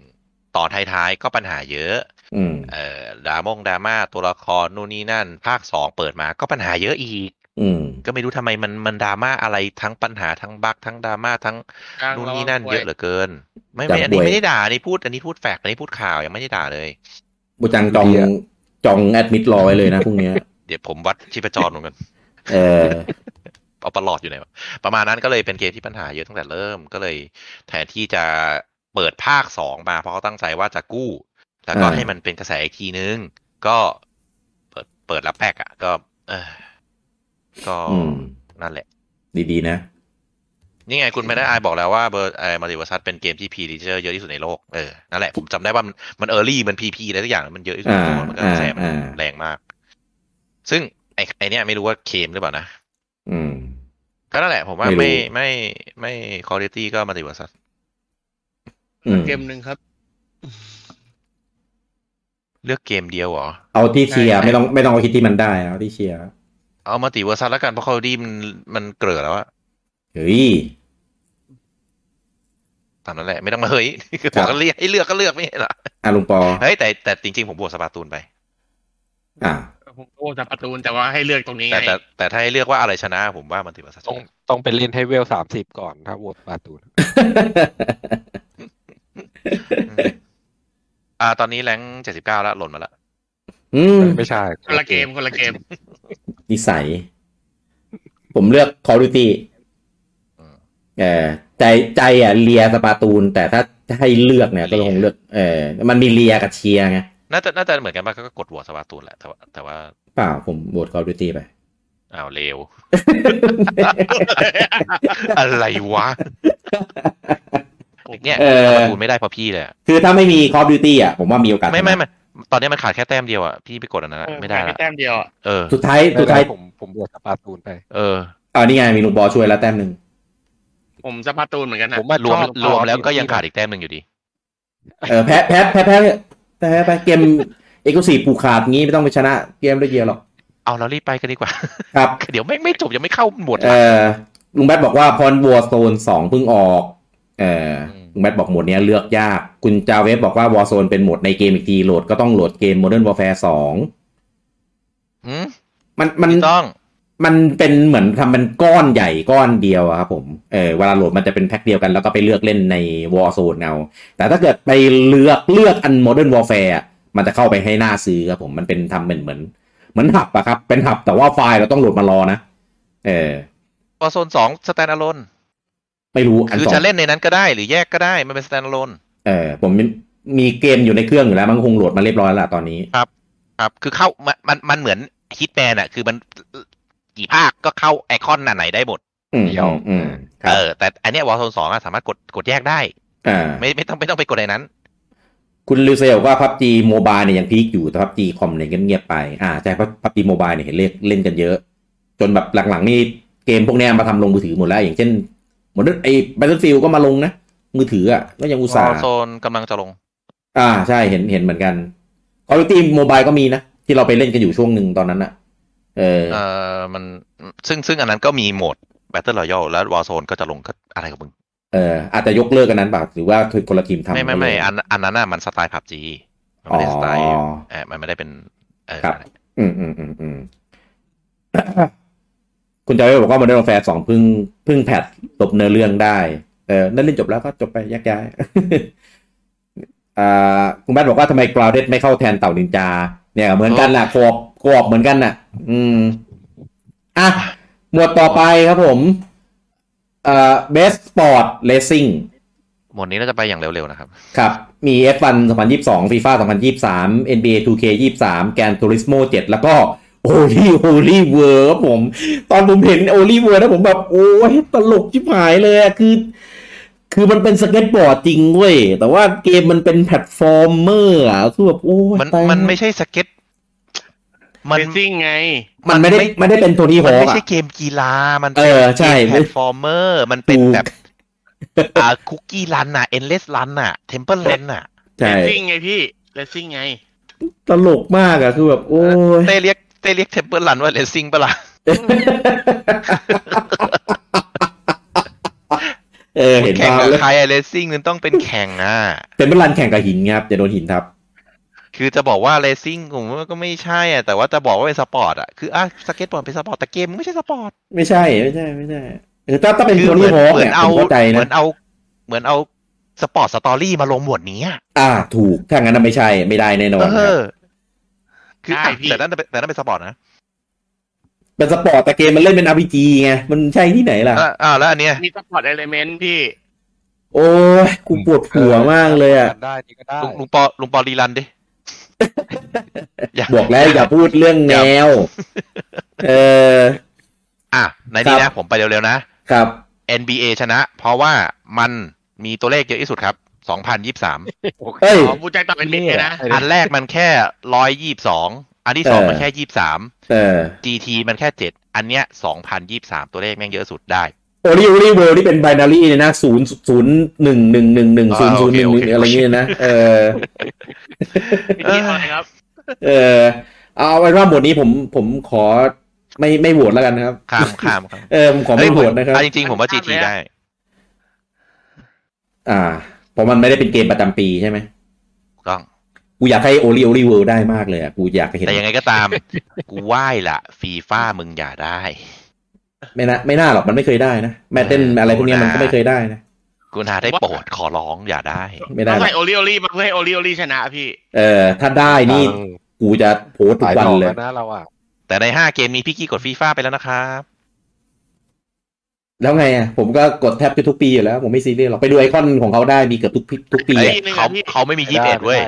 Speaker 3: ต่อท้ายๆก็ปัญหาเยอะ
Speaker 2: อืม
Speaker 3: เอ่อดรามงดราม่าตัวละครนู่นนี่นั่น ภาคสองเปิดมาก็ปัญหาเยอะอีก
Speaker 2: อืม
Speaker 3: ก็ไม่รู้ทำไมมันมันดราม่าอะไรทั้งปัญหาทั้งบั๊กทั้งดราม่าทั้ง นู่นนี่นั่นเยอะเหลือเกิน ไม่ไม่
Speaker 2: จับ
Speaker 3: อันนี้
Speaker 2: บ่วย
Speaker 3: ไม่ได้ด่าอันนี้พูดอันนี้พูดแฟกต์อันนี้พูดข่าวยังไม่ได้ด่าเลย
Speaker 2: บูจังจอง
Speaker 5: เรีย
Speaker 2: จองแอดมิดรอไว้เลยนะพรุ่งเนี้ย
Speaker 3: เดี๋ยวผมวัดชีพจรเหมือนกัน
Speaker 2: เออ
Speaker 3: เอาประหลอดอยู่ไหนวะประมาณนั้นก็เลยเป็นเกมที่ปัญหาเยอะตั้งแต่เริ่มก็เลยแทนที่จะเปิดภาคสองมาเพราะเขาตั้งใจว่าจะกู้ แล้วก็
Speaker 2: อ่า
Speaker 3: ให้มันเป็นกระแสอีกทีนึง ก็เปิดเปิดรับแปกอ่ะ ก็ เออก็
Speaker 2: อืม
Speaker 3: นั่นแหละ
Speaker 2: ดีๆนะ
Speaker 3: นี่ไงคุณไม่ได้อายบอกแล้วว่าเบอร์ไอมัลติเวอร์ซัสเป็นเกมที่พีดิเจอร์เยอะที่สุดในโลก เออ นั่นแหละ ผมจำได้ว่ามันมันเออร์ลี่มันพีพีอะไรทุกอย่างมันเยอะที่สุดในโลก
Speaker 2: อ่า
Speaker 3: มันก็แสมัน
Speaker 2: อ่า
Speaker 3: แรงมาก ซึ่งไอไอเนี้ยไม่รู้ว่าเคมหรือเปล่านะ
Speaker 2: อืม
Speaker 3: ก็นั่นแหละผมว่า
Speaker 2: ไม่
Speaker 3: ไม่
Speaker 2: รู้
Speaker 3: ไม่ไม่คุณภาพก็มัลติเวอร์ซัส
Speaker 2: อืม
Speaker 4: เกมหนึ่งครับ
Speaker 3: เลือกเกมเดียวเหรอ
Speaker 2: เอาที่เชียร์
Speaker 4: ใช่
Speaker 2: ไม่ต้องไม่ต้องเอาคิดที่มันได้เอาที่เชียร์
Speaker 3: เอามัลติเวอร์ซัสแล้วกันเพราะคุณภาพมันมันเกลือแล้วอะ
Speaker 2: เฮ้ย
Speaker 3: ตามนั้นแหละไม่ต้องมาเฮ้ย บอกก็เรียกให้เลือกก็เลือกไม่ใช่เหรอ
Speaker 2: อ่ะลุงปอ
Speaker 3: เฮ้ยแต่แต่จริงๆผมบวกสปาตูนไป
Speaker 2: อ่ะ
Speaker 4: ผมโอ้จับประตูนแต่ว่าให้เลือกตรงนี้
Speaker 3: แต่
Speaker 4: ไง
Speaker 3: แต่แต่ถ้าให้เลือกว่าอะไรชนะ ผมว่ามัลติเวอร์ซัส
Speaker 5: ต้องต้องไปเล่นให้เวลสามสิบก่อนถ้าโหวตปาตูน
Speaker 3: อ่าตอนนี้แรงเจ็ดสิบเก้าแล้วหล่นมาแล้ว
Speaker 2: อืม
Speaker 5: ไม่ใช่
Speaker 4: คนละเกมคนละเกม
Speaker 2: นิสัย ผมเลือกคอร์ดิตี้
Speaker 3: อืม
Speaker 2: เออใจใจอ่ะเลียสปาตูน แต่ถ้าให้เลือกเนี่ยก็คงเลือกเออมันมีเลียกับเชียร์ไง
Speaker 3: น่าจะน่าจะเหมือนกันป่ะก็กดหัวสวาตูนแหละแต่ว่าแต่ว่า
Speaker 2: เปล่าผมโหวตคอร์ดิตี้ไป
Speaker 3: อ้าวเลว อะไรวะเนี่ย
Speaker 2: เออ
Speaker 3: สวาตูนไม่ได้เพราะพี่เลยอะ
Speaker 2: คือถ้าไม่มีคอร์ดิตี้อ่ะผมว่ามีโอกาส
Speaker 3: ไม่ไม่
Speaker 2: ชนะ
Speaker 3: ไม่ตอนนี้มันขาดแค่แต้มเดียวอ่ะพี่ไปกดอันนั้นอะไม่ได้
Speaker 4: แค่
Speaker 3: ละ
Speaker 4: แต้มเดียวอะ
Speaker 3: เออ
Speaker 2: สุดท้าย
Speaker 5: ไม่
Speaker 2: สุด
Speaker 5: เป็นไร
Speaker 2: ท้าย
Speaker 5: ผมผมโหวตสปาตูนไป
Speaker 3: เออ
Speaker 2: อ่านี่ไงมีลูกบอลช่วยแล้วแต้มหนึ่ง
Speaker 4: ผมสปาตูนเหมือนกันนะ
Speaker 5: ผมว่าร ร
Speaker 3: วมรวมแล้วก็ยังขาดอีกแต้มหนึ่งอยู่ดี
Speaker 2: เออแพ้แพ้แพ้แพ้แพ้ไปเกมเอกลูซีผูกขาดงี้ไม่ต้องไปชนะเกมด้วยเดียวหรอก
Speaker 3: เอาเรารีบไปกันดีกว่า
Speaker 2: ครับ
Speaker 3: เดี๋ยวแม่งไม่จบยังไม่เข้าหมวด
Speaker 2: เอ
Speaker 3: ละ
Speaker 2: อลุงแบทบอกว่าพรวอร์โซนสองเพิ่งออกเอออ
Speaker 3: ม
Speaker 2: ลุงแบทบอกหมวดเนี้ยเลือกยาก คุณจาเวฟบอกว่าวอร์โซนเป็นหมวดในเกมอีกทีโหลดก็ต้องโหลดเกม Modern Warfare สอง
Speaker 3: หืม
Speaker 2: มันมัน
Speaker 3: ไม่ต้อง
Speaker 2: มันเป็นเหมือนทำเป็นก้อนใหญ่ก้อนเดียวอะครับผมเออเวลาโหลดมันจะเป็นแพ็คเดียวกันแล้วก็ไปเลือกเล่นในวอร์โซนเอาแต่ถ้าเกิดไปเลือกเลือกอัน Modern Warfare อะมันจะเข้าไปให้หน้าซื้อครับผมมันเป็นทำเหมือนเหมือนเหมือนหับอะครับเป็นหับแต่ว่าไฟล์เราต้องโหลดมารอนะเออ
Speaker 3: พอโซนสองสแตนอะโลน
Speaker 2: ไม่รู้อัน
Speaker 3: คือ
Speaker 2: สอง
Speaker 3: จะเล่นในนั้นก็ได้หรือแยกก็ได้มันเป็นสแตนอะโลน
Speaker 2: เออผมมีมีเกมอยู่ในเครื่องอยู่แล้ว มันคงโหลดมาเรียบร้อยแล้วล่ะตอนนี้
Speaker 3: ครับ คือเข้ามันมันมันเหมือนฮิตแมนอะคือมันกี่ภาคก็เข้าไอคอนอันไหนได้หมด
Speaker 2: อืม
Speaker 5: เดี๋ยว
Speaker 2: อืมครั
Speaker 3: เอบ อ แต่อันเนี้ยวอลโซนสองอะสามารถกดกดแยกได้
Speaker 2: อ่า
Speaker 3: ไม่ไม่ต้องไม่ต้องไปกดในนั้น
Speaker 2: คุณลิวเซลว่าพับจีโมบายเนี่ยยังพีคอยู่แต่พับจีคอมเนี่ยเงียบๆไป อ่าใช่พับจีโมบายเนี่ยเห็นเล่นเล่นกันเยอะ จนแบบหลังๆนี่เกมพวกเนี้ยมาทำลงมือถือหมดแล้ว อย่างเช่นเหมือนไอ้ Battlefield ก็มาลงนะ มือถืออ่ะก็ยังอุตส่า
Speaker 3: l
Speaker 2: ห์
Speaker 3: โซนกำลังจะลง
Speaker 2: อ่าใช่เห็นเห็นเหมือนกัน Call of Duty Mobile ก็มีนะ ที่เราไปเล่นกันอยู่ช่วงหนึ่งตอนนั้นอะเออ
Speaker 3: เออมันซึ่งซึ่งอันนั้นก็มีโหมด Battle Royale แล้ววอลโซนก็จะลงก็อะไรกับมึง
Speaker 2: เอออาจจะยกเลิกกันนั้นเปล่าหรือว่าคือคนละทีมทำ
Speaker 3: ไม่ไม่ไม่อันอันนั้นน่ะมันสไตล์ผับจีมันไม่ได้สไตล์
Speaker 2: อ๋อ
Speaker 3: เออมันไม่ได้เป็นเออ
Speaker 2: ครับ อืมอืมอืมอืม คุณจอยบอกว่าโมเดลแฟร์สองพึ่งพึ่งแพทจบเนื้อเรื่องได้ เออนั่นเล่นจบแล้วก็จบไปแยกย้าย อ่าคุณแบทบอกว่าทำไมกราวเด d ไม่เข้าแทนเต่านินจา เนี่ย เหมือนกันน่ะกรอบกรอบเหมือนกันน่ะ อืม อ่ะ หมวดต่อไปครับผม เอ่อ best sport racing
Speaker 3: หมวดนี้น่าจะไปอย่างเร็วๆนะครับ
Speaker 2: ครับ มี F1 2022 FIFA 2023 NBA 2K 23 แกนทูริสโม7แล้วก็โอ ลี่โอลี่เวิร์ครับผม ตอนผมเห็นโอลี่เวิร์นะผมแบบ โอ้ยตลกชิบหายเลยอะคือ คือมันเป็นสเก็ตบอร์ดจริงเว้ย แต่ว่าเกมมันเป็นแพลตฟอร์มเมอร์อะคือแบบโอ้ย
Speaker 3: มัน
Speaker 2: ตาย
Speaker 3: มันไม่ใช่สเก็ตมัน
Speaker 4: เรซซิ่งไง
Speaker 2: มันไม่ได้
Speaker 3: มันไม่
Speaker 2: ไม่ได้เป็นโทนี่ฮ
Speaker 3: มั
Speaker 2: อน ค
Speaker 3: ไม่
Speaker 2: อะ
Speaker 3: ใช่เกมกีฬา มัน
Speaker 2: เออใช่
Speaker 3: แพลตฟอร์มเมอร์ มันเป็นแบบอ่าคุกกี้รันน่ะ เอนเลสรันน่ะ เทมเพิลเลนน่ะ
Speaker 4: เร
Speaker 2: ใช่
Speaker 4: ซซิ่งไงพี่ เรซซิ่งไง
Speaker 2: ตลกมากอะคือแบบ โอ้ย
Speaker 3: เต้เรียกเต้เรียกเทมเพิลรันว่าเลสซิ่งปะล่ะ
Speaker 2: เออเห็น
Speaker 3: แข่ง
Speaker 2: ภาพ
Speaker 3: กับ
Speaker 2: แล้ว
Speaker 3: ใครเลสซิ่งมันต้องเป็นแข่งอ่ะ
Speaker 2: เป็นบัลลันแข่งกับหินครับจะโดนหินทับ
Speaker 3: คือจะบอกว่าเลสซิ่งผมว่าก็ไม่ใช่อ่ะ แต่ว่าจะบอกว่าเป็นสปอร์ตอ่ะ คืออ่ะสเก็ตบอร์ดเป็นสปอร์ต แต่เกมมันไม่ใช่สปอร์ต
Speaker 2: ไม่ใช่ไม่ใช่ไม่ใช่เออถ้าถ้าเป็น
Speaker 3: คื
Speaker 2: โท
Speaker 3: เหมื
Speaker 2: นี่ฮ
Speaker 3: น
Speaker 2: อค
Speaker 3: เหมื
Speaker 2: เนี่
Speaker 3: น
Speaker 2: ยผ
Speaker 3: เอา
Speaker 2: มเข้าใจ
Speaker 3: เหมื
Speaker 2: นะ
Speaker 3: อนเอา เหมือนเอาสปอร์ตสตอรี่มาลงหมวดนี้อ่ะ
Speaker 2: อ่า ถูกถ้างั้นนะไม่ใช่ไม่ได้แน่นอนค
Speaker 3: เอ
Speaker 2: รับ
Speaker 3: อ คืออ่ะ
Speaker 4: ได้พี่
Speaker 3: แต่นั่นเป็นแต่นั่นเป็นสปอร์ตนะ
Speaker 2: เป็นสปอร์ตแต่เกมมันเล่นเป็น RPG ไงมันใช่ที่ไหนล่ะ
Speaker 3: อ่ะอ่าแล้วอันเนี้ย
Speaker 4: มีสปอร์ตเอลเมนต์พี่
Speaker 2: โอ้ยกูปวดหัวมากเลยอ่ะ
Speaker 5: ได้นี่ก็ได้
Speaker 3: ลุงลุงปอลุงปอรีรันดิ
Speaker 2: บอกแล้วอย่าพูดเรื่องแนว เออ
Speaker 3: อ่ะ ในนี้
Speaker 2: ครั
Speaker 3: นะ
Speaker 2: บ
Speaker 3: ผมไปเร็วๆนะ
Speaker 2: ครับ
Speaker 3: NBA ชนะ เพราะว่ามันมีตัวเลขเยอะที่สุดครับ 2023
Speaker 2: เฮ้ย
Speaker 4: อ๋อบูใจต่อเป็นมิตรเลยนะ
Speaker 5: เออ
Speaker 3: อันแรกมันแค่ 122 อันที่สอง
Speaker 2: เออ
Speaker 3: มันแค่ 23
Speaker 2: เออ
Speaker 3: GT มันแค่ 7 อันเนี้ย 2023 ตัวเลขแม่งเยอะสุดได้
Speaker 2: โอริโอริเวิร์นี่เป็นไบนารีเลยนะศูนย์ศูนย์หนึ่งหนึ่งหนึ่งหนึ่งศูนย์ศูนย์หนึ่งหนึ่งอะไรเงี้ยนะเออ
Speaker 4: พี่คิดอะไรครับ
Speaker 2: เออ เอาไว้ว่าหมวดนี้ผมผมขอไม่ไม่โหวตแล้วกันนะครับ
Speaker 3: ข้ามข้ามครับ
Speaker 2: เออผมขอไม่โหวตนะครับ
Speaker 3: เอ้ยผมอ่จริงๆ ผมว่า GT ได้
Speaker 2: อ่าเพราะมันไม่ได้เป็นเกมประจำปีใช่ไหม
Speaker 3: ถูกต้อง
Speaker 2: กูอยากให้โอริโอริเวิลได้มากเลยอ่ะ กูอยากเห็น
Speaker 3: แต่ยังไงก็ตาม กูไหว้ละฟีฟ่ามึงอย่าได้
Speaker 2: ไม่นะไม่น่าหรอกมันไม่เคยได้นะแมตเต้น
Speaker 3: เออ
Speaker 2: อะไรพวกเนี้ยมั
Speaker 3: โอ้
Speaker 2: น
Speaker 3: นะ
Speaker 2: ก็ไม่เคยได้นะ
Speaker 3: กูนาได้โปรดขอร้องอย่าได้
Speaker 2: ไม่ได้
Speaker 4: ต้อง
Speaker 2: หรอ
Speaker 4: ใส่
Speaker 2: ก
Speaker 4: โอริโอรีมาเพื่อให้โอริโอรีชนะพี่
Speaker 2: เออถ้าได้นี่กูจะโพสต์ทุ
Speaker 5: หลาก ย
Speaker 2: วัน
Speaker 5: ดอก
Speaker 2: เลย
Speaker 5: แล้วนะเราอ่ะ
Speaker 3: แต่ใน 5 เกมนี้พี่กี้กดฟีฟ่าไปแล้วนะครับ
Speaker 2: แล้วไงอ่ะผมก็กดแทบจะทุกปีอยู่แล้ว ผมไม่ซีเรียสหรอกไปดูไอคอนของเขาได้มีเกือบทุกปีทุกปี
Speaker 3: เอ้ย
Speaker 2: อะ
Speaker 4: ปีหนึ่งอะ
Speaker 3: เขา
Speaker 4: พี่
Speaker 3: เขาไม่มี
Speaker 5: ไม่
Speaker 3: ยี่สิบเอ็ด
Speaker 5: ได้
Speaker 3: เว้ย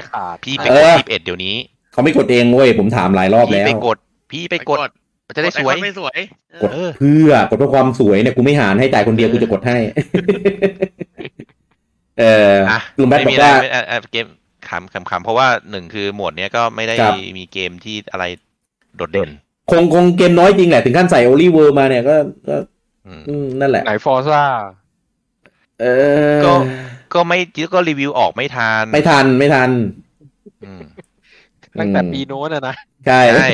Speaker 5: ไม่ได้
Speaker 2: เอก
Speaker 3: พี่ไป
Speaker 5: ขาด
Speaker 2: อ
Speaker 3: ดยี่สิบเอ็ดเดี๋ยวนี้
Speaker 2: เขาไม่กดเองเว้ยผมถามหลายรอบ
Speaker 3: พี่
Speaker 2: แล้
Speaker 3: ไป
Speaker 2: ว
Speaker 3: กด พี่ไปกด มันจะได้
Speaker 4: ก
Speaker 3: สวย
Speaker 4: ไอคอนไม่สวย
Speaker 2: กด
Speaker 3: เออ
Speaker 2: เพื่อกดเพื่อความสวยเนี่ยกูไม่หารให้จ่ายคนเดียวกูจะกดให้ เออ
Speaker 3: อ่ะ
Speaker 2: ลุงแบทบ
Speaker 3: ไม่
Speaker 2: อ
Speaker 3: มี
Speaker 2: กว่า
Speaker 3: อะไรไม่เอ่อเอ่อเกมขำขำขำเพราะว่าหนึ่งคือหมวดเนี้ยก็ไม่ได้
Speaker 2: ครับ
Speaker 3: มีเกมที่อะไรโดดเด่น
Speaker 2: คงคงเกมน้อยจริงแหละถึงขั้นใส่โอลิเวอร์มาเนี่ยก็ก็
Speaker 3: อืม
Speaker 2: อืมนั่นแหละ
Speaker 5: ไหนฟอร์ซ่า
Speaker 2: เออ
Speaker 3: ก็ ก็ไม่ก็รีวิวออกไม่ทัน
Speaker 2: ไม่ทันไม่ทัน
Speaker 3: อืม
Speaker 5: ตั้งแต่
Speaker 2: อืม
Speaker 5: ปีโน้นอะนะ
Speaker 2: ใช่
Speaker 3: ใช่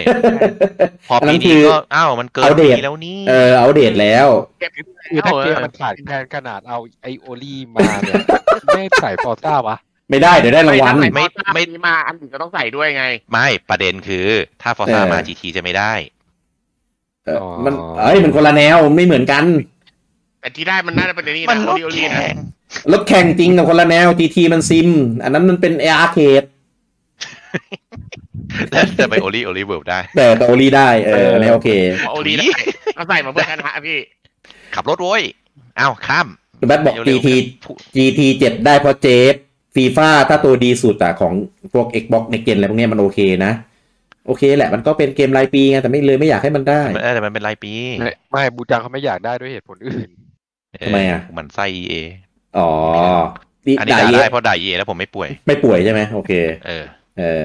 Speaker 3: พอปี
Speaker 2: อันนั้นคื
Speaker 3: นี้
Speaker 2: อ
Speaker 3: ก็อ้าวมันเกิน
Speaker 2: เอาเด
Speaker 3: ปี
Speaker 2: ท
Speaker 3: แล้วนี่
Speaker 2: เออเอาเดตแล้ว
Speaker 5: คือถ้าเกม
Speaker 4: เออ
Speaker 5: มันขาดแคลนขนาดเอาไอโอลี่มาเนี่ย ไม่ใส่ฟอร์ซ่าวะ
Speaker 2: ไม่ได้เดี๋ยวได้รางวัล
Speaker 4: ไม่ไม่ไม่มาอันอื่นก็ต้องใส่ด้วยไง
Speaker 3: ไม่ประเด็นคือถ้าฟอร์ซ่า
Speaker 2: เออ
Speaker 3: มา GT จะไม่ได้
Speaker 2: เออ
Speaker 5: อ๋อ
Speaker 2: มันเอ้ยมันคนละแนวมันไม่เหมือนกัน
Speaker 4: แต่ที่ได้มันน่าจะเป็นอันนี้
Speaker 3: มัน
Speaker 4: นะ
Speaker 3: ร
Speaker 4: โอ
Speaker 3: ถ
Speaker 4: ริโอรีนะ
Speaker 3: แข่ง
Speaker 2: รถแข่งจริงกับคนละแนวทีทีมันซิม อันนั้นมันเป็นอาร์เคด
Speaker 3: แล้วจะไปโอลีโอลีเวิลได้
Speaker 2: แต่แต่โอลีได้เอออันนี้โอเค
Speaker 4: โอริได้เขาใส่มาเพื่อชนะพี่
Speaker 3: ขับรถโว้ยอ้าวข้าม
Speaker 2: ลุงแบทบอก
Speaker 3: เร็
Speaker 2: ที
Speaker 3: วๆ
Speaker 2: ที
Speaker 3: พูด
Speaker 2: GT 7ได้เพราะเจฟฟีฟ่าถ้าตัวดีสุดอะของพวก Xbox Next Gen อะไรพวกเนี้ยมันโอเคนะ โอเคแหละมันก็เป็นเกมรายปีไงแต่ไม่เลยไม่อยากให้มันได้
Speaker 3: เออแต่มันเป็นรายปี
Speaker 5: ไม่บูจังเขาไม่อยากได้ด้วยเหตุผลอื่น
Speaker 2: ทำไมอ่ะ
Speaker 3: มันไส้ EA
Speaker 2: อ๋อดี
Speaker 3: อันนี้
Speaker 2: ด่า
Speaker 3: ด่า
Speaker 2: เย
Speaker 3: ได้
Speaker 2: อะ
Speaker 3: เพราะด่า EA แล้วผมไม่ป่วย
Speaker 2: ไม่ป่วยใช่ไหมโอเค
Speaker 3: เออ
Speaker 2: เออ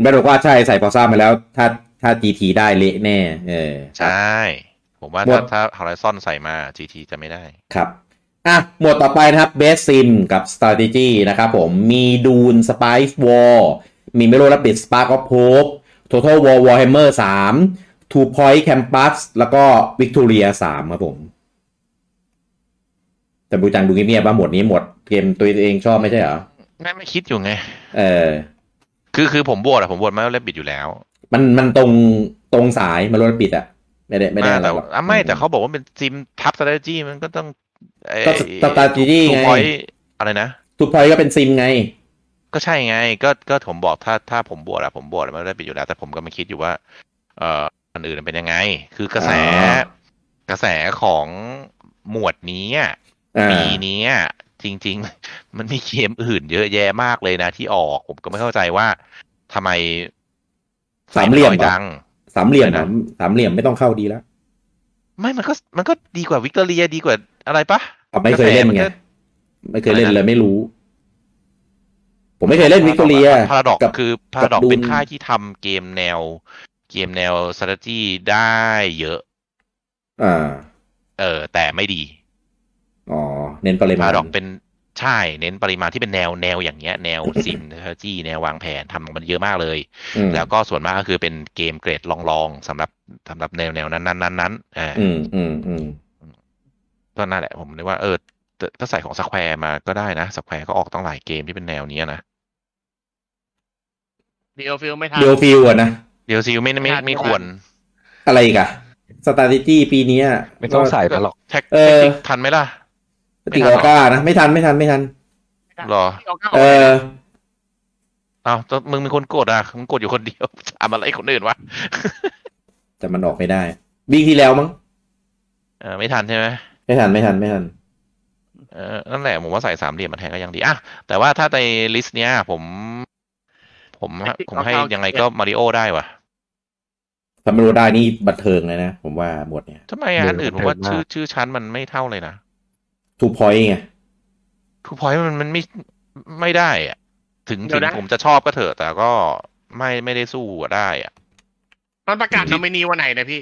Speaker 2: แบทบอกว่าใช่ใส่พอซ่ามาแล้ว ถ้าถ้า GT ได้เละแน่ เออ
Speaker 3: ใช่ ผมว่า
Speaker 2: หม
Speaker 3: ถ้า
Speaker 2: ด
Speaker 3: ถ้า Horizon ใส่มา GT จะไม่ได้
Speaker 2: ครับ อ่ะ หมวดต่อไปนะครับ Best Sim กับ Strategy นะครับผม มีดูน Spice War มี Melo Rabbit Spark of Hope Total War Warhammer 3 Two Point Campus แล้วก็ Victoria 3 ครับผม แต่บูจังดูเงียบๆว่าหมวดนี้หมวดเกมตัวเองชอบไม่ใช่เหรอ
Speaker 3: แม่ไม่คิดอยู่ไง
Speaker 2: เออ
Speaker 3: คือคือผมบวชอะผมบวชมาเล่นบิดอยู่แล้ว
Speaker 2: มันมันตรงตรงสายมันรถปิดอะไม่ได้ไม่ได้
Speaker 3: อ่า
Speaker 2: อะไร
Speaker 3: แต่
Speaker 2: หรอก
Speaker 3: อ่ะไม่แต่เขาบอกว่าเป็นซิมทับสตรจี้มันก็ต้องไอ้
Speaker 2: ก็สตาร์จีนี่ไง
Speaker 3: ทูพอยต์อะไรนะ
Speaker 2: ทุกพอยก็เป็นซิมไง
Speaker 3: ก็ใช่ไง ก็ก็ผมบอกถ้าถ้าผมบวชอะผมบวชมันได้ไปอยู่แล้ว แต่ผมก็มาคิดอยู่ว่า เอ่ออันอื่นมันเป็นยังไง คือกระแส
Speaker 2: อ่า
Speaker 3: กระแสของหมวดนี้อะ
Speaker 2: อ่า
Speaker 3: ปีนี้อะจริง ๆ มันมีเกมอื่นเยอะแยะมากเลยนะที่ออกผมก็ไม่เข้าใจว่าทำไม
Speaker 2: สามเหลี่ยม
Speaker 3: ไน้
Speaker 2: เห
Speaker 3: อ
Speaker 2: รอ
Speaker 3: จัง
Speaker 2: สามเหลี่ยมเหรอ
Speaker 3: อะไรนะ
Speaker 2: สามเหลี่ยมไม่ต้องเข้าดีแล้ว
Speaker 3: ไม่มันก็มันก็ดีกว่าวิกตอเรียดีกว่าอะไรปะ
Speaker 2: ผมไม่เคยเล่นไง
Speaker 3: กระแสมันก็
Speaker 2: ไม่เคยเล่นเลยไม่รู้ ผมไม่เคยเล่นวิกตอเรีย
Speaker 3: พาราดอก
Speaker 2: กับ
Speaker 3: คือพาราดอก
Speaker 2: กับดูน
Speaker 3: เป็นค่ายที่ทำเกมแนว เกมแนว strategy ได้เยอะ
Speaker 2: อ่า
Speaker 3: เออ แต่ไม่ดี
Speaker 2: อ๋อเน้นปริมา
Speaker 3: พา
Speaker 2: ณ
Speaker 3: ดอกเป็นใช่ เน้นปริมาณที่เป็นแนวแนวอย่างเงี้ยแนว ซิมเทอร์จี้แนววางแผนทำมันเยอะมากเลย
Speaker 2: อืม
Speaker 3: แล้วก็ส่วนมากก็คือเป็นเกมเกรดลองๆสำหรับสำหรับแนวแนวนั้นนั้นนั้นนั้นอ่า
Speaker 2: อืมอืมอืม
Speaker 3: ก็นั่นแหละผมนึกว่าเออแต่ถ้าใส่ของสแควร์มาก็ได้นะสแควร์ก็ออกตั้งหลายเกมที่เป็นแนวเนี้ยนะ
Speaker 4: เดียวฟิลไม่ทัน
Speaker 2: เรียวฟิลอะนะ
Speaker 3: เดียวซิไม่ไม่
Speaker 4: ขาด
Speaker 3: ไม่
Speaker 4: ไม่ได้
Speaker 3: ควร
Speaker 2: อะไรอีกอะสตาติจี้ปีเนี้ย
Speaker 5: ไม่ต้องใส่มาหรอก
Speaker 3: แท็ก
Speaker 2: เออ
Speaker 3: แท็กติกทันไหมล่ะ
Speaker 2: ติกออก้านะ ไม่ทันไม่ทันไม่ทัน
Speaker 3: หรอ
Speaker 4: ที่เอาเข้า
Speaker 2: เออ
Speaker 3: อ้าวแต่มึงเป็นคนกดอ่ะมึงกดอยู่คนเดียว ทำอะไรคนอื่นวะ
Speaker 2: แต่มันออกไม่ได้วีคที่แล้วมั้ง
Speaker 3: เออไม่ทันใช่ไหม
Speaker 2: ไม่ทันไม่ทันไม่ทัน
Speaker 3: เออนั่นแหละผมว่าใส่สามเหลี่ยมมาแทนก็ยังดีอ่ะแต่ว่าถ้าในลิสต์เนี้ย ผม ผมผมให้ยังไงก็มาริโอได้ว่ะ
Speaker 2: ทำโรได้นี่บันเทิงเลยนะ ผมว่าบทเนี่ย
Speaker 3: ทำไมอ่ะอันอื่นผมว่าชื่อชื่อชั้นมันไม่เท่าเลยนะ
Speaker 2: ทูพอยไง
Speaker 3: ทูพอยต์มันมันไม่ไม่ได้อ่ะถึงถึ
Speaker 4: เดี๋ยว
Speaker 3: ง
Speaker 4: นะ
Speaker 3: ผมจะชอบก็เถอะ แต่ก็ไม่ไม่ได้สู้อะได้อ่ะ
Speaker 4: มันประกาศนอมินีวันไหนนะพี่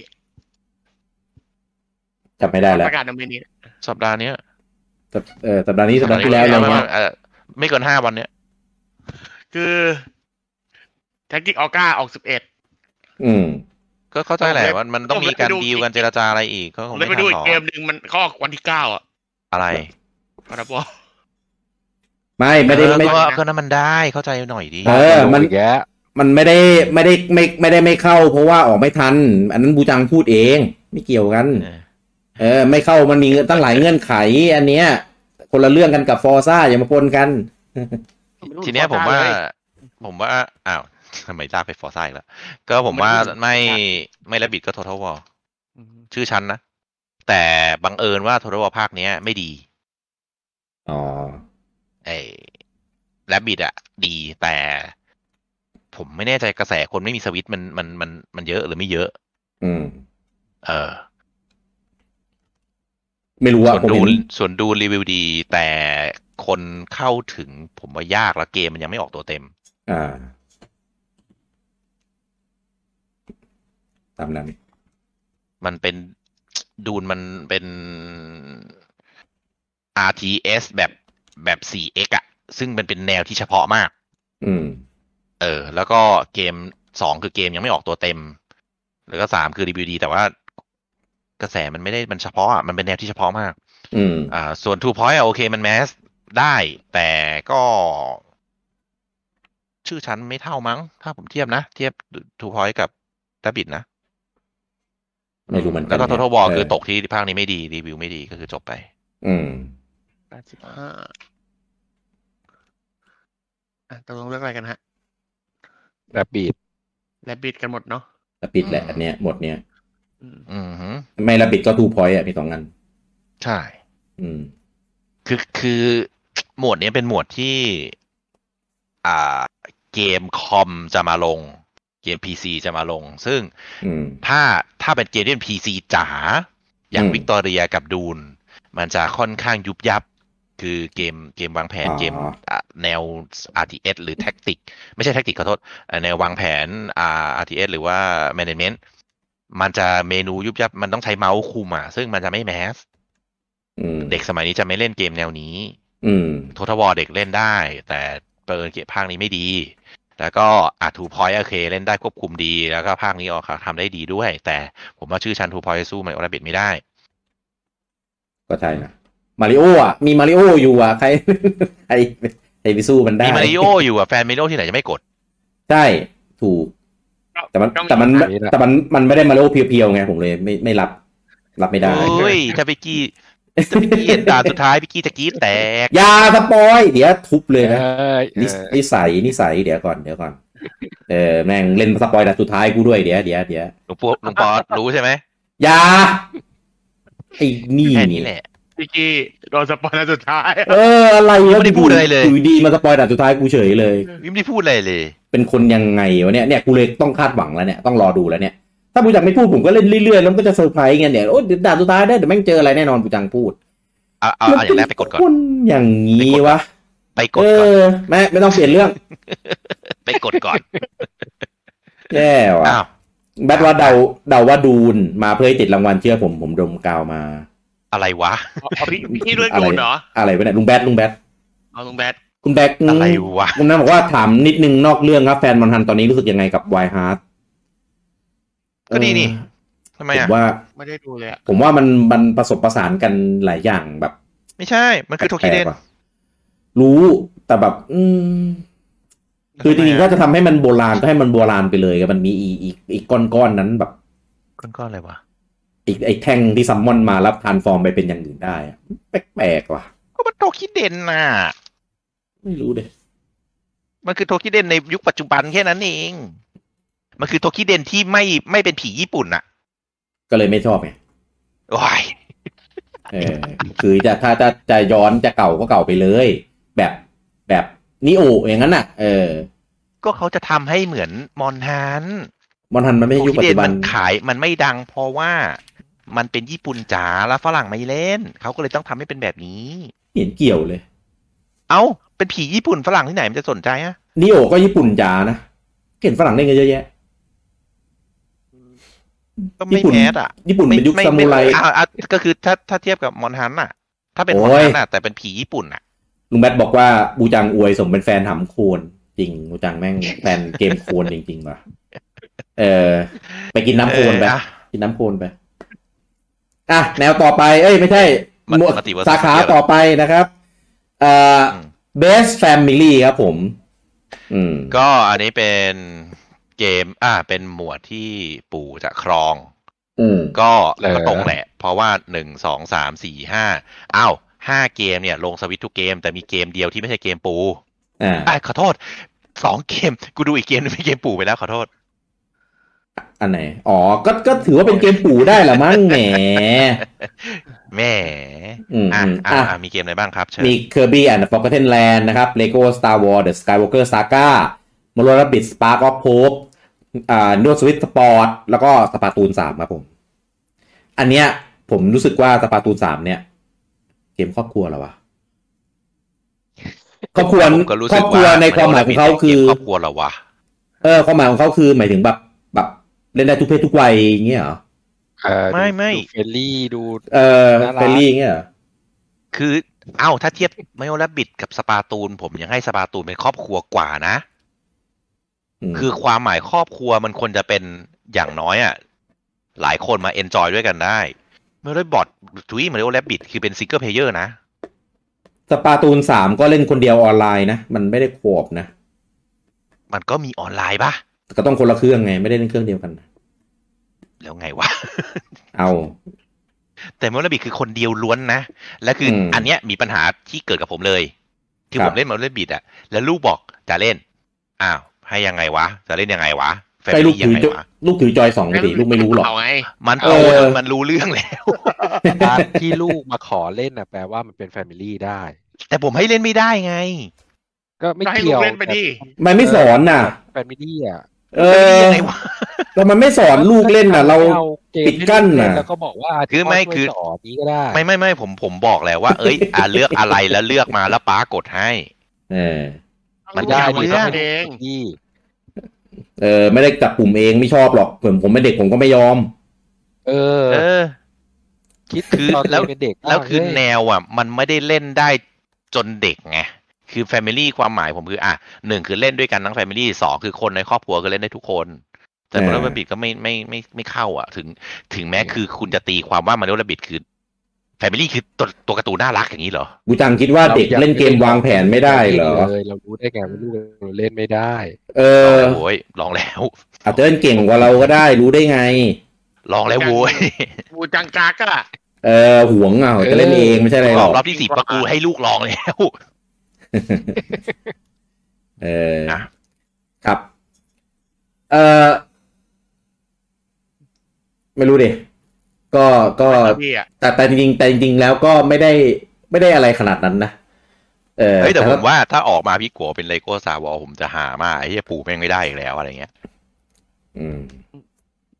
Speaker 2: จำไม่ได้แล้ว
Speaker 4: ประกาศนอมินี
Speaker 3: สัปดาห์เนี้ย
Speaker 2: สัปเอ่อสัปดาห์นี้สัปดาห์ที่แล้ว
Speaker 3: สั
Speaker 2: เรา
Speaker 3: ปดาห์
Speaker 2: ว่า
Speaker 3: นี้เออไม่เกินห้าวันเนี้ย
Speaker 4: คือแท็กติกออก้าออกสิบเอ็ด
Speaker 2: อืม
Speaker 3: ก็เข้าใจแหละมันมันต้องมีการ
Speaker 4: ผมเลยไปดู
Speaker 3: ดีลกันเจรจาอะไรอีกก็คง
Speaker 4: เล
Speaker 3: ไม่
Speaker 4: ยไป
Speaker 3: ทัน
Speaker 4: ดู
Speaker 3: หร
Speaker 4: อีก
Speaker 3: อก
Speaker 4: เกมหนึ่งมันเขาออกวันที่เก้าอ่ะ
Speaker 3: อะไร
Speaker 4: มาราบอ
Speaker 2: ไม่ไม่
Speaker 3: เอ
Speaker 2: ได้
Speaker 3: อ
Speaker 2: ไม่
Speaker 3: ก็
Speaker 4: ไม่
Speaker 3: ก็นั่นมันได้เข้าใจหน่อยดี
Speaker 2: เออมัน
Speaker 5: แย่
Speaker 2: มันไม่ได้ไม่ได้ไม่ไม่ได้ไม่เข้า เพราะว่าออกไม่ทัน อันนั้นบูจังพูดเอง ไม่เกี่ยวกัน
Speaker 3: เออ
Speaker 2: เออ ไม่เข้ามันมีเงื่อนตั้งหลายเงื่อนไข อันเนี้ย คนละเรื่องกันกับฟอร์ซ่าอย่ามาปนกัน
Speaker 3: ทีเนี้ยผมว่า ผมว่าอ้าว ทำไมลากไปฟอร์ซ่าอีกแล้ว ก็ผมว่าไม่ไม่ระบิดก็ทอทวอชื่อชั้นนะ แต่บังเอิญว่าทอทวอภาคเนี้ยไม่ดี
Speaker 2: อ๋อ
Speaker 3: ไอ้ระบิดอะดีแต่ ผมไม่แน่ใจกระแสคนไม่มีสวิตช์มันมันมันมันเยอะหรือไม่เยอะ
Speaker 2: อืม
Speaker 3: เออ
Speaker 2: ไม่รู้อะ
Speaker 3: ส่วน
Speaker 2: ผม
Speaker 3: ดู
Speaker 2: เห็น
Speaker 3: ส่วนดูรีวิวดี แต่คนเข้าถึงผมว่ายากแล้วเกมมันยังไม่ออกตัวเต็ม
Speaker 2: อ่า ตามนั้น
Speaker 3: มันเป็นดูนมันเป็น RTS แบบแบบ 4x อะซึ่งมันเป็นแนวที่เฉพาะมาก
Speaker 2: อืม
Speaker 3: เออ แล้วก็เกมสองคือเกมยังไม่ออกตัวเต็ม แล้วก็สามคือรีวิวดี แต่ว่ากระแสมันไม่ได้มันเฉพาะอะมันเป็นแนวที่เฉพาะมาก
Speaker 2: อืม
Speaker 3: อ่า ส่วน Two Point อะโอเคมันแมสได้ แต่ก็ ชื่อชั้นไม่เท่ามั้ง ถ้าผมเทียบนะ เทียบ Two Point กับ Rabbit นะ
Speaker 2: ไม่รู้เหมือนกัน
Speaker 3: แล้วก็ Total
Speaker 2: เนี่ย
Speaker 3: War
Speaker 2: เออ
Speaker 3: คือตกที่ภาคนี้ไม่ดี รีวิวไม่ดีก็คือจบไป
Speaker 2: อืม
Speaker 4: แปดสิบห้าอ่ะตกลงเรื่องอะไรกันฮะ
Speaker 5: แบบบีด
Speaker 4: แลบบิดกันหมดเนาะ
Speaker 2: ระบิดแหละ
Speaker 3: อืม
Speaker 2: อันเนี้ยหมดเนี้ย
Speaker 4: อืม
Speaker 3: อือหือ
Speaker 2: ไม่ระบิดก็ทูพอยต์อ่ะมีสองอัน
Speaker 3: ใช่
Speaker 2: อืม
Speaker 3: คือคือ หมวดเนี้ยเป็นหมวดที่ อ่า เกมคอมจะมาลง เกม PC จะมาลง ซึ่ง
Speaker 2: อืม
Speaker 3: ถ้าถ้าเป็นเกมที่เป็น PC จ๋า อย่าง
Speaker 2: อืม
Speaker 3: วิกตอเรียกับดูน มันจะค่อนข้างยุบยับ คือเกมเกมวางแผน
Speaker 2: อ๋อ
Speaker 3: เกมอ่ะแนว RTS หรือแท็กติก ไม่ใช่แท็กติกขอโทษอ่ะแนววางแผนอ่า RTS หรือว่า Management มันจะเมนูยุบยับ มันต้องใช้เมาส์คุมอ่ะซึ่งมันจะไม่แมส
Speaker 2: อืม
Speaker 3: เด็กสมัยนี้จะไม่เล่นเกมแนวนี้
Speaker 2: อืม
Speaker 3: โททวอเด็กเล่นได้ แต่เปิดเกมภาคนี้ไม่ดี แล้วก็อาทูพอยต์โอเคเล่นได้ควบคุมดี แล้วก็ภาคนี้ออกทำได้ดีด้วย แต่ผมว่าชื่อชันทูพอยต์สู้ไมโอราบิดไม่ได้
Speaker 2: ก็ใช่นะ มาริโออ่ะ มีมาริโออยู่อ่ะ ใคร ใครใครไปสู้มันได้
Speaker 3: มีมาริโออยู่อะแฟนมาริโอที่ไหนจะไม่กด
Speaker 2: ใช่ ถูก แต่มัน
Speaker 4: ต้อง
Speaker 2: แต่มัน
Speaker 5: แบบนี้นะ
Speaker 2: แต่มันมันไม่ได้มาริโอเพียวๆไงผมเลยไม่ไม่รับ รับไม่ได้
Speaker 3: โอ้ ยถ้าพี่กี้ถ้าพี่กี้เห็นตาสุดท้ายพี่กี้จะกรี้แตก
Speaker 2: อย่าสปอยเดี๋ยวทุบเลยนะ
Speaker 5: เอ้ย
Speaker 2: นิส
Speaker 5: เออ
Speaker 2: นิสัยนิสัยเดี๋ยวก่อนเดี๋ยวก่อน เออแม่งเล่นสปอยล์แต่สุดท้ายกูด้วยเดี๋ยวเดี๋ยวเดี๋ยว
Speaker 3: หลวงปู่หลวงปอรู้ใช่ไหม
Speaker 2: อย่าไอ้นี่
Speaker 3: แค่นี้
Speaker 2: นี่
Speaker 3: แหละ
Speaker 4: พี่กี้โดนสปอนเซอร์สุดท้าย
Speaker 2: เอออะไรวะ
Speaker 3: ไม่ได้พูดอะไรเลย
Speaker 2: อยู่ดีมาสปอยล์แต่สุดท้ายกูเฉยเลย
Speaker 3: วิมไม่ได้พูดอะไรเลย
Speaker 2: เป็นคนยังไงวะเนี่ยเนี่ยกูเลยต้องคาดหวังแล้วเนี่ยต้องรอดูแล้วเนี่ย ถ้าบูจังไม่พูดผมก็เล่นเรื่อยๆแล้วมันก็จะเซอร์ไพรส์ไงเนี่ยโอ้ยเดี๋ยวด่าสุดท้ายได้เดี๋ยวแม่งเจออะไรแน่นอนบูจังพูด
Speaker 3: เอาเอาเอาอย่างแรกไปกดก่อน
Speaker 2: มันเป็นคนอย่างนี้วะ
Speaker 3: ไปก
Speaker 2: เอ
Speaker 3: ดก่อน
Speaker 2: อแม่ไม่ต้องเปลี่ยนเรื่อง
Speaker 3: ไปกดก่อน
Speaker 2: แย่ว่ะ
Speaker 3: อ้าว
Speaker 2: แบทว่าเดาเดาว่าดูนมาเพื่อให้ติดรางวัลเชื่อผมผมดมกาวมา
Speaker 3: อะไรวะ
Speaker 4: อ๋อพี่พี่เรื่องดูนเหรอ
Speaker 2: อะไรไปเนี่ยลุงแบทลุงแบท
Speaker 4: เอาลุงแบท
Speaker 2: คุณแบท
Speaker 3: อะไรวะ
Speaker 2: คุณนั่นบอกว่าถามนิดนึงนอกเรื่องครับแฟนบอลฮันตอนนี้รู้สึกยังไงกับไวฮาร์ด
Speaker 3: ก็ดีนี่ทำไม
Speaker 2: ผม
Speaker 3: อ่ะ
Speaker 2: ว่า
Speaker 4: ไม่ได้ดูเลยอะ
Speaker 2: ผมว่ามันมันผสมประสานกันหลายอย่างแบบ
Speaker 3: ไม่ใช่ มันคือโทคิเดน
Speaker 2: แปลกๆว่ะรู้แต่แบบ อืม คือจริงๆถ้าจะทำให้มันโบราณก็ให้มันโบราณไปเลยก็มันมีอีอีอีกก้อนๆนั้นแบบ
Speaker 3: ก้อนๆอะไรวะ
Speaker 2: อีกไอ้แท่งที่ซัมมอนมารับทานฟอร์มไปเป็นอย่างอื่นได้อะแปลกๆว่ะ
Speaker 3: ก็มันโทคิเดนน่ะ
Speaker 2: ไม่รู้เด้
Speaker 3: มันคือโทคิเดนในยุคปัจจุบันแค่นั้นเอง มันคือโทคิเดนที่ไม่ไม่เป็นผีญี่ปุ่นอ่ะ
Speaker 2: ก็เลยไม่ชอบไง
Speaker 3: ว้าย
Speaker 2: เออคือจะถ้าจะจะย้อนจะเก่าก็เก่าไปเลย แบบแบบนิโออย่างนั้นน่ะ เออ
Speaker 3: ก็เขาจะทำให้เหมือนมอนฮัน
Speaker 2: มอนทันมันไม่
Speaker 3: โท
Speaker 2: ใช่ยุค
Speaker 3: คิ
Speaker 2: ปัจ
Speaker 3: เดน
Speaker 2: จุบั
Speaker 3: มัน นขายมันไม่ดังเพราะว่ามันเป็นญี่ปุ่นจ๋าแล้วฝรั่งไม่เล่น เขาก็เลยต้องทำให้เป็นแบบนี้
Speaker 2: เห็นเกี่ยวเลย
Speaker 3: เอ้า เป็นผีญี่ปุ่นฝรั่งที่ไหนมันจะสนใจอะ
Speaker 2: นิโอก็ญี่ปุ่นจ๋านะเห็นฝรั่งเล่นกันเยอะแยะ
Speaker 3: ก็
Speaker 2: ญี่
Speaker 3: ไม่
Speaker 2: ปุ่น
Speaker 3: แพ้อะ
Speaker 2: ญี่ปุ่น
Speaker 3: ไม่
Speaker 2: เป็นยุค
Speaker 3: ไม่
Speaker 2: ซามูไร
Speaker 3: ม่อ่ะอ่ะก็คือถ้าถ้าเทียบกับมอนฮันอะถ้าเป็นม
Speaker 2: โอ้
Speaker 3: อน
Speaker 2: ย
Speaker 3: ฮันอะแต่เป็นผีญี่ปุ่นอะ
Speaker 2: ลุงแบทบอกว่าบูจังอวยสมเป็นแฟนหำโคนจริงบูจังแม่งแฟนเกมโคนจริงๆว่ะเออ ไปกินน้ำโคนไป
Speaker 3: เอออ่ะ
Speaker 2: กินน้ำโคนไปอ่ะแนวต่อไปเอ้ยไม่ใช่
Speaker 3: มัน
Speaker 2: หมวด
Speaker 3: ปกติว่า
Speaker 2: สาขา
Speaker 3: สาขาเดียว
Speaker 2: ต่อไปนะครับเอ่อ
Speaker 3: อืม
Speaker 2: Best Family ครับผม อืม
Speaker 3: ก็อันนี้เป็นเกม อ่า เป็นหมวดที่ปู่จะครอง
Speaker 2: อืม
Speaker 3: ก็ก็ตรงแหละ เพราะว่าหนึ่งสองสามสี่ห้าอ้าวห้าเกมเนี่ย ลงสวิตช์ทุกเกม แต่มีเกมเดียวที่ไม่ใช่เกมปู
Speaker 2: อ่า
Speaker 3: อ่ะขอโทษสองเกม กูดูอีกเกมหนึงเป็นเกมปูไปแล้วขอโทษ
Speaker 2: อันไหน อ๋อ ก็ ก็ถือว่าเป็นเกมปู่ได้ละมั้งแหม
Speaker 3: แหม
Speaker 2: อืม
Speaker 3: อ่ะ
Speaker 2: อืม
Speaker 3: อ่ะ
Speaker 2: อ่ะ
Speaker 3: อ่ะมีเกมอะไรบ้างครับเชิญ
Speaker 2: มี Kirby and the Forgotten Land นะครับ Lego Star Wars The Skywalker Saga m o r o r a b i t Spark of Hope อ่า Neo Switch Sport แล้วก็สปาตูน3ครับผม อันเนี้ย ผมรู้สึกว่าสปาตูน3เนี่ย เกมครอบครัวเหรอวะ ครอบครัว
Speaker 3: ผมก็รู้
Speaker 2: คร
Speaker 3: สึ
Speaker 2: อก บครัว
Speaker 3: ว่า
Speaker 2: ในความหมายของเขาคือ
Speaker 3: กมครอบครัวเหรอวะ
Speaker 2: เออความหมายของเขาคือหมายถึงแบบแบบเล่นได้ทุกเพศทุกวัยอย่างเงี้ยเหรอ
Speaker 5: เออ
Speaker 3: ไม่ไม่
Speaker 5: ดูเฟลลี่ดู
Speaker 2: เออ
Speaker 5: น่ารัก
Speaker 2: เฟรนลี่อย่างเงี้ยเหรอ
Speaker 3: คือเอ้าถ้าเทียบไมโอและบิดกับสปาตูน ผมยังให้สปาตูนเป็นครอบครัวกว่านะ
Speaker 2: ม
Speaker 3: คือความหมายครอบครัวมันควรจะเป็นอย่างน้อยอ่ะหลายคนมาเอนจอยด้วยกันได้เมื่อไรบอททุยมาเรียกว่าแรบบิทคือเป็นซิงเกิลเพลเยอร์นะ
Speaker 2: สปาตูนสามก็เล่นคนเดียวออนไลน์นะ มันไม่ได้ขวบนะ
Speaker 3: มันก็มีออนไลน์ปะ
Speaker 2: แต่ก็ต้องคนละเครื่องไง ไม่ได้เล่นเครื่องเดียวกัน
Speaker 3: แล้วไงวะ
Speaker 2: เอา
Speaker 3: แต่เมื่อไรบิทคือคนเดียวล้วนนะ และคืออ
Speaker 2: ม
Speaker 3: อันเนี้ยมีปัญหาที่เกิดกับผมเลย คือ
Speaker 2: ครั
Speaker 3: ผ
Speaker 2: บ
Speaker 3: มเล่นมาเรียบิทอ่ะ แล้วลูกบอกจะเล่น อ้าว ให้ยังไงวะ จะเล่นยังไงวะแฟน
Speaker 2: ใช่ลูก
Speaker 3: ยั
Speaker 2: ถื
Speaker 3: ง
Speaker 2: อ
Speaker 3: ไง
Speaker 2: จอ
Speaker 3: วะ
Speaker 2: ลูกถือจอยสองปกติลูกไม่รู้หรอก
Speaker 4: เอาไง
Speaker 3: มัน
Speaker 2: เอ
Speaker 3: โต
Speaker 2: อ
Speaker 3: จนมันรู้เรื่องแล้ว
Speaker 5: การที่ลูกมาขอเล่นน่ะแปลว่ามันเป็นแฟมิลี่ได้
Speaker 3: แต่ผมให้เล่นไม่ได้ไง
Speaker 5: ก็ไม่
Speaker 4: ก็ให้ลู
Speaker 5: เกี่ย
Speaker 4: ก
Speaker 5: ว
Speaker 4: เล่นไปดิ
Speaker 2: มันไม่สอนน่ะ
Speaker 5: แฟมิลี่อ่ะ
Speaker 2: เอ
Speaker 3: จะ
Speaker 2: อ
Speaker 3: เล่นยังไงวะ
Speaker 2: แล้วมันไม่สอนลูกเล่นน่ะ เรา
Speaker 5: อเม
Speaker 2: ปิดกั้นน่ะ
Speaker 5: แล้วก็บอกว่า
Speaker 3: คือไม่คือ
Speaker 5: สอนนี้ก็ได้
Speaker 3: ไม่ไม่ไม่ผมผมบอกแล้วว่า เอ้ยอ่ะเลือกอะไรแล้วเลือกมาแล้วป้ากดให้
Speaker 2: เออ
Speaker 3: มัน
Speaker 4: ได้
Speaker 3: ยาก
Speaker 4: มันก็เอง
Speaker 5: ที่
Speaker 2: เออ ไม่ได้จับปุ่มเองไม่ชอบหรอกผมผมเป็นเด็กผมก็ไม่ยอม
Speaker 5: เออ
Speaker 3: เออ
Speaker 5: คิด
Speaker 3: คื
Speaker 5: คือ
Speaker 3: อ
Speaker 5: ตอน
Speaker 3: แล้
Speaker 5: เรา
Speaker 3: ว
Speaker 5: เป็นเด็ก
Speaker 3: แล้วคือ
Speaker 5: บ้าง
Speaker 3: แน
Speaker 5: เว้ยว
Speaker 3: อ่ะ มันไม่ได้เล่นได้จนเด็กไงคือแฟมิลี่ความหมายผมคือ อ่ะหนึ่งคือเล่นด้วยกันทั้งแฟมิลี่สองคือคนในครอบครัวก็เล่นได้ทุกคน แต่
Speaker 2: เออ
Speaker 3: มาริโอบิดก็ไม่ไม่ไม่ไม่เข้าอ่ะ ถึง ถึงแม้คือคุณจะตีความว่ามาริโอบิดคือ แฟมิลี่คือตัวตัวการ์ตูนน่ารักอย่างนี้เหรอ
Speaker 2: บูจังคิดว่าเด็กเล่นเกมวางแผนไม่ได้เหรอ
Speaker 5: เลยเรารู้ได้ไงว่าลูกเราเล่นไม่ได้
Speaker 2: เอ
Speaker 3: ล
Speaker 2: อ
Speaker 3: องแล้วโว้ยลองแล้ว
Speaker 2: อาจจะเล่นเก่งกว่าเราก็ได้รู้ได้ไง
Speaker 3: ลองแล้วโว้ย
Speaker 4: บูจังกากอะ
Speaker 2: เออหวงอ่ะจะเล่นเองไม่ใช่อะไรห
Speaker 3: ร
Speaker 2: ร
Speaker 3: อ
Speaker 2: อบก
Speaker 3: รอบที่สิบประกูให้ลูกลองแล้ว
Speaker 2: เออ
Speaker 3: นะ
Speaker 2: ครับ เออไม่รู้ดิก็ก็
Speaker 4: พี่อะ
Speaker 2: แต่แต่จริงๆแต่จริงๆแล้วก็ไม่ได้ไม่ได้อะไรขนาดนั้นนะเออ
Speaker 3: เฮ้ยแต่ผม
Speaker 2: ว่า
Speaker 3: ว่าถ้าออกมาพี่กัวเป็นเลโก้สาวอผมจะหามาไอ้เหี้ยปูแม่งไม่ได้อีกแล้วอะไรเงี้ย
Speaker 2: อืม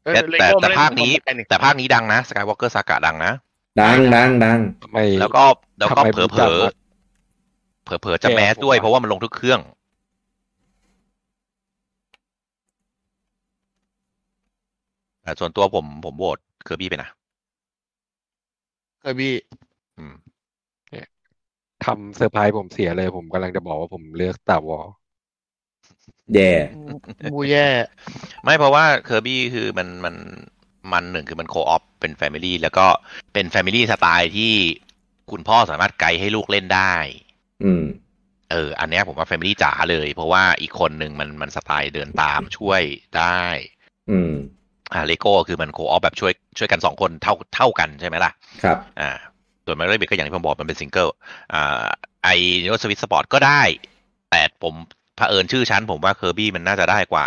Speaker 4: เออ
Speaker 3: แต่
Speaker 4: เล
Speaker 3: แต่
Speaker 4: โก้
Speaker 3: แต่
Speaker 4: ไม่ได้
Speaker 3: ภาคนี้
Speaker 4: ทำอะไรเลย
Speaker 3: แต่ภาคนี้ดังนะสกายวอล์กเกอร์ซากะดังนะ
Speaker 2: ดังดังดัง
Speaker 5: ทำไม
Speaker 3: แล้วก็แล้วก็
Speaker 5: ทำไม
Speaker 3: เผลอเผ
Speaker 5: บู
Speaker 3: ล
Speaker 5: จัง
Speaker 3: อ
Speaker 5: วะ
Speaker 3: เผลอเผลอๆจะ
Speaker 5: แก
Speaker 3: แมสด้วย
Speaker 5: ผ
Speaker 3: เพ
Speaker 5: มว่า
Speaker 3: ราะว่ามันลงทุกเครื่อง แต่ส่วนตัวผมผมโหวตเคอร์บี้ไปนะ
Speaker 4: เคยพี่
Speaker 3: อืม
Speaker 5: ทำเซอร์ไพรส์ผมเสียเลย ผมกำลังจะบอกว่าผมเลือก Star Wars
Speaker 2: แย่
Speaker 4: บูแย่
Speaker 3: ไม่เพราะว่าเคอร์บี้คือมันมันมันหนึ่งคือมันโคออฟเป็นแฟมิลี่แล้วก็เป็นแฟมิลี่สไตล์ที่คุณพ่อสามารถไกด์ให้ลูกเล่นได้
Speaker 2: อืม
Speaker 3: เออ อันเนี้ยผมว่าแฟมิลี่จ๋าเลย เพราะว่าอีกคนหนึ่งมันมันสไตล์เดินตามช่วยได้
Speaker 2: อืม
Speaker 3: อ่าเลโก้คือมันโคออฟแบบช่วยช่วยกันสองคนเท่าเท่ากันใช่ไหมล่ะ
Speaker 2: ครับ
Speaker 3: อ่าส่วนมาริเบก็อย่างที่ผมบอกมันเป็นซิงเกิลอ่าไอโนสวิตสปอร์ตก็ได้ แต่ผมเผอิญชื่อชั้นผมว่าเคอร์บี้มันน่าจะได้กว่า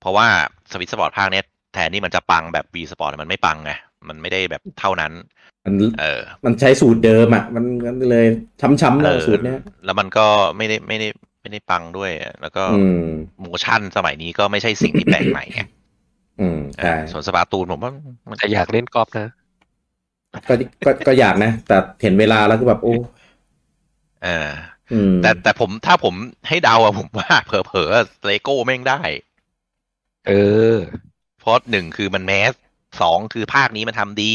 Speaker 3: เพราะว่าสวิตสปอร์ตภาคเนี้ยแทนที่มันจะปังแบบวีสปอร์ตมันไม่ปังไง มันไม่ได้แบบเท่านั้น
Speaker 2: มัน
Speaker 3: เออ
Speaker 2: มันใช้สูตรเดิมอ่ะ มันมันเลยช้ำๆ
Speaker 3: เอ
Speaker 2: แล้ว
Speaker 3: อ
Speaker 2: สูตรเนี้ย
Speaker 3: แล้วมันก็ไม่ได้ไม่ได้ไม่ได้ปังด้วย แล้วก็
Speaker 2: อืม
Speaker 3: โมชั่นสมัยนี้ก็ไม่ใช่สิ่งที่แปลกใหม่ไง
Speaker 2: อืม
Speaker 3: เอ
Speaker 2: ใช่
Speaker 3: อส่วนสปาตูนผมว่ามัน
Speaker 5: แต่อยากเล่นกอล์ฟนะ
Speaker 2: ก็ก็ก็อยากนะ แต่เห็นเวลาแล้วก็แบบ โอ้
Speaker 3: เออ
Speaker 2: อืม
Speaker 3: แต่แต่ผมถ้าผมให้เดาอะผมว่า เผลอๆเลโก้แม่งได้
Speaker 5: เออ
Speaker 3: เพราะหนึ่งคือมันแมสสองคือภาคนี้มันทำดี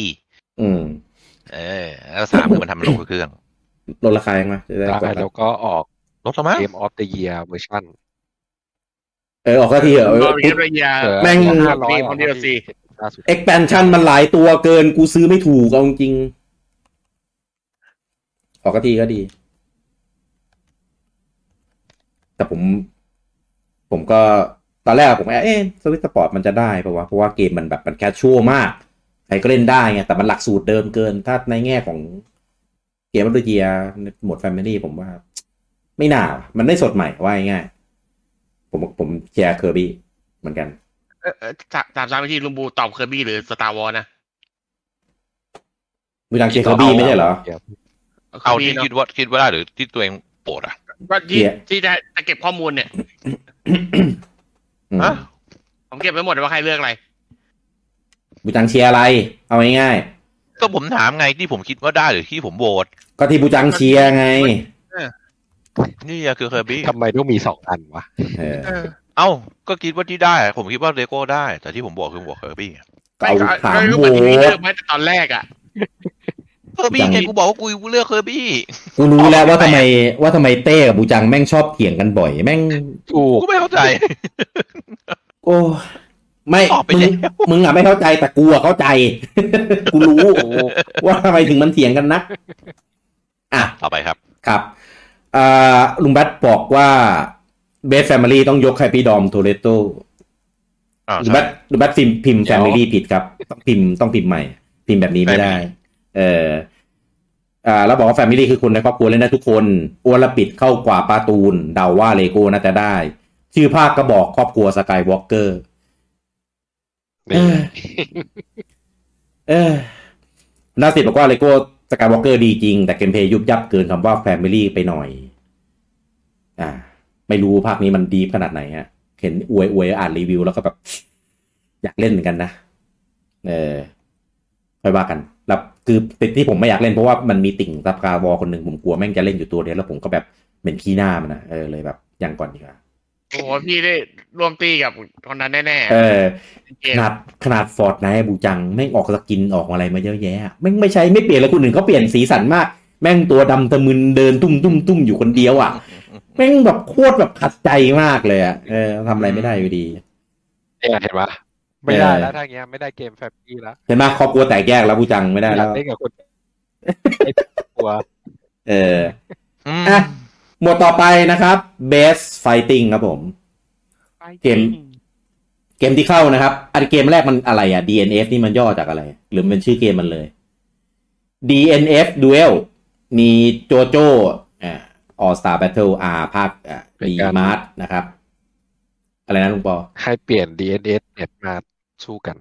Speaker 2: อืม
Speaker 3: เออ แล้วสามคือมันทำลงเครื่อง
Speaker 2: ลดราคายังไงจะได้
Speaker 5: ได้
Speaker 2: แบ
Speaker 5: แล้
Speaker 2: บ
Speaker 5: วก็ออก
Speaker 3: ลดแล้วมั้ง
Speaker 5: Game of the Year เวอร์ชัน
Speaker 2: เออออกก็ทีเหรอะเอ
Speaker 4: บู
Speaker 2: อ
Speaker 4: เย่บูแย่
Speaker 2: แม่ง
Speaker 5: ห้าร้อย
Speaker 4: คนเดียวสิ
Speaker 5: ล่าสุด
Speaker 2: expansion มันหลายตัวเกินกูซื้อไม่ถูกเอาจริงๆออกกะทีก็ดี แต่ผม ผมก็ตอนแรกผมก็เอ๊ะสวิตสปอร์ตมันจะได้ปะวะเพราะว่าเกมมันแบบมันแคชชัวมาก ใครก็เล่นได้ไงแต่มันหลักสูตรเดิมเกิน ถ้าในแง่ของเกมบัตเยียหมวดแฟมิลี่ผมว่า ไม่น่าว่ะมันได้สดใหม่ว่าง่ายๆผมผมแชร์เคอร์บี้เหมือนกัน
Speaker 4: เออเออสามสามสามวิธีลุงบูตอบเคอร์บี้หรือสตาร์วอลนะ
Speaker 2: วิลังเชียร์เคอร์บี้ไม่ใช่เหรอ
Speaker 3: เอา
Speaker 4: คร์บี้
Speaker 3: ที่
Speaker 4: เนะ
Speaker 3: คิดว่าคิดว่าได้หรือที่ตัวเองโปรดอ่ะ
Speaker 4: ก็ที่
Speaker 2: เนี่ย
Speaker 4: ที่จะจะเก็บข้อมูลเนี่ย
Speaker 2: อืม
Speaker 3: ฮะ
Speaker 4: ผมเก็บไว้หมดว่าใครเลือกอะไร
Speaker 2: บูจังเชียร์อะไร เอาง่าย
Speaker 3: ก็ผมถามไงที่ผมคิดว่าได้หรือที่ผมโหวต
Speaker 2: ๆ ก็ที่บูจังเชียร์ไง
Speaker 3: นี่อะคือเคอร์บี้
Speaker 5: ทำไมต้องมีสองอันวะ
Speaker 2: เออ
Speaker 3: เอ้า ก็คิดว่าที่ได้ ผมคิดว่าเลโก้ได้ แต่ที่ผมโหวตคือโหวตเคอร์บี้
Speaker 2: ก็เอาถาม
Speaker 4: รู้
Speaker 2: โหว
Speaker 4: ว่าที่พี่เลื
Speaker 2: ต
Speaker 4: อกไหมแต่ตอนแรกอ่ะ
Speaker 3: เคอร์บี้ไงกูบอกว่ากูเลือกเคอร์บี้
Speaker 2: กูรู้แล้วว่าทำไมว่าทำไมเต้กับบูจังแม่งชอบเถียงกันบ่อย แม่ง
Speaker 5: ถูก
Speaker 3: กูไม่เข้าใจ
Speaker 2: โอ้ไม่
Speaker 3: ตอบไป
Speaker 2: มึ
Speaker 3: แล้
Speaker 2: ง
Speaker 3: ว
Speaker 2: มึงอะไม่เข้าใจแต่กูอะเข้าใจ กูรู้ว่าทำไมถึงมันเถียงกันนักอ่ะ
Speaker 3: ต่อไปครับ
Speaker 2: ครับอ่าลุงแบทบอกว่าเบสแฟมิลี่ต้องยกให้พี่ดอมโทเรโต
Speaker 3: อ่า
Speaker 2: ดู
Speaker 3: ใช่
Speaker 2: แบทดูแบทพิมพ์พิมพ์
Speaker 3: เดี๋
Speaker 2: แฟ
Speaker 3: ยว
Speaker 2: มิลี่ผิดครับต้องพิมพ์ต้องพิมพ์ใหม่ พิมพ์แบบนี้ไม่ได้
Speaker 3: Family
Speaker 2: เอออ่าแล้วบอกว่าแฟมิลี่คือคนในครอบครัวเล่นได้ทุกคนอ้วนละปิดเข้ากว่าปาตูน เดาว่าเลโก้น่าจะได้ ชื่อภาคก็บอกครอบครัวสกายวอล์กเกอร์
Speaker 5: นี่
Speaker 2: เออนาสิบบอกว่าเลโก้สกายวอล์กเกอร์ดีจริง แต่เกมเพลย์ยุบยับเกินคำว่าแฟมิลี่ไปหน่อย อ่า ไม่รู้ภาคนี้มันดีฟขนาดไหนฮะเห็นอวยอวยอ่านรีวิวแล้วก็แบบ อยากเล่นเหมือนกันนะ เออค่อยว่ากัน แล้วคือติดที่ผมไม่อยากเล่นเพราะว่ามันมีติ่งซับคาร์วอลคนหนึ่งผมกลัวแม่งจะเล่นอยู่ตัวเดียวแล้วผมก็แบบเหม็นขี้หน้ามันนะเออเลยแบบยังก่อนดีกว่า
Speaker 4: โอ้โหพี่ได้ร่วมตีกับคนนั้นแน่
Speaker 2: เออ
Speaker 4: ๆเก
Speaker 2: ข
Speaker 4: ม
Speaker 2: นาดขนาดฟอร์ดไนบูจัง แม่งออกสกินออกอะไรมาเยอะแยะแม่งไม่ใช้ไม่เปลี่ยนแล้วคนอื่นเขาเปลี่ยนสีสันมาก แม่งตัวดำตะมึนเดินตุ้มตุ้มตุ้มอยู่คนเดียวอ่ะ แม่งแบบโคตรแบบขัดใจมากเลยอ่ะเออทำอะไรไม่ได้อยู่ดี
Speaker 5: เนี่ยเห็นปะไม่ได้แล้วถ้าอย่างเงี้ยไม่ได้เกมแฟมิลี่ละ
Speaker 2: เห็นไหมครอบครัวแตกแยกแล้วบูจังไม่ได้
Speaker 5: อยา
Speaker 2: แล้
Speaker 5: ก
Speaker 2: ว
Speaker 5: เล่นกับคน ตัว
Speaker 2: เออ
Speaker 3: อืม
Speaker 2: อ่ะ หมวดต่อไปนะครับ best fighting ครับผม เกม เกมที่เข้านะครับ อันเกมแรกมันอะไรอ่ะ DNF นี่มันย่อจากอะไร หรือมันเป็นชื่อเกมมันเลย DNF Duel มีโจโจอ่า All Star Battle R ภาคอ่า
Speaker 5: เป็น
Speaker 2: ดี
Speaker 5: การ
Speaker 2: มาร์นะครับ อะไรนะลุงปอ
Speaker 5: ให้เปลี่ยน DNS เน็ตมาสู้กัน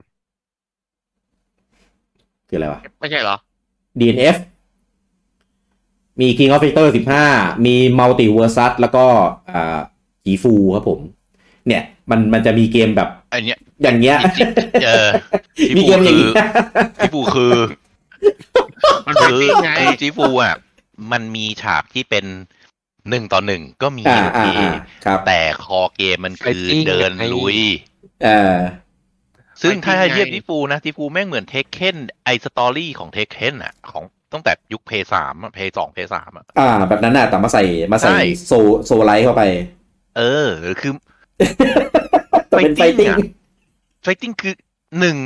Speaker 2: คืออะไรวะ
Speaker 4: ไม่ใช่เหรอ
Speaker 2: DNF มี King of Fighter 15 มี Multiversus แล้วก็อ่าจีฟูครับผม เนี่ย มันมันจะมีเกมแบบ
Speaker 3: อันเนี้ย
Speaker 2: อย่างเงี้ย
Speaker 3: จริงๆเออที่
Speaker 2: มีเกม
Speaker 3: พูด
Speaker 2: อย่าง
Speaker 3: คือ
Speaker 2: นี้
Speaker 3: อ ที่ปูคือ
Speaker 4: มัน
Speaker 3: คือ
Speaker 4: เป็นไง
Speaker 3: คือจีฟูอ่ะ มันมีฉากที่เป็นหนึ่งต่อหนึ่งก็มี
Speaker 2: อ่า
Speaker 3: โอ
Speaker 2: อ่า
Speaker 3: เค
Speaker 2: อ่าครับ
Speaker 3: แต่คอเกมมันคือ
Speaker 5: ไอ้ที่
Speaker 3: เดินลุย
Speaker 2: เออ
Speaker 3: ซึ่งถ้าให้
Speaker 4: ไอ้ที่ไง
Speaker 3: เทียบที่ปูนะที่ปูแม่งเหมือนเทคเคนไอสตอรี่ของเทคเคนอ่ะ ของตั้งแต่ยุคเพย์สามเพย์สองเพย์สามอ่ะ
Speaker 2: อ่า แบบนั้นน่ะแต่มาใส่มาใส่
Speaker 3: ใช่
Speaker 2: โซโซไลท์เข้าไป
Speaker 3: เออ คือ
Speaker 2: แต่เป็นไฟติ้ง
Speaker 3: Fighting อะ ไฟติ้งคือหนึ่ง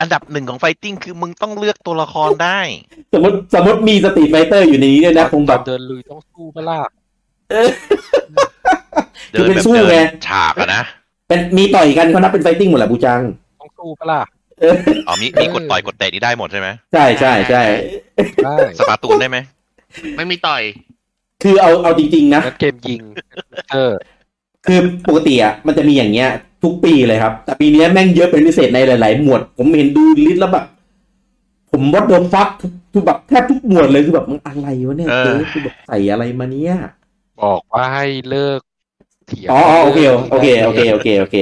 Speaker 3: อันดับหนึ่งของไฟติ้งคือมึงต้องเลือกตัวละครได้
Speaker 2: สมมติสมมติมีสตรีทไฟเตอร์อยู่ในนี้ด้วยนะคง
Speaker 5: ต
Speaker 2: แบ
Speaker 5: อน
Speaker 2: บ
Speaker 5: เดินลุยต้องสู้ปะล่ะ
Speaker 3: เดินแบบ
Speaker 2: คือเป็นสู้
Speaker 3: เดิ
Speaker 2: ไง
Speaker 3: นฉากอะนะ
Speaker 2: เป็นมีต่อยกันเขานับเป็นไฟติ้งหมดแหละบูจัง
Speaker 5: ต้องสู้ปะล่ะ
Speaker 3: อ๋อมีมีกดต่อยกดเตะนี่ได้หมดใช่ไหม
Speaker 2: ใช่ใช่ใช่
Speaker 5: ได้
Speaker 3: สปาตูนได้ไหม
Speaker 4: ไม่มีต่อย
Speaker 2: คือเอาเอาจริง ๆ นะ
Speaker 5: งั้นเกมยิงเออ
Speaker 2: คือปกติอ่ะมันจะมีอย่างเงี้ย ทุกปีเลยครับ แต่ปีเนี้ยแม่งเยอะเป็นพิเศษในหลาย ๆ หมวด ผมเห็นดูลิสต์แล้วแบบ ผมวัดโดนฟักทุกแบบแทบทุกหมวดเลยคือแบบมันอะไรวะเนี่ย
Speaker 3: เออ
Speaker 2: เจ๊คือแบบใส่อะไรมาเนี่ย
Speaker 5: บอกว่าให้เลิกเถียง
Speaker 2: อ๋ออ๋อโอเคโอเคโอเคโอเคโอเค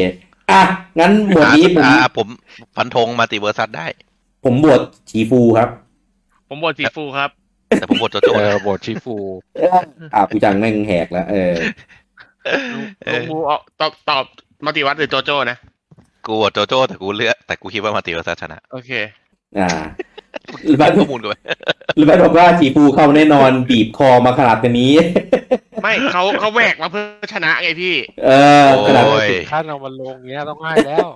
Speaker 2: อ่ะงั้นหมวดนี้ผม
Speaker 3: อ่าผมฟันธงมาติเวอร์ซัสได้
Speaker 2: ผมบวชชีฟูครับ
Speaker 4: ผมบทสีฟูครับ
Speaker 3: แต่ผมบทโจโจ
Speaker 5: เออ
Speaker 3: นะ
Speaker 5: โบทชิฟู
Speaker 2: เอออ่ะกูจังแม่งแหกแล้วเออ
Speaker 3: เอ
Speaker 4: ลุ
Speaker 3: อง
Speaker 4: บูเอาตอบตอบมาติวัตหรือโจโจ้นะ
Speaker 3: กูบทโจโจแต่กูเลือกแต่กูคิดว่ามาติเวอร์ซัสชนะ
Speaker 4: โอเค
Speaker 2: อ่า หรือแบท
Speaker 3: ข้อมูลกูไป
Speaker 2: หรือแบทบอกว่าจีฟูเข้าแน่นอนบีบคอมาขนาดนี้
Speaker 4: ไม่เขาเขาแหวกมาเพื่อชนะไงพี่
Speaker 2: เออขนาด
Speaker 3: โอ้ย
Speaker 5: ถ้าเรามาลงเนี้ยต้องให้แล้ว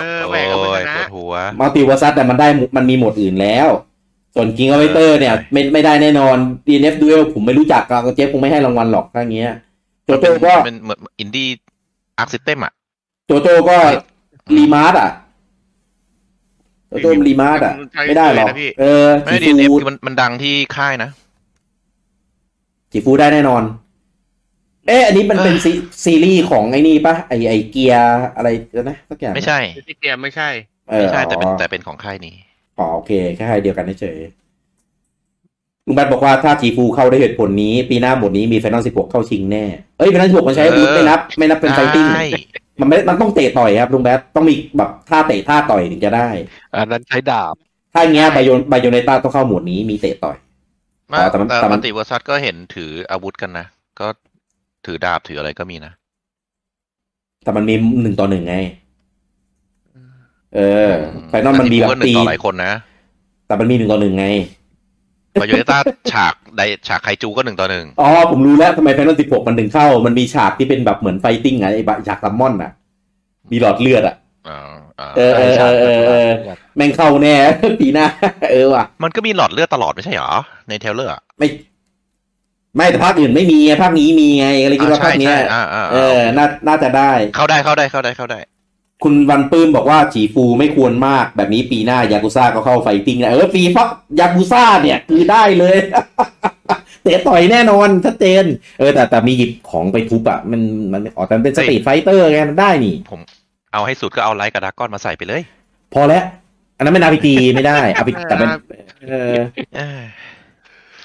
Speaker 4: เออแหว
Speaker 3: โอ้
Speaker 4: กมาเพื่อย ชนะ
Speaker 3: ปวดหัว
Speaker 2: มัลติเวอร์ซัสแต่มันได้หมมันมีหมวดอื่นแล้ว ส่วนกิงเอาไวเตอร์เนี่ย
Speaker 3: ใช่
Speaker 2: ไม่ไม่ได้แน่นอน DNF Duel ผมไม่รู้จักกาเจฟคงไม่ให้รางวัลหรอกถ้าอย่างเงี้ย โจโจก็
Speaker 3: มันเหมือนอินดี้อาร์คซิสเต็มอ่ะ
Speaker 2: โจโจก็รีมาร์ดอ่ะโจโจมันรีมาร์ดอ่ะ ไม่ได้หรอกเออ
Speaker 3: ไม่
Speaker 2: จี
Speaker 3: ดีเอฟ
Speaker 2: ฟู
Speaker 3: มันมันดังที่ค่ายนะ
Speaker 2: จีฟูได้แน่นอน เอ๊ะอันนี้มันเป็นซีซีรีส์ของไอ้นี่ปะไอไอเกียร์อะไรนะสักอย่าง
Speaker 3: ไม่ใช่
Speaker 4: ที่เกมไม่ใช่
Speaker 2: เออ
Speaker 3: ไม่ใช่แต่เป็น
Speaker 2: อ๋อ
Speaker 3: แต่เป็นของค่ายนี้
Speaker 2: อ๋อโอเค แค่ให้เดียวกันเฉยลุงแบทบอกว่าถ้าจีฟูเข้าได้เหตุผลนี้ ปีหน้าหมดนี้มีไฟนอลสิบหกเข้าชิงแน่ เอ้ยไฟนอลสิบหกมันใช้อาวุธ
Speaker 3: เออ
Speaker 2: ไม่นับ ไม่นับเป็นไฟติ้ง
Speaker 3: ใช่
Speaker 2: มันไม่มันต้องเตะต่อยครับลุงแบทต้องมีแบบท่าเตะท่าต่อยถึงจะได้
Speaker 5: อันนั้นใช้ดาบ
Speaker 2: ถ้าอย่างเงี้ยไบโยนไบโยเนต้าต้องเข้าหมวดนี้มีเตะต่อย
Speaker 3: มา
Speaker 2: อ๋อแต่มันแต่
Speaker 3: แต่
Speaker 2: มั
Speaker 3: มัน ติเวอร์ซัสก็เห็นถืออาวุธกันนะ ก็ถือดาบถืออะไรก็มีนะ
Speaker 2: แต่มันมีหนึ่งต่อหนึ่งไง เออไฟนอลมันมีแบบ
Speaker 3: หนึ่
Speaker 2: ตี
Speaker 3: งต่อหลายคนนะ
Speaker 2: แต่มันมีหนึ่งต่อหนึ่งไง
Speaker 3: บายโอเลต้าฉากใดฉากไคจูก็หนึ่งต่อหนึ่ง
Speaker 2: อ๋อผมรู้แล้วทำไมแฟนตาสิบหกมันถึงเข้า มันมีฉากที่เป็นแบบเหมือนไฟติ้งไงไอ้บะฉากซัมมอนอ่ะ มีหลอดเลือดอ่ะ
Speaker 3: อ่าา
Speaker 2: เออเออเออเออเออ แม่งเข้าแน่ ปีหน้า เออว่ะ
Speaker 3: มันก็มีหลอดเลือดตลอดไม่ใช่เหรอ ในเทรลเลอร์อะ
Speaker 2: ไม่ ไม่แต่ภาคอื่นไม่มีไงภาคนี้มีไงอะไรคิดว่า
Speaker 3: อ่
Speaker 2: ภาคเนี้ย
Speaker 3: ใช่ใช่อ่าอ่า
Speaker 2: เอ
Speaker 3: อ่า
Speaker 2: อน่าน่าจะได้
Speaker 3: เข้าได้เข้าได้เข้าได้เข้าได้
Speaker 2: คุณวันปื้มบอกว่าจีฟูไม่ควรมากแบบนี้ปีหน้ายากุซ่าก็เข้าไฟติ้งนะเออปีฟักยากุซ่าเนี่ยคือได้เลย เตะต่อยแน่นอนชัดเจน เออแต่แต่มีหยิบของไปทุบอ่ะมันมันอ๋อแต่มันเป็นสตรีทไฟเตอร์ไงมันได้นี่
Speaker 3: เอาให้สุดก็เอาไลท์กับดราก้อนมาใส่ไปเลย
Speaker 2: พอแล้ว อันนั้นเป็นอาพีจีไม่ได้อาพีแต่เป็นเออ
Speaker 3: เออ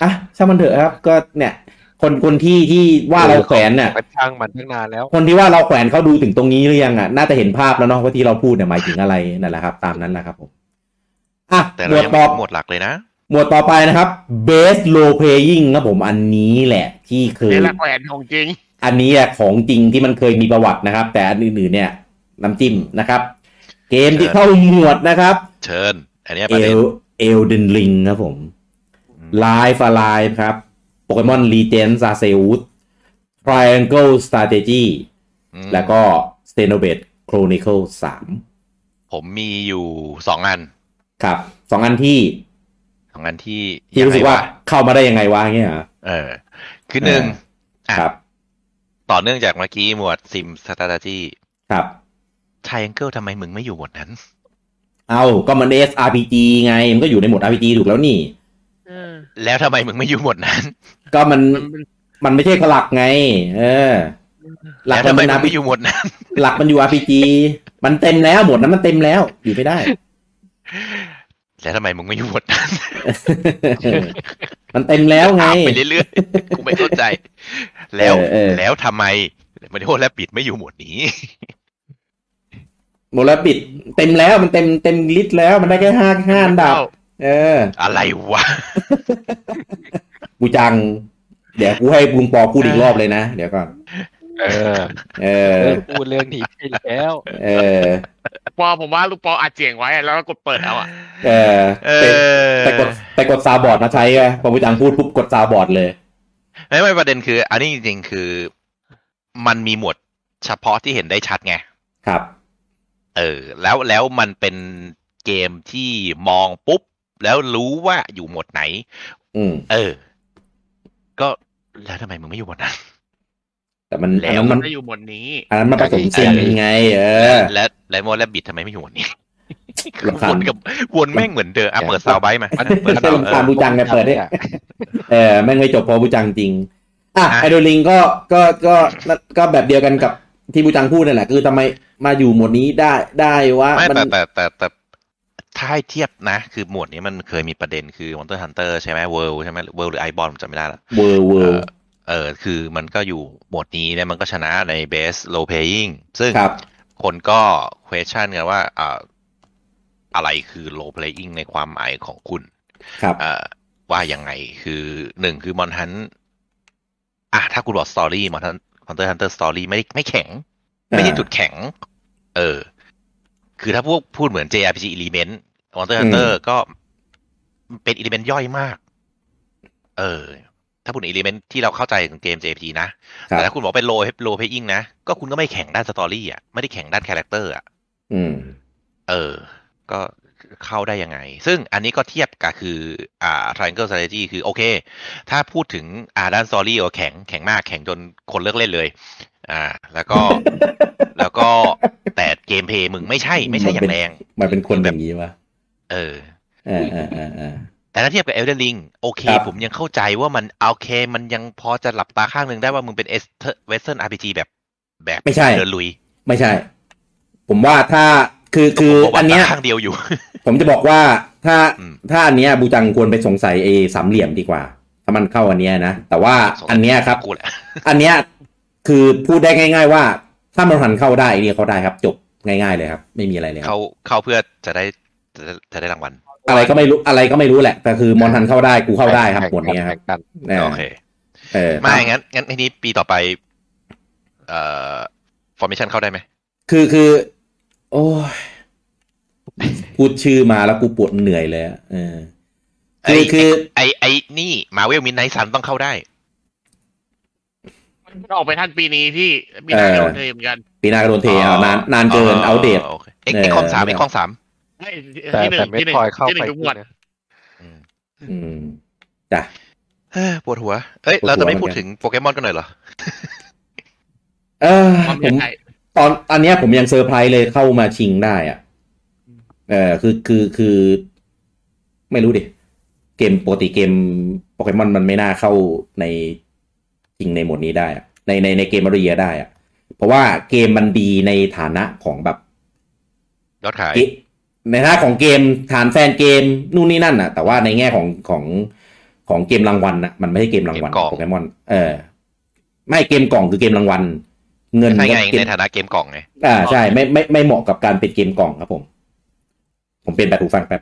Speaker 2: อ่ะช่างมันเถอะครับก็เนี่ย คนคนที่ที่ว่าเราแขวนเนี่ย
Speaker 5: มันช่างมันตั้งนานแล้ว
Speaker 2: คนที่ว่าเราแขวนเขาดูถึงตรงนี้หรือยังอ่ะน่าจะเห็นภาพแล้วเนาะว่าที่เราพูดเนี่ยหมายถึงอะไรนั่นแหละครับ ตามนั้นแหละครับผมอ่ะ
Speaker 3: แต่
Speaker 2: หมว
Speaker 3: เรา
Speaker 2: ด
Speaker 3: ยัง
Speaker 2: ต่
Speaker 3: ไม่
Speaker 2: อ
Speaker 3: หมวดหลักเลยนะ
Speaker 2: หมวดต่อไปนะครับ best role playing ครับผมอันนี้แหละ ที่เคย
Speaker 4: นี่แหละแหวนของจริง
Speaker 2: อันนี้อะของจริงที่มันเคยมีประวัตินะครับ แต่อันอื่นๆเนี่ยน้ำจิ้มนะครับ เกมที่เข้าหมวดนะครับ
Speaker 3: เชิญ อันเนี้ยป
Speaker 2: เอ
Speaker 3: ระเด็น
Speaker 2: ลเอลเดนลิงครับผมไลฟ์อะไลฟ์ครับโปเกมอนรีเจนซาเซอุส Triangle Strategy
Speaker 3: อืม
Speaker 2: แล้วก็ s t e n o b a t e Chronicle 3
Speaker 3: ผมมีอยู่สองอัน
Speaker 2: ครับสองอันที่
Speaker 3: สองอันที่
Speaker 2: ที่รู้สึกว่า
Speaker 3: ยังไงะ
Speaker 2: เข้ามาได้ยังไงวะเงี้ยเหรอ
Speaker 3: เออ คือหนึ่งอ่ะ
Speaker 2: ครับ
Speaker 3: ต่อเนื่องจากเมื่อกี้หมวดซิมสตาร์จี้
Speaker 2: ครับ
Speaker 3: ไทแองเกิลทำไมมึงไม่อยู่หมวดนั้น
Speaker 2: เอาก็มัน SRPG ไง มันก็อยู่ในหมวด RPG ถูกแล้วนี่
Speaker 4: เออ
Speaker 3: แล้วทำไมมึงไม่อยู่หมวดนั้น
Speaker 2: ก็มัน
Speaker 4: มันเป็น
Speaker 2: มันไม่ใช่หลักไง เออ หลัก
Speaker 3: แล้ว
Speaker 2: มันเป็
Speaker 3: ทำไม
Speaker 2: น
Speaker 3: มึงไม่
Speaker 2: RPG
Speaker 3: อยู่หมวดนั้น
Speaker 2: หลักมันอยู่ RPG มันเต็มแล้ว หมวดนั้นมันเต็มแล้ว อยู่ไม่ได้
Speaker 3: แล้วทำไมมึงไม่อยู่หมวดนั้น
Speaker 2: มันเต็มแล้วไง
Speaker 3: ถามไปเรื่อยๆกูไม่เข้าใจ แล้ว
Speaker 2: เออเออ
Speaker 3: แล้วทำไมมาริโอและปิดไม่อยู่หมวดนี้
Speaker 2: หมดแล้วปิด เต็มแล้ว มันเต็มเต็มลิสต์แล้ว มันได้แค่ห้าห้าอันดับ เออ
Speaker 3: อะไรวะ
Speaker 2: กูจัง เดี๋ยวกูให้บุงปอพูดอีกรอบเลยนะ เดี๋ยวก่อน
Speaker 5: เออ
Speaker 2: เออ
Speaker 5: เลิกพูดเรื่องนี้ไปแล้ว
Speaker 2: เออ
Speaker 4: ปอผมว่าลูกปออัดเสียงไว้อะแล้วก็กดเปิดเอาอ่ะ
Speaker 2: เออ
Speaker 3: เอ
Speaker 2: แต่
Speaker 3: อ
Speaker 2: แต่กดแต่กดซาวด์บอร์ดนะใช้ไงพอกูจังพูดปุ๊บกดซาวด์บอร์ดเลย
Speaker 3: ไม่ไม่ประเด็นคือ อันนี้จริงๆคือ มันมีหมวดเฉพาะที่เห็นได้ชัดไง
Speaker 2: ครับ
Speaker 3: เออ แล้วแล้วมันเป็นเกมที่มองปุ๊บ แล้วรู้ว่าอยู่หมวดไหน
Speaker 2: อืม
Speaker 3: เออ ก็แล้วทำไมมึงไม่อยู่หมวดนั้น
Speaker 2: แต่มัน
Speaker 3: แล้
Speaker 2: อันนั้น
Speaker 3: ว
Speaker 2: มั
Speaker 4: มั
Speaker 2: น น
Speaker 4: จะอยู่หมวดนี้
Speaker 2: อันนั้นมันผสมเสียงไง เออ
Speaker 3: และและโมและบิดทำไมไม่อยู่หมวดนี้
Speaker 2: รำคาญ
Speaker 3: วนกับวนแม่งเหมือนเดิมอ่ะเปิดซาวไบท์มา
Speaker 5: มัน
Speaker 3: เปิด
Speaker 2: ไม่
Speaker 3: ซา
Speaker 2: ใช่
Speaker 3: ว
Speaker 2: ลำคาญบูจังไงเปิดได้
Speaker 5: อ่ะ
Speaker 2: เออแม่งไม่จบพอบูจังจริง อ่ะ
Speaker 3: ะ
Speaker 2: ไอโดลิงก็ก็ก็ก็แบบเดียวกันกับที่บูจังพูดนั่นแหละ คือทำไมมาอยู่หมวดนี้ได้ได้วะ
Speaker 3: ไม่
Speaker 2: มัน
Speaker 3: แต่แต่แต่แต่ถ้าให้เทียบนะ คือหมวดนี้มันเคยมีประเด็นคือ Monster Hunter ใช่ไหม World ใช่ไหม World หรือ Iborn ผมจำไม่ได้ละ
Speaker 2: เวอร์เวอร์
Speaker 3: เออคือมันก็อยู่หมวดนี้แล้วมันก็ชนะใน best role playing ซึ่ง
Speaker 2: ครับ
Speaker 3: คนก็ question กันว่าอ่าอะไรคือ role playing ในความหมายของคุณ
Speaker 2: ครับ
Speaker 3: อ่าว่ายังไงคือหนึ่งคือมอนทันอ่ะถ้าคุณบอก story มอนทันมอนเตอร์ฮันเตอร์สตอรี่ไม่ได้ไม่แข็ง ไม่ใช่จุดแข็ง เออ คือถ้าพวกพูดเหมือน JRPG element Monster
Speaker 2: อืม
Speaker 3: Hunter ก็เป็น element ย่อยมาก เออ ถ้าพูด element ที่เราเข้าใจของเกม JRPG นะ
Speaker 2: ครับ
Speaker 3: แต่ถ้าคุณบอกเป็น low low playing นะ ก็คุณก็ไม่แข็งด้านสตอรี่อ่ะ ไม่ได้แข็งด้านคาแรคเตอร์อ่ะ
Speaker 2: อืม
Speaker 3: เออ ก็เข้าได้ยังไง ซึ่งอันนี้ก็เทียบกับคือ อ่า triangle strategy คือโอเค ถ้าพูดถึงอ่าด้านสตอรี่ก็แข็งแข็งมากแข็งจนคนเลิกเล่นเลย อ่า แล้ว ก็ แล้วก็แต่เกมเพลย์มึงไม่ใช่ไม่ใช่อย่างแรง
Speaker 2: มันเป็นคนแบบนี้วะ
Speaker 3: เออ
Speaker 2: เออเออเออเออ
Speaker 3: แต่ถ้าเทียบกับเอลเดนลิงโอเค
Speaker 2: ครับ
Speaker 3: ผมยังเข้าใจว่ามันโอเค มันยังพอจะหลับตาข้างหนึ่งได้ว่ามึงเป็นเอสเวสเทิร์นอาร์พีจีแบบแบบ
Speaker 2: ไม่ใช่
Speaker 3: เดินลุย
Speaker 2: ไม่ใช่ ผมว่าถ้าคือคือ
Speaker 3: ผมบกว่า
Speaker 2: อันเนี้ย
Speaker 3: ข้างเดียวอยู่
Speaker 2: ผมจะบอกว่าถ้า
Speaker 3: อืม
Speaker 2: ถ้าอันเนี้ยบูจังควรไปสงสัยเอสามเหลี่ยมดีกว่า ถ้ามันเข้าอันเนี้ยนะ แต่ว่า
Speaker 3: สงสัย
Speaker 2: อันเนี้ยครับ
Speaker 3: กูแหละ
Speaker 2: อันเนี้ยคือพูดได้ง่าย ๆ ว่า ถ้ามันหันเข้าได้ไอเนี่ยเข้าได้ครับ จบง่าย ๆ เลยครับ ไม่มีอะไรเลยครับ
Speaker 3: เข้าเข้าเพื่อจะได้จะได้จะได้รางวัล
Speaker 2: อะไรก็ไม่รู้อะไรก็ไม่รู้แหละแต่คือมอนหันเข้าได้กูเข้าได้ครับหมวดเนี้ยครับ
Speaker 5: แข่งกัน
Speaker 2: นะ
Speaker 3: โอเค
Speaker 2: เออ
Speaker 3: ไม่งั้นงั้นทีนี้ปีต่อไป เอ่อฟอร์เมชันเข้าได้ไหม
Speaker 2: คือคือ โอ้ยพูดชื่อมาแล้วกูปวดเหนื่อยเลยอะเออคือคือ
Speaker 3: ไอไอนี่มาเวลมินไนซันต้องเข้าได้
Speaker 4: มันออกไปทันปีนี้ที่มีนา
Speaker 2: เออ
Speaker 4: โดนเทเหมอนกัน
Speaker 2: ปีหนาก็โดนเทเอานานนานเกินเอาเดต
Speaker 3: โคเอ็กซ์เอ็กซ์คอมสาม
Speaker 2: เออ
Speaker 3: เอ็กซ์คอมสาม
Speaker 4: ไอ้
Speaker 5: แต่
Speaker 4: ที่หนึ่ง
Speaker 5: แต่ไม่
Speaker 4: ที่หนึ่ง
Speaker 5: คอยเข้า
Speaker 4: ที่ห
Speaker 5: ไป
Speaker 4: นึ่งทุกหมวด
Speaker 5: นะ
Speaker 3: อืม
Speaker 2: อืมจ้ะ
Speaker 3: เอ้อปวดหัว เอ้ย
Speaker 2: ปวดหัว
Speaker 3: เราจะไม่พูดถึงโปเกมอนกันหน่อยเหรอ
Speaker 2: เออ
Speaker 4: ความ
Speaker 2: ผ
Speaker 4: เป็น
Speaker 2: ม
Speaker 4: ไทย
Speaker 2: ตอนอันเนี้ยผมยังเซอร์ไพรส์เลยเข้ามาชิงได้อะเออคือคือคือ ไม่รู้ดิ เกมปกติเกมโปเกมอนมันไม่น่าเข้าในชิงในหมวดนี้ได้อะในในในเกมมารียได้อะเพราะว่าเกมมันดีในฐานะของแบบ
Speaker 3: ยอดขาย
Speaker 2: เกในฐานะของเกมฐานแฟนเกมนู่นนี่นั่นอะแต่ว่าในแง่ของของของเกมรางวัลอะมันไม่ใช่เกมรางวัลโปเกมอนเออ ไม่เกมกล่องคือเกมรางวัล เงิน
Speaker 3: ใช่ไง
Speaker 2: ก็เกม
Speaker 3: ในฐานะเกมกล่องไง
Speaker 2: อ่าใช่ไม่ไม่ไม่เหมาะกับการเป็นเกมกล่องครับผม ผมเป็นแบบหูฟังแป๊บ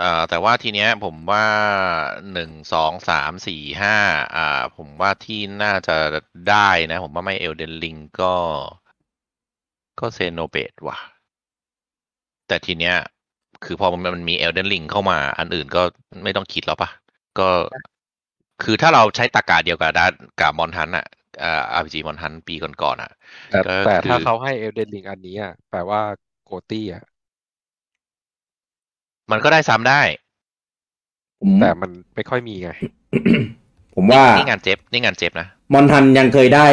Speaker 3: อ่า แต่ว่าทีเนี้ยผมว่าหนึ่งสองสามสี่ห้าอ่า ผมว่าที่น่าจะได้นะ ผมว่าไม่เอลเดนลิงก็ ก็เซโนเบตว่ะ แต่ทีเนี้ย คือพอมันมีเอลเดนลิงเข้ามา อันอื่นก็ไม่ต้องคิดแล้วปะก็ คือถ้าเราใช้ตากาเดียวกับด้านกับมอนทันอะอ่าอาร์พีจีมอนทันปีก่อนๆอะ
Speaker 5: แต่
Speaker 3: ก็
Speaker 5: แต่ถ้า
Speaker 3: คือ
Speaker 5: เขาให้เอลเดนลิงอันนี้อ่ะแปลว่าโกตี้อ่ะ
Speaker 3: มันก็ได้ซ้ำได้
Speaker 1: ผม
Speaker 5: แต่มันไม่ค่อยมีไง
Speaker 2: ผมว่า
Speaker 3: นี่งานเจ็บนี่งานเจ็บนะ
Speaker 2: มอนทันยังเคยได้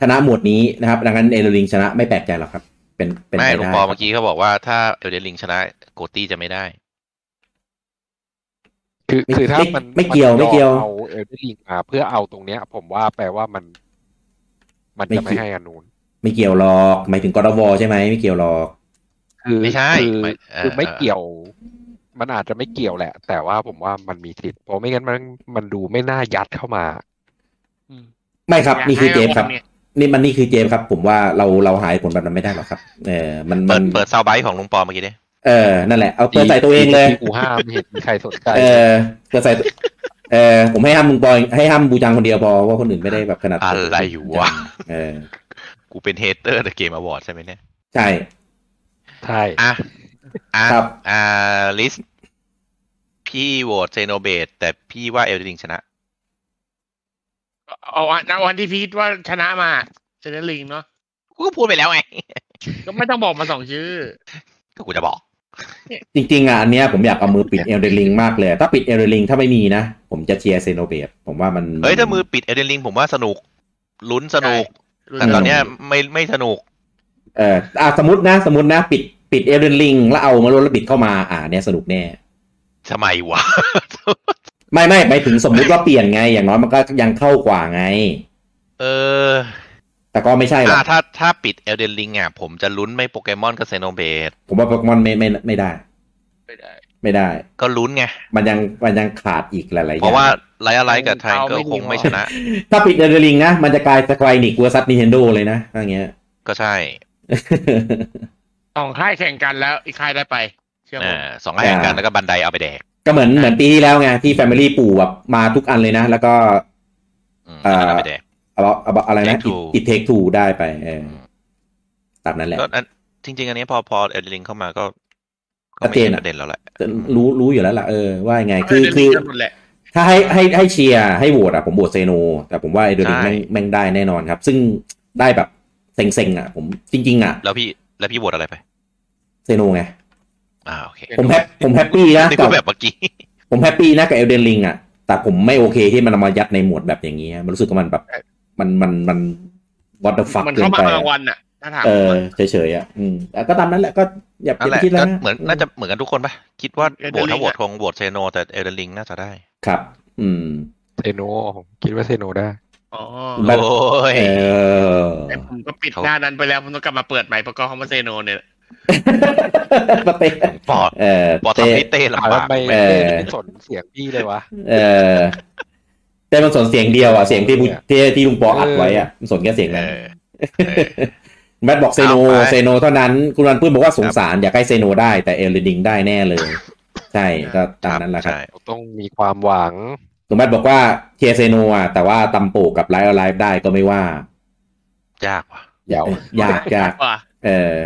Speaker 2: ชนะหมวดนี้นะครับ ดังนั้นเอโรลิงชนะไม่แปลกใจหรอกครับ เป็นเป็น
Speaker 3: ไม่
Speaker 2: ป
Speaker 3: หลุง
Speaker 2: ด้
Speaker 3: ปอเมื่อกี้เขาบอกว่าถ้าเอลเดนลิงชนะโกตี้จะไม่ได้
Speaker 5: คือ
Speaker 2: ไม่
Speaker 5: คือถ้า
Speaker 2: ไม่
Speaker 5: มัน
Speaker 2: ไม่เกี่ยวไม่เกี่ยว
Speaker 5: นเอาเอลดิงมาเพื่อเอาตรงเนี้ย ผมว่าแปลว่ามัน มันจะ
Speaker 2: ไม่เกี่ยว
Speaker 5: ไม่ให้อนนูน
Speaker 2: ไม่เกี่ยวหรอกหมายถึงกอร์วอใช่ไหมไม่เกี่ยวหรอก
Speaker 5: คือ
Speaker 3: ไม่ใช่
Speaker 5: คือ
Speaker 3: ไม่เอ่อ
Speaker 5: คือไม่เกี่ยว มันอาจจะไม่เกี่ยวแหละ แต่ว่าผมว่ามันมีสิทธิ์เพราะไม่งั้นมันมันดูไม่น่ายัดเข้ามา
Speaker 4: อืม
Speaker 2: ไม่ครับ
Speaker 4: อยาก
Speaker 2: นี่คือเจม
Speaker 4: ให้
Speaker 2: ส์ครับ
Speaker 4: ระวังเนี่ย
Speaker 2: นี่มันนี่คือเจมส์ครับ ผมว่าเราเราหายผลแบบนั้นไม่ได้หรอกครับ เออมันมั
Speaker 3: เปิด
Speaker 2: น
Speaker 3: เปิดซาวไบต์ของหลุงปอเมื่อกี้ดิ
Speaker 2: เออนั่นแหละเอาเปิดใส่ตัวเองเลย
Speaker 5: ที่กูห้ามไม่เห็นมีใครสนใจ
Speaker 2: เออเปิดใส่เออผมให้ห้ามมึงปอยให้ห้ามบูจังคนเดียวพอว่าคนอื่นไม่ได้แบบขนาด
Speaker 3: อะไรอยู่วะ
Speaker 2: เออ
Speaker 3: กูเป็นเฮเตอร์แต่เกมอวอร์ดใช่ไหมเนี่ย
Speaker 2: ใช่
Speaker 5: ใช่
Speaker 3: อ่ะ อ่ะ
Speaker 2: ครับ
Speaker 3: อ่าลิสพี่โหวตเซโนเบตแต่พี่ว่าเอลเดนลิงชนะ
Speaker 4: เอาวันเอาวันที่พีทว่าชนะมาเซนเนอร์ลิงเนาะ
Speaker 3: กูก็พูดไปแล้วไง
Speaker 4: ก็ไม่ต้องบอกมาสองชื่อ
Speaker 3: ก็กูจะบอก
Speaker 2: จริงๆอ่ะอันเนี้ยผมอยากเอามือปิดเอลเดนลิงมากเลย ถ้าปิดเอลเดนลิงถ้าไม่มีนะ ผมจะเชียร์เซโนเบตผมว่ามัน
Speaker 3: เฮ้ย ถ้ามือปิดเอลเดนลิงผมว่าสนุก ลุ้นสนุก
Speaker 4: รุ่น
Speaker 3: แต่ตอนเนี้ยไม่ไม่สนุก
Speaker 2: เอออ่ะสมมตินะสมมตินะ ปิดปิดเอลเดนลิงแล้วเอามาลดแล้วบิดเข้ามาอ่าเนี่ยสนุกแน่
Speaker 3: ทำไมวะ
Speaker 2: ไม่ไม่ไปถึงสมมุติว่าเปลี่ยนไง อย่างน้อยมันก็ยังเข้ากว่าไง
Speaker 3: เออ
Speaker 2: แต่ก็ไม่ใช่หรอก
Speaker 3: อ่ะถ้าถ้าปิดเอลเดนลิงอ่ะ ผมจะลุ้นไม่โปเกมอนกับเซโนเบต
Speaker 2: ผมว่าโปเกมอนไม่ไม่ไม่ได้
Speaker 4: ไม่ได้
Speaker 2: ไม่ได้
Speaker 3: ก็ลุ้นไง
Speaker 2: มันยังมันยังขาดอีกหลายๆอ
Speaker 3: เพราะ
Speaker 2: ย่าง
Speaker 3: ว่าไลท์อะไรกับไทเกอ
Speaker 4: เอาไม่
Speaker 3: ร์
Speaker 4: ดี
Speaker 3: คงไม่
Speaker 4: วะ
Speaker 3: ชนะ
Speaker 2: ถ้าปิดเอลเดนลิงนะ มันจะกลายสควอนิกเวอร์ซัสนินเทนโดเลยนะอย่างเงี้ย
Speaker 3: ก็ใช่
Speaker 4: สองค่ายแข่งกันแล้วอีกค่ายได้ไป เชื่อผ
Speaker 3: อ่าม สองไอ้กันแล้วก็บันไดเอาไปแดก
Speaker 2: ก็เหมือนเหมือนปีที่แล้วไงที่ Family ปู่แบบมาทุกอันเลยนะ แล้วก็
Speaker 3: อืม
Speaker 2: อ่า
Speaker 3: เอาไปแดก
Speaker 2: เอาเอาเอาอะไรนะ
Speaker 3: Take Two
Speaker 2: อิทเทคทูได้ไปเอออ
Speaker 3: ม
Speaker 2: ตามนั้นแหละ
Speaker 3: ก็อันจริง ๆ อันนี้พอพอเอลลิงเข้ามาก็ก็
Speaker 2: ชัดเจนอะ
Speaker 3: ไม่ใช่ประเด็นแล้วแหละ
Speaker 2: รู้รู้อยู่แล้วล่ะเออว่ายังไงคือ
Speaker 4: เซนเน
Speaker 2: คือ
Speaker 4: อร์ลิงกันหมดแหละ
Speaker 2: ถ้าให้ให้ให้เชียร์ให้โหวตอะผมโหวตเซโน แต่ผมว่าไอเดอร์ลิง
Speaker 3: ใช่
Speaker 2: แม่งแม่งได้แน่นอนครับ ซึ่งได้แบบเซ็งๆอะผมจริง ๆอะ
Speaker 3: แล้วพี่แล้วพี่โหวตอะไรไป
Speaker 2: เซโนไง
Speaker 3: อ่าโอเค
Speaker 2: ผมแฮปผมแฮปปี้นะ
Speaker 3: นี่
Speaker 2: กั
Speaker 3: ก็
Speaker 2: บ
Speaker 3: แบบเมื่อกี้
Speaker 2: ผมแฮปปี้นะกับเอลเดนลิงอะแต่ผมไม่โอเคที่มันเอามายัดในหมวดแบบอย่างนี้ยมันรู้สึกว่ามันแบบ มันมันมันวอตเตอร์ฟัก
Speaker 4: มัน
Speaker 2: เกิ
Speaker 4: เข้าน มา
Speaker 2: ไป
Speaker 4: กลางวันน่ะถ้าถาม
Speaker 2: เออเฉยๆอะอืมแต่ก็ตามนั้นแหละก็อย่า
Speaker 3: นั่น
Speaker 2: เพิ่
Speaker 3: แหละ
Speaker 2: คิดแล้ว
Speaker 3: ก็
Speaker 2: นะ
Speaker 3: เหมือนน่าจะเหมือนกันทุกคนปะคิดว่าโหวตถ้าโหวตคงโหวตเซโน แต่เอลลิงน่าจะได้
Speaker 2: ครับ อืม
Speaker 5: เซโนผมคิดว่าเซโนได้
Speaker 4: อ๋อ
Speaker 2: แบบ
Speaker 3: โอ้ย
Speaker 2: เออ
Speaker 4: แต่ผมก็ปิด
Speaker 3: เขา
Speaker 4: หน้านั้นไปแล้วผมต้องกลับมาเปิดใหม่ประกอบคอมเซโนเนี่ย
Speaker 2: มาเตะ
Speaker 3: ปอด
Speaker 2: เออ
Speaker 3: ปอด
Speaker 2: เตะ
Speaker 3: ทำให้เต้ลำ
Speaker 5: ถาม
Speaker 3: บา
Speaker 5: ว่าก ทำไม่
Speaker 2: เออ
Speaker 5: ไม่สนเสียงพี่เลยวะ
Speaker 2: เออแต่มันสนเสียงเดียวอ่ะเสียงที่บุที่ที่ลุงปออัดไว้อ่ะมันสนแค่เสียง
Speaker 3: เอ
Speaker 2: นั้น
Speaker 3: อเออ
Speaker 2: แมทบอกเซโน
Speaker 3: เอาไป
Speaker 2: เซโนเท่านั้น คุณรันพื้นบอกว่าสงสารอยากให้เซโนได้แต่เอลลิงได้แน่เลย ใช่ก็ตามนั้นแหละครับ
Speaker 3: ใช่
Speaker 5: เราต้องมีความหวัง
Speaker 2: คุณแมทบอกว่าเทียร์เซโนอ่ะแต่ว่าตัมโปกับไลฟ์ออนไลฟ์ได้ก็ไม่ว่าย
Speaker 3: ากว่ะ
Speaker 2: ยากยากยาก
Speaker 4: ว่า
Speaker 2: เออ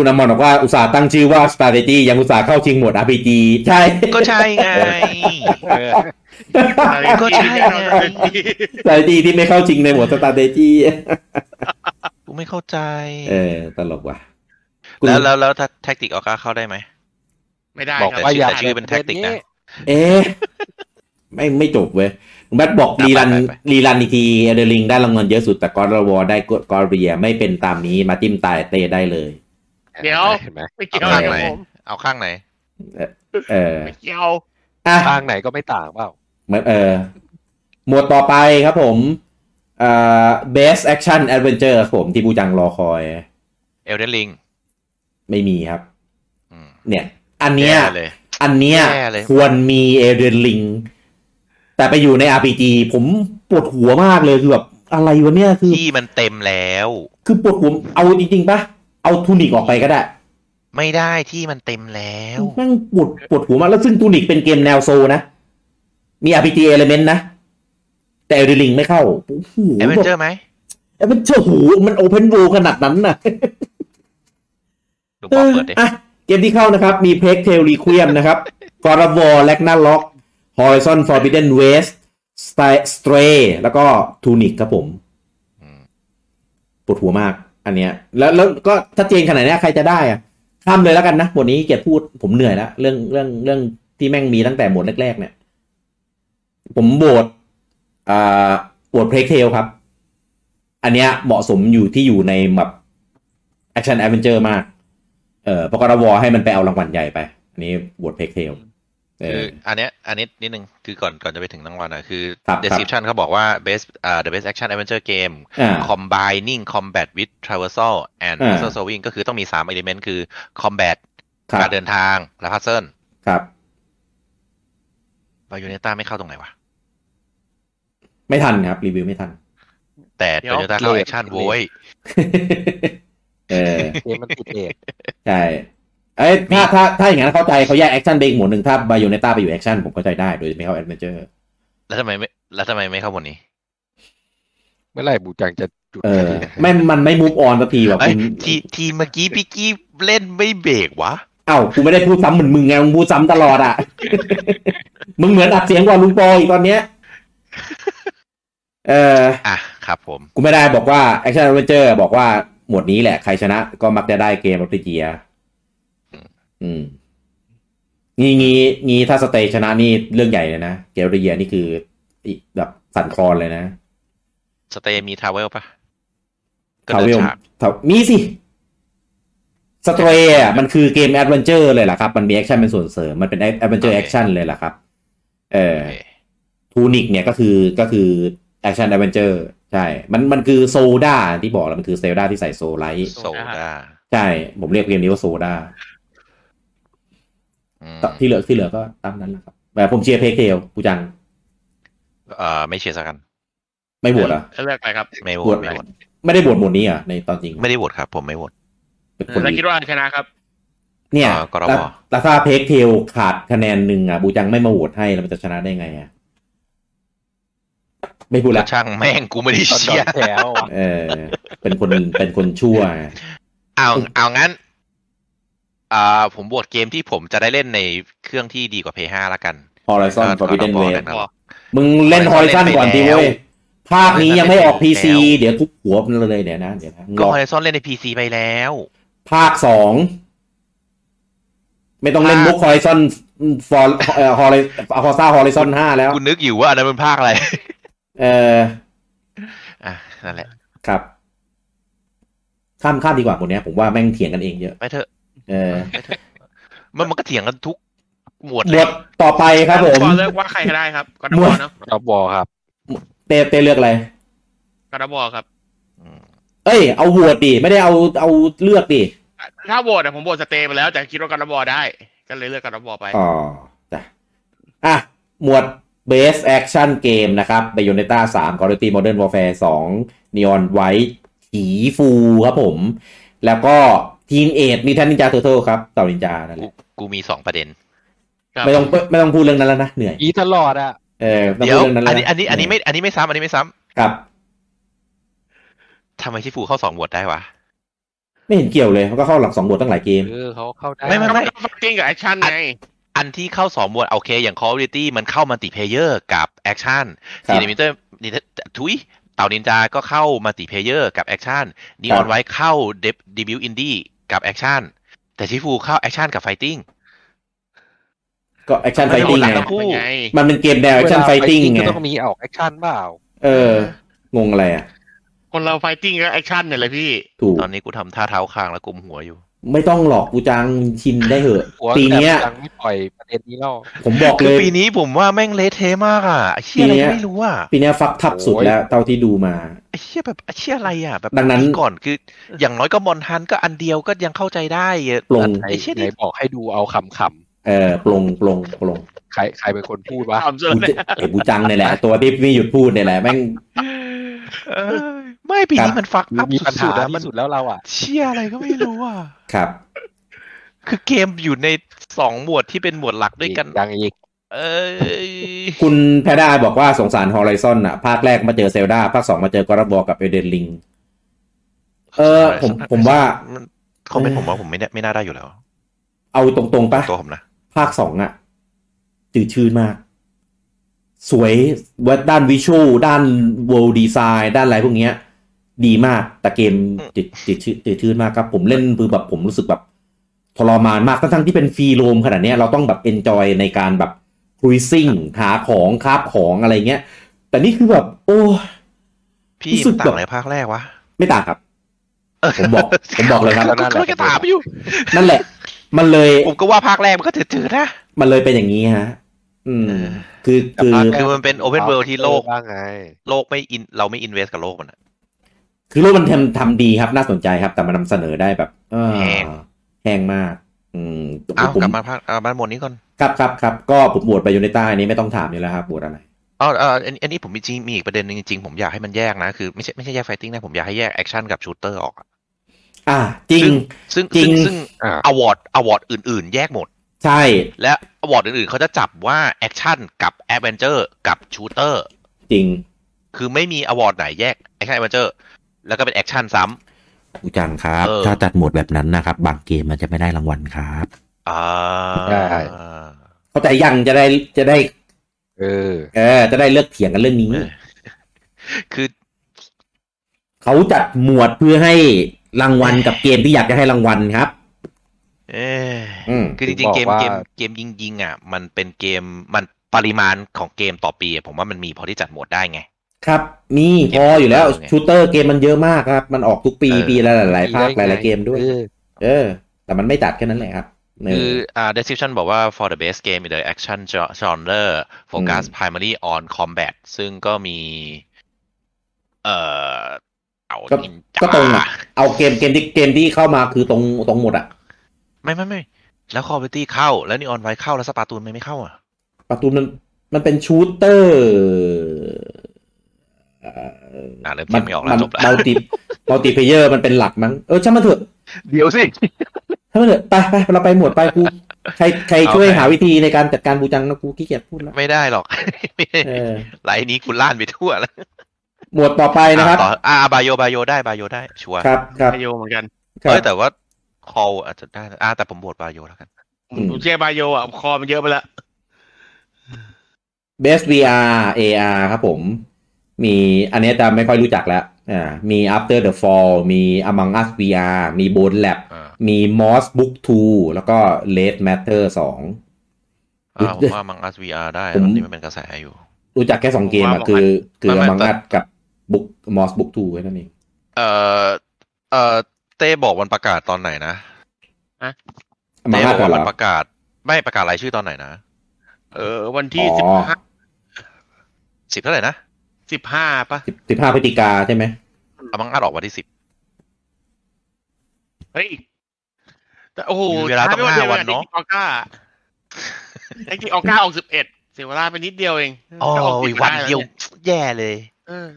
Speaker 2: คุณอมรบอกว่าอุตส่าห์ตั้งชื่อว่า strategy ยังอุตส่าห์เข้าชิงหมวด RPG ใช่
Speaker 3: ก็ใช่ไง ก็ใช่ไง
Speaker 2: strategy ที่ไม่เข้าชิงในหมวด strategy
Speaker 3: กูไม่เข้าใจ
Speaker 2: เออตลกว่ะ
Speaker 3: แล้วแล้วแล้วถ้าแท็กติกออก้าเข้าได้ไหม
Speaker 4: ไม่ได้
Speaker 3: บอก
Speaker 4: ครั
Speaker 3: แต่
Speaker 4: บ
Speaker 3: ชื่อย
Speaker 5: ว่าอาก
Speaker 3: แต่ชื่อเป็นแท็กติกนะ
Speaker 2: เอ๊ะไม่ไม่จบเว้ยแบทบอก
Speaker 3: อ่ะ
Speaker 2: รีรัน
Speaker 3: ไปไปไป
Speaker 2: รีรันอีกทีเอเดลิงได้รางวัลเยอะสุดแต่กอร์วอได้กอร์เรียไม่เป็นตามนี้มาจิ้มตายเตะได้เลย
Speaker 4: เดี๋ยว
Speaker 5: เห็นไหม
Speaker 4: ไม่เกี่ยวอะไรกับผม
Speaker 3: เอาข้างไหน
Speaker 2: เออ
Speaker 4: ไม่เกี่ยว
Speaker 2: อ่ะ
Speaker 5: ทางไหนก็ไม่ต่างเปล่า
Speaker 2: เหมือนเออหมวดต่อไปครับผมเอ่อ best action adventure ครับผมที่บูจังรอคอย
Speaker 3: เอลเดนลิง
Speaker 2: ไม่มีครับ เนี่ย อันเนี้ย
Speaker 3: แย่เลย
Speaker 2: อันเนี้ย
Speaker 3: แย่เลย
Speaker 2: ควรมีเอเดนลิงแต่ไปอยู่ใน RPG ผมปวดหัวมากเลยคือแบบอะไรวะเนี่ยคือ
Speaker 3: ที่มันเต็มแล้ว
Speaker 2: คือปวดหัวเอาจริงๆปะเอาทูนิกออกไปก็ได้
Speaker 3: ไม่ได้ที่มันเต็มแล้ว
Speaker 2: แม่งปวดปวดหัวมากแล้วซึ่งทูนิกเป็นเกมแนวโซลนะ มี RPG element นะ แต่เอลลิงไม่เข้าโอ้โห
Speaker 3: เอเวนเจอร์ไหม
Speaker 2: เอเวนเจอร์หูมันโอเพนโวขนาดนั้นน่ะ
Speaker 3: หลวงปอเปิดดิ
Speaker 2: เอออ่ะเกมที่เข้านะครับ มีเพ k เทลรีเคว i มนะครับกอร์วอลแลกนาล็อกฮอริซอนฟอร์บิเดนเวสสเตรแล้วก็ทูนิกครับผม
Speaker 3: อืม
Speaker 2: ปวดหัวมาก อันเนี้ย แล้วแล้วก็ชัดเจนขนาดเนี้ยใครจะได้อะข้ามเลยแล้วกันนะบทนี้เกียรติพูดผมเหนื่อยแล้วเรื่องเรื่องเรื่อง ที่แม่งมีตั้งแต่โหมดแรกๆเนี่ย ผมโหวตอ่าโหวตเพลกเทลครับ อันเนี้ยเหมาะสมอยู่ที่อยู่ในแบบแอคชั่นแอดเวนเจอร์มาก เออเพราะกรวอให้มันไปเอารางวัลใหญ่ไป อันนี้โหวตเพลกเทลเอ
Speaker 3: คือ
Speaker 2: อ
Speaker 3: อันเนี้ยอันนี้นิดนึงคือก่อนก่อนจะไปถึงรางวัลนะคือ
Speaker 2: ครับ
Speaker 3: description เขาบอกว่า best อ่า the best action adventure game
Speaker 2: อ่า
Speaker 3: combining combat with traversal and
Speaker 2: อ่า
Speaker 3: puzzle solving ก็คือต้องมีสาม element คือ combat
Speaker 2: ครับ
Speaker 3: การเดินทางและ puzzle
Speaker 2: ครับ
Speaker 3: บายูเนต้าไม่เข้าตรงไหนวะ
Speaker 2: ไม่ทันครับ รีวิวไม่ทัน
Speaker 3: แต่
Speaker 4: เดี๋
Speaker 3: บายู
Speaker 4: ย
Speaker 3: เน
Speaker 4: ว
Speaker 3: ต้าเข้าแอคชั่น
Speaker 5: เลย
Speaker 3: โว้ย
Speaker 2: เออ
Speaker 5: เกมมันติดเอก
Speaker 2: ใช่ เอ้ยถ้าถ้าถ้าอย่างนั้นเข้าใจเขาแยกแอคชั่นไปอีกหมวดหนึ่งถ้าบ a ย o เนต้าไปอยู่แอคชั่นผมเข้าใจได้โดยไม่เข้าแอดเวนเจอร์
Speaker 3: แล้วทำไมไม่แล้วทำไมไม่เข้าบนนี้
Speaker 5: เมื่อไหร่บูจังจะจุด
Speaker 2: เออ
Speaker 5: ทีนะฮะ
Speaker 2: ไม่มันไม่มูฟออนสักทีว่ะ
Speaker 3: ไอ้
Speaker 2: คุ
Speaker 3: ย
Speaker 2: ณ
Speaker 3: ทีทีเมื่อกี้พี่กี้เล่นไม่เบรกวะ
Speaker 2: เอ้ากูไม่ได้พูดซ้ำเหมือนมึงไงมึงพูดซ้ำตลอดอ่ะ มึงเหมือนอัดเสียงกว่าลุงปอยอีกตอนเนี้ย เออ
Speaker 3: อ่ะครับผม
Speaker 2: กูไม่ได้บอกว่าแอคชั่นแอดเวนเจอร์บอกว่าหมวดนี้แหละ ใครชนะก็มักจะได้เกมออฟเจียอืมงี้งี้งี้ถ้าสเตย์ชนะนี่เรื่องใหญ่เลยนะ เกมออฟเจียนี่คืออีกแบบสั่นคลอนเลยนะ
Speaker 3: สเตย์มีทาวเวลปะก็
Speaker 2: ทาว
Speaker 3: เดิ
Speaker 2: เวน
Speaker 3: ฉาก
Speaker 2: ทาวมีสิสเตย์อ่ะมันคือเกมแอดเวนเจอร์เลยล่ะครับ มันมีแอคชั่นเป็นส่วนเสริม มันเป็นแอดเวนเจอร์
Speaker 3: โอ
Speaker 2: แอ
Speaker 3: เค
Speaker 2: คชั่นเลยล่ะครับ เออ
Speaker 3: โอเค
Speaker 2: ทูนิกเนี่ยก็คือก็คือแอคชั่นแอดเวนเจอร์ใช่ มันมันคือโซดาที่บอกแล้วมันคือเซลดาที่ใส่โซไลท์
Speaker 3: โซดา
Speaker 2: ใช่ ผมเรียกเกมนี้ว่าโซดา
Speaker 3: อืม
Speaker 2: ที่เหลือที่เหลือก็ตามนั้นแหละครับแต่ผมเชียร์เพคเทลกูจัง
Speaker 3: เอ่อไม่เชียร์สักกัน
Speaker 2: ไม่โหวตเหรอ่ะ
Speaker 4: เลือกอะไรครับ
Speaker 3: ไม่โหว
Speaker 2: โหว
Speaker 3: ต
Speaker 2: ต
Speaker 3: ไม่โหวต
Speaker 2: ไม่ได้โหวตหมวดนี้เหรอ่ะในตอนจริง
Speaker 3: ไม่ได้โหวตครับ ผมไม่โหวต
Speaker 2: เป็นคน
Speaker 4: แล้ว
Speaker 2: ดี
Speaker 4: คิดว่าชนะครับ
Speaker 2: เนี่ย
Speaker 3: เอ่อกรบ
Speaker 2: แล้วแล้วถ้าเพคเทลขาดคะแนนหนึ่งอ่ะบูจังไม่มาโหวตให้แล้วมันจะชนะได้ไงอ่ะ ไม่พูดละ
Speaker 3: ช่างแม่งกูไม่ได้
Speaker 5: ตอน
Speaker 3: เชียร์
Speaker 5: แถวอะ
Speaker 2: เออ เป็นคนเป็นคนชั่ว
Speaker 3: เอาเอางั้นอ่าผมโหวตเกมที่ผมจะได้เล่นในเครื่องที่ดีกว่า Play 5ละกัน
Speaker 2: Horizon
Speaker 3: ก็
Speaker 2: Forbidden
Speaker 3: ก็
Speaker 2: West
Speaker 3: นะครับ
Speaker 2: มึงเล่น Horizon ก่อนทีเว้ยภาคนี้ยังไม่ออก
Speaker 3: Horizon
Speaker 2: พี
Speaker 3: เล่
Speaker 2: ซี
Speaker 3: นไปแล้ว
Speaker 2: เดี๋ยวทุบหัวมันเลยเดี๋ยวนะเดี๋ยวนะมึง
Speaker 3: ก็
Speaker 2: รอ
Speaker 3: Horizon เล่นใน PC ไปแล้ว
Speaker 2: ภาคสอง ไม่ต้องเล่น
Speaker 3: ภาค
Speaker 2: มุกฮอริซอนฟอร์ฮอริฮอซ่าฮอริซอนห้าแล้ว
Speaker 3: กูนึกอยู่ว่าอันนั้นเป็นภาคอะไร
Speaker 2: เออ
Speaker 3: อ่ะนั่นแหละ
Speaker 2: ครับ ข้ามข้ามดีกว่าคนเนี้ย ผมว่าแม่งเถียงกันเองเยอะ
Speaker 3: ไปเถอะ
Speaker 2: เออ
Speaker 3: ไปเถอะมันมันก็เถียงกันทุกหมวด
Speaker 2: หม
Speaker 3: เล
Speaker 2: วย ดต่อไปครับผม
Speaker 4: ขอเลือกว่าใครก็ได้ครับกอดบอเนาะ
Speaker 5: รอบบอครับ
Speaker 2: เตเตเลือกอะไร
Speaker 4: กอดบอครับ
Speaker 3: อืม
Speaker 2: เอ้ย เอาโหวตดิ ไม่ได้เอาเอาเลือกดิ
Speaker 4: ถ้าโหวตอะผมโหวตสเตย์ไปแล้ว แต่คิดว่ากอดบอได้ ก็เลยเลือกกอดบอไป
Speaker 2: อ๋อจ้ะอ่ะ หมวด Best Action Game นะครับ Bayonetta 3 Call of Duty Modern Warfare 2 Neon White ผีฟูครับผม แล้วก็ Teenage Mutant Ninja Turtle ครับเต่านินจานั่นแห
Speaker 3: กู
Speaker 2: ละ
Speaker 3: กูมีสองประเด็น
Speaker 4: ครับ
Speaker 2: ไม่ต้องไม่ต้องพูดเรื่องนั้นแล้วนะ เหนื่อย
Speaker 5: อีตลอดอ่ะ
Speaker 2: เออไม่ต้
Speaker 3: เดี๋
Speaker 2: อง
Speaker 3: ยว
Speaker 2: พูดเรื่องนั้น
Speaker 3: อั
Speaker 2: แล้ว
Speaker 3: นนี้อันนี้อันนี้
Speaker 2: เ
Speaker 3: ไม่อันนี้ไม่ซ้ำอันนี้ไม่ซ้
Speaker 2: ครับ
Speaker 3: ำทำไมชิฟูเข้าสองหมวดได้วะ
Speaker 2: ไม่เห็นเกี่ยวเลยเขาก็เข้าหลักสองบทตั้งหลายเกม
Speaker 5: เออเขาเข้าได้
Speaker 3: ไม่ไม่ไม่
Speaker 4: จริงกับแอคชั่นไง
Speaker 3: อันที่เข้าสองหมวดโอเค อย่าง Call of Duty มันเข้ามัลติเพเยอร์กับแอคชั่น
Speaker 2: ครับ
Speaker 3: ซีนิมิเตอร์ทุยเต่านินจา ก็เข้ามัลติเพเยอร์กับแอคชั่นนีอ
Speaker 2: ครั
Speaker 3: อบ นไว้เข้าเดบดบิวอินดี้กับแอคชั่นแต่ชิฟูเข้าแอคชั่นกับไฟติ้ง
Speaker 2: ก็แอคชั่น
Speaker 3: มั
Speaker 2: ไฟ
Speaker 3: นเป็น
Speaker 2: ติ้ง
Speaker 3: หลั
Speaker 2: ไง
Speaker 3: กทั้งคู่
Speaker 2: มันเป็นเกมแนวแอคชั่นไฟ
Speaker 5: เวลา
Speaker 2: ติ้งไง
Speaker 5: ก็ต้องมีออกแอคชั่นเปล่า
Speaker 2: เออ งงอะไรอ่ะ
Speaker 4: คนเราไฟติ้งก็แอคชั่นเนี่ยเลยพี่
Speaker 2: ถูก
Speaker 3: ตอนนี้กูทำท่าเท้าค้างแล้วกุมหัวอยู่
Speaker 2: ไม่ต้องหลอกกูจังชินได้เหอะ
Speaker 5: หัว
Speaker 2: ปีเนี้ย
Speaker 5: แบบยังไม่ปล่อยประเด็นนี้แล้ว
Speaker 2: ผมบอก
Speaker 3: คื
Speaker 2: เล
Speaker 3: อย ปีนี้ผมว่าแม่งเละเทะมากอ่ะไอ้เชี่ยอะไร
Speaker 2: ปีเนี้ย
Speaker 3: ก็ไม่รู้อ่ะ
Speaker 2: ปีเนี้ยฟักทับสุดแล้ว เท่าที่ดูมา
Speaker 3: ไอ้เชี่ยแบบไอ้เชี่ยอะไรอ่ะแบบ
Speaker 2: ดังนั้น
Speaker 3: ปีก่อนคือ อย่างน้อยก็มอนฮันก็อันเดียวก็ยังเข้าใจได้อะ
Speaker 2: ปลง
Speaker 5: ไหน
Speaker 3: ไอ้เชี่ย
Speaker 5: ไหน
Speaker 3: นี่
Speaker 5: บอกให้ดูเอาคำข
Speaker 2: เออปลงปลงปลง
Speaker 5: ำใครใครเป็นคนพูดวะ
Speaker 4: ถามเจอ
Speaker 2: บู
Speaker 4: เลย
Speaker 2: จะไอ้บูจังเนี่ยแหละ ตัวที่ไม่หยุดพูดเนี่ยแหละแม่ง
Speaker 3: เออไม่ปีนี้มันฟักอัพ
Speaker 5: มีปัญ
Speaker 3: สุดๆ
Speaker 5: หา
Speaker 3: อะมัน
Speaker 5: ที่สุดแล้วเราอ่ะ
Speaker 3: เชี่ยอะไรก็ไม่รู้อ่ะ
Speaker 2: ครับ
Speaker 3: คือเกมอยู่ในสองหมวดที่เป็นหมวดหลักด้วยกัน
Speaker 5: ดังอีก
Speaker 3: เออ
Speaker 2: คุณแพด้าบอกว่าสงสารฮอริซอนอ่ะ ภาคแรกมาเจอเซลดาภาคสองมาเจอกอร์บอกับเอเดนลิง เออผมผมว่า
Speaker 3: นเขาเป็นผมว่าผมไม่ได้ไม่น่าได้อยู่แล้ว
Speaker 2: เอาตรงๆปะ
Speaker 3: ตัวผมนะ
Speaker 2: ภาคสองอ่ะจืดชืดมาก สวยว่าด้านวิชวลด้านเวลดีไซน์ด้านอะไรพวกเนี้ย ดีมากแต่เกมจืดจืดชืดจืดชืดมากครับ ผมเล่นคือแบบผมรู้สึกแบบ ทรมานมากทั้งๆที่เป็นฟรีโรมขนาดเนี้ยเราต้องแบบเอนจอยในการแบบครูซิ่งหาของคาบของอะไรเงี้ย แต่นี่คือแบบ โอ้
Speaker 3: พี่
Speaker 2: รู้สึก
Speaker 3: มันต่า
Speaker 2: แบบ
Speaker 3: งอะไรภาคแรกวะ
Speaker 2: ไม่ต่างครับ ผม บอกผมบอกเลยครับ
Speaker 3: ก็ก็จะถามอยู่
Speaker 2: นั่นแหละ มันเลย
Speaker 3: ผมก็ว่าภาคแรกมันก็เจืดๆนะ
Speaker 2: มันเลยเป็นอย่างนี้ฮะ อืม คือ
Speaker 5: แต่
Speaker 2: คือ
Speaker 5: ภาคแรก
Speaker 3: คือมันเป็นโอเพนเวิลด์ที่โลก
Speaker 5: บ้างไง
Speaker 3: โลกไม่อินเราไม่อินเวสกับโลกมันอะ
Speaker 2: คือโลกมันทำทำดีครับ น่าสนใจครับ แต่มันนำเสนอได้แบบเออ
Speaker 3: แห้ง
Speaker 2: แห้งมาก อืม
Speaker 3: เอา
Speaker 2: ผม
Speaker 3: กลับมาภาคเอาบ้านหมวดนี้ก่อน
Speaker 2: ครับครับครับก็ผมบวชไปอยู่ในใต้นี้ไม่ต้องถามอยู่แล้วครับบวชอะไร
Speaker 3: เอ๋อเอออันอันนี้ผมมีจริงมีอีกประเด็นหนึงจริงๆผมอยากให้มันแยกนะคือไม่ใช่ไม่ใช่แยกไฟติ้งนะผมอยากให้แยกแอคชั่นกับชูเตอร์ออกอะ
Speaker 2: อ่า จริง
Speaker 3: ซึ่ง
Speaker 2: จริ
Speaker 3: ซึ่
Speaker 2: ง
Speaker 3: งซึ่ง
Speaker 5: อ่า
Speaker 3: อวอร์ดอวอร์ดอื่นๆ แยกหมด
Speaker 2: ใช่
Speaker 3: และอวอร์ดอื่นๆเขาจะจับว่าแอคชั่นกับแอดเวนเจอร์กับชูเตอร์
Speaker 2: จริง
Speaker 3: คือไม่มีอวอร์ดไหนแยกแอคชั่นแอดเวนเจอร์แล้วก็เป็นแอคชั่นซ้ำ
Speaker 2: กูจังครับ
Speaker 3: เออ
Speaker 2: ถ้าจัดหมวดแบบนั้นนะครับ บางเกมมันจะไม่ได้รางวัลครับ
Speaker 3: อ่า
Speaker 5: ใช่
Speaker 2: เข้าใจยังจะได้จะได้
Speaker 5: เออ
Speaker 2: เออ จะได้เลิกเถียงกันเรื่องนี้
Speaker 3: คือ
Speaker 2: เขาจัดหมวดเพื่อให้รางวัลกับเกมที่อยากจะให้รางวัลครับ
Speaker 3: เอ้ย
Speaker 2: อืม
Speaker 3: คือจริงๆ เกม
Speaker 5: ผมบอกว่า
Speaker 3: เกมเกมยิงยิงๆอ่ะมันเป็นเกมมันปริมาณของเกมต่อปีอะผมว่ามันมีพอที่จัดหมวดได้ไง
Speaker 2: ครับ มี
Speaker 3: เก
Speaker 2: พ
Speaker 3: ม
Speaker 2: ออยู่แล้ว
Speaker 3: เยอะไง
Speaker 2: ชูเตอร์เกมมันเยอะมากครับ มันออกทุกปี
Speaker 3: เออ
Speaker 2: ปีละหลายๆภาคห
Speaker 5: ได้ไง
Speaker 2: ลายๆเกมด้วย
Speaker 5: ออ
Speaker 2: เออ แต่มันไม่จัดแค่นั้นแหละครับเอ
Speaker 3: คือ
Speaker 2: อ
Speaker 3: อ่า description บอกว่า for the best game in the action gen- genre focus primarily on combat ซึ่งก็มี เอ่อเอา
Speaker 2: ก็
Speaker 3: อินจ๋า
Speaker 2: ก็ตรงอะ เอาเกมเกมที่เกมที่เข้ามาคือตรงตรงหมดอะ
Speaker 3: ไม่ไม่ไม่แล้ว Call of Duty เข้า แล้ว Neon White เข้า แล้วสปาตูนไม่ไม่เข้าอ่ะ
Speaker 2: ประตูมันมันเป็นชูเตอร์เอ่อ
Speaker 3: อ่าเริ่ม
Speaker 2: มั
Speaker 3: คิดไม่ออกแล้
Speaker 2: มั
Speaker 3: วจบแล้ว
Speaker 2: มัล ติมัลติเพเยอร์มันเป็นหลักมั้งเออช่างมันเถอะ
Speaker 5: เดี๋ยวสิ
Speaker 2: ช่างมันเถอะไปไปเราไปหมวดไปกูใครใครช่วย
Speaker 3: โอเค
Speaker 2: หาวิธีในการจัดการบูจังนะกูขี้เกียจพูดแล้ว
Speaker 3: ไม่ได้หรอก
Speaker 2: เออ
Speaker 3: ไลน์นี้คุณล่านไปทั่วแล้ว
Speaker 2: หมวดต่อไปนะครับ
Speaker 3: อ่ะต่ออ่าบายโยบายโยได้บายโยได้ ชัวร์
Speaker 2: ครับครับ
Speaker 4: ไบโยเหมือนกัน
Speaker 2: ครั
Speaker 3: เอ้ย
Speaker 2: บ
Speaker 3: แต่ว่า Call อาจจะได้นะอ่าแต่ผมบวชบายโยแล้วกัน
Speaker 2: อืม
Speaker 4: ผมเชียร์ไบโยอ่ะคอมันเยอะไปละ
Speaker 2: Best VR AR ครับผม มีอันนี้จะไม่ค่อยรู้จักแล้วอ่ามี After the Fall มี Among Us VR มี Bone Lab
Speaker 3: อ่า
Speaker 2: มี Moss Book 2 แล้วก็ Red Matter 2
Speaker 3: อ่าผมว่ามังอัส VR ได้
Speaker 2: ผม
Speaker 3: ตอนนี้มันเป็นกระแสอยู่
Speaker 2: รู้จักแค่สองเกม
Speaker 4: ผม
Speaker 2: อะ
Speaker 4: ว่า
Speaker 2: คือ คือ
Speaker 3: ไม่
Speaker 2: Among Us กับ Book Moss Book 2แค่นั้นเอง
Speaker 3: เอ่อเอ่อเต้บอกวันประกาศตอนไหนนะ
Speaker 2: มั
Speaker 3: เต้
Speaker 2: งอั
Speaker 3: บ
Speaker 2: ส
Speaker 3: อก
Speaker 2: เห
Speaker 3: ว่ามั
Speaker 2: ร
Speaker 3: น
Speaker 2: อ
Speaker 3: ประกาศ ไม่ประกาศรายชื่อตอนไหนนะ
Speaker 4: เออ วัน
Speaker 2: อ๋
Speaker 4: ที่สิบ
Speaker 2: อ
Speaker 4: ห้า
Speaker 3: สิบเท่าไหร่นะ
Speaker 4: สิบห้าปะ
Speaker 2: สิบห้าพฤศจิกาใช่ไหม
Speaker 3: อามังอัดออกวันที่สิบ
Speaker 4: เฮ้ยแต่โอ้โห
Speaker 3: เวลาต้อง
Speaker 4: ช้
Speaker 3: ห้า
Speaker 4: ไป
Speaker 3: วันเนาะ
Speaker 4: เทคออก้าไอ้ที่ออก้าออกสิบเอ็ดเสียเวลาไปนิดเดียวเอง
Speaker 3: โอ้ยวันเดียวแย่เลย
Speaker 4: เออ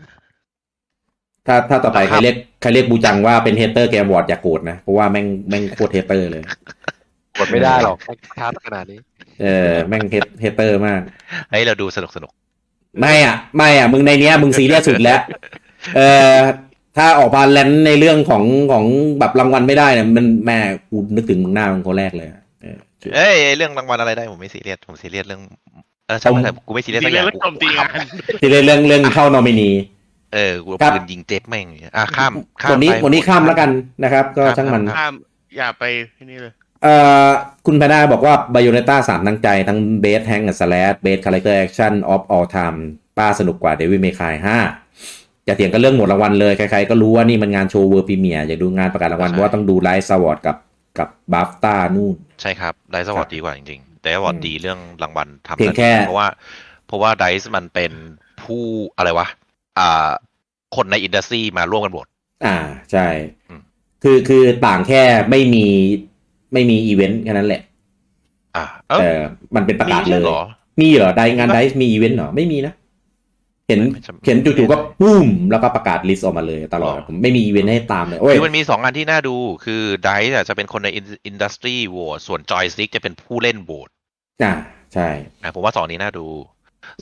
Speaker 2: ถ้าถ้าต่อไป
Speaker 3: นะค
Speaker 2: ใค
Speaker 3: รั
Speaker 2: ร
Speaker 3: บ
Speaker 2: เรียกใครเรียกบูจังว่าเป็นเฮเตอร์เกมวอร์ดอย่าโกรธนะ เพราะว่าแม่งแม่งโคตรเฮเตอร์เลย
Speaker 5: กดไม่ได้หรอกชาร์จขนาดนี้
Speaker 2: เออแม่งเฮเฮเตอร์มาก
Speaker 3: เฮ้ยเราดูสนุกสนุก
Speaker 2: ไม่อ่ะ ไม่อ่ะ มึงในเนี้ย มึงซีเรียสสุด แล้ว เออถ้าออกบาแลนซ์ในเรื่องของของแบบรางวัลไม่ได้เนี่ยมันแม่กูนึกถึงมึงหน้ามึงคนแรกเลยอะเออ
Speaker 3: เอ้ยเรื่องรางวัลอะไรได้ผมไม่ซีเรียสผมซีเรียสเรื่องเออใช่ไหม
Speaker 2: ผม
Speaker 3: แต่กูไม่ซีเรียส
Speaker 4: ซี
Speaker 3: สัก
Speaker 4: เรี
Speaker 3: อยย่าง
Speaker 4: สเรื่องโจมตี
Speaker 3: ขั
Speaker 4: งาน
Speaker 2: ซีเรียสเรื่องเรื่องเข้านอมินี
Speaker 3: เออกูเอา
Speaker 2: ครับ
Speaker 3: ปืนยิงเจ็บแม่งอย่างเงี้ยอ่ะข้ามข้าม
Speaker 2: วันนี้
Speaker 3: ไป
Speaker 2: วันนี้ข้ามแล้วกันนะครับ ก็
Speaker 3: ครับ
Speaker 2: ช่างมัน
Speaker 3: ครับ
Speaker 4: ข้ามอย่าไปนี่เลย
Speaker 2: เอ่อคุณพนาบอกว่า b บ y o n e t t a สามตั้งใจทั้งเบสแฮงกับสแลดเบสคาแรคเตอร์แอคชั่นออฟออลไทม์ป้าสนุกกว่าเดวิ l เมคายห้าจะเถียงกันเรื่องหมดรางวัลเลย ใครๆก็รู้ว่านี่มันงานโชว์เวอร์พรีเมียร์อยากดูงานประกาศรางวัล
Speaker 3: ใช่
Speaker 2: เพราะว่าต้องดูไลฟ์สวอตกับกับบาฟต้านู่น
Speaker 3: ใช่ครับไดส์วอร์ดดีกว่าจริงๆแต่วอร์ด
Speaker 2: อืม
Speaker 3: ดีเรื่องรางวัลทำ
Speaker 2: เพียงแค่
Speaker 3: เพราะว่า เพราะว่าไดส์มันเป็นผู้อะไรวะอ่า คนในอินดัสซีมาร่วมกันโหวต
Speaker 2: อ่าใช่
Speaker 3: อืม
Speaker 2: คือคือต่างแค่ไม่มีไม่มีอีเวนต์แค่นั้นแหละ
Speaker 3: อ่าเอ
Speaker 2: แต่
Speaker 3: อ
Speaker 2: มันเป็นประกาศ
Speaker 3: มี
Speaker 2: เล
Speaker 3: ด้วย ยเหรอ
Speaker 2: มีเหรอได้งานไดส์มีอีเวนต์เหรอ ไม่มีนะ เห็น
Speaker 3: ไม่จำ
Speaker 2: เห็นจู่ๆก็
Speaker 3: ไม่ได้
Speaker 2: ปุ้ม แล้วก็ประกาศลิสต์ออกมาเลยตลอด
Speaker 3: หรอ
Speaker 2: ผมไม่มีอีเวนต์ให้ตามเลย โอ้ย
Speaker 3: คือมันมีสองงานที่น่าดูคือไดส์จะเป็นคนในอินดัสทรีโหวตส่วนจอยสติ๊กจะเป็นผู้เล่นโหวต
Speaker 2: อ่า ใช่
Speaker 3: นะผมว่าสองนี้น่าดู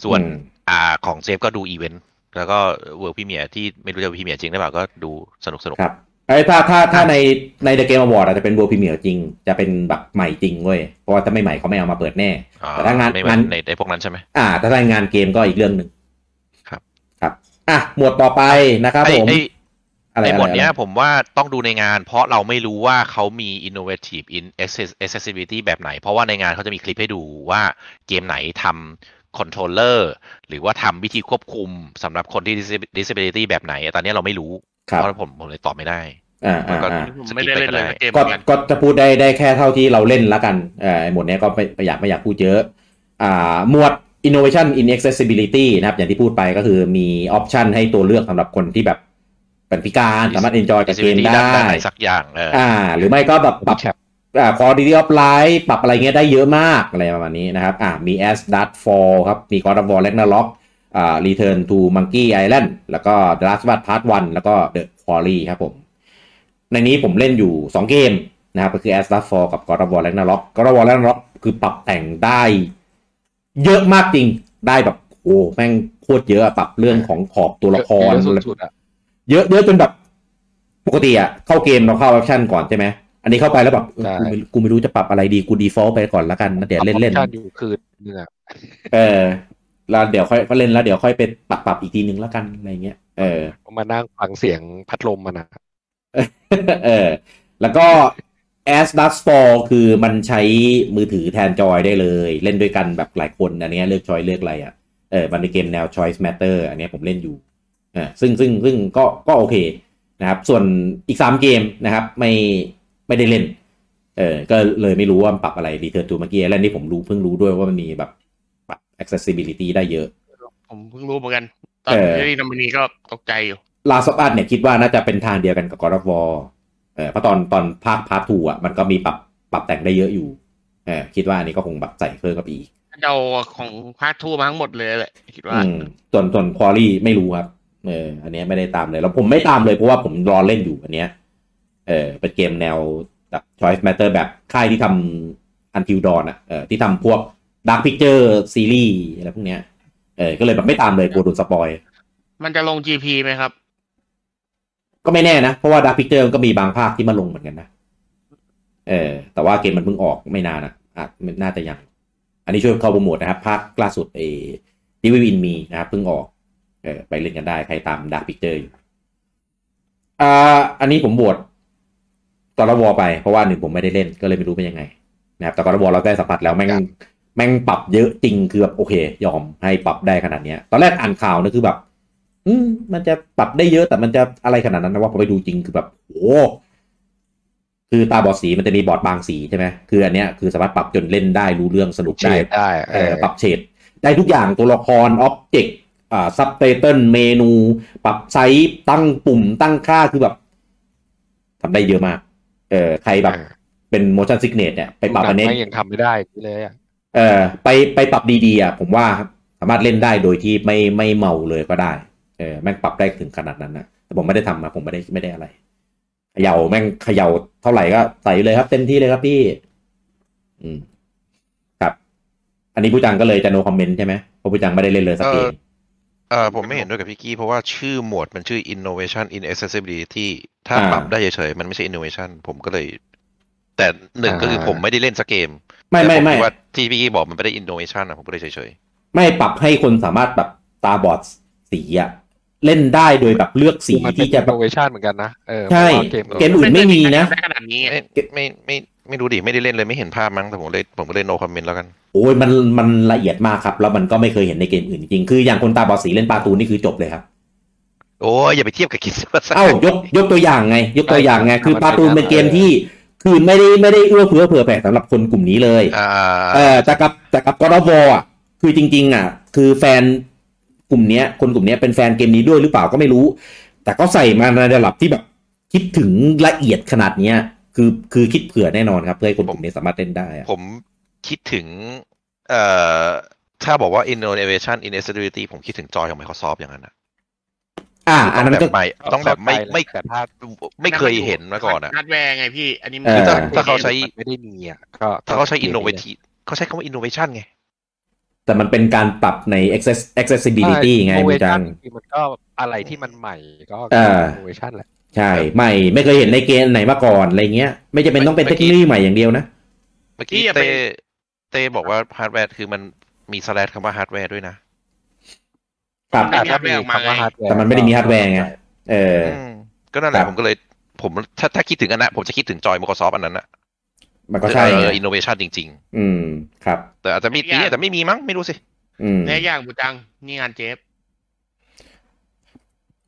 Speaker 3: ส่วน
Speaker 2: อืม
Speaker 3: อ่าของเจฟก็ดูอีเวนต์แล้วก็เวิร์กพิเมียที่ไม่รู้จะพิเมียจริงหรือเปล่าก็ดูสนุกสนุก
Speaker 2: ครับไอ้ยถ้าถ้าถ้าในในเดอะเกมอวอร์ดอาจจะเป็นบัวพิเมียจริง จะเป็นแบบใหม่จริงเว้ย เพราะว่าถ้าไม่ใหม่เขาไม่เอามาเปิดแน่ แต่ถ้างาน
Speaker 3: ไม่เหมื
Speaker 2: งา
Speaker 3: อน ในในพวกนั้นใช่ไหม
Speaker 2: อ่า ถ้าได้งานเกมก็อีกเรื่องหนึ่ง
Speaker 3: ครับ
Speaker 2: ครับ อ่ะ หมวดต่อไปนะครับ
Speaker 3: ไอ้
Speaker 2: ผม
Speaker 3: ไอ้
Speaker 2: อ
Speaker 1: อะไร
Speaker 3: ในบทเนี้ย
Speaker 1: อะไร
Speaker 3: ผมว่าต้องดูในงาน เพราะเราไม่รู้ว่าเขามี innovative in access- accessibility แบบไหน เพราะว่าในงานเขาจะมีคลิปให้ดูว่าเกมไหนทำคอนโทรลเลอร์หรือว่าทำวิธีควบคุมสำหรับคนที่ dis- disability แบบไหน ตอนนี้เราไม่รู้
Speaker 2: ครับ
Speaker 3: เพราะผมผมเลยตอบไม่ได้
Speaker 2: อ่าอ่าอ่า
Speaker 4: ผมไม่ได้เล่นเลยสักเกมเห
Speaker 2: ก็
Speaker 4: มือนกัน
Speaker 2: ก็จะพูดได้ได้แค่เท่าที่เราเล่นละกันเอ่อไอ้หมวดเนี้ยก็ไม่ไม่อยากไม่อยากพูดเยอะ อ่าหมวด innovation in accessibility นะครับ อย่างที่พูดไปก็คือมีออปชันให้ตัวเลือกสำหรับคนที่แบบเป็นพิการสามารถ enjoy กับเกม
Speaker 3: disability
Speaker 2: ได้
Speaker 3: ด้านไหนสักอย่างเอออ
Speaker 2: อ่า หรือไม่ก็แบบปรับ
Speaker 5: แคป
Speaker 2: อ่า quality of life ปรับอะไรเงี้ยได้เยอะมากอะไรประมาณนี้นะครับ อ่า มี as dart fall ครับ มี god of war ragnarok อ่า return to monkey island แล้วก็ the last of us part 1 แล้วก็ the quarry ครับผม ในนี้ผมเล่นอยู่ 2 เกมนะครับ ก็คือ as dart fall กับ god of war ragnarok god of war ragnarok คือปรับแต่งได้ เยอะมากจริง ได้แบบ โอ้แม่งโคตรเยอะอะปรับเรื่องของขอบตัวละคร
Speaker 5: เยอะสุดๆอะ
Speaker 2: เยอะเยอะจนแบบปกติอะเข้าเกมเราเข้าออปชั่นก่อนใช่ไหม อันนี้เข้าไปแล้วแบบเออ
Speaker 5: ใช่
Speaker 2: กูไม่กูไม่รู้จะปรับอะไรดีกูดีฟอลต์ไปก่อนละกันแล้วเดี๋ยวเล่นเล่น
Speaker 5: ออปชั่อยู่คือเนี่ย
Speaker 2: เออแล้วเดี๋ยวค่อยเล่นแล้วเดี๋ยวค่อยไปปรับปรับอีกทีนึงละกันอะไรเงี้ยเออ
Speaker 5: มานั่งฟังเสียงพัดลมมันอะ
Speaker 2: เออ แล้วก็ As Dust Fall คือมันใช้มือถือแทนจอยได้เลย เล่นด้วยกันแบบหลายคนอันเนี้ยเลือกชอยเลือกอะไรอ่ะเออมันเป็นเกมแนว Choice Matter อันเนี้ยผมเล่นอยู่เอ่าซึ่งซึ่งซึ่งก็ก็โอเคนะครับ ส่วนอีก 3 เกมนะครับ ไม่ไม่ได้เล่น เออก็เลยไม่รู้ว่ามันปรับอะไร Return to Monkey Island นี่ผมรู้เพิ่งรู้ด้วยว่ามันมีแบบปรับ accessibility ได้เยอะ
Speaker 4: ผมเพิ่งรู้เหมือนกัน ตอน
Speaker 2: เออ
Speaker 4: ที่ได้นอมินีก็ตกใจอยู่
Speaker 2: ลาสปัตเนี่ยคิดว่าน่าจะเป็นทางเดียวกันกับกอร์ฟวอเออเพราะตอนตอนภาคพาร์ทูอ่ะมันก็มีปรับปรับแต่งได้เยอะอยู่เออคิดว่าอันนี้ก็คงแบบใส่เพิ่มกับอีก
Speaker 4: เดาของภาคทูมาทั้งหมดเลยแหละคิดว่า
Speaker 2: อืมส่วนส่วนควอลี่ไม่รู้ครับเอออันเนี้ยไม่ได้ตามเลยแล้วผมไม่ตามเลยเพราะว่าผมรอเล่นอยู่อันเนี้ยเออเป็นเกมแนวแบบ choice matter แบบค่ายที่ทำอันทิวดอนอ่ะเออที่ทำพวก dark picture ซีรีส์อะไรพวกเนี้ยเออก็เลยแบบไม่ตามเลยกลัวโดนสปอย
Speaker 4: มันจะลง GP ไหมครับ
Speaker 2: ก็ไม่แน่นะ เพราะว่าดาร์พิกเจอร์มันก็มีบางภาคที่มาลงเหมือนกันนะ เออ แต่ว่าเกมมันเพิ่งออกไม่นานนะอ่ะมันน่าจะยัง อันนี้ช่วยเข้าโปรโมทนะครับ ภาคล่าสุดเอดิวิวินมีนะครับเพิ่งออก เออไปเล่นกันได้ใครตามดาร์พิกเจอร์อยู่อ่าอันนี้ผมบวชตอนรวอไป เพราะว่าหนึ่งผมไม่ได้เล่นก็เลยไม่รู้เป็นยังไง นะครับ แต่ตอนรวอเราได้สัมผัสแล้วแม่งแม่งปรับเยอะจริงคือแบบโอเค ยอมให้ปรับได้ขนาดเนี้ย ตอนแรกอ่านข่าวนะคือแบบ อืมมันจะปรับได้เยอะแต่มันจะอะไรขนาดนั้นนะว่าพอไปดูจริงคือแบบโอ้คือตาบอดสีมันจะมีบอร์ดบางสีใช่ไหมคืออันเนี้ยคือสามารถปรับจนเล่นได้รู้เรื่องสนุก
Speaker 5: เช
Speaker 2: ได้
Speaker 5: ดได้
Speaker 2: เอ่อปรับเฉดได้ทุกอย่างตัวละครอ็อบเจกต์อ่าซับไตเติลเมนู ปรับไซส์ตั้งปุ่มตั้งค่าคือแบบทำได้เยอะมาก เออใครแบบเป็น motion sickness เนี่ยไปปรับอันเนี้ย
Speaker 5: ไม่ยังทำไม่ได้เลยอะ
Speaker 2: เอ่อไปไปปรับดีๆอ่ะผมว่าสามารถเล่นได้โดยที่ไม่ไม่เมาเลยก็ได้เออแม่งปรับได้ถึงขนาดนั้นนะแต่ผมไม่ได้ทำนะผมไม่ได้ไม่ได้อะไรเขย่าแม่งเขย่าเท่าไหร่ก็ใส่เลยครับ เต็มที่เลยครับพี่ อืม ครับ อันนี้ผู้จังก็เลยจะ no comment ใช่ไหมเพราะผู้จังไม่ได้เล่นเลยสักเก
Speaker 3: เออ
Speaker 2: ม
Speaker 3: เออผมไม่เห็นด้วยกับพี่กี้ เพราะว่าชื่อหมวดมันชื่อ innovation in accessibility ถ้าปรับได้เฉยๆมันไม่ใช่ innovation ผมก็เลย แต่หนึ่งก็คือผมไม่ได้เล่นสักเกม
Speaker 2: ไม่ไม่ไม่
Speaker 3: แต่ผคิดว่าที่พี่กี้บอกมันไม่ได้ innovation อ่ะผมก็เลยเฉย
Speaker 2: ไม่ปรับให้คนสามารถแบบตาบอดสีอ่ะเล่นได้โดยแบบเลือกสี
Speaker 5: มันเป็น
Speaker 2: ที่จะแบ
Speaker 5: โน
Speaker 2: บ
Speaker 5: เวชันเหมือนกันนะเออ
Speaker 2: ใช่
Speaker 5: เพราะว่าเกม
Speaker 2: เกมอื่นไม่มีนะ
Speaker 4: ได้ขนาดนี้
Speaker 3: ๆ
Speaker 4: ไง
Speaker 3: ไม่ไม่ไม่ไม่รู้ดิไม่ได้เล่นเลยไม่เห็นภาพมั้งแต่ผมเลยผมก็เลย no comment แล้วกัน
Speaker 2: โอ้ยมันมันละเอียดมากครับ แล้วมันก็ไม่เคยเห็นในเกมอื่นจริงๆคืออย่างคนตาบอดสีเล่นปลาตูนนี่คือจบเลยครับ
Speaker 3: โอ้ยอย่าไปเทียบกับคิดว่า
Speaker 2: เอ้ายกยกตัวอย่างไง ยกตัวอย่างไง คือปลาตูนเป็นเกมที่ คือไม่ได้ไม่ได้เอื้อเฟื้อเผื่อแผ่สำหรับคนกลุ่มนี้เลย
Speaker 3: อ่า
Speaker 2: เออแต่กับแต่กับกอร์วอ่ะคือจริง ๆ อ่ะ คือแฟนกลุ่มเนี้ย คนกลุ่มเนี้ยเป็นแฟนเกมนี้ด้วยหรือเปล่าก็ไม่รู้ แต่ก็ใส่มาในระดับที่แบบคิดถึงละเอียดขนาดเนี้ย คือคือคิดเผื่อแน่นอนครับ เพื่อให้คนกลุ่มนี้สามารถเล่นได้อะ
Speaker 3: ผมคิดถึง เอ่อ ถ้าบอกว่า innovation in accessibility ผมคิดถึงจอยของ Microsoft อย่างนั้นอ่ะ
Speaker 2: อ่า อันนั้น
Speaker 3: แบ
Speaker 2: ก็
Speaker 3: บใหม่ต้องแบบไม่ไม่
Speaker 5: แต่ถ้า
Speaker 3: ไม่เคยเห็นมาก่อนอ่ะ
Speaker 4: ฮาร์ดแวร์ไงพี่ อันนี้มัน
Speaker 2: เออ
Speaker 4: คือ
Speaker 3: ถ้าเขาใช้
Speaker 5: มันไม่ได้มีอ่ะก็
Speaker 3: ถ้าเขาใช้ innovative เขาใช้คำว่า innovation ไง
Speaker 2: แต่มันเป็นการปรับใน access-
Speaker 5: ใช่
Speaker 2: accessibility ไงคุณจัง
Speaker 5: innovation คือมันก็อะไรที่มันใหม่ก็
Speaker 2: เออ
Speaker 5: โนเวชันแหละ
Speaker 2: ใช่ไม่ไม่เคยเห็นในเกมไหนมาก่อนอะไรเงี้ย ไม่จะเป็นต้องเป็นเทคโนโลยีใหม่อย่างเดียวนะ
Speaker 3: เมื่อกี้
Speaker 4: พี่อย่า
Speaker 3: เต้
Speaker 4: ไป
Speaker 3: เต้บอกว่าฮาร์ดแวร์คือมันมีสแลดคำว่าฮาร์ดแวร์ด้วยนะ
Speaker 2: ปรับ
Speaker 4: ไม่มีฮาร์ดแวร์ออกมาไง
Speaker 2: แต่มันไม่ได้มีฮาร์ดแวร์ไง เออ
Speaker 3: ม ก็นั่นแหละ
Speaker 2: ครับ
Speaker 3: ผมก็เลยผมถ้าถ้าคิดถึงอันนะผมจะคิดถึงจอย Microsoft อันนั้นอะ
Speaker 2: มันก็ใช่
Speaker 3: เอ
Speaker 2: ไง
Speaker 3: ออินโนเวชันจริง
Speaker 2: อืมครับ
Speaker 3: ๆ แต่อาจจะมี
Speaker 4: อีกอ
Speaker 3: ปี
Speaker 4: ย่าง
Speaker 3: อาจจะไม่มีมั้งไม่รู้สิ
Speaker 2: อืม
Speaker 4: ในอย่างบูจังนี่งานเจฟ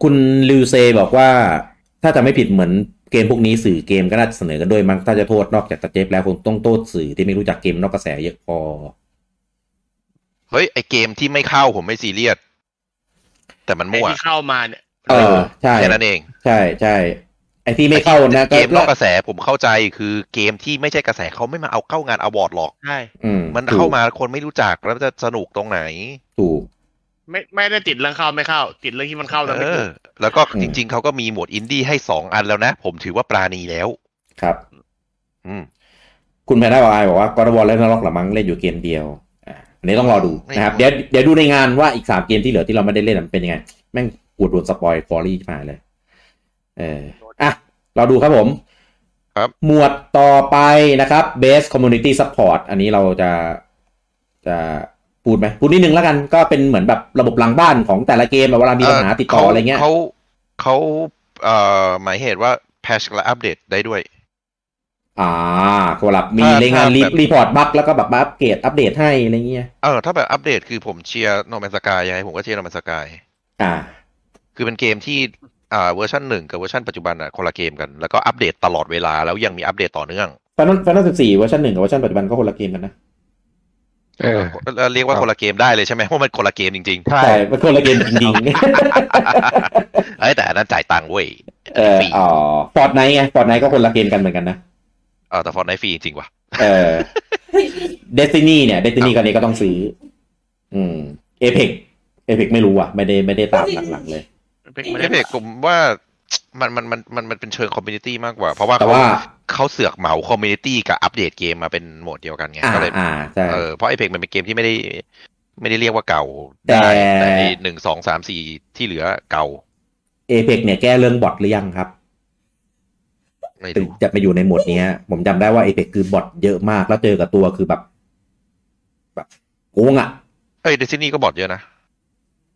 Speaker 2: คุณลิวเซบอกว่าถ้าจะไม่ผิดเหมือนเกมพวกนี้สื่อเกมก็น่าจะเสนอกันด้วยมั้งถ้าจะโทษนอกจากตะเจ็บแล้วคงต้องโทษสื่อที่ไม่รู้จักเกมนอกกระแสเยอะพอ
Speaker 3: เฮ้ย ไอเกมที่ไม่เข้าผมไม่ซีเรียส แต่มัน
Speaker 4: ไอ้
Speaker 3: มั่ว
Speaker 4: ที่เข้ามาเนี่ย
Speaker 2: เออใช่
Speaker 3: แค่นั้นเอง
Speaker 2: ใช่ใช่ไอที่ไม่เข้านะ
Speaker 3: เกมน
Speaker 2: ก็
Speaker 3: อกกระแสผมเข้าใจคือเกมที่ไม่ใช่กระแสเขาไม่มาเอาเข้างานอวอร์ดหรอก
Speaker 4: ใช่
Speaker 2: อื
Speaker 3: มันเข้ามาคนไม่รู้จักแล้วจะสนุกตรงไหน
Speaker 2: ถูก
Speaker 4: ไม่ไม่ได้ติดเรื่องเข้าไม่เข้า ติดเรื่องที่มันเข้าแล้ว
Speaker 3: เอ
Speaker 4: ไม่ถู
Speaker 3: อ
Speaker 4: ก
Speaker 3: แล้วก็
Speaker 2: อืม
Speaker 3: จริง ๆ เขาก็มีหมวดอินดี้ให้สองอันแล้วนะ ผมถือว่าปราณีแล้ว
Speaker 2: ครับ
Speaker 3: อืม
Speaker 2: คุณแพนด้าบอกไอบอกว่ากอร์วอลและนาล็อกหรือมั้งเล่นอยู่เกมเดียวอ่ะอันนี้ต้องรอดูนะครับ
Speaker 3: ไม่
Speaker 2: เดี๋ยวเดี๋ยวดูในงานว่าอีกสามเกมที่เหลือที่เราไม่ได้เล่นมันเป็นยังไง แม่งปวดโดนสปอยฟอรี่มาเลย เอออ่ะ เราดูครับผม
Speaker 3: ครับ
Speaker 2: หมวดต่อไปนะครับ Base Community Support อันนี้เราจะจะพูดไหมพูดนิดนึงแล้วกันก็เป็นเหมือนแบบระบบหลังบ้านของแต่ละเกมแบบเวลามีปัญหาติดต่ออะไรเงี้ย
Speaker 3: เขาเขาเอ่อหมายเหตุว่าแพชและอัปเดตได้ด้วย
Speaker 2: อ่าสำหรับมี
Speaker 3: ถ้า
Speaker 2: ในงาน
Speaker 3: ถ้าแบบ
Speaker 2: รีพอร์ตบั๊กแล้วก็แบบมาอัปเกรดอัปเดตให้อะไรเงี้ย
Speaker 3: เออถ้าแบบอัปเดตคือผมเชียร์โนแมนสกายยังไงผมก็เชียร์โนแมนสกาย
Speaker 2: อ่า
Speaker 3: คือเป็นเกมที่อ่าเวอร์ชันหนึ่งกับเวอร์ชันปัจจุบันอ่ะคนละเกมกัน แล้วก็อัปเดตตลอดเวลาแล้วยังมีอัปเดตต่อเนื่อง
Speaker 2: ฟ i น a l ฟ i น a l สิบสี่เวอร์ชันหนึ่งกับเวอร์ชันปัจจุบันก็คนละเกมกันนะ
Speaker 5: เออ
Speaker 3: เอ่อเรียกว่าคนละเกมได้เลยใช่ไหมเพราะมันคนละเกมจริง
Speaker 5: ใช่
Speaker 2: แต่มันคนละเกมจริงๆ
Speaker 3: ๆเอ้ยแต่อันนั้นจ่ายตังค์เว้ย
Speaker 2: เอออ๋อปอดไนไงปอดไนก็คนละเกมกันเหมือนกันนะ
Speaker 3: เออแต่ฟอนไนฟรีจริงว่ะ
Speaker 2: เออเดสตินีเนี่ยเดสตินีกันนี้ก็ต้องซื้อ อืมเอพิกเอพิกไม่รู้อ่ะ ไม่ได้ไม่ได้ตามหลังๆเลย
Speaker 4: เป็น
Speaker 3: ไม่
Speaker 4: ไม่
Speaker 3: ได้
Speaker 4: ได้
Speaker 3: เพกผมว่ามันมันมันมันมันเป็นเชิงคอมมูนิตี้มากกว่า เพราะว่า
Speaker 2: แต่
Speaker 3: เขา
Speaker 2: ว่า
Speaker 3: เขาเสือกเหมาคอมมูนิตี้กับอัปเดตเกมมาเป็นโหมดเดียวกันไง
Speaker 2: อ่า
Speaker 3: ก็เลย
Speaker 2: อ่าใช่
Speaker 3: เออเพราะไอเพกมันเป็นเกมที่ไม่ได้ ไม่ได้เรียกว่าเก่า
Speaker 2: แต่
Speaker 3: ได้แต่ไอ้หนึ่งสองสามสี่ที่เหลือเก่า
Speaker 2: เอพิกเนี่ยแก้เรื่องบอทหรือยังครับ
Speaker 3: ไม่
Speaker 2: ถึง
Speaker 3: รู้
Speaker 2: จะไปอยู่ในโหมดเนี้ย ผมจำได้ว่าเอพิกคือบอทเยอะมากแล้วเจอกับตัวคือแบบ แบบโกงอ่ะ
Speaker 3: เอ้ยเดซินี่ก็บอดเยอะนะ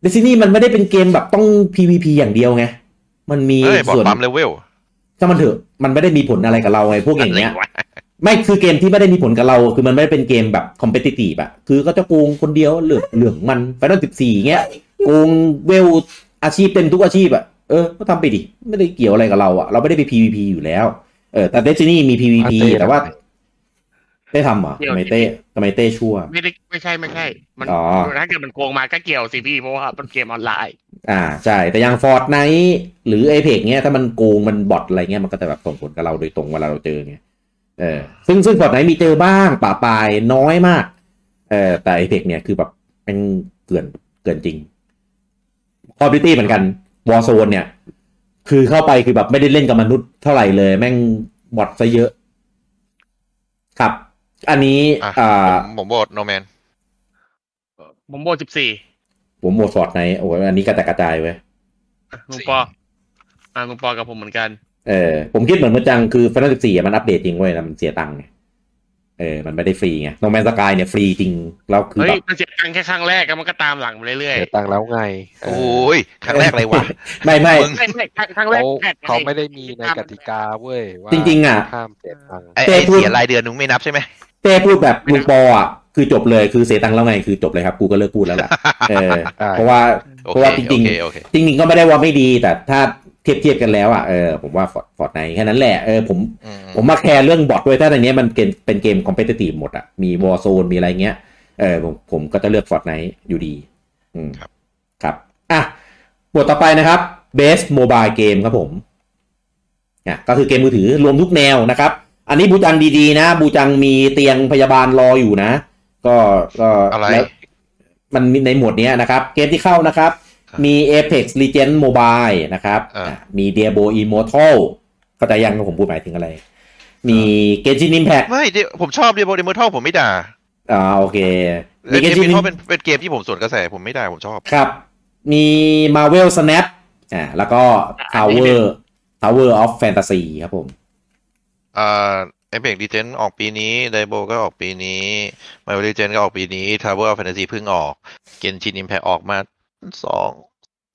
Speaker 2: เดซินี่มันไม่ได้เป็นเกมแบบต้อง PVP อย่างเดียวไง มันมี
Speaker 3: เอ้ยบอด
Speaker 2: ส่วน
Speaker 3: ปั๊มเลเวล
Speaker 2: ถ้ามันเถอะ มันไม่ได้มีผลอะไรกับเราไงพวกอย่างเงี้ย
Speaker 3: อะไรวะ
Speaker 2: ไม่คือเกมที่ไม่ได้มีผลกับเรา คือมันไม่ได้เป็นเกมแบบคอมเพติตีฟอะคือก็จะโกงคนเดียวเหลืองเหลืองมันไฟนอลสิบสี่เงี้ย โกงเวลอาชีพเต็มทุกอาชีพอะเออ ก็ทำไปดิ ไม่ได้เกี่ยวอะไรกับเราอะเราไม่ได้ไป PVP อยู่แล้ว เออ แต่เดซินี่มี PVP
Speaker 5: อ่ะเต้
Speaker 2: แต่ว่าเต้ทำเหรอทำไมเต้ทำไมเต้ชั่ว
Speaker 4: ไม่ได้ไม่ใช่ไม่ใช่ มัน
Speaker 2: อ๋อ
Speaker 4: ถ้าเกิดมันโกงมาก็เกี่ยวสิพี่เพราะว่ามันเกมออนไลน์
Speaker 2: อ่าใช่ แต่อย่างฟอร์ดไนหรือไอเพกเนี้ยถ้ามันโกงมันบอทอะไรเงี้ยมันก็จะแบบส่งผลกับเราโดยตรงเวลาเราเจอเงี้ยเออซึ่งซึ่งฟอร์ดไนมีเจอบ้างป่าปลายน้อยมากเออแต่ไอเพกเนี่ยคือแบบเป็นเกินเกินจริงคอมพิวตี้เหมือนกันวอ r z โซนเนี่ย คือเข้าไปคือแบบไม่ได้เล่นกับมนุษย์เท่าไหร่เลย แม่งบอทซะเยอะ ครับ อันนี้
Speaker 3: อ่ะ
Speaker 2: อ่า
Speaker 3: ผมผมบอดโนแมน
Speaker 4: ผมโบสิบสี่
Speaker 2: ผมโหมดฟอร์ดไนโอ้ยอันนี้กระจัดกระจายเว้ย
Speaker 4: ลุงปออ่าลุงปอกับผมเหมือนกัน
Speaker 2: เออผมคิดเหมือนมือจังคือ Final 14อ่ะมันอัปเดตจริงเว้ยแต่มันเสียตังค์ไงเออ มันไม่ได้ฟรีไง No Man's Sky เนี่ยฟรีจริง แล้วคือ
Speaker 4: เฮ้ย
Speaker 2: แบบ
Speaker 4: มันเสียตังค์แค่ครั้งแรกแล้วมันก็ตามหลังมาเรื่อย
Speaker 5: เสียตังค์แล้วไงเอ
Speaker 3: โอ
Speaker 5: อ้
Speaker 3: ยครั้งแรกเลยวะ
Speaker 2: ไม่ไม่
Speaker 3: ง
Speaker 4: ๆไม่ไม่ครั้งครั้งแรก
Speaker 5: เขา
Speaker 4: แปด
Speaker 5: เขา
Speaker 4: ป
Speaker 5: ไม่ได้มีในกติกาเว้ยว่า
Speaker 2: จริงๆอ่ะ
Speaker 5: ห้ามเสียตังค์
Speaker 3: ไอ้
Speaker 2: เต้
Speaker 3: ไอ้
Speaker 2: พูด
Speaker 3: เสียรายเดือนนึงไม่นับใช่ไหม
Speaker 2: เต้พูดแบบลุงปออ่ะคือจบเลยคือเสียตังค์แล้วไงคือจบเลยครับ กูก็เลิกพูดแล้วล่ะเออเพราะว่า
Speaker 3: โอ
Speaker 2: เพ
Speaker 3: เค
Speaker 2: ราะว่าจริง
Speaker 3: โอเค
Speaker 2: ๆ
Speaker 3: โอเค
Speaker 2: จริงๆก็ไม่ได้ว่าไม่ดี แต่ถ้าเทียบเทียบกันแล้วอ่ะเออผมว่าฟอร์ดไนแค่นั้นแหละเออผม
Speaker 3: อืมอืม
Speaker 2: ผมมาแคร์เรื่องบอทด้วยถ้าในเนี้ยมันเกมเป็นเกมคอมเพตตีฟหมดอะมีวอร์โซนมีอะไรเงี้ยเออผมผมก็จะเลือกฟอร์ดไนอยู่ดี อืมครับครับอ่ะบทต่อไปนะครับเบสโมบายเกมครับผมอ่ะก็คือเกมมือถือรวมทุกแนวนะครับ อันนี้บูจังดีๆ นะ บูจังมีเตียงพยาบาลรออยู่นะ ก็ก็
Speaker 3: อะไร
Speaker 2: แล้ว มันมีในหมวดเนี้ยนะครับ เกมที่เข้านะครับ
Speaker 3: ครับ
Speaker 2: มี Apex Legends Mobile นะครับ
Speaker 3: อ่า
Speaker 2: อ่ะมี Diablo Immortal เข้าใจยังว่าผมพูดหมายถึงอะไร มี Genshin Impact
Speaker 3: ไม่เดี๋ยวผมชอบเดโมเดโมเท่าผมไม่ด่า
Speaker 2: อ่าโอเค มี
Speaker 3: เดโม
Speaker 2: Genshin Impact
Speaker 3: เท่าเป็นเป็นเกมที่ผมสวนกระแสผมไม่ด่าผมชอบ
Speaker 2: ครับ มี Marvel Snap อ่าแล้วก็ Tower Tower of Fantasy ครับผม
Speaker 3: เอ่อเอเบกดีเจนออกปีนี้ไดโบก็ออกปีนี้มาวิลเจนก็ออกปีนี้ทาวเวอร์แฟนตาซีเพิ่งออกเกนชินอิมแพ t ออกมาสอง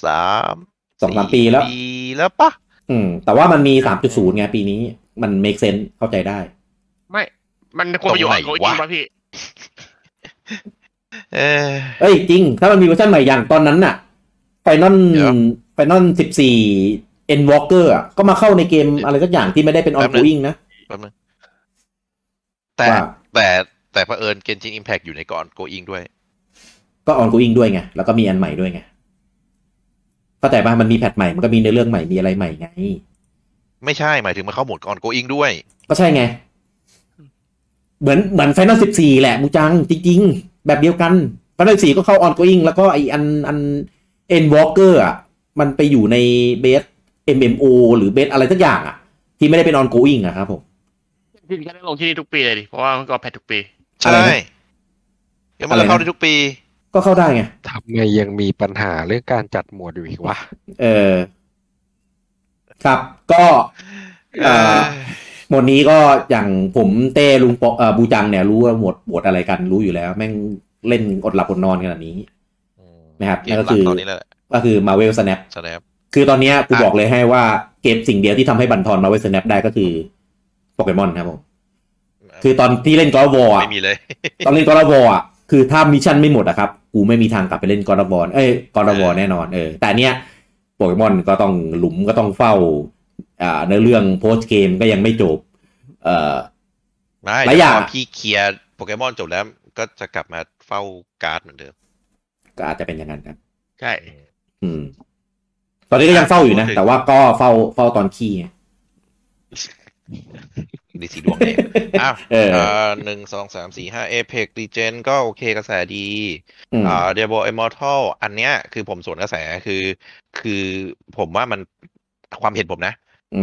Speaker 3: สาม
Speaker 2: สองสามปีแล้ว
Speaker 3: ปีแล้วปะ
Speaker 2: อืม แต่ว่ามันมีสามจุดศูนย์ไงปีนี้ มัน make sense เข้าใจได้
Speaker 4: ไม่ มันควรไปอยู่ไอโก
Speaker 3: ตรงไหน
Speaker 4: อีก
Speaker 3: วะ
Speaker 4: ป่ะพี่
Speaker 3: เออ
Speaker 2: เอ้ย จริง ถ้ามันมีเวอร์ชันใหม่อย่างตอนนั้นน่ะไฟนอล
Speaker 3: เดี๋ยว
Speaker 2: ไฟนอลสิบสี่เอ็นวอลเกอร์ก็มาเข้าในเกมอะไรสักอย่างที่ไม่ได้เป็นออ
Speaker 3: แป๊
Speaker 2: น
Speaker 3: บนึ
Speaker 2: กู
Speaker 3: ง
Speaker 2: อิงนะ
Speaker 3: แป๊บนึงแต่
Speaker 2: ว่า
Speaker 3: แต่แต่เผอิญเกนจินอิมแพกอยู่ในก่อนโกอิงด้วย
Speaker 2: ก็ออนกูอิงด้วยไง แล้วก็มีอันใหม่ด้วยไงเข้าใจป่ะมันมีแพทใหม่มันก็มีเนื้อเรื่องใหม่มีอะไรใหม่ไง
Speaker 3: ไม่ใช่หมายถึงมาเข้าโหมดก่อนโกอิงด้วย
Speaker 2: ก็ใช่ไง เหมือนเหมือนไฟนอลสิบสี่แหละมูจัง จริง ๆ แบบเดียวกันไฟนอลสี่ก็เข้าออน o i n อิงแล้วก็ไออันอันเอ็นวอลเกอร์อ่ะ มันไปอยู่ในเบส MMO หรือเบสอะไรสักอย่างอ่ะ ที่ไม่ได้เป็นออน o i n อิงอะครับผม
Speaker 4: จริงๆก็ได้ลงที่นี่ทุกปีเลยดิ เพราะว่ามันก็แพททุกปี
Speaker 3: ใช่
Speaker 2: อะไรนะ
Speaker 3: ก็มันก็เข้า
Speaker 2: อะไรนะ
Speaker 3: ได้ทุกปี
Speaker 2: ก็เข้าได้ไง
Speaker 5: ทำไมยังมีปัญหาเรื่องการจัดหมวดอยู่อีกวะ
Speaker 2: เออ ครับ ก็เอ่อ หมวดนี้ก็อย่างผมเต้ลุงปอเอ่อบูจังเนี่ยรู้ว่าหมวดหมวดอะไรกันรู้อยู่แล้ว แม่งเล่นอดหลับอดนอนขนาดนี้ นะครับ
Speaker 3: เก
Speaker 2: นั่
Speaker 3: ม
Speaker 2: นก็
Speaker 3: หลั
Speaker 2: คื
Speaker 3: ก
Speaker 2: อ
Speaker 3: ตอนนี้แหละ
Speaker 2: ก็คือ Marvel Snap
Speaker 3: แสดง
Speaker 2: คือตอนเนี้ยกู
Speaker 3: อ่ะ
Speaker 2: บอกเลยให้ว่าเกมสิ่งเดียวที่ทำให้บันทอน Marvel Snap ได้ก็คือโปเกมอนครับผม คือตอนที่เล่นกอล์ฟวอ
Speaker 3: ไม่มีเลย
Speaker 2: ตอนเล่นกอล์ฟวอะคือถ้ามิชชั่นไม่หมดอะครับ กูไม่มีทางกลับไปเล่นกอล์ฟวอเอ้ยกอล์ฟวอ
Speaker 3: เออ
Speaker 2: แน่นอนเออแต่เนี้ยโปเกมอนก็ต้องหลุมก็ต้องเฝ้าอ่าในเรื่องโพสเกมก็ยังไม่จบ เอ่อ
Speaker 3: ไม่
Speaker 2: หลายอย่าง
Speaker 3: พอพี่เคลียร์โปเกมอนจบแล้วก็จะกลับมาเฝ้าการ์ดเหมือ นเดิม
Speaker 2: ก็อาจจะเป็นอย่างนั้นครับ
Speaker 4: ใช่
Speaker 2: อืม ตอนนี้ก็ยังเฝ้าอยู่นะ
Speaker 3: พูดถึง
Speaker 2: แต่ว่าก็เฝ้าเฝ้าตอนขี้ไง
Speaker 3: ดีสีดวงเองอ้าว
Speaker 2: เออ
Speaker 3: เอ่อหนึ่งสองสามสี่ห้าเอเพกดีเจนก็โอเคกระแสดี
Speaker 2: อืม
Speaker 3: อ่าเดียโบเอมอร์ทัลอันเนี้ยคือผมสวนกระแสคือ คือผมว่ามันความเห็นผมนะ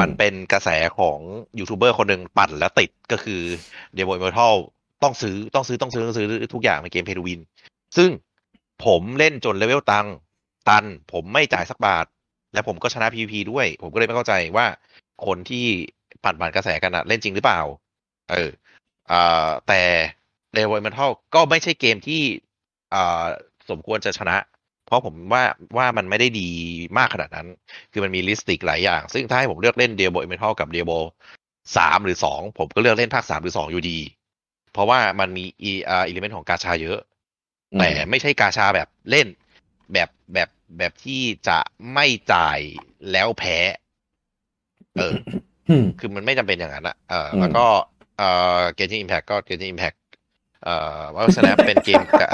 Speaker 3: มันเป็นกระแสของยูทูบเบอร์คนหนึ่งปั่นแล้วติดก็คือเด v บ l เมทัลต้องซื้อต้องซื้อต้องซื้อต้องซื้อทุกอย่างในเกมเพ d วิน ซึ่งผมเล่นจนเลเวลตังตัน ผมไม่จ่ายสักบาท และผมก็ชนะ PVP ด้วย ผมก็เลยไม่เข้าใจว่าคนที่ปั่นผ่านกระแสกันอะเล่นจริงหรือเปล่า เอออ่าแต่เด v บ l เมทัลก็ไม่ใช่เกมที่อ่าสมควรจะชนะ เพราะผมว่าว่ามันไม่ได้ดีมากขนาดนั้น คือมันมีลิสติกหลายอย่าง ซึ่งถ้าให้ผมเลือกเล่นเดียโบเมทัลกับเดียโบสามหรือสองผมก็เลือกเล่นภาคสามหรือสองอยู่ดี เพราะว่ามันมีอีอ่าอิเลเมนต์ของกาชาเยอะ
Speaker 2: อืม
Speaker 3: แต่ไม่ใช่กาชาแบบเล่นแบบแบบแบบที่จะไม่จ่ายแล้วแพ้ เออ
Speaker 2: อืม
Speaker 3: คือมันไม่จำเป็นอย่างนั้นอะเอออ
Speaker 2: ม
Speaker 3: แล้วก็เออเกจิอิมแพกก็เกจิอิมแพกเอ่อว่าสแนปเป็นเกมกะ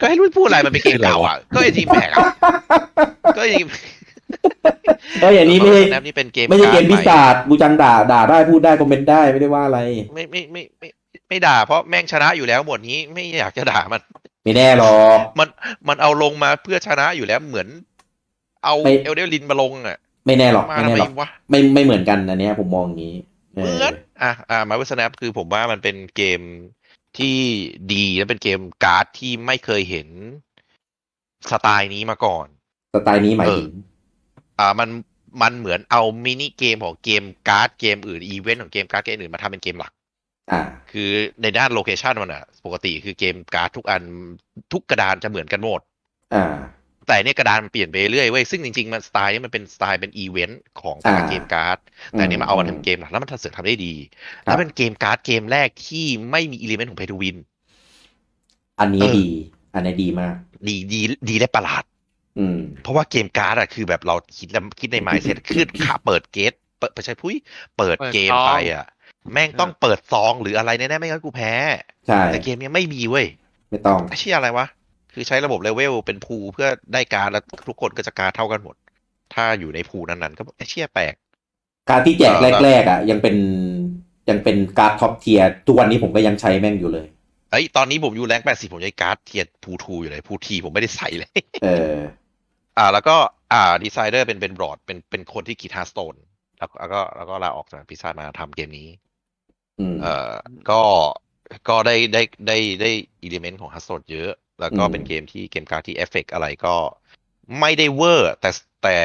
Speaker 3: ก็ให้รุ่นพูดอะไรมันเป็นเกมเก่าอ่ะ ก็เกจิอิมแพกอ่ะก็เกจิ
Speaker 2: ก็อย่างนี้ไม่ใช่
Speaker 3: Snap นี่เป็นเกม
Speaker 2: ไม่ใช่เกม
Speaker 3: ร์ด
Speaker 2: พิ
Speaker 3: ให
Speaker 2: ศาจบูจังด่าด่าได้พูดได้คอมเมนต์ได้ไม่ได้ว่าอะไร
Speaker 3: ไม่ไม่ไม่ไม่ไม่ไม่ด่า เพราะแม่งชนะอยู่แล้วหมวดนี้ไม่อยากจะด่ามัน
Speaker 2: ไม่แน่หรอก
Speaker 3: มันมันเอาลงมาเพื่อชนะอยู่แล้วเหมือน เอา
Speaker 2: ไม่
Speaker 3: เอลเดอร์ลินมาลงอ่ะ
Speaker 2: ไม่แน่หรอก
Speaker 3: มา
Speaker 2: ไม่
Speaker 3: ทำ
Speaker 2: แน่
Speaker 3: ไม
Speaker 2: หรอก
Speaker 3: วะ
Speaker 2: ไม่ไม่เหมือนกันอันเนี้ย ผมมองอย่างนี้
Speaker 3: เหมือนอ่ะอ่ะมาวิสแนปคือผมว่ามันเป็นเกมที่ดีและเป็นเกมการ์ดที่ไม่เคยเห็นสไตล์นี้มาก่อน
Speaker 2: สไตล์นี้หมายถึง
Speaker 3: อ่ามันมันเหมือนเอามินิเกมของเกมการ์ดเกมอื่นอีเวนต์ของเกมการ์ดเกมอื่นมาทำเป็นเกมหลัก
Speaker 2: อ่า
Speaker 3: คือในด้านโลเคชันมันอะปกติคือเกมการ์ดทุกอันทุกกระดานจะเหมือนกันหมด
Speaker 2: อ่า
Speaker 3: แต่เนี่ยกระดานมันเปลี่ยนไปเรื่อยเว้ยซึ่งจริงๆมันสไตล์เนี่ยมันเป็นสไตล์เป็นอีเวนต์ของแต่ละ
Speaker 2: อ่า
Speaker 3: เกมการ์ดแต่เนี่ยมาเอามาทำเกมหลักแล้วมันทำเสร็จทำได้ดี แล้วเป็นเกมการ์ดเกมแรกที่ไม่มีอิเลเมนต์ของเพทูวิน
Speaker 2: อันนี้
Speaker 3: เออ
Speaker 2: ดี อันนี้ดีมาก
Speaker 3: ดีดีดีและประหลาด
Speaker 2: อืม
Speaker 3: เพราะว่าเกมการ์ดอะคือแบบเราคิดแล้วคิดในมายเซ็ตคือขาเปิดเกตเปิดไม่ใช่พุ้ยเปิด
Speaker 4: เปิด
Speaker 3: เกม
Speaker 4: ซอง
Speaker 3: ไปอะแม่งต้องเปิดซองหรืออะไรแน่ๆไม่งั้นกูแพ้
Speaker 2: ใช่
Speaker 3: แต่เกมเนี้ยไม่มีเว้ย
Speaker 2: ไม่ต้อง
Speaker 3: ไอ้เชี่ยอะไรวะ คือใช้ระบบเลเวลเป็นพูลเพื่อได้การดแล้วทุกคนก็จะการดเท่ากันหมด ถ้าอยู่ในพูลนั้นๆ ก็บอกไอ้เชี่ยแปลก
Speaker 2: การที่แจก
Speaker 3: เออ
Speaker 2: แรกๆอ่ะ ยังเป็นยังเป็นการ์ดท็อปเทียทุกวันนี้ผมก็ยังใช้แม่งอยู่เลย
Speaker 3: เอ้ย ตอนนี้ผมอยู่แรงแปดสิบผมใช้การ์ดเทียพูทูอยู่เลยพูทีผมไม่ได้ใส่เลย
Speaker 2: เออ
Speaker 3: อ่า แล้วก็อ่าดีไซเนอร์เป็นเป็นบรอดเป็นเป็นคนที่กีตาร์สโตนแล้วแล้วก็แล้วก็ลาออกจากพิซซ่ามาทำเกมนี้
Speaker 2: อืม
Speaker 3: เอ่อก็ก็ได้ได้ได้ได้อิเลเมนต์ของฮัสโซนเยอะ แล้วก็
Speaker 2: อืม
Speaker 3: เป็นเกมที่เกมการ์ดที่เอฟเฟกอะไรก็ไม่ได้เวอร์ แต่แต่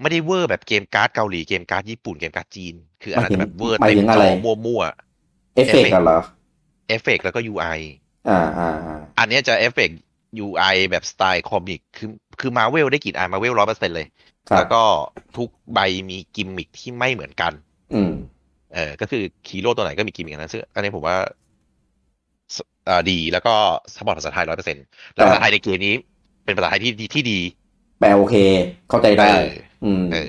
Speaker 3: ไม่ได้เวอร์แบบเกมการ์ดเกาหลีเกมการ์ดญี่ปุ่นเกมการ์ดจีน คืออันนั้นจะแบบเวอร์
Speaker 2: หมาย
Speaker 3: เต็
Speaker 2: ถึ
Speaker 3: ม
Speaker 2: ง
Speaker 3: จ
Speaker 2: อะไร
Speaker 3: อมั่ว
Speaker 2: เอฟเฟกต์
Speaker 3: เอฟเฟกต์
Speaker 2: อะเหรอ
Speaker 3: ๆเอฟเฟกแล้วก็ UI
Speaker 2: อ่าอ่าอ่า
Speaker 3: อันเนี้ยจะเอฟเฟก UI แบบสไตล์คอมิกคือคือมาเวลได้กลิ่นอายมาเวลร้อยเปอร์เซ็นเลย
Speaker 2: ครับ
Speaker 3: แล้วก็ทุกใบมีกิมมิคที่ไม่เหมือนกัน
Speaker 2: อืม
Speaker 3: เออ ก็คือคีโร่ตัวไหนก็มีกิมมิคอันนั้นซึ่งอันนี้ผมว่าสอ่าดีแล้วก็สปอร์ตภาษาไทยร้อยเปอร์เซ็นแล้วภาษาไทยในเกมนี้ เป็นภาษาไทยที่ดีที่ดี
Speaker 2: แปลโอเค เข้าใจได้
Speaker 3: เออ
Speaker 2: อืม
Speaker 3: เออ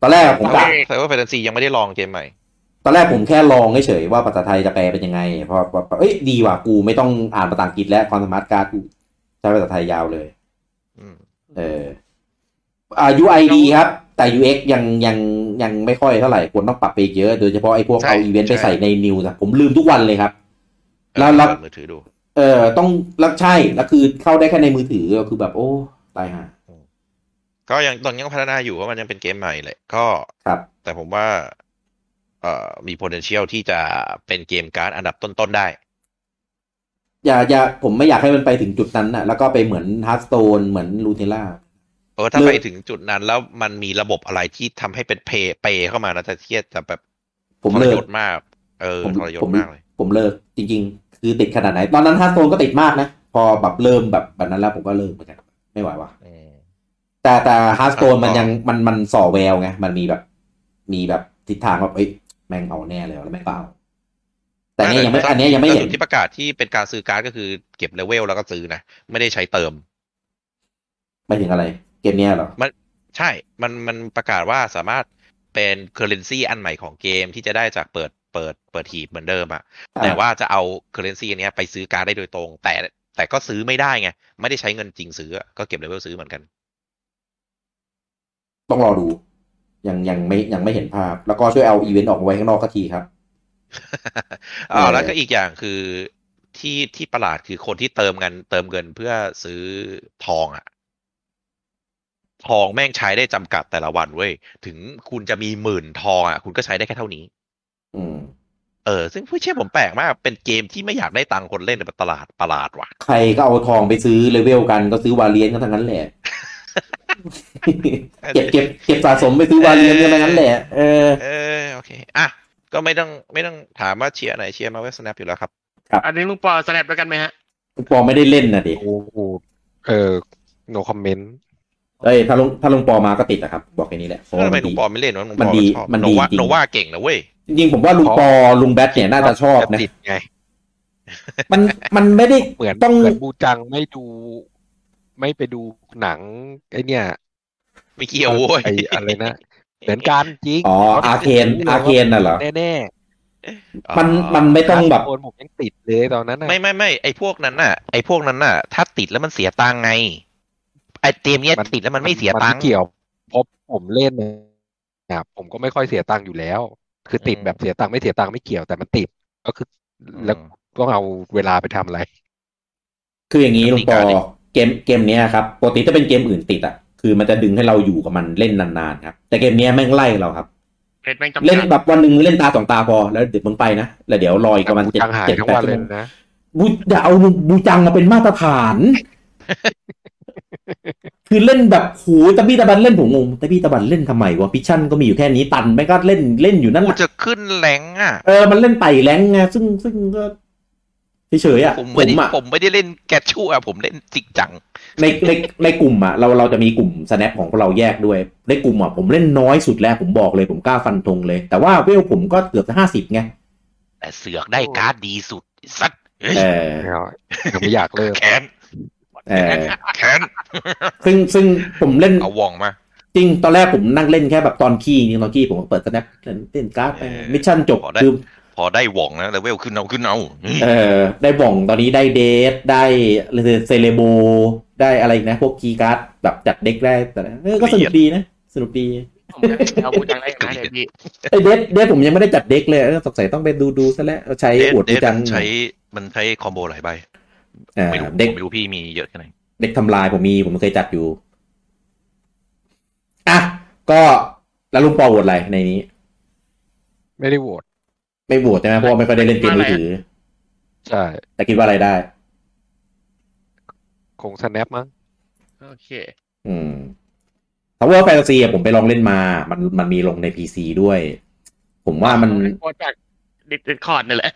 Speaker 2: ตอนแรกผมกะ
Speaker 4: โอเค
Speaker 3: แต่ว่าแฟนตาซียังไม่ได้ลองเกมใหม่
Speaker 2: ตอนแรกผมแค่ลองเฉยๆว่าภาษาไทยจะแปลเป็นยังไงเพราะว่าเอ้ยดีว่ะกูไม่ต้องอ่านภาษาอังกฤษแล้วความสามารถการดกูใช้ภาษาไทยยาวเลย
Speaker 3: อืม
Speaker 2: เอออ่า UI ดีครับ แต่ UX ยังยังยังไม่ค่อยเท่าไหร่ควรต้องปรับไปอีกเยอะ โดยเฉพาะไอ้พวก
Speaker 3: ใช่
Speaker 2: เอาอีเวนต์
Speaker 3: ใช่
Speaker 2: ไปใส่ในนิวนะผมลืมทุกวันเลยครับ แล้วแล้ว
Speaker 3: เปิดมือถือดู
Speaker 2: เออต้องแล้วใช่ แล้วคือเข้าได้แค่ในมือถือก็คือแบบโอ้ ตายห่า
Speaker 3: ก็ยังตอนนี้ยังพัฒนาอยู่ว่าะมันยังเป็นเกมใหม่แหละก็
Speaker 2: ครับ
Speaker 3: แต่ผมว่าเอ่อมี potential ที่จะเป็นเกมการ์ดอันดับต้นๆได้
Speaker 2: อย่าอย่าผมไม่อยากให้มันไปถึงจุดนั้นนะแล้วก็ไปเหมือนฮาร์ s สโตนเหมือนลูเทล่า
Speaker 3: เออถ้า
Speaker 2: เลิก
Speaker 3: ไปถึงจุดนั้นแล้วมันมีระบบอะไรที่ทำให้เป็นเพย์เปเข้ามานะจะเทียดจะแบบ
Speaker 2: ผม
Speaker 3: ทร
Speaker 2: เลิ
Speaker 3: ย
Speaker 2: ก
Speaker 3: ศมาก เออ
Speaker 2: ผม
Speaker 3: ทรยศ
Speaker 2: ผม
Speaker 3: มากเลย
Speaker 2: ผมเลิกจริง ๆ คือติดขนาดไหน ตอนนั้นฮาร์ s สโตนก็ติดมากนะ พอแบบเริ่มแบบแบบนั้นแล้วผมก็เลิกเหมือนกัน ไม่ไหวว่ะ แต่แต่ฮาร์สโตน
Speaker 3: อ่ะ
Speaker 2: มันยัง
Speaker 3: ต่อ
Speaker 2: มันมันส่อแววไง มันมีแบบ มีแบบทิศทางแบบเอ้ยแม่งเอาแน่เลยแล้วแม่งเปล่า แต่เนี้ยยังไม่อันเนี้ยยังไม่
Speaker 3: ล่า
Speaker 2: เห็
Speaker 3: สุ
Speaker 2: น
Speaker 3: ดที่ประกาศที่เป็นการซื้อการ์ดก็คือเก็บเลเวลแล้วก็ซื้อนะ ไม่ได้ใช้เติม
Speaker 2: ไปถึงอะไร เกมเนี้ยเหรอ
Speaker 3: ใช่ มันมันประกาศว่าสามารถเป็นเคอร์เรนซีอันใหม่ของเกมที่จะได้จากเปิดเปิดเปิดหีบเหมือนเดิมอะแต่ว่าจะเอาเคอร์เรนซีอันเนี้ยไปซื้อการ์ดได้โดยตรง แต่แต่ก็ซื้อไม่ได้ไง ไม่ได้ใช้เงินจริงซื้ออะก็เก็บเลเวลซื้อเหมือนกัน
Speaker 2: ต้องรอดู ยังยังไม่ยังไม่เห็นภาพ แล้วก็ช่วยเอาอีเวนต์ออกไว้ข้างนอกก็ทีครับ
Speaker 3: อ๋อ
Speaker 2: เออ
Speaker 3: แล้วก็อีกอย่างคือที่ที่ประหลาดคือคนที่เติมเงินเติมเงินเพื่อซื้อทองอะทองแม่งใช้ได้จำกัดแต่ละวันเว้ยถึงคุณจะมีหมื่นทองอะคุณก็ใช้ได้แค่เท่านี้
Speaker 2: อืม
Speaker 3: เออซึ่งผู้เชี่ยผมแปลกมาก เป็นเกมที่ไม่อยากได้ตังค์คนเล่นในตลาดประหลาดว่ะ
Speaker 2: ใครก็เอาทองไปซื้อเลเวลกันก็ซื้อวาเลียนกันทั้งนั้นแหละ เก็บเก็บเก็บสะสมไปซื้อวาเลียนกันทั้งนั้นแหละ เออ
Speaker 3: เออโอเค อ่ะ ก็ไม่ต้องไม่ต้องถามว่าเชียร์ไหนเชียร์มาเว็บสแนปอยู่แล้วครับ
Speaker 4: อันนี้ลุงปอสแนปด้วยกันไหมฮะ
Speaker 2: ปอไม่ได้เล่นนะดิ
Speaker 5: โอ้โหเออ no comment
Speaker 2: เอ้ยถ้าลงถ้าลงปอมาก็ติดนะครับ บอกแค่นี้แหละเพราะว่า
Speaker 3: ทำไม
Speaker 2: มัน
Speaker 3: หนุ่
Speaker 2: ดี
Speaker 3: มปอไม่เล่นวะหนุ่ม
Speaker 2: มั
Speaker 3: ป
Speaker 2: น
Speaker 3: อ
Speaker 2: ดี
Speaker 3: ชอบ
Speaker 2: มัน
Speaker 3: โน
Speaker 2: ดี
Speaker 3: ว่า
Speaker 2: จริง
Speaker 3: โนว่าเก่งนะเว้ย
Speaker 2: จริงๆผมว่าลุงปอลุงแบทเนี่ยน่าจะชอบนะ
Speaker 5: ติดไง
Speaker 2: มันมันไม่ได้
Speaker 5: เหมือน
Speaker 2: ต้อง
Speaker 5: เหมือนบูจังไม่ดู ไม่ไปดูหนังไอเนี่ย
Speaker 3: ไม่เกี่ยวเว้ย
Speaker 5: ไออะไรนะ เหมือนกันจริง
Speaker 2: อ๋อ Arcane Arcane น่ะเหรอ
Speaker 5: แน่
Speaker 2: มันมันไม่
Speaker 5: ๆ
Speaker 2: ต้องแบบ
Speaker 5: โอนผมยังติดเลยตอนนั้นน่ะ
Speaker 3: ไม่ไม่ไม่ไอพวกนั้นน่ะไอพวกนั้นน่ะ ถ้าติดแล้วมันเสียตังค์ไงไอเกมเนี้ยติดแล้วมันไม่เสียตังค์
Speaker 5: มันเกี่ยวเพราะผมเล่นนะผมก็ไม่ค่อยเสียตังค์อยู่แล้ว คือติด
Speaker 3: อืม
Speaker 5: แบบเสียตังค์ไม่เสียตังค์ไม่เกี่ยวแต่มันติด ก็คืออแล้วต้องเอาเวลาไปทำอะไร
Speaker 2: คืออย่างนี้
Speaker 3: ก
Speaker 2: ลุ
Speaker 3: ติ
Speaker 2: งป
Speaker 3: กา
Speaker 2: อ
Speaker 3: ดิ
Speaker 2: เกมเกมเนี้ยครับปกติถ้าเป็นเกมอื่นติดอ่ะคือมันจะดึงให้เราอยู่กับมันเล่นนานๆครับ แต่เกมเนี้ยแม่งไล่เราครับ
Speaker 4: เล่นแม่งจำกัด
Speaker 2: เล่นแบบวันหนึ่งเล่นตาสองตาพอแล้วเดี๋ยวมึงไปนะแล้วเดี๋ยวรออีกประมาณ
Speaker 5: บู
Speaker 2: เจ็ด
Speaker 5: จังหาย
Speaker 2: เจ็ด
Speaker 5: ทั้ง
Speaker 2: แป
Speaker 5: วั
Speaker 2: ด
Speaker 5: น
Speaker 2: ชั่ว
Speaker 5: เล
Speaker 2: โมง
Speaker 5: ยนะ
Speaker 2: บูจะเอาบูจังมาเป็นมาตรฐาน คือเล่นแบบโหูตะบี้ตะบันเล่นผมงงตะบี้ตะบันเล่นทำไมวะพิชชั่นก็มีอยู่แค่นี้ตันแม่งก็เล่นเล่นอยู่นั่น
Speaker 3: กู
Speaker 2: แหละ
Speaker 3: จะขึ้นแรงอ่ะ
Speaker 2: เออมันเล่นไต่แรงไงซึ่งซึ่งก็เฉยๆอ่ะ
Speaker 3: ผมไม่ได้
Speaker 2: อ่ะ
Speaker 3: ผมไม่ได้เล่นแกชชูอ่ะผมเล่นจริกจัง
Speaker 2: ในในในกลุ่มอ่ะเราเราจะมีกลุ่ม snap ของพวกเราแยกด้วย ในกลุ่มอ่ะผมเล่นน้อยสุดแล้วผมบอกเลยผมกล้าฟันธงเลย แต่ว่าเวลผมก็เกือบจะห้าสิบไง
Speaker 3: แต่เสือกได้การ์ดดีสุดไอ้สัตว์เอ้ย
Speaker 2: เออ
Speaker 5: ยังไม่อยากเลิก
Speaker 3: แค้น
Speaker 2: เออ
Speaker 3: แค้น
Speaker 2: ซึ่งซึ่งผมเล่น
Speaker 3: เอาวองมา
Speaker 2: จริงตอนแรกผมนั่งเล่นแค่แบบตอนขี้นี่ตอนขี้ผมก็เปิด snap เล่นเล่นการ์ดไป
Speaker 3: เออ
Speaker 2: มิชชั่นจบ
Speaker 3: พอได้
Speaker 2: คือ
Speaker 3: พอได้วองนะเลเวลขึ้นเอาขึ้นเอา
Speaker 2: เออได้บ่องตอนนี้ได้เดทได้เซเลโบได้อะไรอีกนะ พวกคีย์การ์ดแบบจัดเด็กได้แต่ละเออก็สนุกดีนะสนุกดี
Speaker 4: ผมจะเอาบูจังได้ไหมเดี๋ยวพี่
Speaker 2: ไอยเดทเดทผมยังไม่ได้จัดเด็กเลยเออสงสัยต้องไปดูดูซะแล้วใช้
Speaker 3: เดท
Speaker 2: อวด
Speaker 3: เด
Speaker 2: อุ
Speaker 3: ท
Speaker 2: จัง
Speaker 3: มันใช้มันใช้คอมโบหลายใบ
Speaker 2: อ่า
Speaker 3: ไม่รู้
Speaker 2: เด็ก
Speaker 3: ผมไม่รู้พี่มีเยอะแค่ไหน
Speaker 2: เด็กทำลายผมมีผมเคยจัดอยู่อ่ะก็แล้วลุงปอโหวตอะไรในนี้
Speaker 5: ไม่ได้โหวต
Speaker 2: ไม่โหวตใช่ไหมเพราะว่าไม่ค่อยได้เล่นเกมมือถือ
Speaker 5: ใช่
Speaker 2: แต่คิดว่าอะไรได้
Speaker 5: คง snap มั้ง
Speaker 4: โอเค
Speaker 2: อืมทาวเวอร์แฟนตาซีผมไปลองเล่นมา มันมันมีลงในพีซีด้วย ผมว่ามัน
Speaker 4: โปรจากดิสคอร์ดนี่แหละ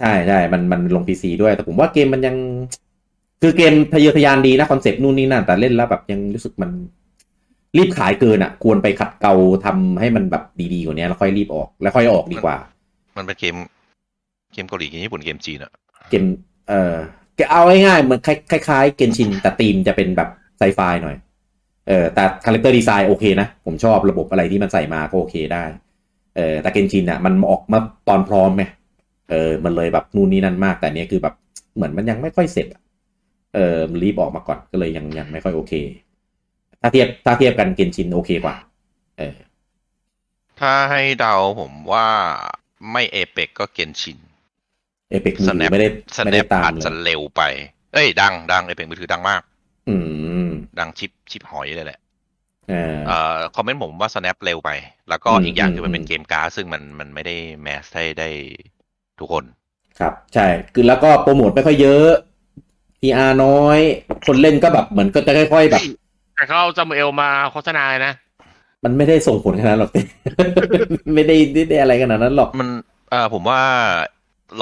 Speaker 2: ใช่ใช่มันมันลงพีซีด้วย แต่ผมว่าเกมมันยัง คือเกมทะเยอทะยานดีนะคอนเซปต์นู่นนี่นั่นแต่เล่นแล้วแบบยังรู้สึกมัน รีบขายเกินอ่ะ ควรไปขัดเกลาทำให้มันแบบดีๆกว่านี้แล้วค่อยรีบออก แล้วค่อยออกดีกว่า
Speaker 3: มันเป็นเกมเกมเกาหลีเกมญี่ปุ่นเกมจีนอะ
Speaker 2: เกม เอ่อเอาง่ายๆเหมือนคล้ายคล้ายๆเกนชินแต่ธีมจะเป็นแบบไซไฟหน่อย เออแต่คาแรคเตอร์ดีไซน์โอเคนะ ผมชอบระบบอะไรที่มันใส่มาก็โอเคได้ เออแต่เกนชินอ่ะมันออกมาตอนพร้อมไงเออ มันเลยแบบนู่นนี่นั่นมาก แต่อันเนี้ยคือแบบเหมือนมันยังไม่ค่อยเสร็จอะเออมันรีบออกมาก่อนก็เลยยังยังไม่ค่อยโอเค ถ้าเทียบถ้าเทียบกันเกนชินโอเคกว่า เออ
Speaker 3: ถ้าให้เดาผมว่าไม่เอเปกก็เกนชิน
Speaker 2: เอเปกมือถื
Speaker 3: Snap
Speaker 2: อไม่ได้
Speaker 3: ส
Speaker 2: ไม่
Speaker 3: แน
Speaker 2: ได้
Speaker 3: ป
Speaker 2: ตา
Speaker 3: อาจ
Speaker 2: มเล
Speaker 3: จะ
Speaker 2: ย
Speaker 3: เร็วไป เอ้ย ดังดังเอเปกมือถือดังมาก
Speaker 2: อืม
Speaker 3: ดังชิปชิปหอยเลยแหละ
Speaker 2: เออ
Speaker 3: เอ่อคอมเมนต์ผมว่า snap เร็วไป แล้วก็
Speaker 2: อืม
Speaker 3: อีกอย่างคือมั
Speaker 2: อื
Speaker 3: น
Speaker 2: ม
Speaker 3: เป็นเกมการ์ดซึ่งมันมันไม่ได้แมสให้ได้ทุกคน
Speaker 2: ครับ ใช่คือแล้วก็โปรโมทไม่ค่อยเยอะ PR น้อย คนเล่นก็แบบเหมือนก็จะค่อย ๆ แบบ
Speaker 4: แต่เขาเอาจำเอลมาโฆษณาเลยนะ
Speaker 2: มันไม่ได้ส่งผลขนาดนั้นหรอก ไม่ได้ไม่ได้อะไรขนาดนั้นหรอก
Speaker 3: มันเอ่อผมว่า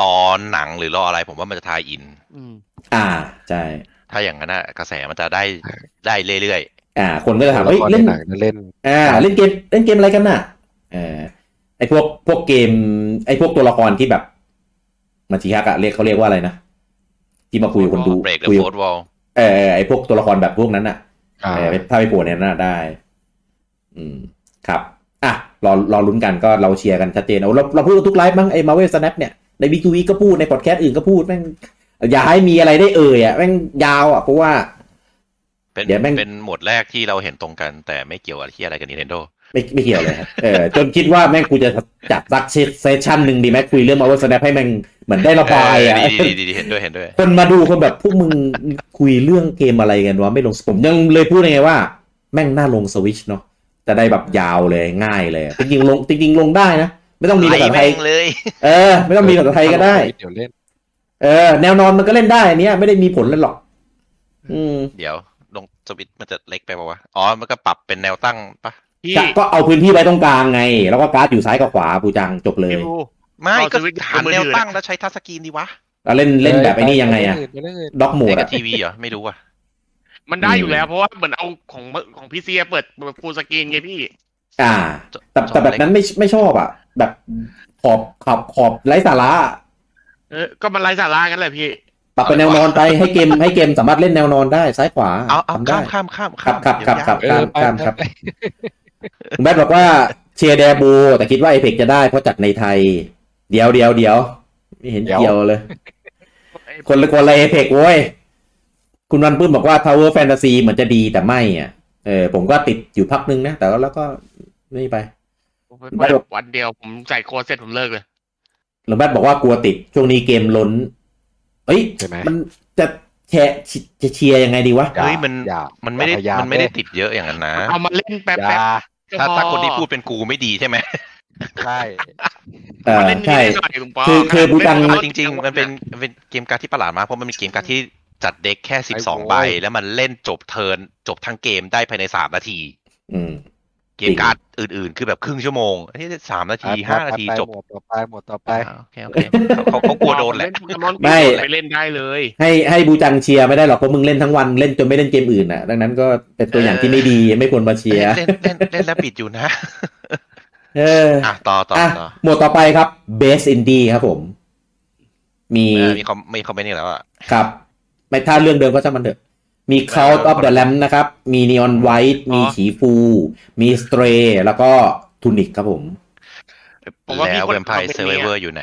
Speaker 3: รอหนังหรือรออะไร ผมว่ามันจะทายอิน
Speaker 4: อืม
Speaker 2: อ่าใช่
Speaker 3: ถ้าอย่างนั้นนะกระแสมันจะได้ได้เรื่อย
Speaker 2: อ่า คนก็จะถามว่าเฮ้ย
Speaker 5: ตัวละคร
Speaker 2: เล่น
Speaker 5: ในหนังนั่นเล่น
Speaker 2: อ่า เล่นเกมเล่นเกมอะไรกันน่ะเออไอพวกพวกเกม ไอพวกตัวละครที่แบบมาชิฮักอะเรียกเขาเรียกว่าอะไรนะที่มาคุยกับคนดู
Speaker 3: ๆเบรกหรือ
Speaker 2: คุย
Speaker 3: โฟ
Speaker 2: กับ
Speaker 3: ร์วอล
Speaker 2: เออไอพวกตัวละครแบบพวกนั้นอะ
Speaker 5: อ่า
Speaker 2: เออถ้าไปโผล่เนี่ยน่าได้ อืม ครับ อ่ะ รอ รอลุ้นกันก็เราเชียร์กันชัดเจนเอาเรา เราพูดกันทุกไลฟ์มั้งไอ้มาเวลสแนปเนี่ย ในบีทูวีก็พูด ในพอดแคสต์อื่นก็พูด แม่ง อย่าให้มีอะไรได้เอ่ยอ่ะ แม่งยาวอ่ะ เพราะว่า
Speaker 3: เป็น
Speaker 2: เดี๋ยวแม่ง
Speaker 3: เป็นหมวดแรกที่เราเห็นตรงกัน แต่ไม่เกี่ยวอะไรที่อะไรกับ Nintendo
Speaker 2: ไม่ไม่เกี่ยวเลยครับเออ จนคิดว่าแม่งกูจะจัดสักเซสชั่นหนึ่งดีไหมคุยเรื่องมาเวลสแนปให้แม่งเหมือนได้ระบายอ่ะ
Speaker 3: เดีดีดีดีเห็นด้วยเห็นด้วย
Speaker 2: คนมาดูคนแบบพวกมึงคุยเรื่องเกมอะไรกันวะไม่ลงผมยังเลยพูดยังไงว่า แม่งน่าลงสวิชเนาะจะได้แบบยาวเลยง่ายเลยจริงๆลงจริงๆลงได้นะ ไม่ต้องมีภาษาไท
Speaker 3: แม่
Speaker 2: ย
Speaker 3: งเลย
Speaker 2: เออ ไม่ต้องมีภาษาไทยก็ได้
Speaker 5: เดี๋ยวเล่น
Speaker 2: เออ แนวนอนมันก็เล่นได้อันเนี้ยไม่ได้มีผลเลยหรอก อืม
Speaker 3: เดี๋ยวลงสวิตช์มันจะเล็กไปป่าวะ อ๋อ มันก็ปรับเป็นแนวตั้งปะ
Speaker 4: พี่
Speaker 2: จะก็เอาพื้นที่ไว้ตรงกลางไง แล้วก็การ์ดอยู่ซ้ายกับขวาปูจังจบเลย
Speaker 4: พี่บู
Speaker 3: ไม่
Speaker 4: เอา
Speaker 3: ก็
Speaker 4: สวิตช์
Speaker 3: หา
Speaker 4: มือ
Speaker 3: แนว
Speaker 4: ถือ
Speaker 3: ตั้งแล้วใช้ทัชสกรีนดีวะ
Speaker 2: แล้วเล่นเล่นแบบไอ้นี่ยังไงอะด็อกโหม
Speaker 3: เล่
Speaker 2: ด
Speaker 3: นกับ
Speaker 2: อะ
Speaker 3: ทีวีเหรอ ไม่รู้ว่ะ
Speaker 4: มันได้อยู่
Speaker 2: อืม
Speaker 4: แล้วเพราะว่าเหมือนเอาของของพี่เซียเปิดฟูสกรีนไงพี่
Speaker 2: อ่า แต่แต่แบบนั้นไม่ไม่ชอบอะแบบขอบขอบขอบไร้สาระ
Speaker 4: เออ ก็มันไร้สาระกันแหละพี่
Speaker 2: ปรับเป็นแนวนอนไปให้เกมให้เกมสามารถเล่นแนวนอนได้ซ้ายขวา
Speaker 3: เอาเอา
Speaker 2: ทำ
Speaker 3: ข้า
Speaker 2: ได้
Speaker 3: มข้ามข้าม
Speaker 2: ครับครับครับครับ
Speaker 3: เดี๋ยวยาก
Speaker 2: ตามตามครับ คุณแบทบอกว่าเชียร์แดบู แต่คิดว่าเอเพกจะได้เพราะจัดในไทย เดี๋ยวเดี๋ยวเดี๋ยวไม่เห็น
Speaker 5: เดี๋ยว
Speaker 2: เกี่ยวเลย คนละคนละเอเพกโว้ย คุณวันปื้มบอกว่า Tower Fantasy เหมือนจะดีแต่ไม่อ่ะเออผมก็ติดอยู่พักนึงนะ แต่แล้วก็นี่ไป
Speaker 4: ผมไปเปิดวันเดียวผมใส่โค้ดเสร็จผมเลิกเลย
Speaker 2: หลวงแบทบอกว่ากลัวติดช่วงนี้เกมล้น เอ้ย
Speaker 5: ใช่ไหม
Speaker 2: มันจะแชร์จะเชียร์ยังไงดีวะ
Speaker 3: เฮ้ยมัน
Speaker 5: อย่า
Speaker 3: มันไม่ได้
Speaker 5: อย่าพยายาม
Speaker 3: มันไม่ได้ติดเยอะอย่างนั้นนะ
Speaker 4: เอามาเล่นแป๊บ
Speaker 5: อย่า
Speaker 4: แป๊บ
Speaker 3: ถ้าถ้าคนที่พูดเป็นกูไม่ดีใช่ไหม
Speaker 5: ใช่
Speaker 2: เออ
Speaker 4: มาเล่นนิด
Speaker 2: ใช่
Speaker 4: หน่อยหลวงปอ
Speaker 2: คือคือบูจัง
Speaker 4: เล่น
Speaker 3: จริง ๆ มันเป็นมันเป็นเกมการ์ดที่ประหลาดมากเพราะมันเป็นเกมการ์ดที่จัดเด็กแค่สิบสองใบแล้วมันเล่นจบเทิร์นจบทั้งเกมได้ภายในสามนาที
Speaker 2: อืม
Speaker 3: เกมการ์ดอื่นๆ คือแบบครึ่งชั่วโมงอันนี้สามนาทีห้านาทีจบ
Speaker 5: หมดต่อไปหมดต่อไป
Speaker 3: อ่าโอเคโอเคเขาเขาเขากลัวโดนแหละ
Speaker 4: เโปเกมอน
Speaker 2: ไม่
Speaker 4: ไปเล่นได้เลย
Speaker 2: ให้ให้บูจังเชียร์ไม่ได้หรอกเพราะมึงเล่นทั้งวันเล่นจนไม่เล่นเกมอื่นอ่ะ ดังนั้นก็เป็นตัวอย่างที่ไม่ดีไม่ควรมาเชียร์
Speaker 3: เล่นเล่นเล่นแล้วปิดอยู่นะ
Speaker 2: เออ
Speaker 3: อ่ะต่อต่อ
Speaker 2: อ่ะ
Speaker 3: ต่อ
Speaker 2: หมวดต่อไปครับ Best Indie ครับผม มี
Speaker 3: เออมีคอมมีคอมเมนต์อีกแล้วอ่ะ
Speaker 2: ครับ ไม่ถ้าเรื่องเดิมก็ช่างมันเถอะ มี Cloud of the Lamb นะครับ มี Neon White มีฉีฟู มี Stray แล้วก็ Tunic ครับผม
Speaker 4: ผมว่ามี
Speaker 3: แล้ว
Speaker 4: คน
Speaker 3: เวมไพ
Speaker 4: คอม
Speaker 3: r
Speaker 4: เมนต์
Speaker 3: e เซ r ร์ r
Speaker 4: เนี่ย
Speaker 3: เวอร์อยู่ไหน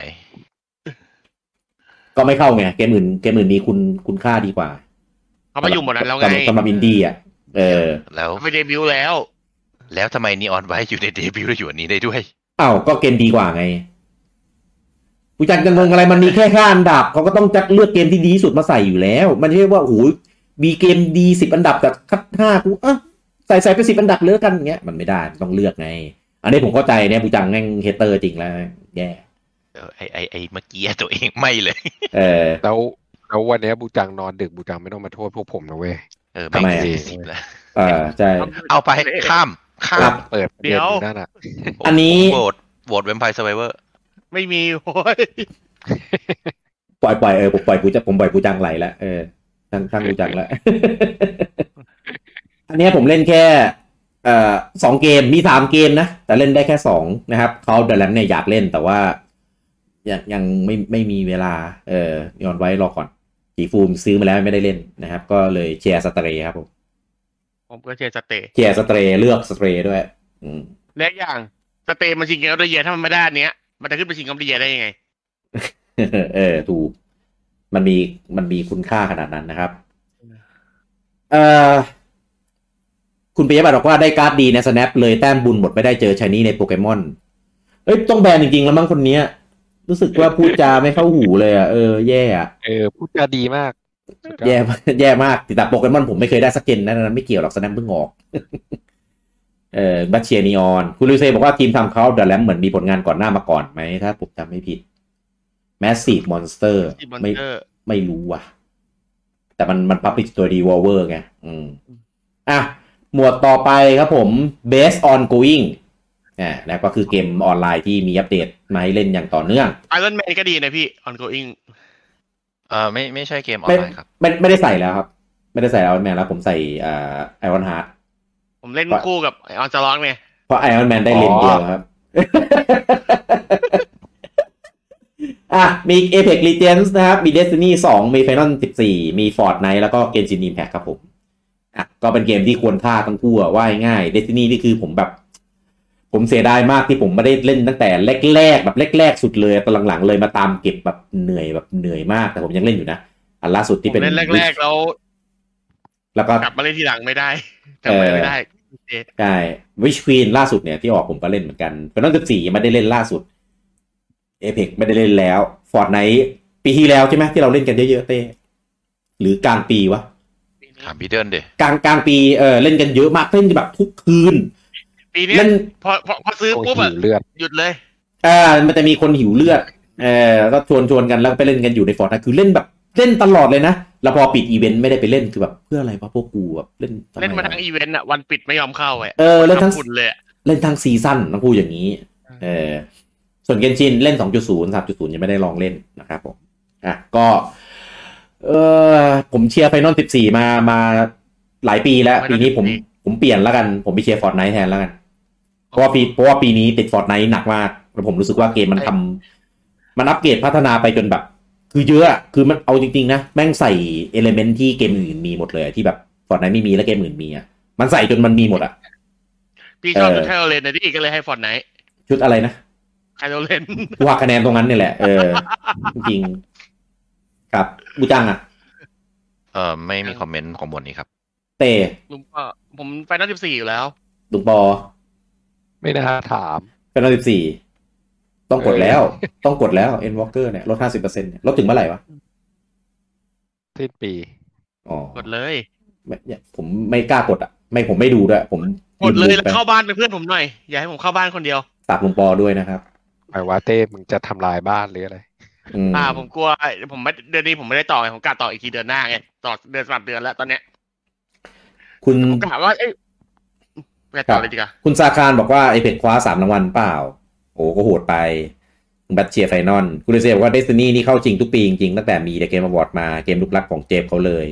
Speaker 2: ก็ไม่เข้าไง เกมอื่นเกมอื่นมีคุณคุณค่าดีกว่า
Speaker 4: เขาไปอยู่หมดนั้นแล้วไง
Speaker 2: สำหรับสำหรับอินดี้อ่ะเออ
Speaker 3: แล้ว
Speaker 4: เขาไปเดบิวต์แล้ว
Speaker 3: แล้วทำไมนีออนไว้อยู่ในเดบิวต์แล้วอยู่อันนี้ได้ด้วย
Speaker 2: อ้าวก็เกมดีกว่าไงผู้จัดการเมืองอะไรมันมีแค่ห้าอันดับเขาก็ต้องจัดเลือกเกมที่ดีที่สุดมาใส่อยู่แล้ว มันไม่ใช่ว่าโอ้โหมีเกมดีสิบอันดับแต่คัดห้ากูอ่ะใส่ใส่ไปสิบอันดับเลือกกันอย่างเงี้ยมันไม่ได้มันต้องเลือกไง อันนี้ผมเข้าใจเนี่ยผู้จังแม่งเฮเตอร์จริงแล้วแย่
Speaker 3: เออไอไอไอเมื่อกี้ตัวเองไม่เลย
Speaker 2: เออ
Speaker 5: แล้วแล้ววันเนี้ยบูจังนอนดึกบูจังไม่ต้องมาโทษพวกผมนะเว้ย
Speaker 3: เออ
Speaker 2: ทำไม
Speaker 3: แม่ง
Speaker 2: อ่ะ
Speaker 3: สี่สิบแล้ว
Speaker 2: เออใช่
Speaker 3: เอาไปข้ามข้า
Speaker 2: ครั
Speaker 3: ม
Speaker 2: บ
Speaker 5: เปิดประเด็นอ
Speaker 4: เดี๋ยว
Speaker 5: นั่นน่ะ
Speaker 2: อันนี้
Speaker 3: โหวตโหวตเวมไพร์เซอร์เวอร์
Speaker 4: ไม่มีโอ้ย
Speaker 2: ปล่อยปล่อยเออผมปล่อยผู้จังผมปล่อยผู้จังไหลแล้วเออ ช่างช่างรู้จักแล้ว อันเนี้ยผมเล่นแค่เอ่อสองเกมมีสามเกมนะ แต่เล่นได้แค่สองนะครับเขาเดลแลมเนี่ยอยากเล่นแต่ว่า ยังยังไม่ไม่มีเวลา เอ่อย้อนไว้รอก่อนสีฟูมซื้อมาแล้วไม่ได้เล่นนะครับ ก็เลยเชียร์สเตรย์ครับผม
Speaker 4: ผมก็เชียร์สเตย์
Speaker 2: เชียร์สเตรย์เลือกสเตรย์ด้วย อืม
Speaker 4: และอีกอย่างสเตย์มันชิงเกมออฟเดอะเยียร์ถ้ามันไม่ได้อันเนี้ยมันจะขึ้นไปชิงเกมออฟเดอะเยียร์ได้ยังไง
Speaker 2: เออ ถูก มันมีมันมีคุณค่าขนาดนั้นนะครับ เอ่อ คุณปิยบัตรบอกว่าได้การ์ดดีใน snap เลยแต้มบุญหมดไม่ได้เจอชายนี้ในโปเกมอน เอ้ย ต้องแบนจริง ๆ แล้วมั้งคนเนี้ย รู้สึกว่าพูดจาไม่เข้าหูเลยอ่ะ เออ แย่อะ
Speaker 5: เออพูดจาดีมากสุดยอด
Speaker 2: แย่ม ากแย่มากแต่โปเกมอนผมไม่เคยได้สักเกนนะนั้นไม่เกี่ยวหรอก snap เพิ่งออก เออบัตเชียนีออน คุณลิวเซบอกว่าทีมทำเขาเดลแลมเหมือนมีผลงานก่อนหน้ามาก่อนไหมถ้าผมจำไม่ผิด Massive Monster
Speaker 4: Massive
Speaker 2: ไม่
Speaker 4: Monster
Speaker 2: ไม่รู้ว่ะ แต่มันมันพับลิชตัวดีวอลเวอร์ไง อืม อ่ะ หมวดต่อไปครับผม based on going อ่าแล้วก็คือเกมออนไลน์ที่มีอัปเดตมาให้เล่นอย่างต่อเนื่อง
Speaker 4: ไอรอนแมนก็ดีนะพี่ ongoing
Speaker 3: เออไม่ไม่ใช่เกมออน
Speaker 2: ไม่
Speaker 3: ไลน์ครับ
Speaker 2: ไม่ไม่ได้ใส่แล้วครับ ไม่ได้ใส่ไอ o อนแมนแล้วผมใส่อ่าไอ o อนฮาร์ด
Speaker 4: ผมเล่นคู่กับไอออนซาร้องเนี่ย
Speaker 2: เพราะไอ o อนแมนได้เลนเดียวครับ อ่ะ มี Apex Legends นะครับ มี Destiny 2 มี Final 14 มี Fortnite แล้วก็ Genshin Impact ครับผม อ่ะ ก็เป็นเกมที่ควรค่าทั้งคู่อะว่าง่าย Destiny นี่คือผมแบบ ผมเสียดายมากที่ผมไม่ได้เล่นตั้งแต่แรกๆแบบแรกๆสุดเลยตอนหลังๆเลยมาตามเก็บแบบเหนื่อยแบบเหนื่อยมาก แต่ผมยังเล่นอยู่นะ อันล่าสุด
Speaker 4: ผ
Speaker 2: ที่
Speaker 4: ม
Speaker 2: เป็น
Speaker 4: เล่นแรกๆแล้ว
Speaker 2: แล้วก็
Speaker 4: กลับมาเล่นทีหลังไม่ได้กลับมาเล่นไม่ได้
Speaker 2: ใช่วิชควีนล่าสุดเนี่ยที่ออกผมก็เล่นเหมือนกันเป็นต้องสิบสี่ไม่ได้เล่นล่าสุดเอเพ็กไม่ได้เล่นแล้วฟอร์ดไนปีที่แล้วใช่ไหมที่เราเล่นกันเยอะๆเต้หรือกลางปีวะ
Speaker 3: ถามพี่เดินเด
Speaker 2: กลางกลางปีเออเล่นกันเยอะมากเล่นแบบทุกคืน
Speaker 4: ปีนี้
Speaker 2: เล่น
Speaker 4: พอพอพอซื้อ
Speaker 5: โอ้ย
Speaker 4: ปุ๊บอะ
Speaker 5: หิวเลือด
Speaker 4: หยุดเลย
Speaker 2: อ่ามันจะมีคนหิวเลือดเออก็ชวนชวนกันแล้วไปเล่นกันอยู่ในฟอร์ดไนคือเล่นแบบเล่นตลอดเลยนะแล้วพอปิดอีเวนต์ไม่ได้ไปเล่นคือแบบเพื่ออะไรวะพวกกูแบบเล่นทำไ
Speaker 4: เล่นมาทั้ง
Speaker 2: วะ
Speaker 4: อีเวนต์อะวันปิดไม่ยอมเข้าอะ
Speaker 2: เออเล่นทั้ง
Speaker 4: ทำฝุ่นเลยอะ
Speaker 2: เล่นทั้งซีซั่นต้องพูดอย่างนี้ เออ ส่วนเกนชินเล่น 2.0 3.0 ยังไม่ได้ลองเล่นนะครับผม อ่ะ ก็ เออผมเชียร์ไฟนอล14 มามาหลายปีแล้ว
Speaker 4: Final
Speaker 2: ปีนี้ผม
Speaker 4: 14
Speaker 2: ผมเปลี่ยนแล้วกัน ผมไปเชียร์ฟอร์ n ไน e แทนแล้วกัน เพราะว่าปีเพราะว่าปีนี้ติดฟอร์ n ไน e หนักมากแล้วผมรู้สึกว่าเกมมันทำมันอัปเกรดพัฒนาไปจนแบบ คือเยอะอะคือมันเอาจริง ๆ นะ แม่งใส่เอลเมนที่เกมอื่นมีหมดเลยที่แบบฟอร์ n ไน e ไม่มีแล้วเกมอื่นมีอะมันใส่จนมันมีหมดอะ
Speaker 4: พี่ชอบ
Speaker 2: เออ
Speaker 4: ดูไคโรเลนนะที่ก็เลยให้ฟอนไน
Speaker 2: ชุดอะไรนะ
Speaker 4: ไคโรเลน
Speaker 2: กูหักคะแนนตรงนั้นเนี่ยแหละ เออ จริงๆครับบูจังอ่ะ
Speaker 3: เออไม่มีคอมเมนต์ของบนนี้ครับ
Speaker 2: เต้
Speaker 4: ลุงก็ผมไฟนอลสิบสี่อยู่แล้ว
Speaker 2: ลุงปอ
Speaker 5: ไม่น่าถาม
Speaker 2: เป็นรอบสิบสี่ต้องกดแล้ว ต้องกดแล้วเอ็นวอลเกอร์เนี่ยลดห้าสิบเปอร์เซ็นต์ลดถึงเมื่อไหร่วะ
Speaker 5: สิ้นปี
Speaker 2: อ๋อก
Speaker 4: ดเลย
Speaker 2: ไม่เนี่ยผมไม่กล้ากดอ่ะ ไม่ผมไม่ดูด้วย ผม
Speaker 4: กดเลยแล้ว
Speaker 2: ไป
Speaker 4: เข้าบ้านเป็นเพื่อนผมหน่อย อย่าให้ผมเข้าบ้านคนเดียว
Speaker 2: ตามลุงปอด้วยนะครับ
Speaker 5: หมายว่าเต้มึงจะทำลายบ้านหรืออะไร
Speaker 2: อืม
Speaker 4: อ่าผมกลัวผมไม่เดือนนี้ผมไม่ได้ต่อไงผมกะต่ออีกทีเดือนหน้าไงต่อเดือนสามเดือนแล้วตอนเนี้ย
Speaker 2: คุณ
Speaker 4: ผมกะว่าเอ้ยไปต่อเลยดีกว่า
Speaker 2: คุณซาคารบอกว่าไอเพจคว้าสามรางวัลเปล่า โอ้ก็โหดไปคุณบัตเชียร์ไฟนอลคุณเลเซบอกว่าเดสตินีนี่เข้าจริงทุกปีจริงๆตั้งแต่มีเดเกมอวอร์ดมาเกมลูกรักของเจฟเขาเลย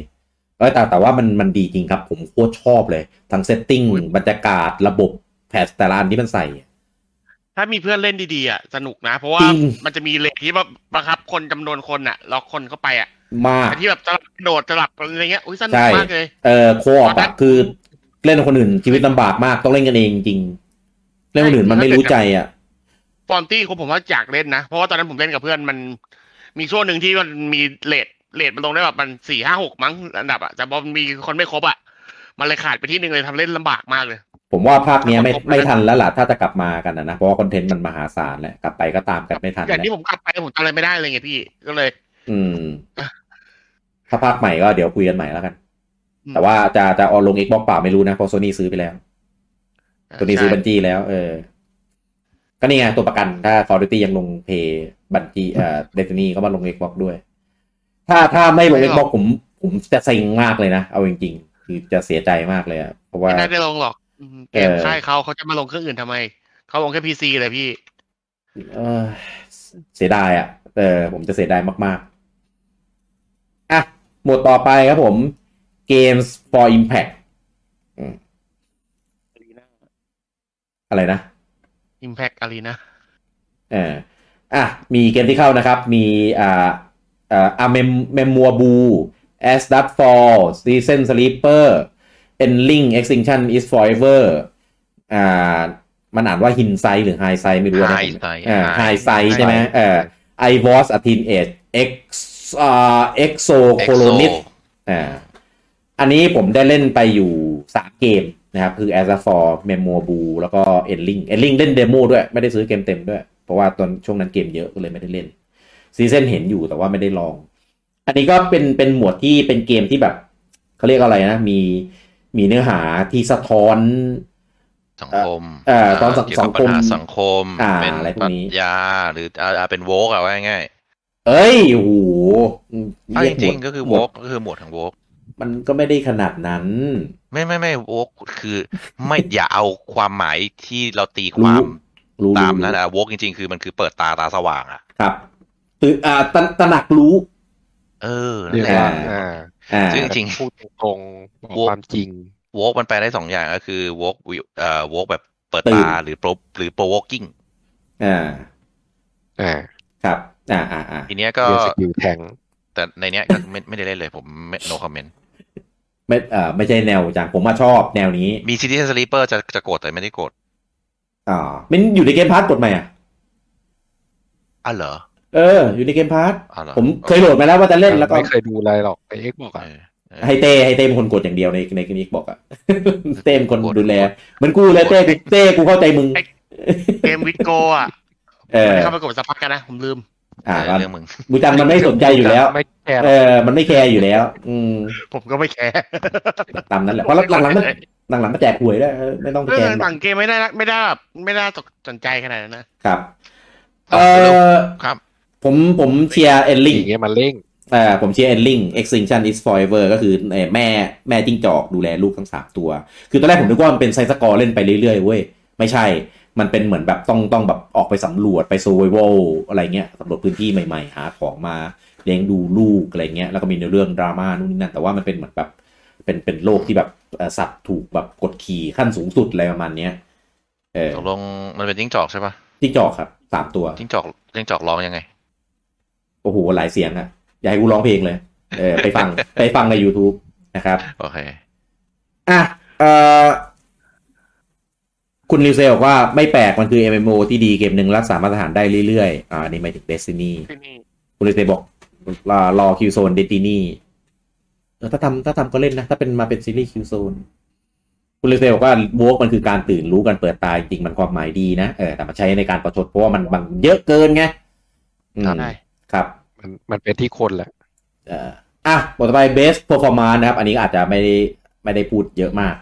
Speaker 2: เออแต่แต่ว่ามันมันดีจริงครับ ผมโคตรชอบเลย ทั้งเซตติ้งบรรยากาศระบบแพทแต่ละอันที่มันใส่
Speaker 4: ถ้ามีเพื่อนเล่นดีๆอ่ะสนุกนะ เพราะว่า
Speaker 2: จริง
Speaker 4: มันจะมีเลทที่แบบบังคับคนจำนวนคนอ่ะล็อกคนเข้าไปอ่ะ
Speaker 2: มาก
Speaker 4: แต่ที่แบบสลับกระโดดสลับอะไรเงี้ยอุ้ยสนุ
Speaker 2: ใช่
Speaker 4: กมากเลย
Speaker 2: เออโคออกอะคือเล่นกับคนอื่นชีวิตลำบากมากต้องเล่นกันเองจริงเล่นคนอื่นมันไม่รู้ใจอ่ะ
Speaker 4: ฟอนตี้ผมผมว่าอยากเล่นนะ เพราะว่าตอนนั้นผมเล่นกับเพื่อนมัน มีช่วงหนึ่งที่มันมีเลทเลทมันลงได้แบบมันสี่ห้าหกมั้งอันดับอะแต่พอมีคนไม่ครบอะมันเลยขาดไปที่หนึ่งเลยทำเล่นลำบากมากเลย
Speaker 2: ผมว่าภาคเนี้ยไม่
Speaker 4: ผมไม่
Speaker 2: ไม่ทันแล้วล่ะถ้าจะกลับมากันนะนะเพราะว่าคอนเทนต์มันมหาศาลแหละกลับไปก็ตามกันไม่ทัน
Speaker 4: อย่าง
Speaker 2: แหละ
Speaker 4: ที่ผมกลับไปผมทำอะไรไม่ได้เลยไงพี่ก็เลย
Speaker 2: อืม ถ้าภาคใหม่ก็เดี๋ยวคุยกันใหม่แล้วกัน
Speaker 4: อืม
Speaker 2: แต่ว่าจะจะออนลง Xbox เปล่าไม่รู้นะเพราะโซนี่ซื้อไปแล้วโซนี่ซื้อบัญ
Speaker 4: ใช่
Speaker 2: จีแล้ว เออ ก็นี่ไงตัวประกัน ถ้า Call of Duty ยังลงเพย์บัญจีเอ่อเดตินี่ก็มาลง Xbox ด้วย ถ้าถ้าไม่ลง Xbox ผม ผมจะเซ็งมากเลยนะ เอาจริงๆ คือจะเสียใจมากเลยอะเพราะว่า
Speaker 4: ไม่ได้ลงหรอกอืมเกม
Speaker 2: เออ
Speaker 4: ค่ายเขาเขาจะมาลงเครื่องอื่นทำไม เขาลงแค่พีซีเลยพี่
Speaker 2: เออเสียดายอ่ะ เออ ผมจะเสียดายมาก ๆ อ่ะ หมวดต่อไปครับผม Games for Impact อืมอะไรนะ
Speaker 4: Impact Arena
Speaker 2: เอออ่ะ มีเกมที่เข้านะครับ มีอ่าอ่าอาเมมเมมัวบูแอสดัตฟอลซีเซนสลีปเปอร์เอนลิงเอ็กซิงชันอิสฟอร์เวอร์อ่ามันอ่านว่าหินไซหรือไฮไซไม่รู้นะ
Speaker 3: Hindsight
Speaker 2: อ่าไฮไซใช่ไหม
Speaker 3: Hindsight
Speaker 2: เอ่อไอวอสอทินเอจเอ็กซ์อ่าเอ็กโซโคโลนิส
Speaker 3: Exo
Speaker 2: อ่า อันนี้ผมได้เล่นไปอยู่สามเกมนะครับ คือ a s a f o r m e m o b u แล้วก็ e n l i n g e n l i n g เล่นเดโมด้วย ไม่ได้ซื้อเกมเต็มด้วย เพราะว่าตอนช่วงนั้นเกมเยอะก็เลยไม่ได้เล่น ซีเซนเห็นอยู่แต่ว่าไม่ได้ลอง อันนี้ก็เป็นเป็นหมวดที่เป็นเกมที่แบบเขาเรียกอะไรนะ มีมีเนื้อหาที่สะท้อน
Speaker 3: สังคม
Speaker 2: เอ่อตอนสัง
Speaker 3: เกี่ยวกับปัญหา
Speaker 2: สังคม
Speaker 3: สังคม
Speaker 2: อ่า
Speaker 3: เป็น
Speaker 2: อะไรพวก
Speaker 3: ปรั
Speaker 2: นี้
Speaker 3: ชญาหรืออ่าอ่าเป็นโวกอะว่าง่าย
Speaker 2: เอ้ยโห
Speaker 3: ๆเอาจริงๆก็คือโว
Speaker 2: ก
Speaker 3: กก็คือหมวดของโวก
Speaker 2: มันก็ไม่ได้ขนาดนั้น
Speaker 3: ไม่ไม่ไม่โวกคือ ไม่อย่าเอาความหมายที่เราตีความ
Speaker 2: รู้
Speaker 3: ตามนั้น
Speaker 2: รู้
Speaker 3: อะโวกจริง ๆ คือมันคือเปิดตาตาสว่างอะ
Speaker 2: ครับตื่นอ่าตระตระหนักรู้
Speaker 3: เออ
Speaker 5: เรียก
Speaker 3: นั่นแห
Speaker 5: ว่า
Speaker 3: ละ
Speaker 2: อ่า
Speaker 5: อ่า
Speaker 2: อ่า
Speaker 3: ซึ่ง จริง
Speaker 5: พูดตรงๆบอกความจริง
Speaker 3: โวกมันแปลได้สองอย่างก็คือโวกเอ่อโวกแบบเปิด
Speaker 2: ตื่น
Speaker 3: ตาหรือโปรหรือโปรวกกิ้ง
Speaker 2: อ่า
Speaker 5: อ่า
Speaker 2: ครับ อ่าอ่าอ่า
Speaker 3: ทีเนี้ยก็
Speaker 5: เรียกสกิลแทงค์
Speaker 3: แต่ในเนี้ยก็ ไม่ไม่ได้เล่นเลยผมไม่ no comment
Speaker 2: ไม่เอ่อไม่ใช่แนวจากผมมาชอบแนวนี้
Speaker 3: มีซิตี้สลีปเปอร์จะจะโกรธแต่ไม่ได้โกรธ
Speaker 2: อ่ามันอยู่ในเกมพาร์ทกดไหมอ่ะ
Speaker 3: อ้าวเหรอ
Speaker 2: เออ อยู่ในเกมพาร์ท
Speaker 3: อ้าวเหรอ
Speaker 2: ผมเคยโหลดมาแล้วว่าจะเล่นแล้วก็
Speaker 5: ไม่เคยดูอะไรหรอกไอเอ็กบอกอ่ะ
Speaker 3: เออเออ
Speaker 2: ให้เต้ให้เต้เป็นคนกดอย่างเดียวในในคลินิกบอกอ่ะ เต้เป็นคน
Speaker 3: กด
Speaker 2: ดูแลเหมือนกูเลยเต้กูเต้กูเข้าใจมึง
Speaker 4: เกมวิดโกอ่ะ
Speaker 2: เออ
Speaker 4: ไม่ได้เข้าไปกดสักพักกันนะ ผมลืม
Speaker 2: อ่า
Speaker 3: เออเรื่องมึง
Speaker 2: บูจังมันไม่สนใจอยู่แล้ว
Speaker 5: ไม่แคร์หร
Speaker 2: เอ
Speaker 5: อก
Speaker 2: อ มันไม่แคร์อยู่แล้ว อืม
Speaker 4: ผมก็ไม่แคร์
Speaker 2: ตามนั้นแหละเพราะหลังๆมันหลังๆมันแจกหวยด้วยเออไม่ต้องไป
Speaker 4: เรื่
Speaker 2: แจกห
Speaker 4: อง
Speaker 2: รอก
Speaker 4: ต่างเกมไม่ได้นะไม่ได้แบบไม่ได้สนใจขนาดนั้นนะครับ
Speaker 2: เออ
Speaker 3: ครับ
Speaker 2: ผมผมเชียร์เอลลิง
Speaker 5: อย่างเงี้ยมันเร่ง
Speaker 2: เอ่อผมเชื่อ Endling Extinction is Forever ก็คือเอ่อแม่แม่จิ้งจอกดูแลลูกทั้งสามตัว คือตอนแรกผมนึกว่ามันเป็นไซส์สกอร์เล่นไปเรื่อยๆเว้ย ไม่ใช่ มันเป็นเหมือนแบบต้องต้องแบบออกไปสำรวจไป survival อะไรเงี้ยสำรวจพื้นที่ใหม่ๆ หาของมาเลี้ยงดูลูกอะไรเงี้ย แล้วก็มีในเรื่องดราม่านู่นนี่นั่น แต่ว่ามันเป็นเหมือนแบบเป็นเป็นโลกที่แบบเอ่อสัตว์ถูกแบบกดขี่ขั้นสูงสุดอะไรประมาณเนี้ยเออ
Speaker 3: ตกลงมันเป็นจิ้งจอกใช่ปะ
Speaker 2: จิ้งจอกครับสามตัว
Speaker 3: จิ้งจอกจิ้งจอกร้องยังไง
Speaker 2: โอ้โหหลายเสียงอะอยากให้กูร้องเพลงเลยเออไปฟัง ไปฟังใน YouTube นะครับ
Speaker 3: โอเค
Speaker 2: อ่ะเอ่อคุณริวเซลบอกว่าไม่แปลกมันคือ MMO ที่ดีเกมหนึ่งรักษามาตรฐานได้เรื่อยๆ อ่าอันนี่หมายถึง Destiny
Speaker 4: ที่นี่
Speaker 2: คุณริวเซลบอกรอรอคิวโซน Destiny เออถ้าทำถ้าทำก็เล่นนะ ถ้าเป็นมาเป็นซีรีส์คิวโซนคุณริวเซลบอกว่าโวกมันคือการตื่นรู้การเปิดตาจริงๆมันความหมายดีนะเออแต่มันใช้ในการประชดเพราะว่ามันมันเยอะเกินไงอืม
Speaker 4: ได้
Speaker 2: ครับ
Speaker 5: มันมันเป็นที่คนแหละ
Speaker 2: เอ่ออ่ะบทต่อไป best performance นะครับ อันนี้อาจจะไม่ได้ไม่ได้พูดเยอะมาก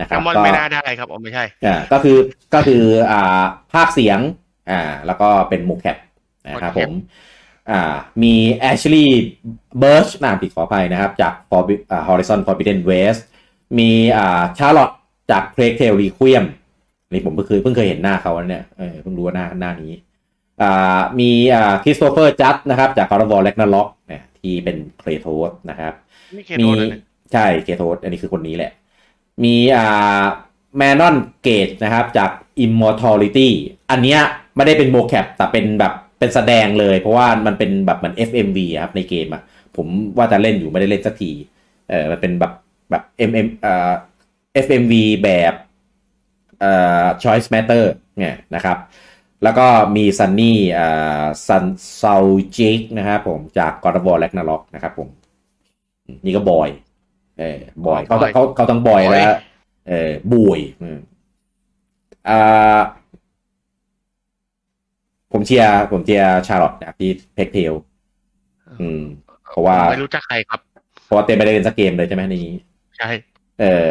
Speaker 2: นะค
Speaker 4: แซ
Speaker 2: รับ
Speaker 4: มมอน
Speaker 2: ก็
Speaker 4: ไม่น่าได้ครับอ๋อไม่ใช่
Speaker 2: อ่าก็คือก็คืออ่าภาคเสียงอ่าแล้วก็เป็นโมแคปนะครับ
Speaker 4: โม
Speaker 2: ผ
Speaker 4: แคป
Speaker 2: มอ่ามี Ashley Birch นามผิดขออภัยนะครับ จาก Forbi- อ่า Horizon Forbidden West มีอ่า Charlotte จาก Plague Tale Requiem นี่ผมเพิ่งเคยเพิ่งเคยเห็นหน้าเขานะเนี่ยเออเพิ่งรู้ว่าหน้าหน้านี้ อ่ามีอ่าคริสโตเฟอร์จัดนะครับ จากคาร์บอลเล็กนาล็อกเนี่ยที่เป็นเครโทสนะครับ
Speaker 4: ไม่เคยโดนเลยนะ
Speaker 2: ใช่เคโทสอันนี้คือคนนี้แหละ มีอ่าแมนนอนเกตนะครับจาก Immortality อันเนี้ยไม่ได้เป็นโมแคปแต่เป็นแบบเป็นแสดงเลย เพราะว่ามันเป็นแบบเหมือน FMV อะครับในเกมอะผมว่าจะเล่นอยู่ไม่ได้เล่นสักทีเออมันเป็นแบบแบบ MM เอ่อ FMV แบบเอ่อ Choice Matter เนี่ยนะครับ แล้วก็มีซันนี่อ่าซันซาวจิกนะครับผมจากกอร์บอลแลกนาล็อกนะครับผม นี่ก็บอย เออบอยเขา
Speaker 4: บอย
Speaker 2: เขาเขาทั้งบอย
Speaker 3: บอย
Speaker 2: และเออบุยอืมอ่าผมเชียร์ผมเชียร์ชาร์ลอตนะครับที่เพกเทลอืม เพราะว่า
Speaker 4: ผมไม่รู้จักใครครับ
Speaker 2: เพราะว่าเต็มไปได้เล่นสักเกมเลยใช่ไหมในนี้
Speaker 4: ใช่
Speaker 2: เออ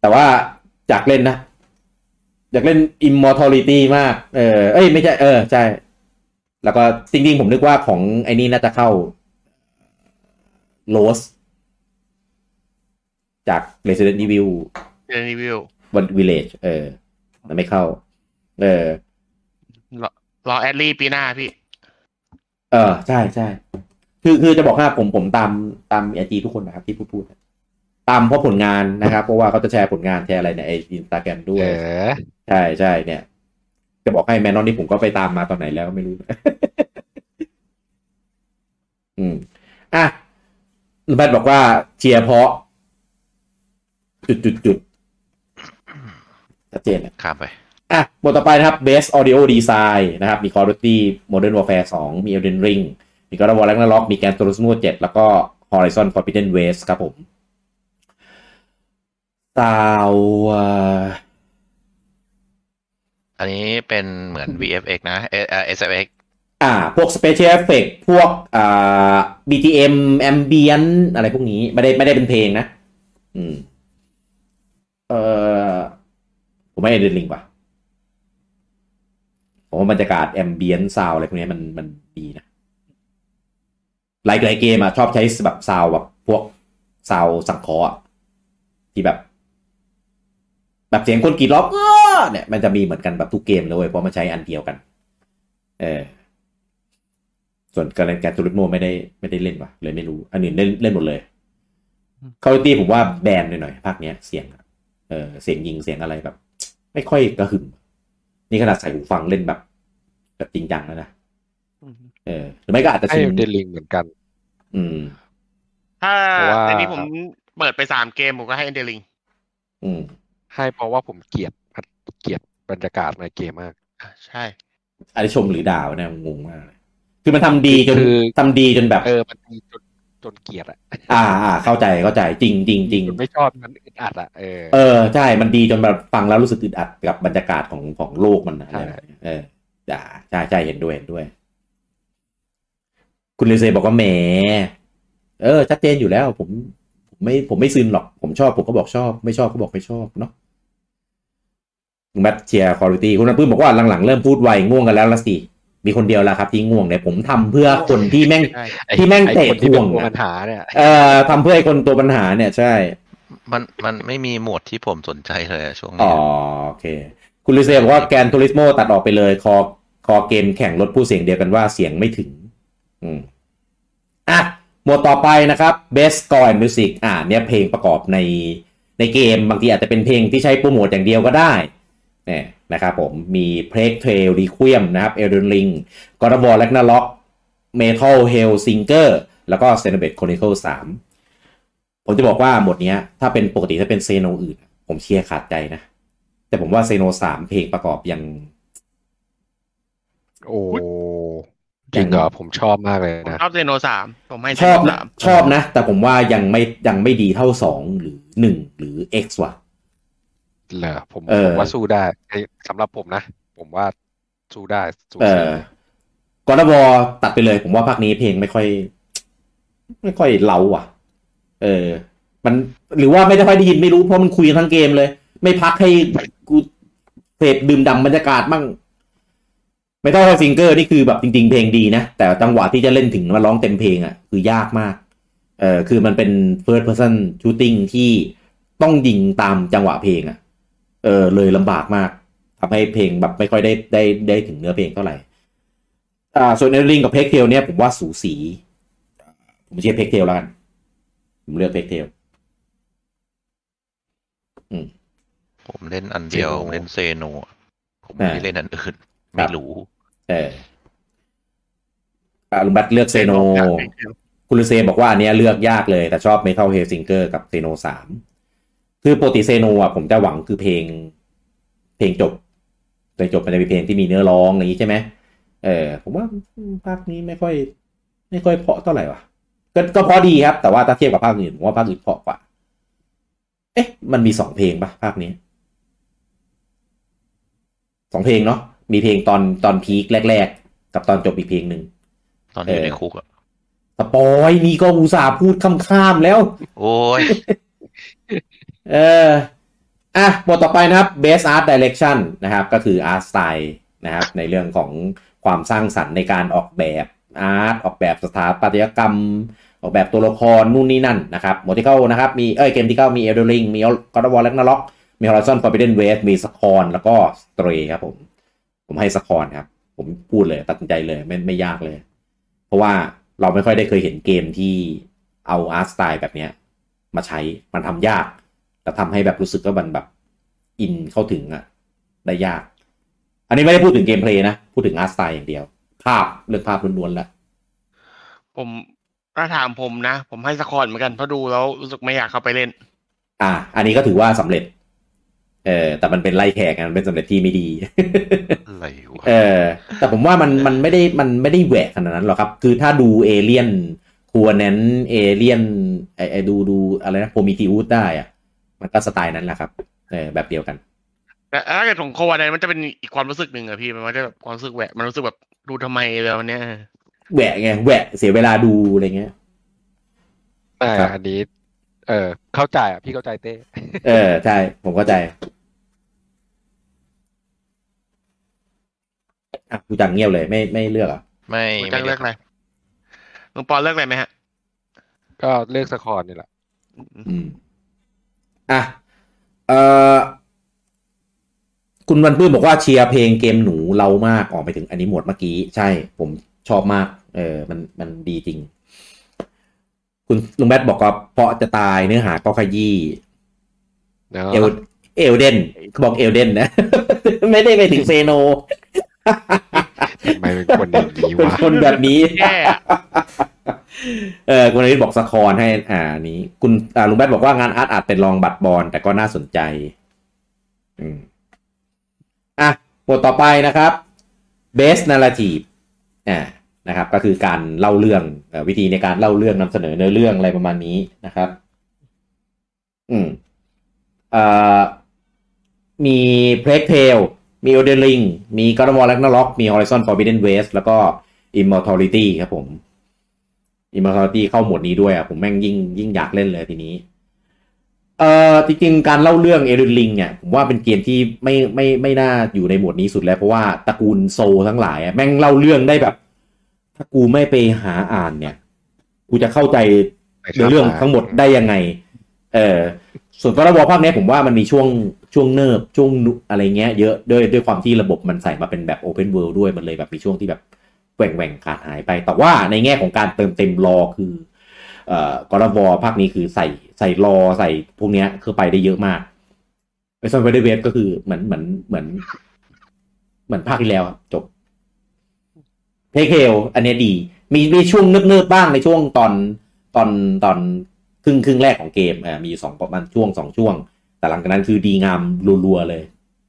Speaker 2: แต่ว่าอยากเล่นนะ อยากเล่น Immortality มาก เออเอ้ย ไม่ใช่ เออ ใช่ แล้วก็จริงๆ ผมนึกว่าของไอ้นี่น่าจะเข้าโ s สจาก Resident Evil
Speaker 4: เดนรีวิว
Speaker 2: วันวิลเลจเออมันไม่เข้า เออ
Speaker 4: รอแอดลี่ปีหน้าพี่
Speaker 2: เออ ใช่ใช่ คือคือจะบอกว่าผมผมตามตามไอจีทุกคนนะครับที่พูดพูดตามเพราะผลงานนะครับ เพราะว่าเขาจะแชร์ผลงานแชร์อะไรในไอจีสตาแกรมด้วย
Speaker 5: เออ
Speaker 2: ใช่ใช่เนี่ย จะบอกให้แมนนอนนี่ผมก็ไปตามมาตอนไหนแล้วไม่รู้ อืม อ่ะแบทบอกว่าเชียร์เพราะ จุดจุดจุดชัดเจนนะ
Speaker 3: ข้ามไป
Speaker 2: อ่ะบทต่อไปนะครับ Best Audio Design นะครับ มี Call of Duty Modern Warfare 2 มี Elden Ring มี God of War Ragnarok มี Gran Turismo 7 แล้วก็ Horizon Forbidden West ครับผมตาวอ่ะ
Speaker 3: อันนี้เป็นเหมือน VFX นะ เอสเอ็ก
Speaker 2: อ่า พวก Special Effect พวกอ่า BTM Ambient อะไรพวกนี้ ไม่ได้ไม่ได้เป็นเพลงนะ อืม เอ่อ ผมไม่ Elden Ring ป่ะผมว่าบรรยากาศ Ambient Sound อะไรพวกนี้มันมันดีนะ หลายหลายเกมอะชอบใช้แบบซาวแบบพวกซาวสังเคราะห์อะที่แบบ แบบเสียงคนกรีดร้องเอ้อเนี่ย มันจะมีเหมือนกันแบบทุกเกมเลยเว้ยเพราะมันใช้อันเดียวกัน เออส่วนการเล่นการตูริโมไม่ได้ไม่ได้เล่นว่ะเลยไม่รู้ อันอื่นเล่นเล่นหมดเลยคาลิตี้ผมว่าแบนหน่อยๆภาคเนี้ยเสียงอะเออเสียงยิงเสียงอะไรแบบ ไม่ค่อยกระหึ่มนี่ขนาดใส่หูฟังเล่นแบบ แบบจริงจังแล้วนะเออหรือไม่ก็อาจจะ
Speaker 5: ไอ
Speaker 2: ชิน
Speaker 5: เดนลิงเหมือนกัน
Speaker 2: อืม
Speaker 4: ถ้า
Speaker 5: เพราะว่า
Speaker 4: อันนี้ผมเปิดไปสามเกมผมก็ให้เอนเดลิง
Speaker 2: อืม
Speaker 5: ให้เพราะว่าผมเกลียดมันเกลียดบรรยากาศในเกมมาก
Speaker 4: ใช่
Speaker 2: อันนี้ชมหรือด่าวะเนี่ยงงมากเลยคือมันทำดีจน
Speaker 5: คือ
Speaker 2: ทำดีจนแบบ
Speaker 5: เออมันมีจนจนเกลียดอะ
Speaker 2: อ่าอ่าเข้าใจเข้าใจจริงจริงจริง
Speaker 5: จนไม่ชอบมันอึดอัดอะเออ
Speaker 2: เออใช่ มันดีจนแบบฟังแล้วรู้สึกอึดอัดกับบรรยากาศของของโลกมันนะ
Speaker 5: ใช่
Speaker 2: อะไรแบบนี้เอออ่าใช่ใช่เห็นด้วยเห็นด้วย คุณเลเซบอกว่าแหมเออ ชัดเจนอยู่แล้ว ผม ผมไม่ผมไม่ซึนหรอก ผมชอบผมก็บอกชอบ ไม่ชอบก็บอกไม่ชอบเนาะคุณแมทเชียร์คุณภาพคุณน้ำปื้มบอกว่าหลังๆเริ่มพูดไวง่วงกันแล้วละสิมีคนเดียวละครับที่ง่วงเนี่ยผมทำเพื่อคนที่แม่ง
Speaker 4: ใช่
Speaker 5: ไอ้
Speaker 2: ที่แม่ง
Speaker 5: ไอ้
Speaker 2: เตะ
Speaker 5: คนที่
Speaker 2: ถ่
Speaker 5: เป็น
Speaker 2: วง
Speaker 5: ตัว
Speaker 2: อะ
Speaker 5: ปัญหาเนี่ย
Speaker 2: เอ่อทำเพื่อไอ้คนตัวปัญหาเนี่ยใช่
Speaker 3: มันมันไม่มีหมวดที่ผมสนใจเลยอะช่วง
Speaker 2: อ๋
Speaker 3: นี้
Speaker 2: อโอเค คุณลิเซบอกว่าแกนทูริสโมตัดออกไปเลย คอคอเกมแข่งรถผู้เสียงเดียวกันว่าเสียงไม่ถึง อืมอ่ะ หมวดต่อไปนะครับ best score and music อ่า เนี่ยเพลงประกอบในในเกมบางทีอาจจะเป็นเพลงที่ใช้โปรโมทอย่างเดียวก็ได้เนี่ยนะครับผมมี Plague Trail Requiem นะครับ Elden Ring God of War Ragnarok Metal Hell Singer แล้วก็ Xenoblade Chronicles 3 ผมจะบอกว่าหมดเนี้ย ถ้าเป็นปกติถ้าเป็นเซโนอื่น ผมเชียร์ขาดใจนะ แต่ผมว่าเซโนสามเพลงประกอบยัง
Speaker 5: โอ้
Speaker 4: อุ๊ย
Speaker 5: จริงเหรอผมชอบมากเลย
Speaker 4: ผม
Speaker 5: นะ
Speaker 4: ชอบเซโนสามผมให้เซ
Speaker 2: ชอ
Speaker 4: โน
Speaker 2: บนะ
Speaker 4: สาม
Speaker 2: ชอบนะ แต่ผมว่ายังไม่ยังไม่ดีเท่าสองหรือหนึ่งหรือ X ว่ะ
Speaker 5: เหรอผม
Speaker 2: เออ
Speaker 5: ผมว่าสู้ได้ไอ้สำหรับผมนะ ผมว่าสู้ได้สู้
Speaker 2: เอ
Speaker 5: เสีย
Speaker 2: อ
Speaker 5: เลย
Speaker 2: กอร์บอตัดไปเลย ผมว่าภาคนี้เพลงไม่ค่อย ไม่ค่อยเล้าอ่ะ เออ มันหรือว่าไม่ได้ค่อยได้ยินไม่รู้เพราะมันคุยกันทั้งเกมเลย ไม่พักให้กูเสพดื่มด่ำบรรยากาศมั่งไม่ต้องเอาซิงเกอร์นี่คือแบบจริง ๆ เพลงดีนะ แต่จังหวะที่จะเล่นถึงมาร้องเต็มเพลงอ่ะ คือยากมาก เออคือมันเป็น first person shooting ที่ต้องยิงตามจังหวะเพลงอ่ะ เออเลยลำบากมากทำให้เพลงแบบไม่ค่อยได้ได้ได้ถึงเนื้อเพลงเท่าไหร่ อ่าส่วนเอลลิงกับเพกเทลเนี่ยผมว่าสูสี ผมเชียร์เพกเทลแล้วกัน ผมเลือกเพกเทล
Speaker 3: ผมเล่นอันเดียว
Speaker 5: เซโน
Speaker 3: ผมเล่นเซโนผมไม่ได้เล่นอันอื่น
Speaker 2: ครั
Speaker 3: ไม่
Speaker 2: บ
Speaker 3: รู้
Speaker 2: เอออ่าลุงบัตเลือกเซโน คุณลูเซบอกว่าอันเนี้ยเลือกยากเลยแต่ชอบ Metal h e l s i n g e r กับเซโนสามคือปกติเซโนอ่ะผมจะหวังคือเพลง เพลงจบเพลงจบมันจะมีเพลงที่มีเนื้อร้องอะไรอย่างนี้ใช่ไหมเออผมว่าภาคนี้ไม่ค่อย ไม่ค่อยเพราะเท่าไหร่วะก็ก็เพราะดีครับ แต่ว่าถ้าเทียบกับภาคอื่นผมว่าภาคอื่นเพราะกว่า เอ๊ะ มันมีสองเพลงปะภาคนี้สองเพลงเนาะมีเพลงตอนตอนพีคแรก ๆ กับตอนจบอีกเพลงหนึ่ง
Speaker 3: ตอนนี้อ
Speaker 2: เออ
Speaker 3: ยู่ในคุกอะ
Speaker 2: สปอยนี่ก็อุตส่าห์พูดข้ามๆแล้ว
Speaker 3: โอ้ย
Speaker 2: เออ อ่ะ บทต่อไปนะครับ Best Art Direction นะครับ ก็คือ Art Style นะครับ ในเรื่องของความสร้างสรรค์ในการออกแบบอาร์ต ออกแบบสถาปัตยกรรม ออกแบบตัวละครนู่นนี่นั่นนะครับหมวดที่เก้านะครับ มี เอ้ย เกมที่เก้ามี Elden Ring มี God of War Ragnarok มี Horizon Forbidden West มี Scorn แล้วก็ Stray ครับผม ผมให้ Scorn ครับ ผมพูดเลย ตัดสินใจเลย ไม่ไม่ยากเลย เพราะว่า เราไม่ค่อยได้เคยเห็นเกมที่เอาอาร์ตสไตล์แบบเนี้ย มาใช้มันทำยากแต่ทำให้แบบรู้สึกว่ามันแบบอินเข้าถึงอะได้ยาก อันนี้ไม่ได้พูดถึงเกมเพลย์นะ พูดถึงอาร์ตสไตล์อย่างเดียว ภาพเรื่องภาพล้วนๆละ
Speaker 4: ผมถ้าถามผมนะ ผมให้สคอนเหมือนกันเพราะดูแล้วรู้สึกไม่อยากเข้าไปเล่น
Speaker 2: อ่ะ อันนี้ก็ถือว่าสำเร็จ เออ แต่มันเป็นไล่แขกอะมันเป็นสำเร็จที่ไม่ดี
Speaker 3: อะไรวะ
Speaker 2: เออ แต่ผมว่ามันมันไม่ได้มันไม่ได้แหวกขนาดนั้นหรอกครับ คือถ้าดูเอเลียนคัวแนนเอเลียนไอไอดูดูอะไรนะโพมิทิอูสได้อะมันก็สไตล์นั้นแหละครับ เออ แบบเดียวกัน
Speaker 4: แต่ถ้าเกิดของโควาเนี่ยมันจะเป็นอีกความรู้สึกหนึ่งอะพี่มันไม่ได้แบบความรู้สึกแหวะมันรู้สึกแบบดูทำไมแล้วเนี่ย
Speaker 2: แหวกไงแหวกเสียเวลาดูอะไรเงี้ย
Speaker 5: แต่
Speaker 2: ครับ
Speaker 5: อันนี้ เออเข้าใจอ่ะพี่เข้าใจเต้
Speaker 2: เออ ใช่ ผมเข้าใจอ่ะกูจังเงียบเลยไม่ไม่เลือกเหรอ่ะ
Speaker 3: ไม่
Speaker 4: คุณ
Speaker 3: ไม่
Speaker 4: จัง
Speaker 3: ได้
Speaker 4: เลือกอะไรลุงปอนเลือกอะไรไหมฮะ
Speaker 5: ก็เลือกสคอนนี่แหละ
Speaker 2: อืมอ่ะเออคุณวันพื้นบอกว่าเชียร์เพลงเกมหนูเรามากออกไปถึงอันนี้หมวดเมื่อกี้ ใช่ ผมชอบมาก เออ มันมันดีจริง คุณลุงแบทบอกว่าเพราะจะตายเนื้อหาก็ขยี้
Speaker 5: เนาะ
Speaker 2: เอลเอลเดนบอกเอลเดนนะ ไม่ได้ไปถึงเซโน
Speaker 5: ทำไมเป็น คนอย่างนี้
Speaker 2: เป็น
Speaker 5: วะ
Speaker 2: คนแบบนี้
Speaker 4: แย่อะ
Speaker 2: เออคุณอนิตบอกสะครให้อ่านี้ คุณอ่าลุงแบทบอกว่างานอาร์ตอาจเป็นรองบัตรบอลแต่ก็น่าสนใจ อืมอ่ะบทต่อไปนะครับ best narrative อ่านะครับ ก็คือการเล่าเรื่องเออวิธีในการเล่าเรื่องนำเสนอเนื้อเรื่องอะไรประมาณนี้นะครับ อืมเอ่อมีเพลกเทลมี e l d e n Ring มี God of War Ragnarok มี Horizon Forbidden West แล้วก็ Immortality ครับผม Immortality เข้าหมวดนี้ด้วยอ่ะ ผมแม่งยิ่งยิ่งอยากเล่นเลยทีนี้ เอ่อจริงๆ การเล่าเรื่อง e l d e n Ring เนี่ย ผมว่าเป็นเกมที่ไม่ไม่ไม่น่าอยู่ในหมวดนี้สุดแล้ว เพราะว่าตระกูลโซลทั้งหลายอ่ะแม่งเล่าเรื่องได้แบบ ถ้ากูไม่ไปหาอ่านเนี่ย กูจะเข้าใจ เนื้อเรื่องทั้งหมดได้ยังไง เออส่วนกระบอภาคเนี้ยผมว่ามันมีช่วงช่วงเนิบช่วงนุอะไรเงี้ยเยอะด้วยด้วยความที่ระบบมันใส่มาเป็นแบบ Open World ด้วยมันเลยแบบมีช่วงที่แบบแหว่งแหว่งๆขาดหายไป แต่ว่าในแง่ของการเติมเต็มรอคือ เอ่อกระบอภาคนี้คือใส่ใส่รอใส่พวกเนี้ยคือไปได้เยอะมากไอซอนเวเดเวฟก็คือเหมือนเหมือนเหมือนเหมือนภาคที่แล้วอะจบ เทคเฮลอันเนี้ยดี มีมีช่วงเนิบๆบ้างในช่วงตอนตอนตอนครึ่งครึ่งแรกของเกมเออมีอยู่สองประมาณช่วงสองช่วง แต่หลังจากนั้นคือดีงามรัวๆเลย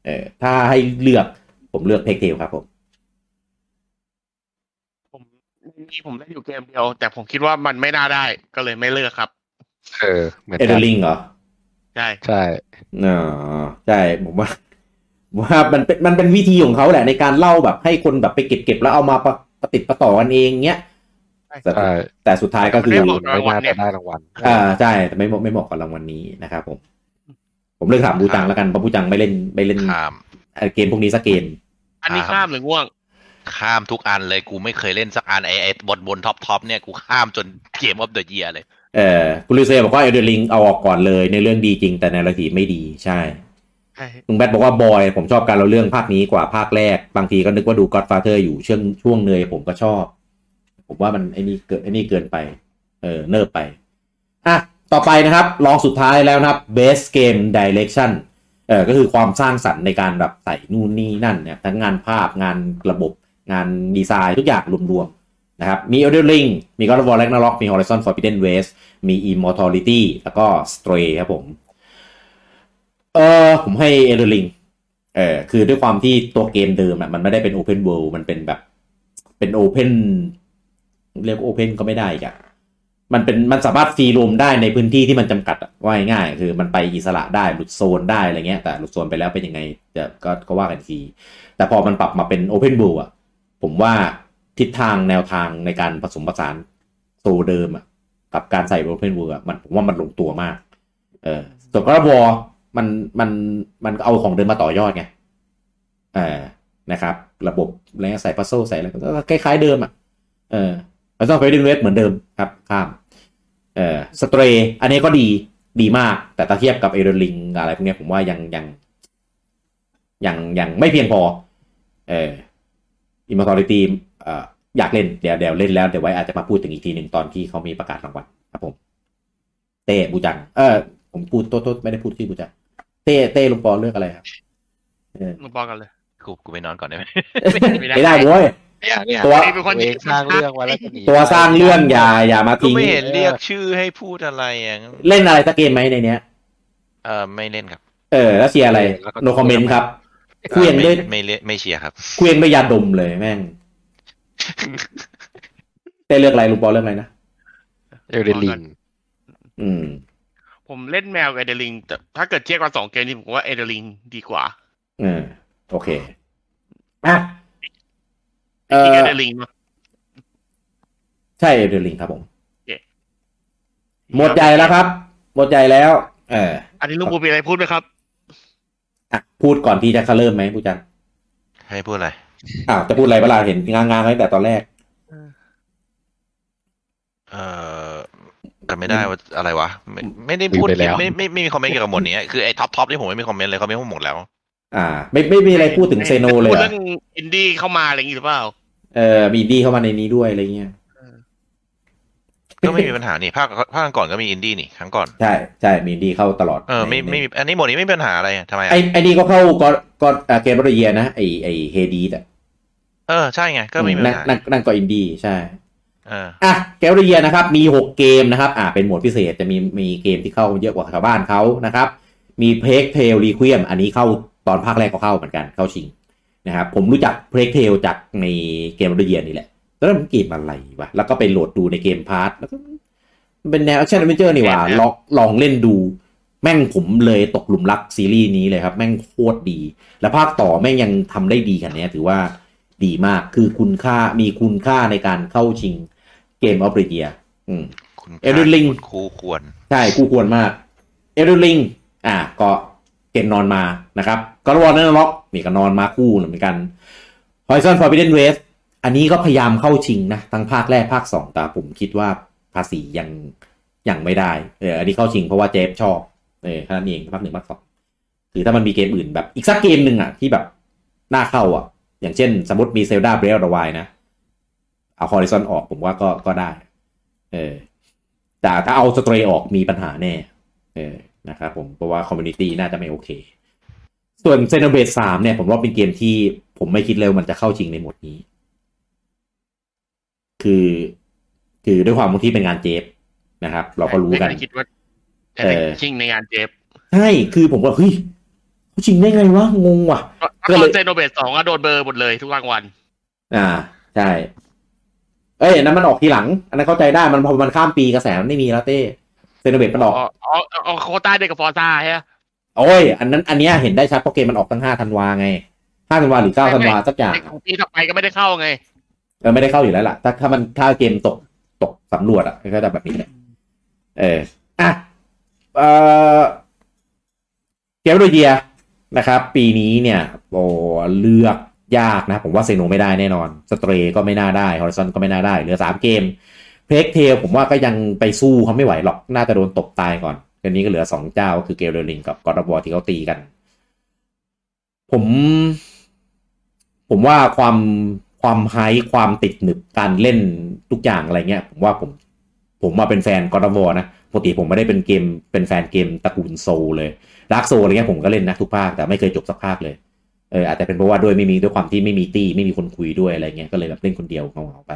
Speaker 2: เออถ้าให้เลือกผมเลือกเทคเฮลครับผม
Speaker 4: ผมนี่ผมเล่นอยู่เกมเดียว แต่ผมคิดว่ามันไม่น่าได้ก็เลยไม่เลือกครับ
Speaker 5: เออเหมือน
Speaker 2: เอเด
Speaker 5: กัน
Speaker 2: ลิงเหรอ
Speaker 4: ใช่
Speaker 5: ใช่
Speaker 2: อ๋อใช่ผมว่าผมว่ามันเป็นมันเป็นวิธีของเขาแหละในการเล่าแบบให้คนแบบไปเก็บเก็บแล้วเอามาประประติดประต่อกันเองเงี้ยแต่
Speaker 5: ใช่
Speaker 2: แต่สุดท้ายก็คือ
Speaker 4: ไม่เหมาะ
Speaker 5: ไม่น่าจะได้รางวัล
Speaker 2: อ่าใช่แต่ไม่เหมาะไม่เหมาะกับรางวัลนี้นะครับผม ผมเลือกถามบูจังแล้วกันเพราะบูจังไม่เล่นไม่เล่น
Speaker 3: ข้าม
Speaker 2: เอ่อเกมพวกนี้สักเกม
Speaker 4: อันนี้
Speaker 3: อ่า
Speaker 4: ข้ามหรือง่วง
Speaker 3: ข้ามทุกอันเลยกูไม่เคยเล่นสักอันไอไอบนบนท็อปท็อปเนี่ยกูข้ามจนเกมออฟเดอะเยียเลย
Speaker 2: เอ่อคุณลูเซบอกว่าเอเดลิงเอาออกก่อนเลย ในเรื่องดีจริงแต่ในรายละเอียดไม่ดีใช่
Speaker 4: ใช่
Speaker 2: ลุงแบทบอกว่าบอยผมชอบการเราเรื่องภาคนี้กว่าภาคแรก บางทีก็นึกว่าดู Godfather อยู่ช่วงช่วงเนยผมก็ชอบ ผมว่ามันไอ้นี่เกิดไอ้นี่เกินไป เออเนิบไปอ่ะต่อไปนะครับลองสุดท้ายแล้วนะครับ best game direction เออก็คือความสร้างสรรค์ในการแบบใส่นู่นนี่นั่นเนี่ยทั้งงานภาพงานระบบงานดีไซน์ทุกอย่างรวมๆนะครับมี Elden Ring มี God of War Ragnarok มี Horizon Forbidden West มี Immortality แล้วก็ Stray ครับผม เออผมให้ Elden Ring เออคือด้วยความที่ตัวเกมเดิมอ่ะมันไม่ได้เป็น Open World มันเป็นแบบเป็น Open เรียก Open ก็ไม่ได้อีกอ่ะมันเป็นมันสามารถฟรีรวมได้ในพื้นที่ที่มันจำกัดอะว่าง่ายๆคือมันไปอิสระได้หลุดโซนได้อะไรเงี้ยแต่หลุดโซนไปแล้วเป็นยังไงจะก็ก็ว่ากันอีกที แต่พอมันปรับมาเป็น Open World อ่ะ ผมว่าทิศทางแนวทางในการผสมผสานโซเดิมอ่ะ กับการใส่ Open World อะมันผมว่ามันลงตัวมาก เออส่วนกระบอมันมันมันก็เอาของเดิมมาต่อยอดไงเออนะครับ ระบบอะไรเงี้ยใส่พัซโซใส่อะไรก็คล้ายๆเดิมอ่ะเออแล้วต้องไปดินเวสเหมือนเดิมครับ ข้าม เออสเตรอันนี้ก็ดีดีมาก แต่ถ้าเทียบกับเอเดลิงอะไรพวกเนี้ยผมว่ายังยัง ยังยังไม่เพียงพอ เอออิมมอร์ทอลิตี้เอ่อ อยากเล่นเดี๋ยวเดี๋ยวเล่นแล้วเดี๋ยวไว้อาจจะมาพูดถึงอีกทีหนึ่งตอนที่เขามีประกาศรางวัลครับผม เต้บูจัง เออผมพูดโทษๆไม่ได้พูดชื่อบูจังเต้เต้ลุงปอเลือกอะไรครับเออ
Speaker 4: มึงบอกกันเลย
Speaker 3: กูกูไปนอนก่อนได้ไหม
Speaker 4: ไม่ได้
Speaker 2: ไม่ได้เว้ย
Speaker 5: เนี่ยเนี่ย
Speaker 2: ตัว
Speaker 5: เป็นคนที่สร้างเรื่องไว้แล้วจะหนี
Speaker 2: ตัวสร้างเรื่องอย่าอย่ามา
Speaker 3: ก็
Speaker 2: ทิ้ง
Speaker 3: ไม่เห็นเรียกชื่อให้พูดอะไรอย่างนั้น
Speaker 2: เล่นอะไรสักเกมไหมในเนี้ย
Speaker 3: เออไม่เล่นครับ
Speaker 2: เออแล้วเชียร์อะไร no comment ครับ เควียง
Speaker 3: ไม่
Speaker 2: เล่น
Speaker 3: ไม่เล่นไม่เชียร์ครับ
Speaker 2: เควียงไปยาดมเลยแม่ง เต้เลือกอะไรลุงปอเลือกอะไรนะ
Speaker 5: เอลเดนลิง
Speaker 2: อืม
Speaker 4: ผมเล่นแมวกับเอเดลิง แต่ถ้าเกิดเทียบกันสองเกมนี้ผมว่าเอเดลิงดีกว่า
Speaker 2: เออโอเคอ่ะเออ
Speaker 4: ที่เอเดลิงเนอะ
Speaker 2: ใช่เดลิงครับผม หมด
Speaker 4: ครับ
Speaker 2: ใจแล้วครับ หมดใจแล้ว เออ
Speaker 4: อันนี้ลุงปูมีอะไรพูดไหมครับ
Speaker 2: อ่ะพูดก่อนที่จะเริ่มไหมผู้จัง
Speaker 3: ให้พูดอะไร
Speaker 2: อ้าวจะพูดอะไรเวลาเห็นงางางๆไว้ตั้งแต่ตอนแรก
Speaker 3: เออกันไม่ได้ว่าอะไรวะไม่ไม่ได้พูด
Speaker 5: ลืมไปแล้ว
Speaker 3: ไม่ไม่ไม่มีคอมเมนต์เกี่ยวกับหมวดนี้คือไอ้ท็อปท็อปนี่ผมไม่มีคอมเมนต์เลยเขาไม่พูดหมดแล้ว
Speaker 2: อ่า ไม่ไม่มีอะไรพูดถึงเซโนเลย
Speaker 4: พูด
Speaker 2: เหรอ
Speaker 4: เรื่องอินดี้เข้ามาอะไรอย่างงี้หรือเปล่า
Speaker 2: เออมีดีเข้ามาในนี้ด้วยอะไรเงี้ย
Speaker 3: ก็ไม่มีปัญหานี่ภาคภาคก่อนก็มีอินดี้นี่ครั้งก่อน
Speaker 2: ใช่ใช่มีดีเข้าตลอด
Speaker 3: เออไม่
Speaker 2: ใน
Speaker 3: ไม่มีอันนี้หมวดนี้ไม่มีปัญหาอะไรอะทำไมอะ
Speaker 2: ไอไอนี่ก็เข้าก็ก็เกมบริเยนะไอไอเฮดีอ่ะ
Speaker 3: เออใช่ไงก็ไม่มี
Speaker 2: อื
Speaker 3: ปั
Speaker 2: นั่
Speaker 3: ญ
Speaker 2: น
Speaker 3: หา
Speaker 2: นั่นนั่นก็อินดีใช่
Speaker 3: เออ
Speaker 2: อ่ะแกลเลอรียนะครับ มี 6 เกมนะครับ อ่าเป็นหมวดพิเศษจะมีมีเกมที่เข้าเยอะกว่าชาวบ้านเขานะครับ มีเพล็กเทลรีควีมอันนี้เข้าตอนภาคแรกก็เข้าเหมือนกันเข้าชิงนะครับผมรู้จักเพล็กเทลจากในเกมระเยียนนี่แหละตอนนั้นมันเกมอะไรวะ แล้วก็ไปโหลดดูในเกมพาร์ทแล้วก็มันเป็นแนวแอคชั่นแอดเวนเจอร์นี่หว่าลองลองเล่นดู แม่งผมเลยตกหลุมรักซีรีส์นี้เลยครับ แม่งโคตรดี และภาคต่อแม่งยังทำได้ดีขนาดเนี้ยถือว่าดีมากคือคุณค่ามีคุณค่าในการเข้าชิงเกมออฟเดอะเยียอืม
Speaker 3: คุณ
Speaker 2: เอลเดนลิง
Speaker 3: คุณครูควร
Speaker 2: ใช่คู่ควรมากเอลลิงอ่ะก็เกมนอนมานะครับก็วอร์เนอร์ล็อกนี่ก็นอนมาคู่เหมือนกันฮอยซอนฟอร์บิเดนเวสอันนี้ก็พยายามเข้าชิงนะ ทั้งภาคแรกภาค 2 แต่ผมคิดว่าภาษียังยังไม่ได้เอออันนี้เข้าชิงเพราะว่าเจฟชอบเออแค่นั้นเองภาคหนึ่งภาคสองคือถ้ามันมีเกมอื่นแบบอีกสักเกมหนึ่งอ่ะ ที่แบบน่าเข้าอ่ะ อย่างเช่นสมมติมีเซลดาเบรลดวายนะ เอาฮอริซอนออกผมว่าก็ก็ได้ เออแต่ถ้าเอาสเตรย์ออกมีปัญหาแน่ เออนะครับผมเพราะว่าคอมมูนิตี้น่าจะไม่โอเค ส่วนเซนเบ e สามเนี่ย ผมว่าเป็นเกมที่ผมไม่คิดเลยว่ามันจะเข้าชิงในหมวดนี้ คือ คือด้วยความที่เป็นงานเจฟนะครับ เราก็รู้กัน
Speaker 4: ไม่คิดว่า
Speaker 2: เออ
Speaker 4: ชิงในงานเจฟ
Speaker 2: ใช่ คือผมว่าเฮ้ยเขาชิงได้ไงวะ งงว่ะ ก็
Speaker 4: ก็
Speaker 2: เลย
Speaker 4: เซโนเบตสองอะโดนเบอร์หมดเลยทุกรางวัล
Speaker 2: อ่า ใช่ เอ้ยอันนั้นมันออกทีหลัง อันนั้นเข้าใจได้ มันพอมันข้ามปีกระแสมันไม่มีแล้วเต้เซนเบตมันออก
Speaker 4: อ๋ออ๋ออ๋อโควต้าเด็กกับฟอร์ซ่าฮะ
Speaker 2: โอ้ย อันนั้น อันเนี้ยเห็นได้ชัดเพราะเกมมันออกตั้งห้าธันวาไงห้าธันวาหรือเก้า
Speaker 4: ไม่
Speaker 2: ธัน
Speaker 4: ไม่
Speaker 2: วาสักอย่าง
Speaker 4: ไอ้ของปีต่อไปก็ไม่ได้เข้าไง
Speaker 2: เออไม่ได้เข้าอยู่แล้วล่ะ ถ้าถ้ามันถ้าเกมตกตกสำรวจอ่ะก็จะแบบนี้แหละเอออ่ะเออเกมโรเยียนะครับ ปีนี้เนี่ยโอ้เลือกยากนะ ผมว่าเซโนไม่ได้แน่นอนสเตรก็ไม่น่าได้ฮอริซอนก็ไม่น่าได้ เหลือสามเกมเพล็กเทลผมว่าก็ยังไปสู้เขาไม่ไหวหรอก น่าจะโดนตบตายก่อนทีนี้ก็เหลือสองเจ้าก็คือเกมเรลิงกับกอร์ดบอที่เขาตีกัน ผมผมว่าความความไฮความติดหนึบการเล่นทุกอย่างอะไรเงี้ย ผมว่าผมผมมาเป็นแฟนกอร์ดวอนะปกติผมไม่ได้เป็นเกมเป็นแฟนเกมตระกูลโซลเลยดาร์กโซอะไรเงี้ยผมก็เล่นนะทุกภาค แต่ไม่เคยจบสักภาคเลยเอออาจจะเป็นเพราะว่าด้วยไม่มีด้วยความที่ไม่มีตี้ไม่มีคนคุยด้วยอะไรเงี้ยก็เลยแบบเล่นคนเดียวเงาๆไป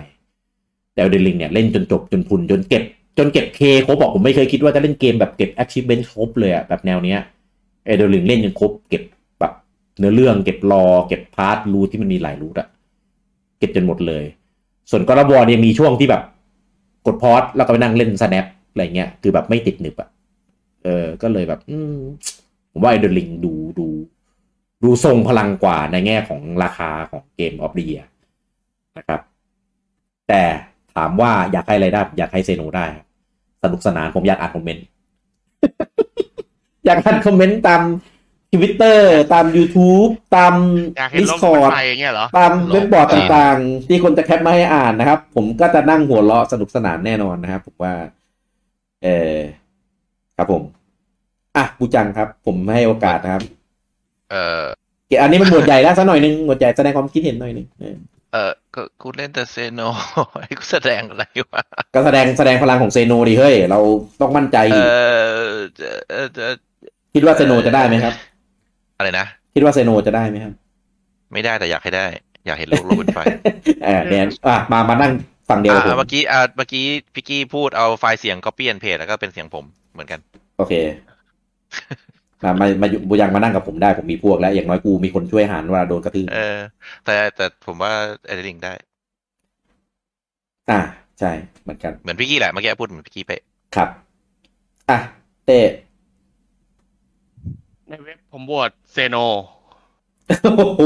Speaker 2: แต่เดนลิงเนี่ยเล่นจนจบจนพุนจนเก็บ จนเก็บเคครบบอกผมไม่เคยคิดว่าจะเล่นเกมแบบเก็บ achievement ครบเลยอะแบบแนวเนี้ยเอเดนลิงเล่นจนครบเก็บแบบ เนื้อเรื่องเก็บรอเก็บพาร์ทรูทที่มันมีหลายรูทอะเก็บจนหมดเลย ส่วนกรบอเนี่ยมีช่วงที่แบบกดพอสแล้วก็ไปนั่งเล่น snap อะไรเงี้ย คือแบบไม่ติดหนึบอะเออ ก็เลยแบบ อืมผมว่าไอเดลิงดูดู ดูทรงพลังกว่าในแง่ของราคาของเกมออฟเดียนะครับ แต่ถามว่าอยากให้อะไรได้อยากให้เซโนได้ครับสนุกสนานผมอยากอ่านคอมเมนต์ อยากอ่านคอมเมนต์ตามทวิตเตอร์ตาม YouTube ตาม
Speaker 4: อยากเห็นโลกเป็น
Speaker 2: Discord
Speaker 4: ไฟอย่างเงี้ยเหรอ
Speaker 2: ตามเว็บบอร์ดต่างๆ ที่คนจะแคปมาให้อ่านนะครับ ผมก็จะนั่งหัวเราะสนุกสนานแน่นอนนะครับผมว่า เออครับผม อ่ะกูจังครับ ผมให้โอกาสนะครับ
Speaker 3: เออ
Speaker 2: เกอันนี้มันหมวดใหญ่แล้วสักหน่อยหนึงหมวดใหญ่แสดงความคิดเห็นหน่อยหนึงเออ
Speaker 3: เออก็กูเล่นแต่เซโน ไอ้กูแสดงอะไรวะ
Speaker 2: ก็แสดงแสดงพลังของเซโนดีเฮ้ย เราต้องมั่นใจ
Speaker 3: เอ
Speaker 2: ดิ
Speaker 3: อเอ่อเอ่อเอ่อ
Speaker 2: คิดว่าเซโนจะได้ไหมครับ
Speaker 3: อะไรนะ
Speaker 2: คิดว่าเซโนจะได้ไหมครับ
Speaker 3: ไม่ได้แต่อยากให้ได้ อยากเห็นโลกโลกเป็นไฟ
Speaker 2: เออ เนี่ยอ่ะมามานั่งฝั่งเดียวกับผ
Speaker 3: อ่าม เมื่อกี้อ่าเมื่อกี้พิกกี้พูดเอาไฟล์เสียง copy and paste แล้วก็เป็นเสียงผมเหมือนกัน
Speaker 2: โอเค มามามาอยู่บุยังมานั่งกับผมได้ผมมีพวกแล้ว อย่างน้อยกูมีคนช่วยหารเวลาโดนกระทืบ
Speaker 3: เออ แต่แต่ผมว่าเอดลิงได้
Speaker 2: อ่ะใช่เหมือนกัน
Speaker 3: เหมือนพิกกี้แหละเมื่อกี้พูดเหมือนพิกกี้เป๊ะ
Speaker 2: ครับ อ่ะเต้
Speaker 4: ในเว็บผมโหวตเซโน
Speaker 2: โอ้โห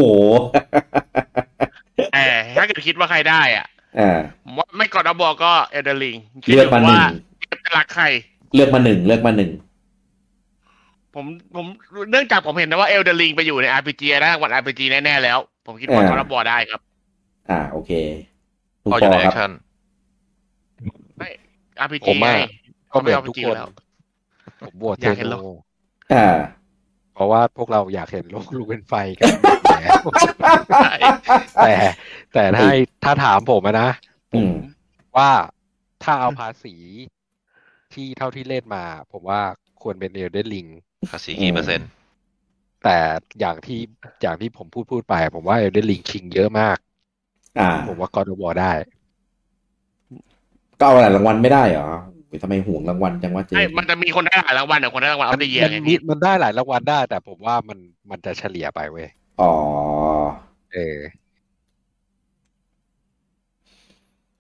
Speaker 4: แต่ถ้าเกิดคิดว่าใครได้อ่ะ
Speaker 2: อ่า
Speaker 4: ผมว่าไม่กอดอบอกก็เอเดลิงคิด
Speaker 2: เลือกมา
Speaker 4: ดู
Speaker 2: หนึ่ง
Speaker 4: ว่าเก็บจะรักใคร
Speaker 2: เลือกมาหนึ่งเลือกมาหนึ่ง
Speaker 4: ผมผมเนื่องจากผมเห็นนะว่าเอลเดลิงไปอยู่ใน RPG ได้รางวัล RPG แน่ๆแล้ว ผมคิดว่ากอดอบอกได้ครับ
Speaker 2: อ่า โอเคคุณ
Speaker 3: พออ
Speaker 2: ป
Speaker 3: ยู่ใน
Speaker 2: อ
Speaker 3: แอ
Speaker 2: ค
Speaker 3: ครับ ชั่น
Speaker 4: RPG
Speaker 5: ผม
Speaker 4: ไง
Speaker 5: อะ
Speaker 4: เขาไม่เอา
Speaker 5: ทุก
Speaker 4: RPG
Speaker 5: คน
Speaker 4: แล้ว
Speaker 5: ผมบวช
Speaker 4: อยากเห็นโลก
Speaker 2: อ่า
Speaker 5: เพราะว่าพวกเราอยากเห็นโลกลูกเป็นไฟ กันแล้ว แต่แต่ถ้าให้ถ้าถามผมอะนะ
Speaker 2: อืม
Speaker 5: ว่าถ้าเอาภาษีที่เท่าที่เล่นมา ผมว่าควรเป็นเอลเดนลิง
Speaker 3: ภาษีกี่เปอร์เซ็นต์
Speaker 5: แต่อย่างที่อย่างที่ผมพูดพูดไป ผมว่าเอลเดนลิงชิงเยอะมาก
Speaker 2: อ่า
Speaker 5: ผมว่ากอร์ดวอได้
Speaker 2: ก็เอาอะไรรางวัลไม่ได้เหรอทำไมห่วงรางวัลจังวะเจ๊
Speaker 4: ใช่มันจะมีคนได้หลายรางวัลแต่คนได้รางวัลเอาได้เยียไง
Speaker 5: มันมี
Speaker 4: พี่
Speaker 5: มันได้หลายรางวัลได้ แต่ผมว่ามันมันจะเฉลี่ยไปเว้ย
Speaker 2: อ๋อ
Speaker 5: เออ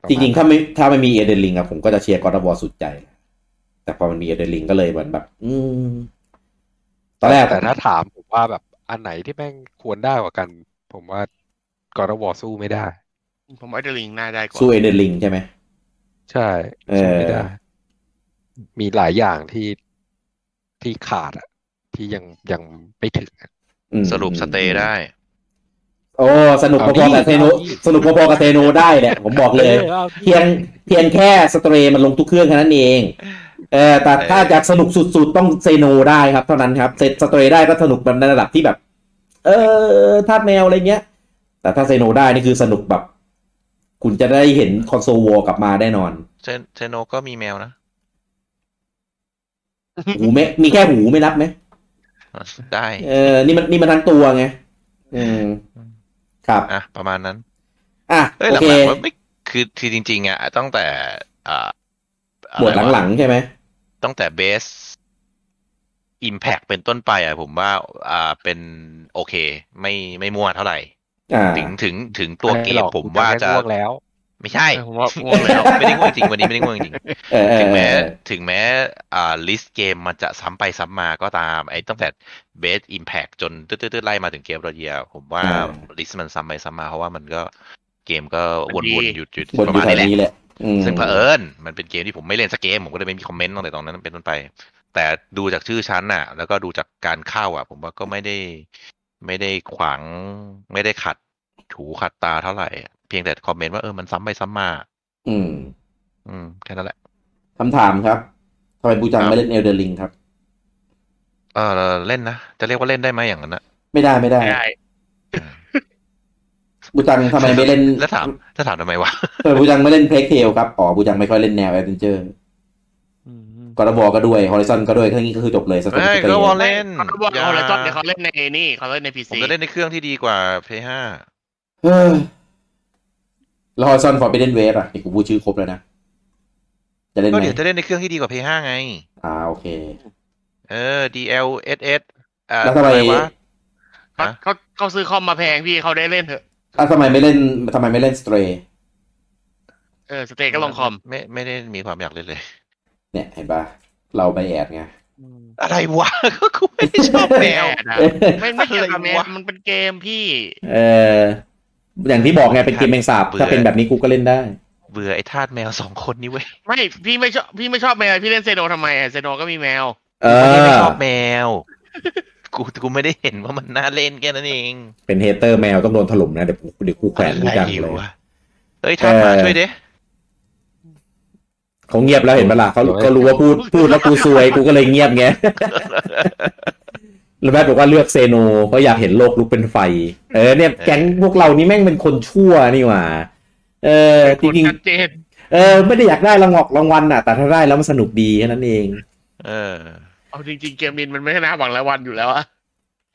Speaker 2: จริงๆ ถ้าไม่ถ้าไม่มีเอเดนลิงอะผมก็จะเชียร์กอร์ดวอสุดใจ แต่พอมันมีเอเดนลิงก็เลยเหมือนแบบ อืม ตอนแรก
Speaker 5: แต่ถ้าถามผมว่าแบบอันไหนที่แม่งควรได้กว่ากัน ผมว่ากอร์ดวอสู้ไม่ได้
Speaker 4: ผมว่าเอลเดลิงน่าได้กว่า
Speaker 2: สู้เอเดนลิงใช่ไหม
Speaker 5: ใช่
Speaker 2: เออ
Speaker 5: สู้ไม่ได้ มีหลายอย่างที่ที่ขาดอะที่ยังยังไม่ถึงอะ
Speaker 2: อืม
Speaker 3: สรุปสเตย์ได้
Speaker 2: โอ้สนุกพอ
Speaker 5: เอาดิ
Speaker 2: ๆกับเทโน
Speaker 5: เอาดิ
Speaker 2: สนุกพอๆกับเทโนได้แหละผมบอกเลย
Speaker 5: อา
Speaker 2: เพียงเพียงแค่สเตรย์มันลงทุกเครื่องแค่นั้นเองเออแต่ถ้าจะสนุกสุดๆ ต้องเซโนได้ครับเท่านั้นครับเซสเตรย์ได้ก็สนุกแบบในระดับที่แบบ เออทาสแมวอะไรเงี้ย แต่ถ้าเซโนได้นี่คือสนุกแบบ คุณจะได้เห็นคอนโซลวอลกลับมาแน่นอน
Speaker 3: เซนเซโนก็มีแมวนะ
Speaker 2: หูไม่มีแค่หูไม่นับไหม
Speaker 3: ได้
Speaker 2: เออนี่มันนี่มันทั้งตัวไงอืมครับ
Speaker 3: อ่ะ ประมาณนั้น
Speaker 2: อ่ะ
Speaker 3: เอ้ย
Speaker 2: โอ
Speaker 3: หลั
Speaker 2: เค
Speaker 3: งๆมันไม่คือคือจริง ๆ อ่ะ ตั้งแต่อ่าอะ
Speaker 2: หม
Speaker 3: ไร
Speaker 2: วดหลั
Speaker 3: วะ
Speaker 2: งๆใช่ไหม
Speaker 3: ตั้งแต่เบสอิมแพกเป็นต้นไปอ่ะ ผมว่า อ่าเป็นโอเค ไม่ไม่มั่วเท่าไหร่
Speaker 2: อ่า
Speaker 3: ถึงถึงถึงตัวเกม
Speaker 5: ไหรอก
Speaker 3: ผมว่าจะ
Speaker 5: ง่วงแล้ว
Speaker 3: ไม่ใช่
Speaker 4: ผมว่าง่วงแล้ว
Speaker 3: ไม่ได้ง่วงจริงวันนี้ไม่ได้ง่วงจริง
Speaker 2: เออเออ
Speaker 3: ถึงแม้
Speaker 2: เออ
Speaker 3: ถึงแม้อ่าลิสต์เกมมันจะซ้ำไปซ้ำมาก็ตาม ไอ้ตั้งแต่เบสอิมแพกจนตืดๆๆไล่มาถึงเกมรอเยียผมว่า
Speaker 2: อ่า
Speaker 3: ลิสต์มันซ้ำไปซ้ำมา เพราะว่ามันก็เกมก็ว
Speaker 4: มันดี
Speaker 3: นๆหยุด
Speaker 2: บ
Speaker 3: ๆ
Speaker 2: นอ
Speaker 3: ประ
Speaker 2: ยู่
Speaker 3: มาณ
Speaker 2: แถว
Speaker 3: นี้แหละ
Speaker 2: นี้แหละอืม
Speaker 3: ซึ่งเผอิญมันเป็นเกมที่ผมไม่เล่นสักเกม ผมก็เลยไม่มีคอมเมนต์ตั้งแต่ตอนนั้นเป็นต้นไป แต่ดูจากชื่อชั้นน่ะ แล้วก็ดูจากการเข้าอ่ะ ผมว่าก็ไม่ได้ไม่ได้ขวางไม่ได้ขัดถูขัดตาเท่าไหร่ เพียงแต่คอมเมนต์ว่าเออมันซ้ำไปซ้ำมา
Speaker 2: อืม
Speaker 3: อืมแค่นั้นแหละ
Speaker 2: คำถามครับทำไมบูจัง
Speaker 3: ครับ
Speaker 2: ไม่เล่นเอลเดอร์ลิงครับ
Speaker 3: เออเล่นนะ จะเรียกว่าเล่นได้ไหมอย่างนั้นนะ
Speaker 2: ไม่ได้ไม่ได้
Speaker 4: ได้
Speaker 2: บูจังทำไมไม่เล่น
Speaker 3: แล้วถามแล้วถามทำไมวะ
Speaker 2: ทำไมบูจังไม่เล่นเพลกเทลครับ อ๋อ บูจังไม่ค่อยเล่นแนวแอดเวนเจอร์กอร์บอก็ด้วยฮอริซอนก็ด้วยทั้งนี้ก็คือจบเลยสเตอร์
Speaker 3: ไม่
Speaker 2: เก
Speaker 3: ก็วอล
Speaker 4: เล่
Speaker 3: เล่น
Speaker 4: นเขาบอกเขาเลยตอนเนี้ยเขาเล่นในนี่เขาเล่นในพี
Speaker 3: ผม
Speaker 4: ซี
Speaker 3: จะเล่นในเครื่องที่ดีกว่า Play 5
Speaker 2: แล้วฮอริซอนฟอร์เบเดนเวฟอ่ะนี่กูพูดชื่อครบแล้วนะ จะเล่น
Speaker 3: ก็
Speaker 2: ไหม
Speaker 3: เดี๋ยวจะเล่นในเครื่องที่ดีกว่า Play 5ไง
Speaker 2: อ่าโอเค
Speaker 3: เออ DLSS เอ่อ
Speaker 2: แล้วทำไม
Speaker 3: อะไรวะ
Speaker 4: เขาเขาเขาซื้อคอมมาแพงพี่เขาได้เล่นเถอะ
Speaker 2: อ่ะทำไมไม่เล่นทำไมไม่เล่นสเตรย์
Speaker 4: เออสเตย์ก็ลงคอม
Speaker 3: ไม่ไม่ได้มีความอยากเล่นเลย
Speaker 2: เนี่ยเห็นปะเราไปแอดไง
Speaker 3: อะไรวะ ก็กูไม่ได้ชอบแมว
Speaker 4: ต่นะไม่ไม่เกี่ยวกับแมว
Speaker 3: อะไรวะ
Speaker 4: มันเป็นเกมพี่
Speaker 2: เอออย่างที่บอกไงเป็นเกมแมงสาบถ้าเป็นแบบนี้กูก็เล่นได้
Speaker 3: เบื่อไอ้ทาสแมวสองคนนี้เว้ย
Speaker 4: ไม่พี่ไม่ชอบพี่ไม่ชอบแมวพี่เล่นเซโนทำไมอะเซโนก็มีแมว
Speaker 2: เอ
Speaker 3: กูไม่ได้
Speaker 2: อ
Speaker 3: ชอบแมว กูกูไม่ได้เห็นว่ามันน่าเล่นแค่นั้นเอง
Speaker 2: เป็นเฮเตอร์แมวต้องโดนถล่มนะเดี๋ยวกูเดี๋ยวกูแขวนกูจังเลย
Speaker 3: วะเฮ้ยทาสมาช่วยดิ
Speaker 2: เขาเงียบแล้วเห็นปะล่ะเขา
Speaker 5: โอ้ย
Speaker 2: เขารู้ว่าพูดพูดแล้วกูซวยกูก็เลยเงียบไง แล้วแบทบอกว่าเลือกเซโนเพราะอยากเห็นโลกลุกเป็นไฟ เออเนี่ยแก๊งพวกเรานี่แม่งเป็นคนชั่วนี่หว่า เออจริง
Speaker 4: ชัดเจน
Speaker 2: ๆเออไม่ได้อยากได้รางวัลรางวัลน่ะ แต่ถ้าได้แล้วมันสนุกดีแค่นั้นเอง
Speaker 3: เออ
Speaker 4: เอาจริงๆเกมนินมันไม่น่าหวังรายวันอยู่แล้วอะ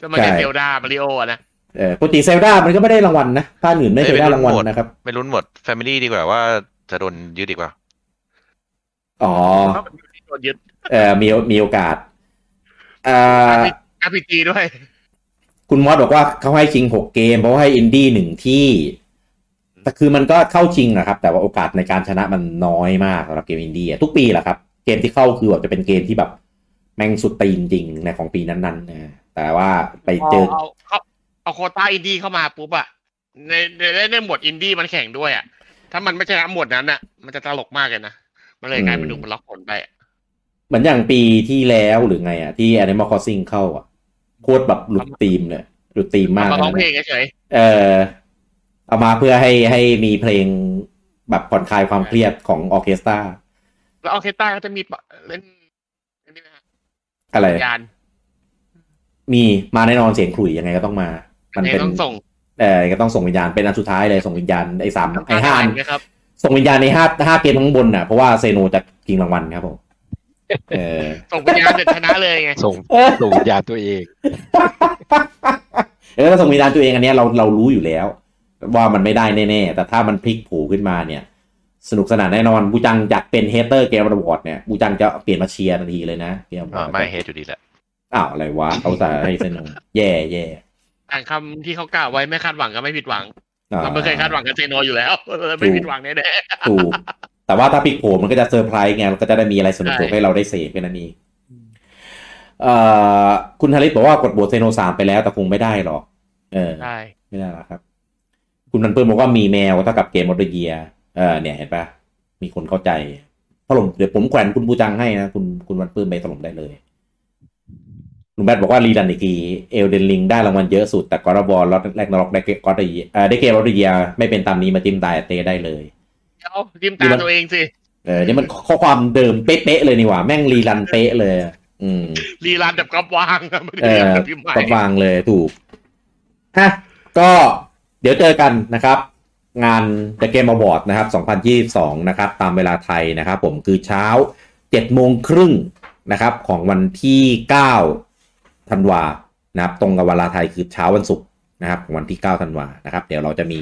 Speaker 4: จะมาแค่
Speaker 2: ใช่
Speaker 4: เดลดามาริโออะนะ
Speaker 2: เออปกติเซลดามันก็ไม่ได้รางวัลนะภาคอื่นไม่เคยได้รางวัลนะครับ
Speaker 3: ไม่รุ้นหมดแฟมิลี่ดีกว่าว่าจะโดนยืดดีกว่า
Speaker 2: อ๋อ
Speaker 4: เพราะมันอยู่ที่โดนยึด
Speaker 2: เออมีมีโอกาสเอ่อ
Speaker 4: อาพีจีด้วย
Speaker 2: คุณมอสบอกว่าเขาให้ชิงหกเกมเพราะว่าให้อินดี้หนึ่งที่ แต่คือมันก็เข้าชิงนะครับ แต่ว่าโอกาสในการชนะมันน้อยมากสำหรับเกมอินดี้อะทุกปีแหละครับ เกมที่เข้าคือแบบจะเป็นเกมที่แบบแม่งสุดตีนจริงในของปีนั้นๆนะแต่ว่าไปเจอ
Speaker 4: เอาเอาเอาโควต้าอินดี้เข้ามาปุ๊บอะในในในหมวดอินดี้มันแข่งด้วยอะถ้ามันไม่ชนะหมวดนั้นอะมันจะตลกมากเลยนะ มันเลยกลายเป็น
Speaker 2: อืม
Speaker 4: ดูมันล็อกผลไปอะ
Speaker 2: เหมือนอย่างปีที่แล้วหรือไงอ่ะที่ Animal Crossing เข้าอ่ะโคตรแบบหลุดธีมเลยหลุดธีมมาก
Speaker 4: มาร้องเพ
Speaker 2: นะ
Speaker 4: ลงเฉย
Speaker 2: เออเอามาเพื่อให้ให้มีเพลงแบบผ่อนคลายความเครียดของออร์เคสตรา
Speaker 4: ๆแล้วออร์เคสตราก็จะมีปะเล่นอันนี้ไหมฮะ
Speaker 2: อะไร
Speaker 4: ยาน
Speaker 2: มีมาแน่นอนเสียงขลุ่ยยังไงก็ต้องมา มัน
Speaker 4: เนี่ย
Speaker 2: เป็น
Speaker 4: ต้องส่ง
Speaker 2: เออก็ต้องส่งวิญญาณเป็นอันสุดท้ายเลยส่งวิญญาณไอ้สามไอ้ห้าอัน
Speaker 4: นะครับ
Speaker 2: ส่งวิญญาณในห้าห้าเกมข้างบนน่ะเพราะว่าเซโนจะกิงรางวัลครับผมเอ อ
Speaker 4: ส่งไปยานเด็ดชนะเลยไง
Speaker 5: ส่ง
Speaker 2: เออ
Speaker 5: ส่งยาตัวเอง
Speaker 2: เออถ้าส่งวิญญาณตัวเองอันเนี้ยเราเรารู้อยู่แล้ว ว่ามันไม่ได้แน่ๆ แต่ถ้ามันพลิกผูขึ้นมาเนี่ย สนุกสนานแน่นอนบูจังอยากเป็นเฮเตอร์เกมรวอร์ดเนี่ยบูจังจะเปลี่ยนมาเชียร์ทันทีเลยนะเกม
Speaker 3: อ่าไม่เฮดอยู่ดีแหละ
Speaker 2: อ้าว อะไรวะเขาสาให้เซโนแย่แย่
Speaker 4: ต่างคำที่เขากล่าวไว้ไม่คาดหวังก็ไม่ผิดหวัง
Speaker 2: อ่
Speaker 4: เราไม่เคยคาดหวังกับเซโนอยู่แล้วไม่ผิดหวังแน่
Speaker 2: ถูกแต่ว่าถ้าพลิกโผมันก็จะเซอร์ไพรส์ไงเราก็จะได้มีอะไรสนุกๆให้เราได้เสพกันนั่นเองเอ่อคุณฮาริสบอกว่ากดโบวตเซโนสามไปแล้วแต่คงไม่ได้หรอก เออ
Speaker 4: ๆใช่
Speaker 2: ไม่ได้หรอกครับ คุณนันเพิ่มบอกว่ามีแมวเท่ากับเกมมอเตอร์เยียเออเนี่ยเห็นปะมีคนเข้าใจถล่มเดี๋ยวผมแขวนคุณบูจังให้นะ คุณคุณวันเพิ่มไปถล่มได้เลยลุงแบทบอกว่ารีดันอีกทีเอลเดนลิงได้รางวัลเยอะสุด แต่กอร์บอลล็อตแรกนรกได้เกมกอร์ดเยียได้เกมมอเตอร์เยียไม่เป็นตามนี้มาจิ้มตายเตะได้เลย
Speaker 4: เอาจิ้มตาตัวเองสิ
Speaker 2: เออเนี่ยมันข้อความเดิมเป๊ะๆเลยนี่หว่า แม่งรีรันเป๊ะเลยอะอืม
Speaker 4: รีรันแบบก๊อปวางนะไม่ได้
Speaker 2: เออ
Speaker 4: แบบพิมพ์ใหม่
Speaker 2: ก็ฟังเลยถูกฮะก็เดี๋ยวเจอกันนะครับ งาน The Game Award นะครับ 2022 นะครับ ตามเวลาไทยนะครับผมคือเช้า 7 โมงครึ่งนะครับ ของวันที่ 9 ธันวานะครับ ตรงกับเวลาไทยคือเช้าวันศุกร์นะครับของวันที่ 9 ธันวานะครับ เดี๋ยวเราจะมี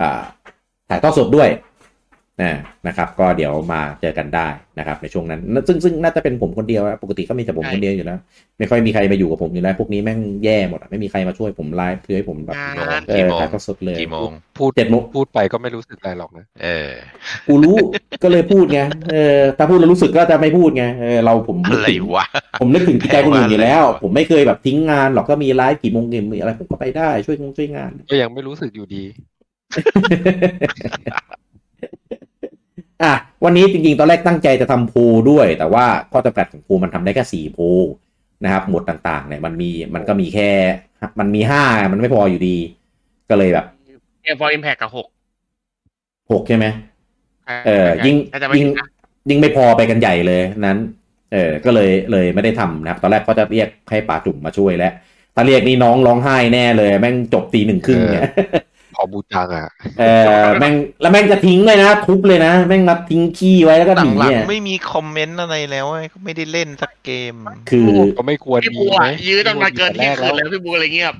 Speaker 2: อ่าถ่ายทอดสดด้วยนะนะครับ ก็เดี๋ยวมาเจอกันได้นะครับ ในช่วงนั้น ซึ่งซึ่งน่าจะเป็นผมคนเดียวนะปกติก็มีแต่ผม
Speaker 4: ใช่
Speaker 2: คนเดียวอยู่แล้ว ไม่ค่อยมีใครมาอยู่กับผมอยู่แล้วพวกนี้แม่งแย่หมดอะไม่มีใครมาช่วยผมไลฟ์เพื่อให้ผมแบบ
Speaker 4: งาน
Speaker 2: เอ
Speaker 3: กี่
Speaker 2: อ
Speaker 3: โมง
Speaker 2: ถ่ายทอดสดเลย
Speaker 3: กี่โมง
Speaker 5: พูด
Speaker 2: เจ็ดโมง
Speaker 5: พูดไปก็ไม่รู้สึกอะไรหรอกนะ
Speaker 3: เออ
Speaker 2: กูรู้ ก็เลยพูดไง เออ ถ้าพูดแล้วรู้สึกก็จะไม่พูดไง เออ เราผม
Speaker 3: อะ
Speaker 2: นึก
Speaker 3: ไร
Speaker 2: ถึง
Speaker 3: วะ
Speaker 2: ผมนึกถึงจิตใจคนอื่นอยู่แล้ว
Speaker 3: แปลว่าอะไรวะ
Speaker 2: ผมไม่เคยแบบทิ้งงานหรอก ก็มีไลฟ์กี่โมงกี่โมงอะไรผมก็ไปได้ ช่วยงงช่วยงาน
Speaker 5: ก็ยังไม่รู้สึกอยู่ดี
Speaker 2: อ่ะ วันนี้จริงๆ ตอนแรกตั้งใจจะทำโพลด้วย แต่ว่าข้อจำกัดของโพลมันทำได้แค่สี่โพลนะครับ หมวดต่างๆ เนี่ย มันมี มันก็มีแค่ มันมีห้ามันไม่พออยู่ดี ก็เลยแบบ
Speaker 4: เกมฟอร์อิมแพคกับหก
Speaker 2: หกใช่ไหม เออยิ่ง
Speaker 4: ถ้าจะไม่
Speaker 2: ยิ่ง
Speaker 4: ผิดนะ
Speaker 2: ยิ่งไม่พอไปกันใหญ่เลยนั้น เออก็เลยเลยไม่ได้ทำนะครับ ตอนแรกก็จะเรียกให้ป่าจุ่มมาช่วยแล้วถ้าเรียกนี่น้องร้องไห้แน่เลย แม่งจบตีหนึ่งครึ่งเนี่ย
Speaker 5: พอบูจังอ่ะ
Speaker 2: เออแม่งแล้วแม่งจะทิ้งเลยนะ ทุบเลยนะ แม่งนัดทิ้งขี้ไว้แล้วก็
Speaker 3: ห
Speaker 2: หนี
Speaker 3: ลัง
Speaker 2: เนี่ย
Speaker 3: ๆไม่มีคอมเมนต์อะไรแล้วไอ้ก็ไม่ได้เล่นสักเกม
Speaker 2: คือ
Speaker 5: ก็ไม่ควร
Speaker 4: พี่
Speaker 5: มี
Speaker 4: บู
Speaker 5: ไหม
Speaker 4: อ่ะยื้อจนมาเกินเที่ยงคืน
Speaker 5: แร
Speaker 4: แล้วพี่บูอะไรเงียบ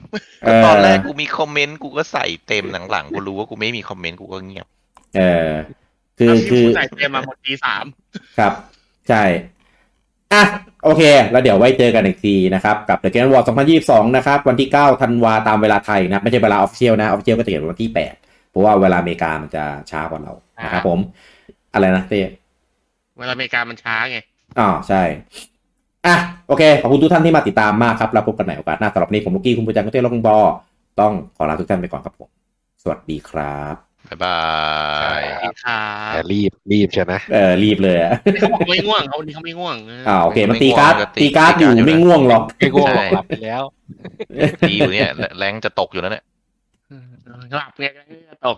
Speaker 2: เอ
Speaker 3: ตอนแร
Speaker 2: อก
Speaker 3: กูมีคอมเมนต์กูก็ใส่เต็มหลังๆกูรู้ว่ากูไม่มีคอมเมนต์กูก็เงียบ
Speaker 2: เออคือ
Speaker 4: แล้วพี่
Speaker 2: คื
Speaker 4: บู
Speaker 2: อ
Speaker 4: ใส่เกมมาหมดตีสาม
Speaker 2: ครับ ใช่ อ่ะ โอเค แล้วเดี๋ยวไว้เจอกันอีกทีนะครับ กับ The Game Award 2022 นะครับ วันที่ 9 ธันวาตามเวลาไทยนะ ไม่ใช่เวลาออฟฟิเชียลนะ ออฟฟิเชียลก็จะเขียนวันที่ 8 เพราะว่าเวลาอเมริกามันจะช้ากว่าเรา นะครับผม อะไรนะเต้
Speaker 4: เวลาอเมริกามันช้าไง
Speaker 2: อ่าใช่ อ่ะ โอเค ขอบคุณทุกท่านที่มาติดตามมากครับ แล้วพบกันใหม่โอกาสหน้าสำหรับวันนี้ผมลูกกี้ คุณปูจังคุณเต้และคุณบอ ต้องขอลาทุกท่านไปก่อนครับผม สวัสดีครับ
Speaker 3: บ๊ายบาย
Speaker 4: ค่ะ
Speaker 5: แต่รีบรีบใช่ไหม
Speaker 2: เออรีบเลยอะ
Speaker 4: เขาบอกไม่ง่วงเขาวันนี้เขาไม่ง่วง
Speaker 2: อ่าโอเค มันตีการ์ด ตีการ์ดอยู่ไม่ง่วงหรอก
Speaker 5: ไม่ง่วงหรอก
Speaker 3: ใช่
Speaker 5: หลับไปแล้ว
Speaker 3: ดีอยู่เนี่ยแรงจะตกอยู่แล้วเนี่ย
Speaker 4: เออหลับไงตก